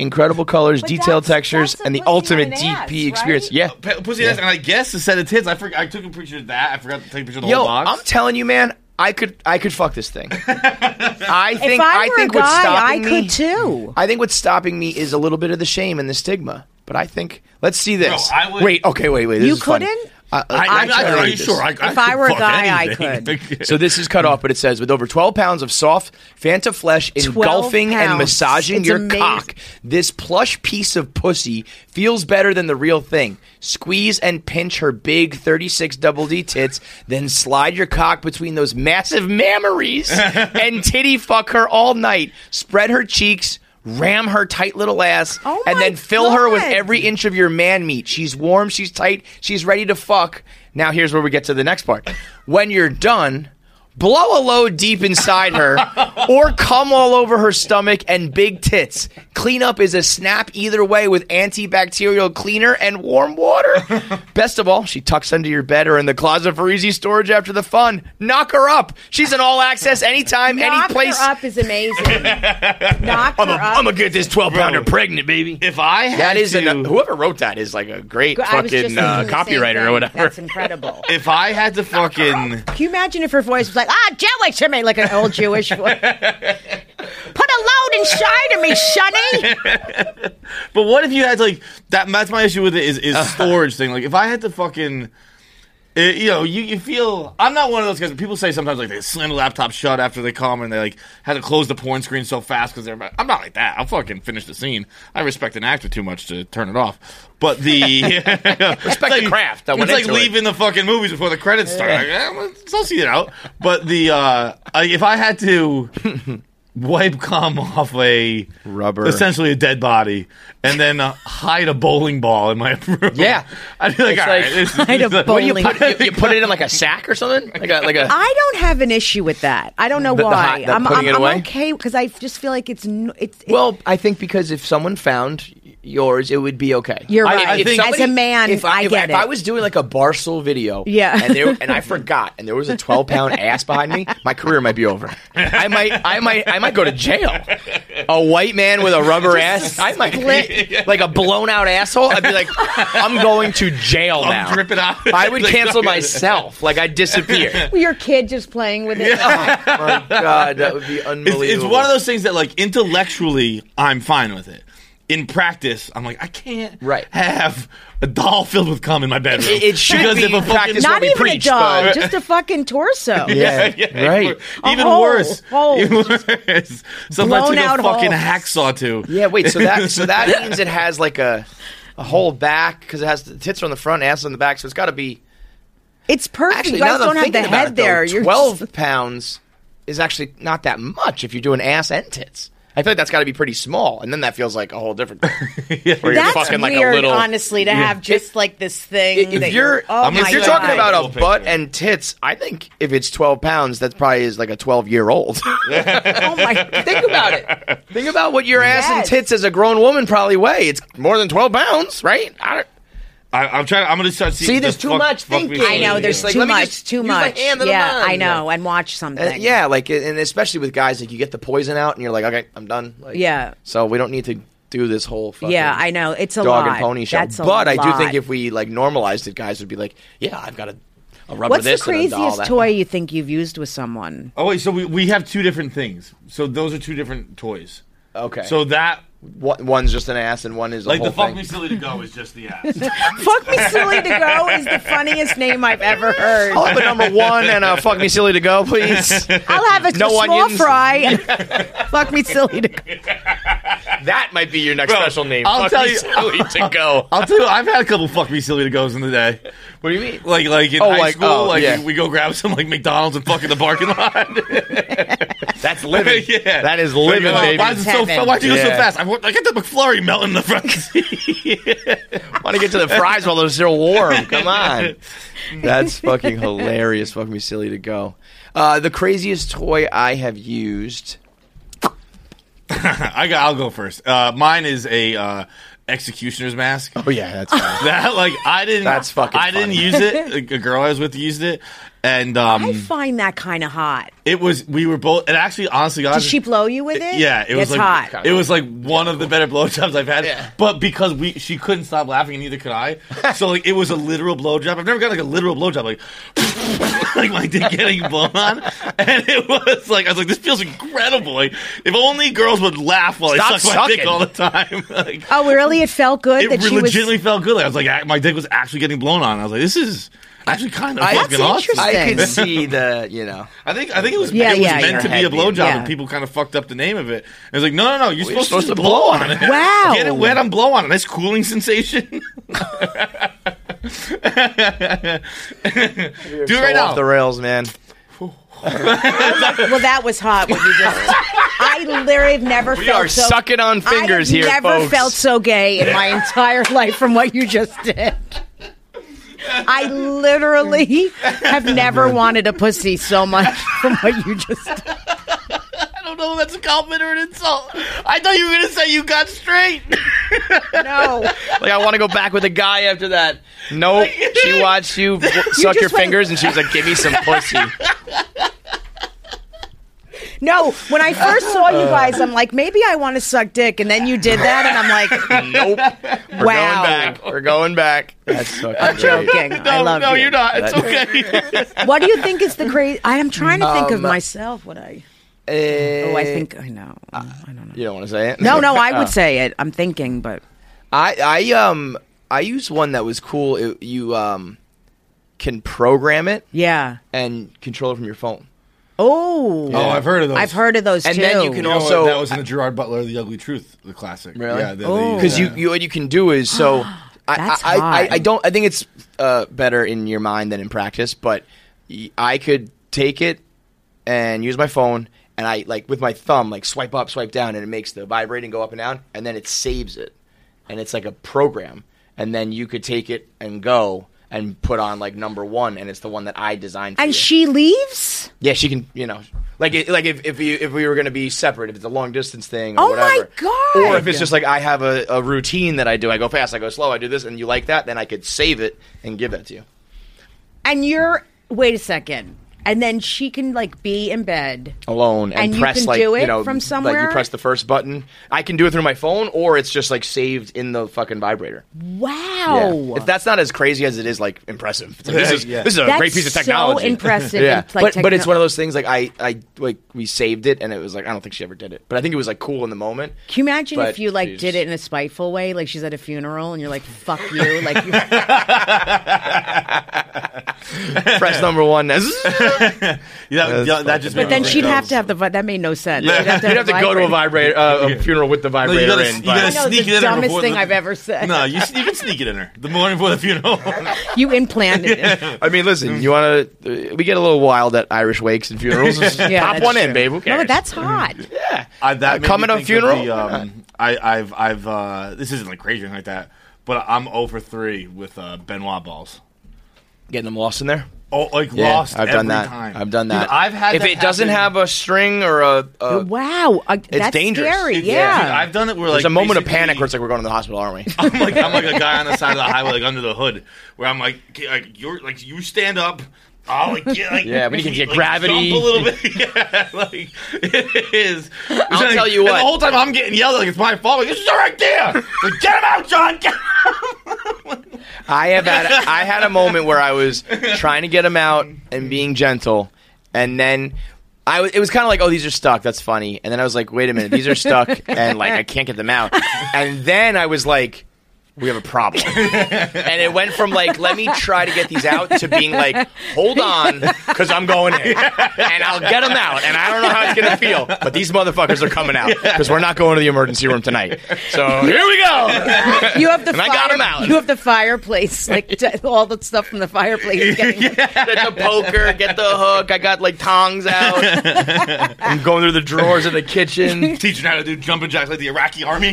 Speaker 4: Incredible colors, detailed textures, and the ultimate DP experience. Yeah,
Speaker 3: Uh, P- pussy
Speaker 4: Yeah.
Speaker 3: ass, and I guess a set of tits. I forgot. I took a picture of that. I forgot to take a picture of the
Speaker 4: Yo,
Speaker 3: whole box.
Speaker 4: I'm telling you, man, I could I could fuck this thing. I think
Speaker 19: I
Speaker 4: I,
Speaker 19: were a
Speaker 4: think what's
Speaker 19: guy, I
Speaker 4: stopping me,
Speaker 19: could too.
Speaker 4: I think what's stopping me is a little bit of the shame and the stigma. But I think let's see this.
Speaker 3: Bro, I would-
Speaker 4: wait, okay, wait, wait. This
Speaker 19: You
Speaker 4: is funny. Uh,
Speaker 19: couldn't?
Speaker 4: I,
Speaker 19: I- I- I-
Speaker 4: tried
Speaker 19: are
Speaker 4: to
Speaker 19: you
Speaker 4: this.
Speaker 19: sure? I- I If could I were a fuck guy, I anything.
Speaker 3: could.
Speaker 4: so this is cut off, but it says with over 12 pounds of soft Fanta flesh
Speaker 19: 12
Speaker 4: engulfing and
Speaker 19: pounds.
Speaker 4: massaging
Speaker 19: It's
Speaker 4: your
Speaker 19: amazing.
Speaker 4: cock, this plush piece of pussy feels better than the real thing. Squeeze and pinch her big 36 double D tits, then slide your cock between those massive mammaries and titty fuck her all night. Spread her cheeks. Ram her tight little ass
Speaker 19: Oh
Speaker 4: and then fill her with every inch of your man meat. She's warm, she's tight, she's ready to fuck. Now, here's where we get to the next part. When you're done, blow a load deep inside her or come all over her stomach and big tits. Cleanup is a snap either way with antibacterial cleaner and warm water. Best of all, she tucks under your bed or in the closet for easy storage after the fun. Knock her up. She's an all access anytime, any
Speaker 19: Knock
Speaker 4: place.
Speaker 19: her up is amazing. Knock
Speaker 4: I'm
Speaker 19: her up.
Speaker 4: going to get this 12 pounder pregnant, baby.
Speaker 3: If I had
Speaker 4: That is
Speaker 3: to-
Speaker 4: an- whoever wrote that is like a great
Speaker 19: I was just
Speaker 4: fucking uh,
Speaker 19: thinking the same
Speaker 4: copywriter or
Speaker 19: thing.
Speaker 4: whatever.
Speaker 19: That's incredible.
Speaker 3: if I had to fucking.
Speaker 19: Can you imagine if her voice was like, ah, Jewish, I mean, like an old Jewish voice? Put a load inside of me, Sonny.
Speaker 3: But what if you had like that? That's my issue with it is is storage thing. Like if I had to fucking, eh, you know, you, you feel I'm not one of those guys. People say sometimes like they slam the laptop shut after they come and they like had to close the porn screen so fast because they're. I'm not like that. I'll fucking finish the scene. I respect an actor too much to turn it off. But the respect
Speaker 4: the craft that
Speaker 3: It's
Speaker 4: went
Speaker 3: like
Speaker 4: into it.
Speaker 3: leaving the fucking movies before the credits start. Like, eh, let's all see it out. But the uh, I, if I had to wipe cum off a
Speaker 4: rubber,
Speaker 3: essentially a dead body, and then uh, hide a bowling ball in my room. Yeah, I'd be like,
Speaker 4: It's
Speaker 3: all right,
Speaker 4: like,
Speaker 3: this,
Speaker 19: hide
Speaker 3: this-
Speaker 19: a
Speaker 3: this-
Speaker 19: bowling- What do you
Speaker 4: Put- you, you put it in like a sack or something, like a like a.
Speaker 19: I don't have an issue with that. I don't know
Speaker 4: The- the
Speaker 19: why.
Speaker 4: hot- the
Speaker 19: I'm,
Speaker 4: putting
Speaker 19: I'm,
Speaker 4: it away?
Speaker 19: I'm okay because I just feel like it's n- it's. it-
Speaker 4: Well, I think because if someone found yours, it would be okay.
Speaker 19: You're
Speaker 4: I-
Speaker 19: right.
Speaker 4: if
Speaker 19: I think- As a man,
Speaker 4: if
Speaker 19: I
Speaker 4: if,
Speaker 19: get
Speaker 4: If I
Speaker 19: it.
Speaker 4: was doing like a Barstool video,
Speaker 19: Yeah.
Speaker 4: and, there, and I forgot, and there was a 12 pound ass behind me, my career might be over. I might, I might, I might go to jail. A white man with a rubber ass, I might
Speaker 3: split.
Speaker 4: like a blown out asshole. I'd be like, I'm going to jail now.
Speaker 3: drip it out.
Speaker 4: I would
Speaker 3: Like,
Speaker 4: cancel
Speaker 3: okay.
Speaker 4: myself. Like I'd disappear.
Speaker 19: your kid just playing with it.
Speaker 4: Oh my god, that would be
Speaker 3: It's,
Speaker 4: unbelievable.
Speaker 3: it's one of those things that, like, intellectually, I'm fine with it. In practice, I'm like, I can't
Speaker 4: Right.
Speaker 3: have a doll filled with cum in my bedroom.
Speaker 4: It- it should
Speaker 3: because
Speaker 4: be
Speaker 3: if a
Speaker 4: in
Speaker 3: fucking,
Speaker 4: practice
Speaker 19: Not even a dog,
Speaker 3: but-
Speaker 19: just a fucking torso.
Speaker 3: yeah, yeah,
Speaker 4: right.
Speaker 3: Even
Speaker 19: A hole,
Speaker 3: worse.
Speaker 19: hole.
Speaker 3: Even worse. Sometimes
Speaker 19: Blown
Speaker 3: took
Speaker 19: out
Speaker 3: a fucking
Speaker 19: holes.
Speaker 3: hacksaw too.
Speaker 4: Yeah, wait. So that so that means it has like a a whole back because it has the tits are on the front, ass on the back. So it's got to be
Speaker 19: It's perfect.
Speaker 4: actually
Speaker 19: you guys
Speaker 4: now that
Speaker 19: don't
Speaker 4: I'm
Speaker 19: have the
Speaker 4: thinking about
Speaker 19: head
Speaker 4: it, though,
Speaker 19: there. You're
Speaker 4: Twelve pounds is actually not that much if you're doing ass and tits. I feel like that's got to be pretty small, and then that feels like a whole different thing. Where you're
Speaker 19: That's
Speaker 4: fucking like
Speaker 19: weird,
Speaker 4: a little.
Speaker 19: honestly, to have just like this thing. that
Speaker 4: if you're,
Speaker 19: oh
Speaker 4: I mean,
Speaker 19: my
Speaker 4: if you're
Speaker 19: God.
Speaker 4: talking about a butt and tits, I think if it's 12 pounds, that's probably is like a 12 year old.
Speaker 19: oh my,
Speaker 4: think about it. Think about what your ass and
Speaker 19: Yes.
Speaker 4: tits as a grown woman probably weigh. It's more than 12 pounds, right? I don't,
Speaker 3: I, I'm trying. I'm gonna start seeing.
Speaker 4: See, there's
Speaker 3: this
Speaker 4: too
Speaker 3: fuck-
Speaker 4: much
Speaker 3: fuck me
Speaker 4: thinking.
Speaker 3: silly
Speaker 19: I know there's
Speaker 3: video.
Speaker 19: too
Speaker 4: let me
Speaker 19: much,
Speaker 4: just
Speaker 19: too
Speaker 4: use my
Speaker 19: much.
Speaker 4: hand and
Speaker 19: yeah,
Speaker 4: I'm
Speaker 19: I
Speaker 4: done.
Speaker 19: know, and watch something.
Speaker 4: Uh, yeah, like and especially with guys, like you get the poison out, and you're like, okay, I'm done. Like,
Speaker 19: Yeah.
Speaker 4: So we don't need to do this whole. Fucking
Speaker 19: Yeah, I know. It's a
Speaker 4: dog and
Speaker 19: lot.
Speaker 4: pony show.
Speaker 19: That's a
Speaker 4: but I do
Speaker 19: lot.
Speaker 4: think if we like normalized it, guys would be like, yeah, I've got a, a rubber
Speaker 19: What's the
Speaker 4: this and a doll
Speaker 19: craziest
Speaker 4: that.
Speaker 19: toy you think you've used with someone?
Speaker 3: Oh wait, so we, we have two different things. So those are two different toys.
Speaker 4: Okay.
Speaker 3: So that
Speaker 4: One- One's just an ass and one is a
Speaker 3: Like
Speaker 4: whole
Speaker 3: the fuck
Speaker 4: thing.
Speaker 3: me silly to go is just the ass.
Speaker 19: Fuck me silly to go is the funniest name I've ever heard.
Speaker 4: I'll have a number one and a fuck me silly to go, please.
Speaker 19: I'll have a
Speaker 4: No
Speaker 19: small
Speaker 4: onions.
Speaker 19: fry. Fuck me silly to go.
Speaker 4: That might be your next special name.
Speaker 3: I'll
Speaker 4: fuck
Speaker 3: tell
Speaker 4: me
Speaker 3: you-
Speaker 4: silly to go.
Speaker 3: I'll tell you, I've had a couple fuck me silly to goes in the day. What do you mean? Like, like in
Speaker 4: Oh,
Speaker 3: high
Speaker 4: like-
Speaker 3: school,
Speaker 4: oh,
Speaker 3: like
Speaker 4: yeah.
Speaker 3: we go grab some like McDonald's and fuck in the parking lot.
Speaker 4: That's living.
Speaker 3: yeah,
Speaker 4: That is living,
Speaker 3: Like,
Speaker 4: baby.
Speaker 3: Why is it so? Fa- why'd you go so
Speaker 4: Yeah.
Speaker 3: fast? I, wa- I got the McFlurry melting in the front
Speaker 4: Want to get to the fries while they're still warm. Come on. That's fucking hilarious. Fuck me silly to go. Uh, the craziest toy I have used.
Speaker 3: I got. I'll go first. Uh, mine is a uh, executioner's mask. Oh
Speaker 6: yeah, that's
Speaker 3: that. Like I didn't.
Speaker 4: That's fucking
Speaker 3: I didn't
Speaker 19: funny.
Speaker 3: use it. Like, A girl I was with used it, and um,
Speaker 19: I
Speaker 4: Mm.
Speaker 19: find that kind of hot.
Speaker 3: it was. We were both. And actually, honestly, God,
Speaker 19: Did she blow you with it?
Speaker 3: Yeah, it was
Speaker 19: it's
Speaker 3: like
Speaker 19: hot.
Speaker 3: it was like one of the better blowjobs I've had. But because we she couldn't stop laughing and neither could I. So like it was a literal blowjob. I've never got like a literal blowjob like like my dick getting blown on. And it was like I was like, this feels incredible. Like if only girls would laugh while I
Speaker 10: Stop
Speaker 3: suck my dick
Speaker 10: sucking.
Speaker 3: all the time. like
Speaker 19: Oh, really? It felt good
Speaker 3: it
Speaker 19: that she was.
Speaker 3: legitimately felt good. Like, I was like act- my dick was actually getting blown on. I was like, this is actually kind of
Speaker 4: I-
Speaker 3: fucking awesome.
Speaker 4: I could see the, you know.
Speaker 3: I think I think it was,
Speaker 4: Yeah,
Speaker 3: it was
Speaker 4: yeah,
Speaker 3: meant to
Speaker 4: yeah.
Speaker 3: be a blowjob,
Speaker 4: Yeah.
Speaker 3: and people kind of fucked up the name of it. And it was like, no, no, no, you're,
Speaker 4: Well, you're
Speaker 3: supposed,
Speaker 4: supposed
Speaker 3: to
Speaker 4: to
Speaker 3: blow on it.
Speaker 19: Wow.
Speaker 3: get it wet and blow on it. Nice cooling sensation. Do it right
Speaker 4: So
Speaker 3: now.
Speaker 4: Off the rails, man.
Speaker 19: well, that was hot. What you just. I literally have never
Speaker 4: We
Speaker 19: felt
Speaker 4: are
Speaker 19: so,
Speaker 4: sucking on fingers
Speaker 19: I
Speaker 4: here,
Speaker 19: have never
Speaker 4: folks.
Speaker 19: felt so gay in my entire life from what you just did. I literally have never wanted a pussy so much from what you just did.
Speaker 3: I don't know if that's a compliment or an insult. I thought you were gonna say you got straight.
Speaker 19: no.
Speaker 4: Like, I want to go back with a guy after that. Nope. She watched you w- suck
Speaker 19: just
Speaker 4: your
Speaker 19: went-
Speaker 4: fingers and she was like, give me some pussy.
Speaker 19: No, when I first saw
Speaker 4: Uh.
Speaker 19: you guys, I'm like, maybe I want to suck dick. And then you did that, and I'm like,
Speaker 4: nope. We're
Speaker 19: Wow.
Speaker 4: going back. We're going back. That's fucking
Speaker 19: I'm
Speaker 4: great.
Speaker 19: joking. I love you.
Speaker 4: That-
Speaker 19: what do you think is the great? I am trying to think of
Speaker 4: Um, eh,
Speaker 19: myself. What I. oh, I think Mm, I know.
Speaker 4: You don't want to say it?
Speaker 19: No, no, I would
Speaker 4: Oh.
Speaker 19: say it. I'm thinking, but
Speaker 4: I I um I used one that was cool. It, you um can program it.
Speaker 19: Yeah.
Speaker 4: And control it from your phone.
Speaker 19: oh,
Speaker 4: Oh, I've heard of those.
Speaker 19: I've heard of those
Speaker 4: And
Speaker 19: too.
Speaker 4: then you can also
Speaker 3: that was in the Gerard Butler, The Ugly Truth, the classic. Yeah, they- they used
Speaker 4: Because you,
Speaker 3: that.
Speaker 4: you what you can do is so. I,
Speaker 3: That's
Speaker 4: I, I,
Speaker 3: hot.
Speaker 4: I don't. I think it's uh, better in your mind than in practice. But y- I could take it and use my phone, and I like with my thumb, like swipe up, swipe down, and it makes the vibrating go up and down, and then it saves it, and it's like a program. And then you could take it and go and put on like number one, and it's the one that I designed. For
Speaker 19: and
Speaker 4: you.
Speaker 19: she leaves.
Speaker 4: Yeah, she can. You know, like it- like if if, you, if we were going to be separate, if it's a long distance thing, or
Speaker 19: Oh my
Speaker 4: whatever,
Speaker 19: God!
Speaker 4: or if it's just like I have a, a routine that I do. I go fast, I go slow, I do this, and you like that, then I could save it and give that to you.
Speaker 19: And you're wait a second, and then she can like be in bed.
Speaker 4: Alone and,
Speaker 19: And you
Speaker 4: press
Speaker 19: can
Speaker 4: like
Speaker 19: do it
Speaker 4: you know
Speaker 19: from
Speaker 4: like
Speaker 19: somewhere?
Speaker 4: you press the first button. I can do it through my phone, or it's just like saved in the fucking vibrator.
Speaker 19: Wow.
Speaker 4: Yeah. If that's not as crazy as it is, like impressive. It's like, this is
Speaker 19: Yeah.
Speaker 4: this is a
Speaker 19: That's
Speaker 4: great piece of
Speaker 19: so
Speaker 4: technology.
Speaker 19: impressive
Speaker 4: yeah,
Speaker 19: and, like,
Speaker 4: but but it's
Speaker 19: techno-
Speaker 4: one of those things. Like I I like we saved it, and it was like I don't think she ever did it, but I think it was like cool in the moment.
Speaker 19: Can you imagine
Speaker 4: But
Speaker 19: if you like
Speaker 4: she's-
Speaker 19: did it in a spiteful way, like she's at a funeral and you're like, "Fuck you!" Like, you,
Speaker 4: Press number one. yeah, that,
Speaker 3: yeah, that just
Speaker 19: but then she'd have to have the. vi- That made no sense. You'd have to, have
Speaker 4: go to a
Speaker 19: vibrator.
Speaker 4: vibrator, uh, a funeral with the vibrator
Speaker 3: you gotta-
Speaker 4: in.
Speaker 3: you
Speaker 4: but-
Speaker 3: gotta
Speaker 19: I know
Speaker 3: sneak
Speaker 19: the
Speaker 3: it in her
Speaker 19: dumbest
Speaker 3: before
Speaker 19: thing
Speaker 3: the-
Speaker 19: I've ever said.
Speaker 3: No, you, you can sneak it in her the morning before the funeral.
Speaker 19: You implanted it.
Speaker 4: I mean, listen, you want to? Uh, we get a little wild at Irish wakes and funerals. Just
Speaker 19: Yeah,
Speaker 4: pop
Speaker 19: that's
Speaker 4: one in,
Speaker 19: true.
Speaker 4: babe. Who
Speaker 19: No,
Speaker 4: cares?
Speaker 19: but that's hot.
Speaker 3: I, that made
Speaker 4: Uh, coming
Speaker 3: me
Speaker 4: to a
Speaker 3: think
Speaker 4: funeral?
Speaker 3: Of the, um, I, I've, I've. Uh, this isn't like crazy or anything like that, but I'm 0 for three with uh, Benoit balls.
Speaker 4: Getting them lost in there.
Speaker 3: Oh, like
Speaker 4: Yeah,
Speaker 3: lost.
Speaker 4: I've
Speaker 3: every
Speaker 4: done that.
Speaker 3: Time.
Speaker 4: I've done
Speaker 3: Dude,
Speaker 4: that.
Speaker 3: I've had.
Speaker 4: If
Speaker 3: that
Speaker 4: it doesn't
Speaker 3: happen-
Speaker 4: have a string or a, a
Speaker 19: wow, uh,
Speaker 4: it's
Speaker 19: that's
Speaker 4: dangerous.
Speaker 19: scary.
Speaker 4: It's-
Speaker 19: yeah.
Speaker 3: Dude, I've done it where
Speaker 4: there's
Speaker 3: like
Speaker 4: a moment of
Speaker 3: basically-
Speaker 4: panic where it's like we're going to the hospital, aren't we?
Speaker 3: I'm like I'm like a guy on the side of the highway, like under the hood, where I'm like, okay, like you're like you stand up. I'll like get like
Speaker 4: Yeah, but you can get
Speaker 3: like,
Speaker 4: gravity.
Speaker 3: jump a little bit. yeah, like it is.
Speaker 4: I'll
Speaker 3: Like,
Speaker 4: tell you
Speaker 3: and
Speaker 4: what.
Speaker 3: the whole time I'm getting yelled at, like it's my fault. Like this is right there. Like get him out, John. Get him
Speaker 4: I have had I had a moment where I was trying to get him out and being gentle, and then I w- it was kind of like, oh, these are stuck. That's funny. And then I was like, wait a minute, these are stuck, and like I can't get them out. And then I was like, we have a problem. and it went from like, let me try to get these out to being like, hold on, because I'm going in, and I'll get them out. And I don't know how it's gonna feel, but these motherfuckers are coming out because we're not going to the emergency room tonight. So
Speaker 3: Oh,
Speaker 4: here we go.
Speaker 19: You have the
Speaker 4: And I
Speaker 19: fire,
Speaker 4: got 'em out.
Speaker 19: You have the fireplace, like t- all the stuff from the fireplace. is getting-
Speaker 4: Get the poker, get the hook. I got like tongs out. I'm going through the drawers in the kitchen.
Speaker 3: Teaching how to do jumping jacks like the Iraqi army.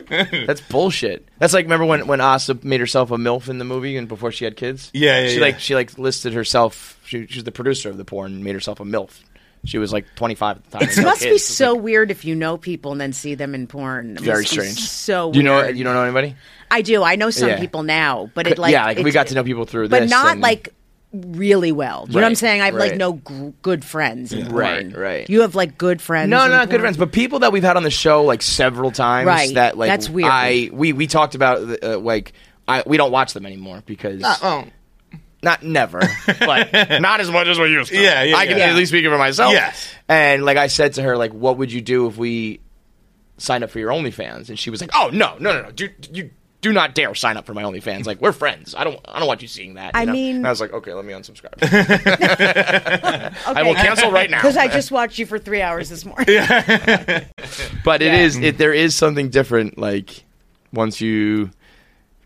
Speaker 4: That's bullshit. That's like remember when when Asa made herself a milf in the movie and before she had kids.
Speaker 3: Yeah, yeah,
Speaker 4: She
Speaker 3: yeah.
Speaker 4: like she like listed herself. She, she was the producer of the porn and made herself a milf. She was like 25 at the time.
Speaker 19: It
Speaker 4: and no
Speaker 19: must be
Speaker 4: kids.
Speaker 19: so weird if you know people and then see them in porn. It
Speaker 4: very
Speaker 19: must be
Speaker 4: strange.
Speaker 19: So weird.
Speaker 4: you know you don't know anybody.
Speaker 19: I do. I know some
Speaker 4: Yeah.
Speaker 19: people now, but it like
Speaker 4: yeah, like, we
Speaker 19: it's-
Speaker 4: got to know people through
Speaker 19: but
Speaker 4: this,
Speaker 19: not
Speaker 4: and-
Speaker 19: like really well. Do You know what I'm
Speaker 4: Right,
Speaker 19: saying? I have like
Speaker 4: right.
Speaker 19: no gr- good friends. in
Speaker 4: right,
Speaker 19: porn.
Speaker 4: right.
Speaker 19: You have like good friends.
Speaker 4: No,
Speaker 19: in
Speaker 4: not good
Speaker 19: porn?
Speaker 4: friends, but people that we've had on the show like several times.
Speaker 19: Right.
Speaker 4: That like
Speaker 19: That's weird.
Speaker 4: I we we talked about uh, like I we don't watch them anymore because
Speaker 3: Not- oh.
Speaker 4: not never, but not as much as we used to.
Speaker 3: Yeah, yeah,
Speaker 4: I can
Speaker 3: yeah.
Speaker 4: at least speak for myself.
Speaker 3: Yes.
Speaker 4: And like I said to her, like, what would you do if we signed up for your OnlyFans? And she was like, Oh no, no, no, no, do you. Do not dare sign up for my OnlyFans. Like we're friends. I don't. I don't want you seeing that. you
Speaker 20: I
Speaker 4: know?
Speaker 20: mean-
Speaker 4: and I was like, okay, let me unsubscribe. I will cancel right now.
Speaker 19: because I just watched you for three hours this morning.
Speaker 4: but it is
Speaker 3: Mm.
Speaker 4: it there is something different like once you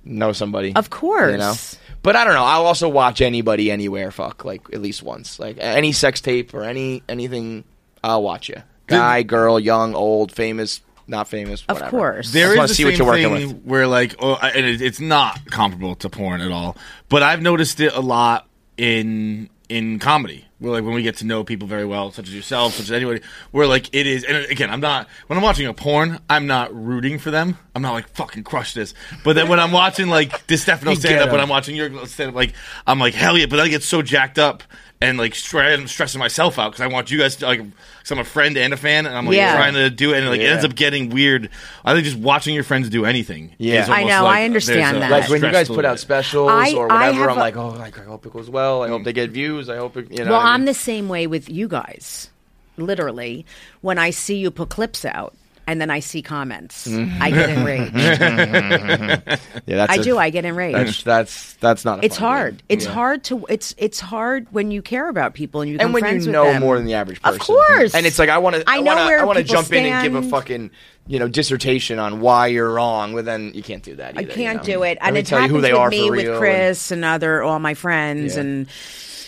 Speaker 4: know somebody
Speaker 19: Of course.
Speaker 4: you know but i don't know i'll also watch anybody anywhere fuck like at least once like any sex tape or any anything i'll watch you guy girl young old famous not famous whatever.
Speaker 3: There
Speaker 4: I
Speaker 3: is the
Speaker 4: want to see
Speaker 3: same
Speaker 4: what you're working
Speaker 3: thing
Speaker 4: with
Speaker 3: where like, oh, I- and it, it's not comparable to porn at all. But I've noticed it a lot in in comedy. Where like when we get to know people very well, such as yourself, such as anybody, where like it is. And again, I'm not when I'm watching a porn, I'm not rooting for them. I'm not like fucking crush this. But then when I'm watching like this Stefano
Speaker 14: You get
Speaker 3: stand up, when
Speaker 14: 'em.
Speaker 3: I'm watching your stand up, like I'm like hell yeah. But then I get so jacked up. And like stre- I'm stressing myself out because I want you guys to like, because I'm a friend and a fan, and I'm like
Speaker 19: Yeah.
Speaker 3: trying to do it, and like it
Speaker 4: Yeah.
Speaker 3: ends up getting weird. I think just watching your friends do anything.
Speaker 4: yeah
Speaker 3: is almost like there's a
Speaker 4: like when you guys
Speaker 3: stressful
Speaker 4: put out
Speaker 3: bit.
Speaker 4: specials
Speaker 19: I-
Speaker 4: or
Speaker 19: I
Speaker 4: whatever
Speaker 19: have
Speaker 4: i'm
Speaker 19: a-
Speaker 4: like oh like, i hope it goes well i
Speaker 3: Mm.
Speaker 4: hope they get views i hope it you know
Speaker 19: well,
Speaker 4: what I
Speaker 19: I'm
Speaker 4: mean?
Speaker 19: the same way with you guys. Literally, when I see you put clips out and then I see comments, I get enraged.
Speaker 4: Mm-hmm. yeah that's
Speaker 19: I
Speaker 4: a-
Speaker 19: do, I get enraged.
Speaker 4: that's that's, that's not a
Speaker 19: It's
Speaker 4: fun game.
Speaker 19: hard. It's
Speaker 4: Yeah.
Speaker 19: hard to. It's it's hard when you care about people and you become
Speaker 4: and when
Speaker 19: friends
Speaker 4: you
Speaker 19: with
Speaker 4: know
Speaker 19: them.
Speaker 4: more than the average person,
Speaker 19: Of course.
Speaker 4: And it's like I want to,
Speaker 19: I
Speaker 4: I
Speaker 19: know
Speaker 4: want to,
Speaker 19: where
Speaker 4: I want to
Speaker 19: people
Speaker 4: jump in and give a
Speaker 19: stand.
Speaker 4: fucking, you know, dissertation on why you're wrong. Well, then you can't do that.
Speaker 19: I
Speaker 4: Either, you
Speaker 19: can't
Speaker 4: know?
Speaker 19: do it,
Speaker 4: Let
Speaker 19: and
Speaker 4: me
Speaker 19: it
Speaker 4: tell you
Speaker 19: happens
Speaker 4: who they
Speaker 19: with
Speaker 4: are
Speaker 19: me
Speaker 4: for
Speaker 19: with
Speaker 4: real and-
Speaker 19: Chris and, other all my friends,
Speaker 4: Yeah.
Speaker 19: and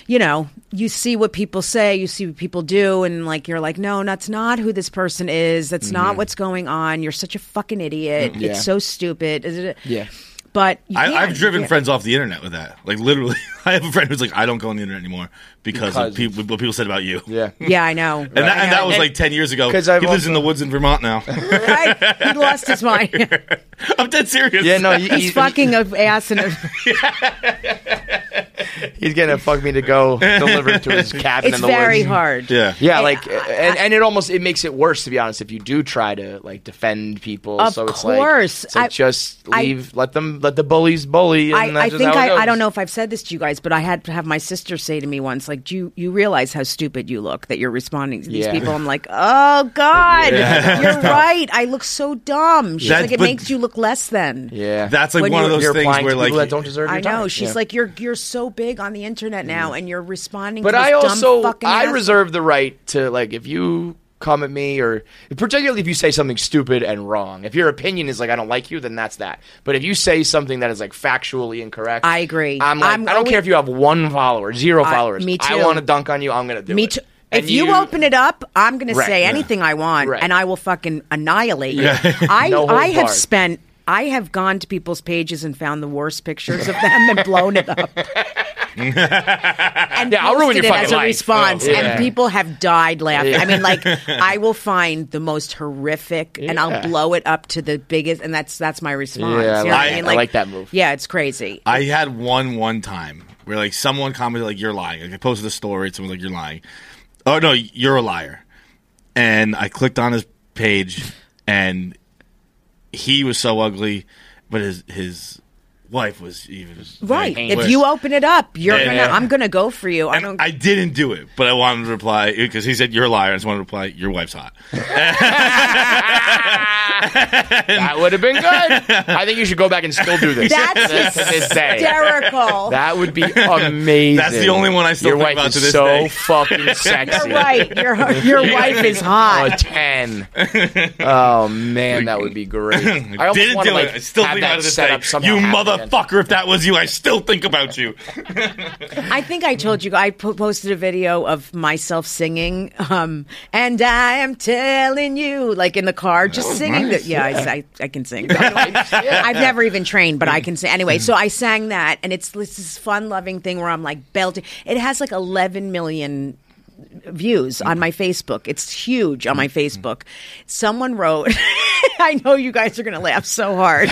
Speaker 19: you know, you see what people say, you see what people do, and like you're like, no, that's not who this person is. That's not
Speaker 4: Mm-hmm.
Speaker 20: Mhm.
Speaker 19: what's going on. You're such a fucking idiot.
Speaker 20: Yeah.
Speaker 19: It's so stupid. Is it?
Speaker 20: Yeah.
Speaker 19: but you
Speaker 3: I,
Speaker 19: can,
Speaker 3: I've
Speaker 19: you
Speaker 3: driven
Speaker 19: can.
Speaker 3: friends off the internet with that. Like literally, I have a friend who's like, I don't go on the internet anymore because,
Speaker 19: Because-
Speaker 3: of people, what people said about you.
Speaker 4: Yeah,
Speaker 19: Yeah, I know.
Speaker 3: and, that, and that was like ten years ago.
Speaker 4: 'Cause
Speaker 3: He
Speaker 4: I've
Speaker 3: lives
Speaker 4: also-
Speaker 3: in the woods in Vermont now.
Speaker 19: he lost his mind.
Speaker 3: I'm dead serious.
Speaker 4: Yeah, no, you,
Speaker 19: He's fucking a ass and a,
Speaker 4: He's gonna fuck me to go deliver it to his cabin
Speaker 19: It's
Speaker 4: in the
Speaker 19: very
Speaker 4: woods.
Speaker 19: hard.
Speaker 3: Yeah,
Speaker 4: yeah, like, and, and it almost it makes it worse to be honest. If you do try to like defend people,
Speaker 19: Of
Speaker 4: so it's
Speaker 19: course.
Speaker 4: like, it's like
Speaker 19: I-
Speaker 4: just
Speaker 19: I-
Speaker 4: leave, let them, let the bullies bully. And
Speaker 19: I,
Speaker 4: that's
Speaker 19: I
Speaker 4: just
Speaker 19: think
Speaker 4: how it
Speaker 19: I, I
Speaker 4: goes.
Speaker 19: don't know if I've said this to you guys, but I had to have my sister say to me once, like, "Do you, you realize how stupid you look that you're responding to these
Speaker 3: Yeah.
Speaker 19: people?" I'm like, "Oh God,
Speaker 3: Yeah.
Speaker 19: you're right. I look so dumb. She's
Speaker 3: That-
Speaker 19: like, it
Speaker 3: but-
Speaker 19: makes you look less than."
Speaker 4: Yeah,
Speaker 3: that's like
Speaker 19: When
Speaker 3: one of
Speaker 19: you're-
Speaker 3: those
Speaker 19: you're
Speaker 3: things
Speaker 4: applying
Speaker 3: where
Speaker 4: to
Speaker 3: like
Speaker 4: people that don't deserve
Speaker 19: I
Speaker 4: your time.
Speaker 19: know. She's
Speaker 4: Yeah. Mm.
Speaker 19: like, "You're you're so big on the internet now, and you're responding."
Speaker 4: But
Speaker 19: to this
Speaker 4: I also
Speaker 19: dumb fucking
Speaker 4: I
Speaker 19: ass-
Speaker 4: reserve the right to like if you come at me or particularly if you say something stupid and wrong. If your opinion is like I don't like you, then that's that. But if you say something that is like factually incorrect,
Speaker 19: I agree.
Speaker 4: I'm like,
Speaker 19: I'm
Speaker 4: I don't care
Speaker 19: always-
Speaker 4: if you have one follower, zero
Speaker 19: I-
Speaker 4: followers.
Speaker 19: me
Speaker 4: I
Speaker 19: too.
Speaker 4: want to dunk on you. I'm gonna do
Speaker 19: Me
Speaker 4: it.
Speaker 19: too.
Speaker 4: And
Speaker 19: If you, open it up, I'm going
Speaker 4: Right,
Speaker 19: to say
Speaker 4: yeah.
Speaker 19: anything I want,
Speaker 4: Right.
Speaker 19: and I will fucking annihilate you.
Speaker 4: Yeah.
Speaker 19: I
Speaker 4: No holds
Speaker 19: I have
Speaker 4: barred.
Speaker 19: spent. I have gone to people's pages and found the worst pictures of them and blown it up. and
Speaker 4: Yeah, I'll ruin
Speaker 19: posted
Speaker 4: your
Speaker 19: it as
Speaker 4: fucking
Speaker 19: a
Speaker 4: life.
Speaker 19: response,
Speaker 4: Oh, yeah.
Speaker 19: and people have died laughing.
Speaker 4: Yeah.
Speaker 19: I mean, like I will find the most horrific, and I'll
Speaker 4: Yeah.
Speaker 19: blow it up to the biggest, and that's that's my response.
Speaker 3: Yeah, I
Speaker 19: You know what
Speaker 3: like-
Speaker 19: mean?
Speaker 3: I like that move.
Speaker 19: Yeah, it's crazy.
Speaker 3: I had one one time where like someone commented like you're lying. Like I posted a story, someone's like you're lying. Oh no, you're a liar. And I clicked on his page, and he was so ugly, but his his wife was even
Speaker 19: Right.
Speaker 3: like,
Speaker 19: If
Speaker 3: worse.
Speaker 19: you open it up, you're
Speaker 3: Yeah.
Speaker 19: gonna. I'm gonna go for you. I don't.
Speaker 3: I didn't do it, but I wanted to reply because he said you're a liar. I just wanted to reply your wife's hot.
Speaker 4: that would have been good. I think you should go back and still do this.
Speaker 3: That's
Speaker 4: to this day.
Speaker 19: hysterical.
Speaker 4: That would be amazing.
Speaker 3: That's Oh. the only one I still
Speaker 4: Your
Speaker 3: think about
Speaker 4: wife is
Speaker 3: to this
Speaker 4: so
Speaker 3: day.
Speaker 4: fucking sexy.
Speaker 19: You're right. Your your wife is hot.
Speaker 4: A ten. Oh man, that would be great. I almost
Speaker 3: didn't
Speaker 4: want
Speaker 3: do
Speaker 4: to like
Speaker 3: it. I still
Speaker 4: have
Speaker 3: think
Speaker 4: that
Speaker 3: about it this
Speaker 4: set
Speaker 3: day.
Speaker 4: up somehow.
Speaker 3: You
Speaker 4: happen again.
Speaker 3: motherfucker! If that was you, I still think about you.
Speaker 19: I think I told you. I po- posted a video of myself singing, um, and I am telling you, like in the car, just
Speaker 15: Oh,
Speaker 13: was
Speaker 19: singing.
Speaker 13: nice.
Speaker 19: that. yeah,
Speaker 13: Yeah.
Speaker 19: I, I, I can sing. I've never even trained, but I can sing. Anyway, so I sang that, and it's this is fun loving thing where I'm like belting. It has like 11 million views on my Facebook. It's huge on my Facebook. Someone wrote. I know you guys are going to laugh so hard.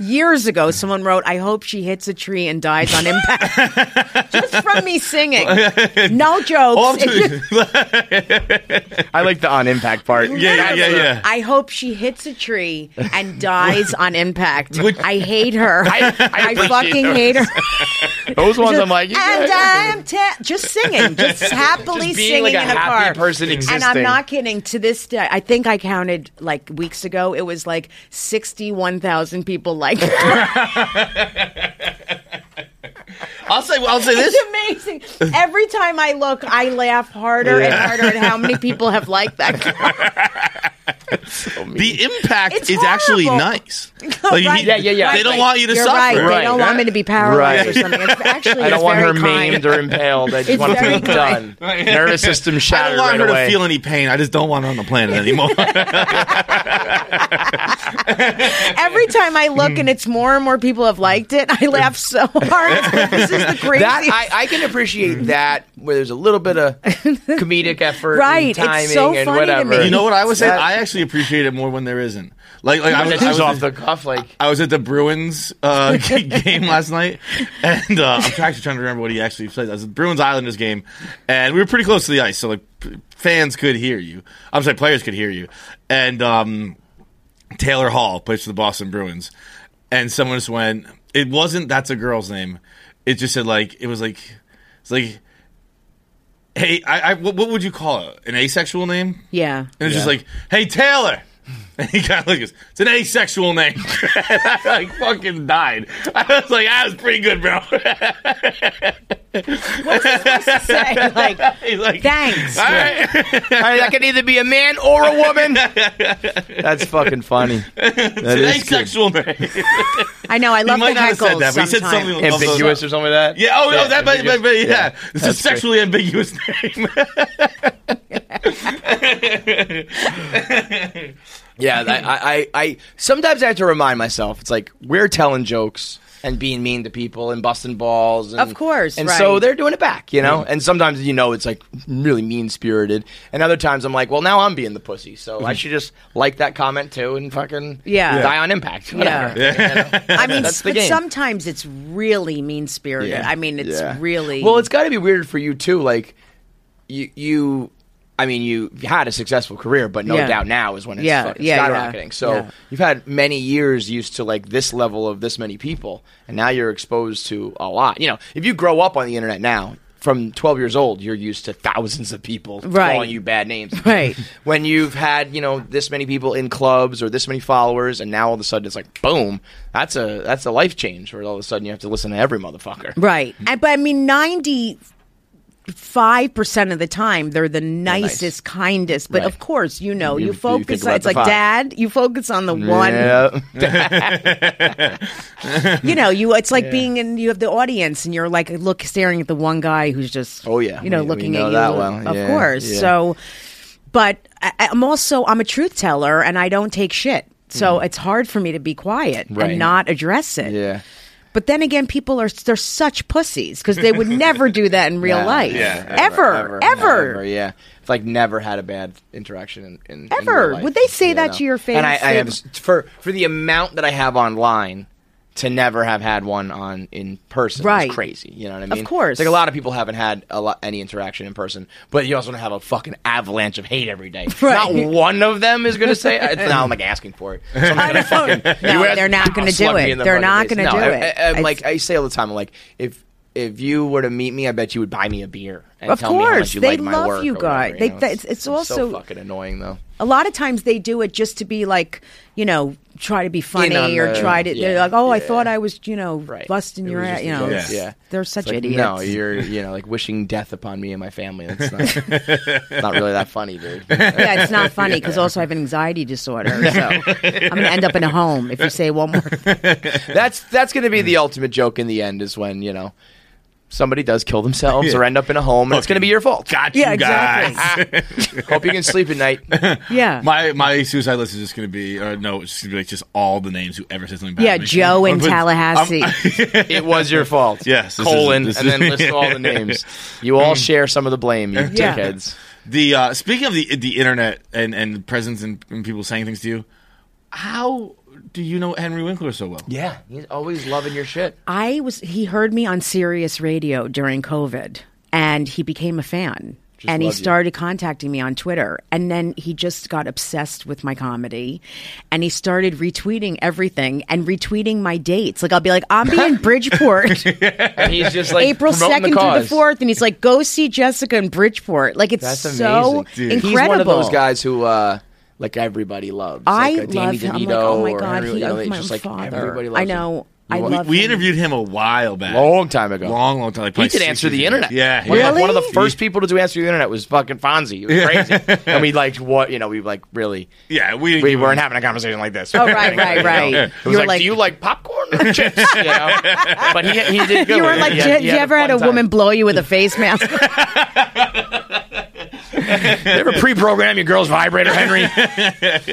Speaker 19: Years ago, someone wrote, I hope she hits a tree and dies on impact. Just from me singing. No jokes.
Speaker 4: I like the on impact part.
Speaker 19: I hope she hits a tree and dies on impact. I hate her.
Speaker 4: I- I appreciate
Speaker 19: fucking hate her.
Speaker 4: Those ones I'm like,
Speaker 19: and I'm ta- just singing, just happily
Speaker 4: Just being
Speaker 19: singing
Speaker 4: like
Speaker 19: in
Speaker 4: a
Speaker 19: a
Speaker 4: happy
Speaker 19: car.
Speaker 4: person
Speaker 19: And
Speaker 4: existing.
Speaker 19: I'm not kidding. To this day, I think I counted like weeks ago. It was like sixty-one thousand people liked. it.
Speaker 3: I'll say. I'll say this.
Speaker 19: It's amazing. Every time I look, I laugh harder and
Speaker 3: Yeah.
Speaker 19: harder at how many people have liked that.
Speaker 4: Oh,
Speaker 3: the impact
Speaker 19: It's
Speaker 3: is actually
Speaker 19: horrible.
Speaker 3: nice.
Speaker 19: Right,
Speaker 3: he-
Speaker 19: Yeah, yeah, yeah.
Speaker 3: They don't
Speaker 19: right.
Speaker 3: want you to
Speaker 19: You're
Speaker 3: suffer.
Speaker 19: right. They don't want me to be paralyzed or
Speaker 4: Right.
Speaker 19: something. It's actually,
Speaker 4: I don't
Speaker 19: it's
Speaker 4: want
Speaker 19: very
Speaker 4: her
Speaker 19: kind.
Speaker 4: maimed or impaled. I just
Speaker 19: It's
Speaker 4: want it to
Speaker 19: very
Speaker 4: be done. Nervous system
Speaker 3: I
Speaker 4: shattered
Speaker 3: don't want her
Speaker 4: right away.
Speaker 3: to feel any pain. I just don't want her on the planet anymore.
Speaker 19: Every time I look and it's more and more people have liked it, I laugh so hard. This is the craziest.
Speaker 4: That I, I can
Speaker 3: Mm.
Speaker 4: appreciate that where there's a little bit of comedic effort,
Speaker 19: Right,
Speaker 4: And
Speaker 19: it's
Speaker 4: timing
Speaker 19: so
Speaker 4: and
Speaker 19: funny to
Speaker 4: whatever.
Speaker 19: me.
Speaker 3: you know what I was saying?
Speaker 4: That-
Speaker 3: I actually appreciate it more when there isn't. Like, like I was,
Speaker 4: That's
Speaker 3: I
Speaker 4: just
Speaker 3: was
Speaker 4: off the cuff, like
Speaker 3: I was at the Bruins uh, g- game last night, and uh, I'm actually trying to remember what he actually said. I was at the Bruins Islanders game, and we were pretty close to the ice, so like p- fans could hear you. I'm sorry, players could hear you. And um, Taylor Hall plays for the Boston Bruins, and someone just went. It wasn't that's a girl's name. It just said like it was like it's like. Hey, I, I what, what would you call it? An asexual name?
Speaker 19: Yeah.
Speaker 3: And it's just like, hey, Taylor. And he kind of like, it's an asexual name. and I like fucking died. I was like, that was pretty good, bro.
Speaker 19: say? Like, thanks.
Speaker 4: All right. All right, that could either be a man or a woman. That's fucking funny. That
Speaker 3: an
Speaker 4: is good.
Speaker 3: asexual name.
Speaker 19: I know. I love
Speaker 3: he might
Speaker 19: the
Speaker 3: not have said
Speaker 19: heckles
Speaker 3: that, but he said
Speaker 19: sometimes.
Speaker 3: something along those
Speaker 4: ambiguous or
Speaker 3: lines.
Speaker 4: something like that.
Speaker 3: Yeah. Oh, no, that might,
Speaker 4: ambiguous.
Speaker 3: might, might- yeah. It's a
Speaker 4: That's great.
Speaker 3: sexually ambiguous name.
Speaker 4: Yeah, I, I, I sometimes I have to remind myself. It's like we're telling jokes and being mean to people and busting balls. And,
Speaker 19: Of course,
Speaker 4: and so
Speaker 19: right.
Speaker 4: they're doing it back, you know.
Speaker 19: Yeah.
Speaker 4: And sometimes you know it's like really mean spirited, and other times I'm like, well, now I'm being the pussy, so I should just like that comment too and fucking
Speaker 19: Yeah.
Speaker 4: die on impact.
Speaker 19: Yeah.
Speaker 4: whatever, you know?
Speaker 19: I mean,
Speaker 4: That's the
Speaker 19: but
Speaker 4: game.
Speaker 19: sometimes it's really mean spirited.
Speaker 4: Yeah.
Speaker 19: I mean, it's
Speaker 4: Yeah.
Speaker 19: really
Speaker 4: well. It's got to be weird for you too. Like you, you. I mean, you had a successful career, but no
Speaker 19: Yeah.
Speaker 4: doubt now is when it's
Speaker 19: Yeah,
Speaker 4: fucking
Speaker 19: yeah, yeah.
Speaker 4: skyrocketing. So
Speaker 19: Yeah.
Speaker 4: you've had many years used to like this level of this many people, and now you're exposed to a lot. You know, if you grow up on the internet now. From 12 years old, you're used to thousands of people
Speaker 19: Right.
Speaker 4: calling you bad names.
Speaker 19: Right.
Speaker 4: When you've had, you know, this many people in clubs or this many followers, and now all of a sudden it's like, boom, that's a that's a life change. Where all of a sudden you have to listen to every motherfucker.
Speaker 19: right. And, but I mean, ninety five percent of the time they're the nicest, kindest. But
Speaker 4: Right.
Speaker 19: of course, you know,
Speaker 4: You-
Speaker 19: you,
Speaker 4: you think
Speaker 19: focus. on,
Speaker 4: about
Speaker 19: it's
Speaker 4: the
Speaker 19: like
Speaker 4: five.
Speaker 19: dad. You focus on the one. you know, you it's like
Speaker 4: Yeah.
Speaker 19: being in you have the audience and you're like look staring at the one guy who's just
Speaker 4: Oh, yeah.
Speaker 19: you know
Speaker 4: We- we
Speaker 19: looking
Speaker 4: know
Speaker 19: at
Speaker 4: that
Speaker 19: you
Speaker 4: well.
Speaker 19: of
Speaker 4: Yeah,
Speaker 19: course
Speaker 4: yeah.
Speaker 19: so but I, I'm also I'm a truth teller and I don't take shit so it's hard for me to be quiet
Speaker 4: Mm. Right.
Speaker 19: and not address it
Speaker 4: yeah
Speaker 19: but then again people are they're such pussies because they would never do that in real
Speaker 4: Yeah,
Speaker 19: life
Speaker 4: yeah,
Speaker 19: ever ever,
Speaker 4: yeah. It's like never had a bad interaction in, in in
Speaker 19: Ever.
Speaker 4: real life,
Speaker 19: Would they say
Speaker 4: you
Speaker 19: that
Speaker 4: know?
Speaker 19: to your face?
Speaker 4: And I, I have
Speaker 19: They-
Speaker 4: for for the amount that I have online to never have had one on in person
Speaker 19: Right.
Speaker 4: is crazy. You know what
Speaker 19: Of
Speaker 4: I mean?
Speaker 19: course.
Speaker 4: It's like a lot of people haven't had a lot any interaction in person, but you also don't have a fucking avalanche of hate every day. Not one of them is going to say. I- Now I'm like asking for it. So I'm gonna fucking-
Speaker 19: No,
Speaker 4: you ask-
Speaker 19: they're not gonna do
Speaker 4: I'll slug
Speaker 19: it.
Speaker 4: me in the
Speaker 19: They're
Speaker 4: fucking
Speaker 19: not
Speaker 4: face.
Speaker 19: gonna
Speaker 4: No,
Speaker 19: do
Speaker 4: I-
Speaker 19: it.
Speaker 4: I- I'm
Speaker 19: I-
Speaker 4: like I say all the time. I'm like if if you were to meet me, I bet you would buy me a beer and
Speaker 19: Of
Speaker 4: tell me how much
Speaker 19: course,
Speaker 4: you
Speaker 19: they
Speaker 4: like my
Speaker 19: love
Speaker 4: work.
Speaker 19: you
Speaker 4: or whatever,
Speaker 19: guys. They-
Speaker 4: know?
Speaker 19: that's- it's
Speaker 4: so
Speaker 19: also-
Speaker 4: fucking annoying though.
Speaker 19: a lot of times they do it just to be like you know try to be funny
Speaker 4: on
Speaker 19: or
Speaker 4: the-
Speaker 19: try to they're
Speaker 4: yeah,
Speaker 19: like oh i
Speaker 4: yeah.
Speaker 19: thought i was you know busting
Speaker 4: It
Speaker 19: your
Speaker 4: was
Speaker 19: ass
Speaker 4: just
Speaker 19: you
Speaker 4: a
Speaker 19: know
Speaker 4: joke.
Speaker 19: it's- they're such
Speaker 4: It's like,
Speaker 19: idiots
Speaker 4: No, you're you know like wishing death upon me and my family. That's not, not really that funny, dude.
Speaker 19: yeah, it's not funny because also I have an anxiety disorder, so I'm going to end up in a home if you say one more.
Speaker 4: that's that's going to be the ultimate joke in the end is when you know somebody does kill themselves or end up in a home, and it's going to be your fault.
Speaker 10: Got
Speaker 19: you Yeah, exactly.
Speaker 4: Hope you can sleep at night.
Speaker 19: Yeah.
Speaker 10: My my suicide list is just gonna be
Speaker 3: uh,
Speaker 10: or no, it's just gonna be like just all the names who ever said something bad.
Speaker 19: Yeah,
Speaker 10: to me.
Speaker 19: Joe in
Speaker 10: I'm gonna put-
Speaker 19: Tallahassee.
Speaker 4: it was your fault.
Speaker 10: Yes, this is-
Speaker 4: colon,
Speaker 10: this
Speaker 4: and
Speaker 10: is- Mm.
Speaker 4: then list all the names. You all share some of the blame, you
Speaker 10: Yeah.
Speaker 4: dickheads.
Speaker 10: The uh, speaking of the the internet and and presence and, and people saying things to you, how do you know Henry Winkler so well?
Speaker 4: Yeah, he's always loving your shit.
Speaker 19: I was he heard me on Sirius Radio during COVID, and he became a fan.
Speaker 4: Just
Speaker 19: and he
Speaker 4: love you.
Speaker 19: started contacting me on Twitter. And then he just got obsessed with my comedy. And he started retweeting everything and retweeting my dates. Like, I'll be like, I'm be in Bridgeport.
Speaker 4: And he's just like
Speaker 19: April
Speaker 4: promoting
Speaker 19: second
Speaker 4: the
Speaker 19: through the
Speaker 4: cause.
Speaker 19: fourth, and he's like, "Go see Jessica in Bridgeport." Like it's
Speaker 4: That's
Speaker 19: so
Speaker 4: amazing.
Speaker 19: incredible.
Speaker 4: He's one of those guys who uh like everybody loves.
Speaker 19: I
Speaker 4: like, uh, Danny
Speaker 19: love
Speaker 4: DeVito
Speaker 19: him. I'm like, oh my
Speaker 4: or
Speaker 19: god,
Speaker 4: Henry,
Speaker 19: he
Speaker 4: you know,
Speaker 19: is
Speaker 4: it's
Speaker 19: my
Speaker 4: just like
Speaker 19: father.
Speaker 4: everybody loves
Speaker 19: I
Speaker 4: him.
Speaker 19: know. I
Speaker 10: we,
Speaker 19: love
Speaker 10: we
Speaker 19: him.
Speaker 10: interviewed him a while back,
Speaker 4: long time ago,
Speaker 10: long, long time. Like
Speaker 4: He
Speaker 10: probably
Speaker 4: could
Speaker 10: six
Speaker 4: answer the
Speaker 10: years ago.
Speaker 4: internet.
Speaker 10: Yeah,
Speaker 4: One,
Speaker 10: yeah.
Speaker 4: of, one of the first people to do answer the internet was fucking Fonzie. It was crazy. and we like what you know, we like really
Speaker 10: Yeah, we
Speaker 4: we weren't having a conversation like this.
Speaker 19: Oh, right, right,
Speaker 4: You know?
Speaker 19: right.
Speaker 4: It was
Speaker 19: You're
Speaker 4: like,
Speaker 19: like-
Speaker 4: do you like popcorn or chips? You know? But he, he did good.
Speaker 19: you
Speaker 4: with
Speaker 19: were
Speaker 4: it.
Speaker 19: like,
Speaker 4: He
Speaker 19: "Did
Speaker 4: had-
Speaker 19: you,
Speaker 4: he had
Speaker 19: ever had a
Speaker 4: fun time.
Speaker 19: woman blow you with a face mask?"
Speaker 4: You ever pre-program your girl's vibrator, Henry?
Speaker 10: but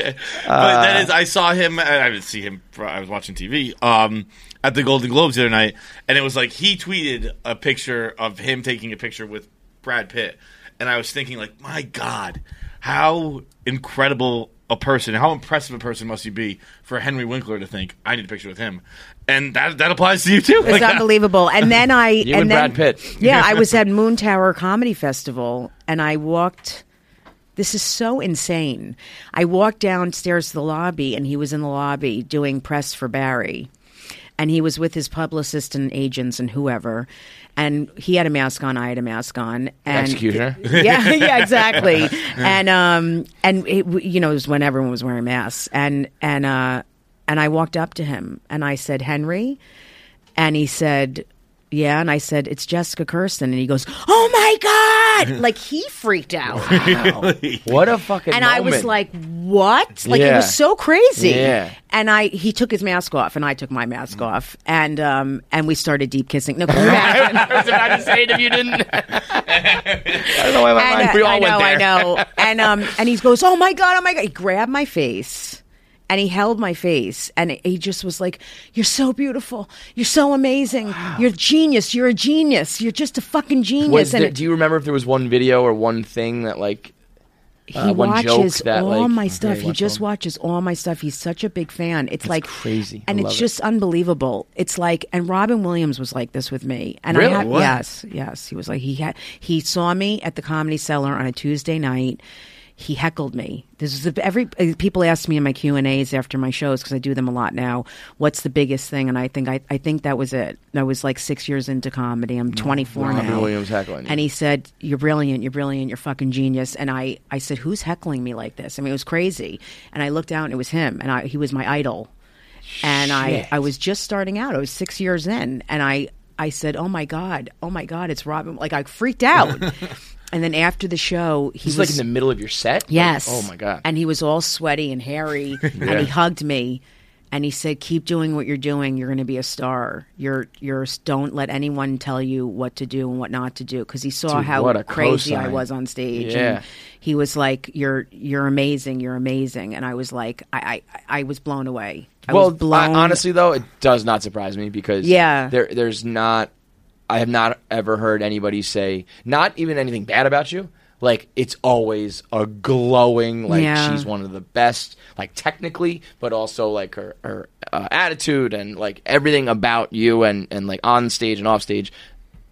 Speaker 10: that is, I saw him. I I didn't see him. I was watching TV um, at the Golden Globes the other night, and it was like he tweeted a picture of him taking a picture with Brad Pitt, and I was thinking, like, my God, how incredible a person, how impressive a person must you be for Henry Winkler to think I need a picture with him, and that that applies to you too. Like,
Speaker 19: It's unbelievable. And then I
Speaker 10: You
Speaker 19: and
Speaker 10: and
Speaker 19: then,
Speaker 10: Brad Pitt.
Speaker 19: yeah, I was at Moon Tower Comedy Festival, and I walked. This is so insane. I walked downstairs to the lobby, and he was in the lobby doing press for Barry, and he was with his publicist and agents and whoever. And he had a mask on. I had a mask on. And
Speaker 4: Executioner.
Speaker 19: yeah, yeah, exactly. And um, and it, w- you know, it was when everyone was wearing masks, and and uh, and I walked up to him and I said, Henry, and he said, yeah, and I said it's Jessica Kirsten, and he goes, oh my god, like he freaked out.
Speaker 4: What a fucking
Speaker 19: and I was
Speaker 4: moment.
Speaker 19: like, "What?" Like it
Speaker 4: Yeah.
Speaker 19: was so crazy.
Speaker 4: Yeah.
Speaker 19: And I, he took his mask off, and I took my mask off, and um, and we started deep kissing. No, can you imagine?
Speaker 4: I was about to say it if you didn't. I don't know why my
Speaker 19: And,
Speaker 4: mind.
Speaker 19: uh,
Speaker 4: We all
Speaker 19: I know,
Speaker 4: went there.
Speaker 19: I know. And um, and he goes, "Oh my god, oh my god!" He grabbed my face, and he held my face, and he just was like, "You're so beautiful. You're so amazing. You're a genius. You're a genius. You're just a fucking genius."
Speaker 4: Was
Speaker 19: and
Speaker 4: there, do you remember if there was one video or one thing that like
Speaker 19: he
Speaker 4: uh, one joke
Speaker 19: watches
Speaker 4: that
Speaker 19: all
Speaker 4: like
Speaker 19: my stuff.
Speaker 4: Yeah,
Speaker 19: he just watches all my stuff. He's such a big fan. It's like
Speaker 4: crazy. I
Speaker 19: and
Speaker 4: love
Speaker 19: it's
Speaker 4: it.
Speaker 19: just unbelievable. It's like, and Robin Williams was like this with me, and
Speaker 4: Really?
Speaker 19: I have
Speaker 4: What?
Speaker 19: yes, yes. He was like he had he saw me at the Comedy Cellar on a Tuesday night. He heckled me. This is the, every uh, people ask me in my Q and A's after my shows because I do them a lot now. What's the biggest thing? And I think I, I think that was it. I was like six years into comedy. I'm 24
Speaker 4: Robin
Speaker 19: now.
Speaker 4: Williams heckling you.
Speaker 19: And he said, "You're brilliant. You're brilliant. You're fucking genius." And I, I said, "Who's heckling me like this?" I mean, it was crazy. And I looked down, and it was him, and I, he was my idol. And
Speaker 21: Shit.
Speaker 19: I, I was just starting out. I was six years in, and I, I said, "Oh my god, oh my god, it's Robin!" Like I freaked out. and then after the show, he
Speaker 4: He's
Speaker 19: was
Speaker 4: like in the middle of your set. Like,
Speaker 19: Yes.
Speaker 4: oh my god.
Speaker 19: And he was all sweaty and hairy,
Speaker 4: Yeah.
Speaker 19: and he hugged me, and he said, "Keep doing what you're doing. You're going to be a star. You're you're don't let anyone tell you what to do and what not to do." Because he saw
Speaker 4: Dude,
Speaker 19: how
Speaker 4: what a
Speaker 19: crazy I
Speaker 4: cosign.
Speaker 19: was on stage.
Speaker 4: Yeah.
Speaker 19: And he was like, "You're you're amazing. You're amazing." And I was like, I I, I was blown away. I
Speaker 4: well,
Speaker 19: was blown.
Speaker 4: I- honestly though, it does not surprise me because
Speaker 19: Yeah.
Speaker 4: there there's not. I have not ever heard anybody say not even anything bad about you. Like it's always a glowing like
Speaker 19: Yeah.
Speaker 4: she's one of the best like technically, but also like her her uh, attitude and like everything about you and and like on stage and off stage.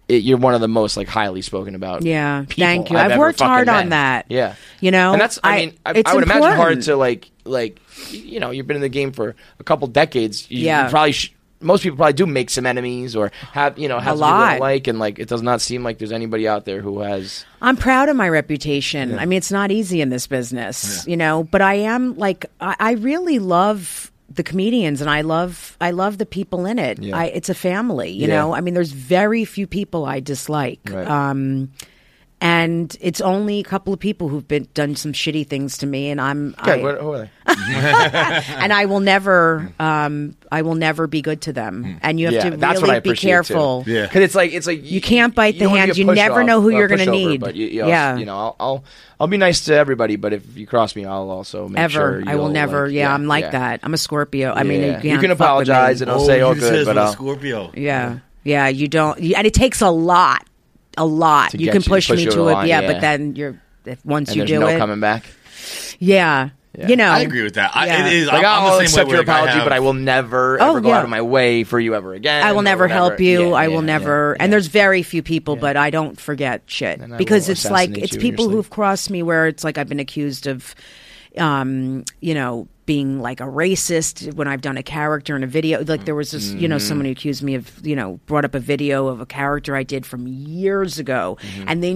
Speaker 4: It, you're one of the most like highly spoken about.
Speaker 19: yeah,
Speaker 4: people
Speaker 19: thank you.
Speaker 4: I've
Speaker 19: I've,
Speaker 4: ever
Speaker 19: worked
Speaker 4: fucking
Speaker 19: hard on
Speaker 4: met.
Speaker 19: that.
Speaker 4: Yeah,
Speaker 19: You know,
Speaker 4: and that's I,
Speaker 19: I-
Speaker 4: mean, I,
Speaker 19: it's
Speaker 4: I would imagine hard
Speaker 19: important.
Speaker 4: to like like y- you know you've been in the game for a couple decades. You, you
Speaker 19: Yeah.
Speaker 4: probably sh- most people probably do make some enemies or have you know have
Speaker 19: A
Speaker 4: some people that
Speaker 19: lot.
Speaker 4: like and like it does not seem like there's anybody out there who has.
Speaker 19: I'm proud of my reputation. I mean, it's not easy in this business, you know, but I am like, I, I really love the comedians and I love, I love the people in it.
Speaker 22: Yeah.
Speaker 19: I, it's a family, you
Speaker 22: Yeah.
Speaker 19: know, I mean, there's very few people I dislike.
Speaker 22: Right.
Speaker 19: Um, and it's only a couple of people who've been done some shitty things to me, and I'm I-
Speaker 4: what, uh, who are they?
Speaker 19: and I will never, um, I will never be good to them. And you have
Speaker 4: Hmm. yeah,
Speaker 19: to
Speaker 4: that's what I
Speaker 19: really be
Speaker 4: appreciate, too.
Speaker 19: careful.
Speaker 4: because it's like it's like
Speaker 19: You can't bite the
Speaker 4: don't wanna
Speaker 19: hand.
Speaker 4: be a
Speaker 19: You never
Speaker 4: pushover-
Speaker 19: know who
Speaker 4: uh,
Speaker 19: you're gonna
Speaker 4: pushover,
Speaker 19: need.
Speaker 4: But you, you
Speaker 19: Yeah.
Speaker 4: yeah, you know, I'll, I'll I'll be nice to everybody, but if you cross me, I'll also make
Speaker 19: Ever,
Speaker 4: sure
Speaker 19: I will
Speaker 4: you'll,
Speaker 19: never.
Speaker 4: like-
Speaker 19: yeah, I'm like
Speaker 4: yeah.
Speaker 19: that. I'm a Scorpio. I mean,
Speaker 4: Yeah.
Speaker 19: you,
Speaker 4: You
Speaker 19: can't
Speaker 4: can
Speaker 19: fuck with
Speaker 4: apologize
Speaker 19: me.
Speaker 4: and I'll say, Oh, "Oh, you good," says but I'm a I'll-
Speaker 10: Scorpio.
Speaker 19: Yeah. Yeah, you don't, you, and it takes a lot, a lot.
Speaker 4: To
Speaker 19: you
Speaker 4: get
Speaker 19: can
Speaker 4: you to
Speaker 19: push,
Speaker 4: push
Speaker 19: me
Speaker 4: you
Speaker 19: to
Speaker 4: over
Speaker 19: it,
Speaker 4: the line,
Speaker 19: yeah,
Speaker 4: yeah.
Speaker 19: But then you're if, once
Speaker 4: And
Speaker 19: you
Speaker 4: there's
Speaker 19: do
Speaker 4: no
Speaker 19: it,
Speaker 4: coming back.
Speaker 19: yeah, you know.
Speaker 10: I agree with that. I,
Speaker 19: Yeah.
Speaker 10: It is. I'm,
Speaker 4: Like,
Speaker 10: I'm
Speaker 4: I'll
Speaker 10: the same
Speaker 4: accept
Speaker 10: way
Speaker 4: your
Speaker 10: where, like, I
Speaker 4: apology,
Speaker 10: have-
Speaker 4: but I will never
Speaker 19: Oh,
Speaker 4: ever go
Speaker 19: yeah.
Speaker 4: out of my way for you ever again.
Speaker 19: I will
Speaker 4: or
Speaker 19: never
Speaker 4: whatever.
Speaker 19: help you.
Speaker 4: Yeah,
Speaker 19: I
Speaker 4: yeah,
Speaker 19: will never. And there's very few people, but I don't forget shit
Speaker 4: I
Speaker 19: because
Speaker 4: will
Speaker 19: it's like
Speaker 4: assassinate
Speaker 19: it's
Speaker 4: you in your
Speaker 19: people
Speaker 4: sleep.
Speaker 19: who've crossed me where it's like I've been accused of, um, you know, being like a racist when I've done a character in a video. Like there was this, you know,
Speaker 22: Mhm.
Speaker 19: someone
Speaker 4: Mm-hmm.
Speaker 19: who accused me of, you know, brought up a video of a character I did from years ago,
Speaker 4: Mm-hmm.
Speaker 19: and the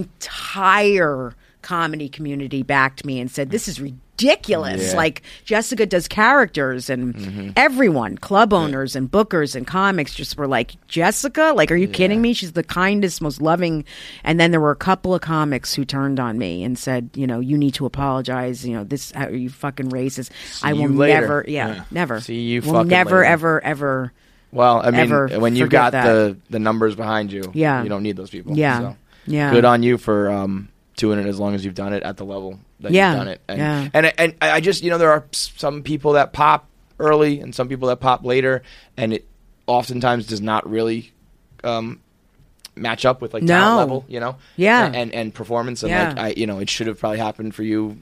Speaker 19: entire comedy community backed me and said this is ridiculous.
Speaker 22: Yeah.
Speaker 19: Like Jessica does characters and
Speaker 4: Mm-hmm.
Speaker 19: everyone, club owners and bookers and comics, just were like, Jessica, like, are you kidding me? She's the kindest, most loving. And then there were a couple of comics who turned on me and said, you know, you need to apologize. You know, this, are you fucking racist? I
Speaker 4: you
Speaker 19: will
Speaker 4: later.
Speaker 19: never, yeah,
Speaker 4: Yeah.
Speaker 19: never.
Speaker 4: See you
Speaker 19: will
Speaker 4: fucking
Speaker 19: never,
Speaker 4: later.
Speaker 19: ever, ever.
Speaker 4: Well, I mean,
Speaker 19: ever
Speaker 4: when you've
Speaker 19: forget
Speaker 4: got
Speaker 19: that.
Speaker 4: the the numbers behind you,
Speaker 19: Yeah.
Speaker 4: you don't need those people.
Speaker 19: Yeah.
Speaker 4: so.
Speaker 19: Yeah.
Speaker 4: Good on you for um, doing it as long as you've done it at the level that
Speaker 19: Yeah.
Speaker 4: you've done it. And,
Speaker 19: Yeah.
Speaker 4: and and I I just you know there are s- some people that pop early and some people that pop later, and it oftentimes does not really. Um, match up with like
Speaker 19: No.
Speaker 4: talent level you know
Speaker 19: Yeah.
Speaker 4: and and, and performance and
Speaker 19: Yeah.
Speaker 4: like i you know it should have probably happened for you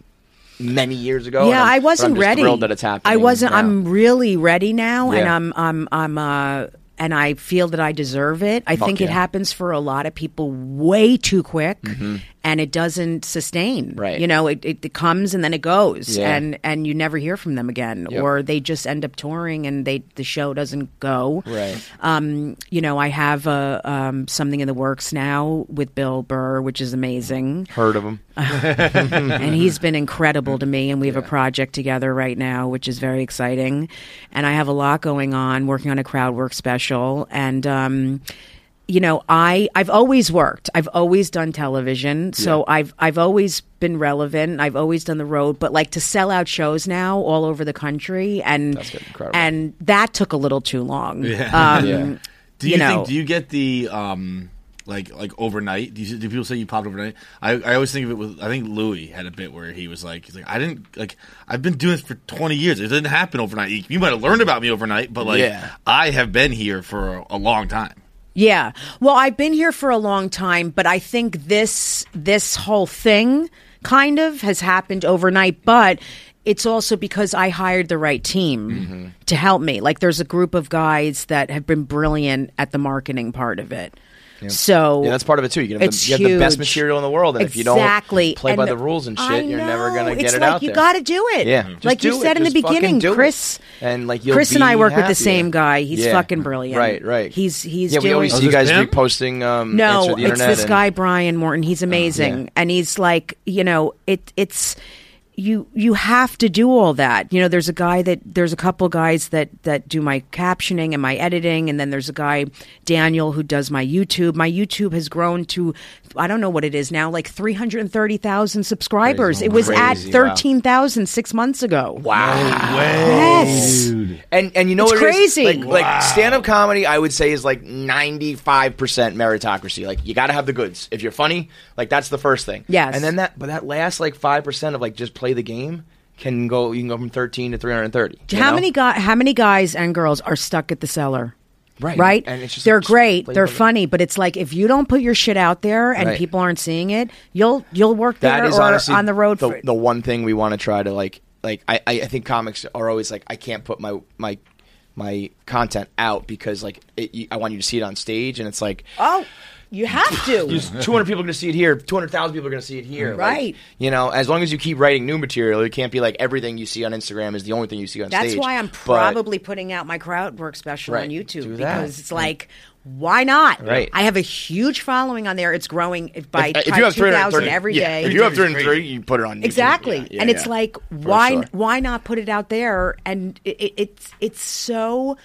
Speaker 4: many years ago and
Speaker 19: Yeah,
Speaker 4: I'm-
Speaker 19: I
Speaker 4: but
Speaker 19: wasn't
Speaker 4: I'm just
Speaker 19: ready.
Speaker 4: thrilled that it's happening
Speaker 19: I wasn't.
Speaker 4: now.
Speaker 19: I'm really ready now, and
Speaker 4: Yeah.
Speaker 19: I'm I'm I'm uh and I feel that I deserve it. I
Speaker 4: Fuck
Speaker 19: think it
Speaker 4: yeah.
Speaker 19: happens for a lot of people way too quick,
Speaker 4: Mhm.
Speaker 19: and it doesn't sustain.
Speaker 4: Right.
Speaker 19: You know, it, it, it comes and then it goes,
Speaker 4: Yeah.
Speaker 19: and and you never hear from them again,
Speaker 4: Yep.
Speaker 19: or they just end up touring and they the show doesn't go.
Speaker 4: Right.
Speaker 19: Um, you know, I have uh um, something in the works now with Bill Burr, which is amazing.
Speaker 4: heard of him
Speaker 19: and he's been incredible to me and we have a project together right now which is very exciting and i have a lot going on working on a crowd work special and um you know, I I've always worked. I've always done television. So I've I've always been relevant. I've always done the road, but like to sell out shows now all over the country and and that took a little too long.
Speaker 3: Yeah.
Speaker 19: Um,
Speaker 3: Yeah.
Speaker 10: Do you,
Speaker 19: know,
Speaker 10: think? Do you get the um, like like overnight? Do, you, do people say you popped overnight? I, I always think of it with. I think Louis had a bit where he was like, he's like, I didn't like. I've been doing this for twenty years. It didn't happen overnight. You- You might have learned about me overnight, but like,
Speaker 19: Yeah.
Speaker 10: I have been here for a, a long time.
Speaker 19: Yeah. Well, I've been here for a long time, but I think this this whole thing kind of has happened overnight, but it's also because I hired the right team
Speaker 4: Mm-hmm.
Speaker 19: to help me. Like there's a group of guys that have been brilliant at the marketing part of it.
Speaker 4: Yeah.
Speaker 19: So
Speaker 4: yeah, that's part of it too. You, can have
Speaker 19: it's
Speaker 4: the, you have the best
Speaker 19: huge.
Speaker 4: material in the world, and if you
Speaker 19: Exactly.
Speaker 4: don't play by
Speaker 19: And
Speaker 4: the rules and shit,
Speaker 19: I
Speaker 4: you're never gonna
Speaker 19: know.
Speaker 4: get
Speaker 19: It's
Speaker 4: it
Speaker 19: like
Speaker 4: out
Speaker 19: you
Speaker 4: there.
Speaker 19: gotta do it.
Speaker 4: Yeah,
Speaker 19: Just
Speaker 4: Just
Speaker 19: like you
Speaker 4: do it.
Speaker 19: said in the
Speaker 4: Just fucking
Speaker 19: beginning,
Speaker 4: do it.
Speaker 19: Chris-
Speaker 4: and like you'll
Speaker 19: Chris and
Speaker 4: be
Speaker 19: I work with the
Speaker 4: happier.
Speaker 19: same guy. He's
Speaker 4: Yeah.
Speaker 19: fucking brilliant.
Speaker 4: Right, right.
Speaker 19: He's he's
Speaker 4: yeah. We
Speaker 19: doing-
Speaker 4: always
Speaker 19: Oh,
Speaker 4: see you
Speaker 19: this
Speaker 4: guys
Speaker 19: him?
Speaker 4: reposting. Um, Answer
Speaker 19: no, it's
Speaker 4: the Internet
Speaker 19: this
Speaker 4: and- Oh,
Speaker 19: guy Brian Morton. He's amazing,
Speaker 4: yeah.
Speaker 19: and he's like, you know, it it's you you have to do all that. You know, there's a guy that there's a couple guys that that do my captioning and my editing, and then there's a guy Daniel who does my YouTube. My YouTube has grown to I don't know what it is now, like three hundred and thirty thousand subscribers.
Speaker 4: Crazy.
Speaker 19: It was at
Speaker 4: Crazy, wow.
Speaker 19: thirteen thousand six months ago.
Speaker 4: Wow.
Speaker 19: Yes.
Speaker 4: And and you know
Speaker 19: It's
Speaker 4: what it is?
Speaker 19: crazy.
Speaker 4: Like,
Speaker 19: Wow.
Speaker 4: like stand up comedy, I would say is like ninety five percent meritocracy. Like you got to have the goods. If you're funny, like that's the first thing.
Speaker 19: Yes.
Speaker 4: And then that, but that last like five percent of like just play the game can go. You can go from thirteen to three hundred thirty.
Speaker 19: how many guy, how many guys and girls are stuck at the cellar?
Speaker 4: Right.
Speaker 19: Right?
Speaker 4: And it's just
Speaker 19: They're
Speaker 4: like, just
Speaker 19: great.
Speaker 4: play
Speaker 19: They're
Speaker 4: by the-
Speaker 19: funny, but it's like if you don't put your shit out there and
Speaker 4: Right.
Speaker 19: people aren't seeing it, you'll you'll work there
Speaker 4: That is
Speaker 19: or
Speaker 4: honestly
Speaker 19: on the road
Speaker 4: The,
Speaker 19: for
Speaker 4: the one thing we want to try to like, like I, I I think comics are always like, I can't put my my my content out because like it, you, I want you to see it on stage, and it's like
Speaker 19: Oh, you have to.
Speaker 4: There's 200 people are going to see it here. 200,000 people are going to see it here. like,
Speaker 19: Right.
Speaker 4: you know, as long as you keep writing new material, it can't be like everything you see on Instagram is the only thing you see on
Speaker 19: That's
Speaker 4: stage.
Speaker 19: why I'm
Speaker 4: But-
Speaker 19: probably putting out my crowd work special on
Speaker 4: Right.
Speaker 19: YouTube
Speaker 4: Do that.
Speaker 19: because it's like why not?
Speaker 4: Right.
Speaker 19: I have a huge following on there. It's growing by
Speaker 4: if, if
Speaker 19: by
Speaker 4: you
Speaker 19: 2,000
Speaker 4: have 330
Speaker 19: every day.
Speaker 4: yeah, If you have 330, you put it on YouTube.
Speaker 19: Exactly.
Speaker 4: Yeah, yeah,
Speaker 19: and it's
Speaker 4: yeah.
Speaker 19: like
Speaker 4: For
Speaker 19: why
Speaker 4: sure.
Speaker 19: why not put it out there and it, it, it's it's so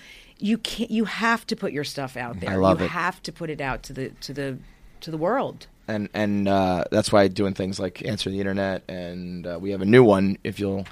Speaker 19: you can not you have to put your stuff out there.
Speaker 4: love
Speaker 19: you
Speaker 4: it.
Speaker 19: have to put it out to the to the to the world.
Speaker 4: and and uh, that's why doing things like answer the internet and uh, we have a new one if you'll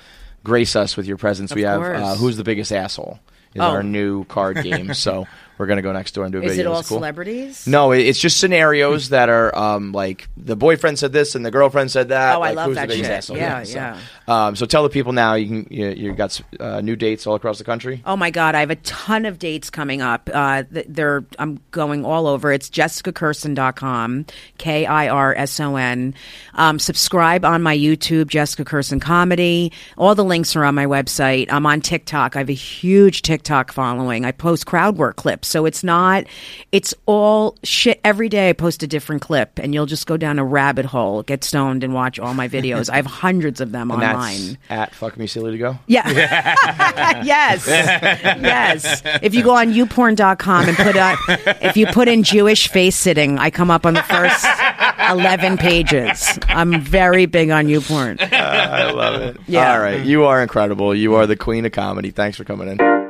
Speaker 4: grace us with your presence
Speaker 19: Of
Speaker 4: we have uh,
Speaker 19: course.
Speaker 4: who's the biggest asshole is
Speaker 19: Oh.
Speaker 4: our new card game so we're gonna go next door and do a
Speaker 19: Is
Speaker 4: video
Speaker 19: it all
Speaker 4: It's cool.
Speaker 19: celebrities?
Speaker 4: no it- it's just scenarios that are um, like the boyfriend said this and the girlfriend said that
Speaker 19: Oh, I
Speaker 4: like,
Speaker 19: love
Speaker 4: who's
Speaker 19: that
Speaker 4: the biggest
Speaker 19: shit.
Speaker 4: asshole
Speaker 19: Yeah,
Speaker 4: so,
Speaker 19: yeah.
Speaker 4: Um, so tell the people now you can you, you got uh, new dates all across the country
Speaker 19: Oh my God, I have a ton of dates coming up. Uh, th- they're I'm going all over. It's jessicacurson.com, K I R S O N. Um, subscribe on my YouTube, Jessica Curson Comedy. All the links are on my website. I'm on TikTok. I have a huge TikTok following. I post crowd work clips. So it's not, it's all shit. Every day I post a different clip, and you'll just go down a rabbit hole, get stoned, and watch all my videos. I have hundreds of them
Speaker 4: and
Speaker 19: online.
Speaker 4: that's at fuck me silly to go
Speaker 19: Yeah. yes. Yes. If you go on youporn.com and put out, if you put in Jewish face sitting, I come up on the first 11 pages. I'm very big on youporn.
Speaker 4: I love it.
Speaker 19: Yeah.
Speaker 4: All right. You are incredible. You are the queen of comedy. Thanks for coming in. Mm.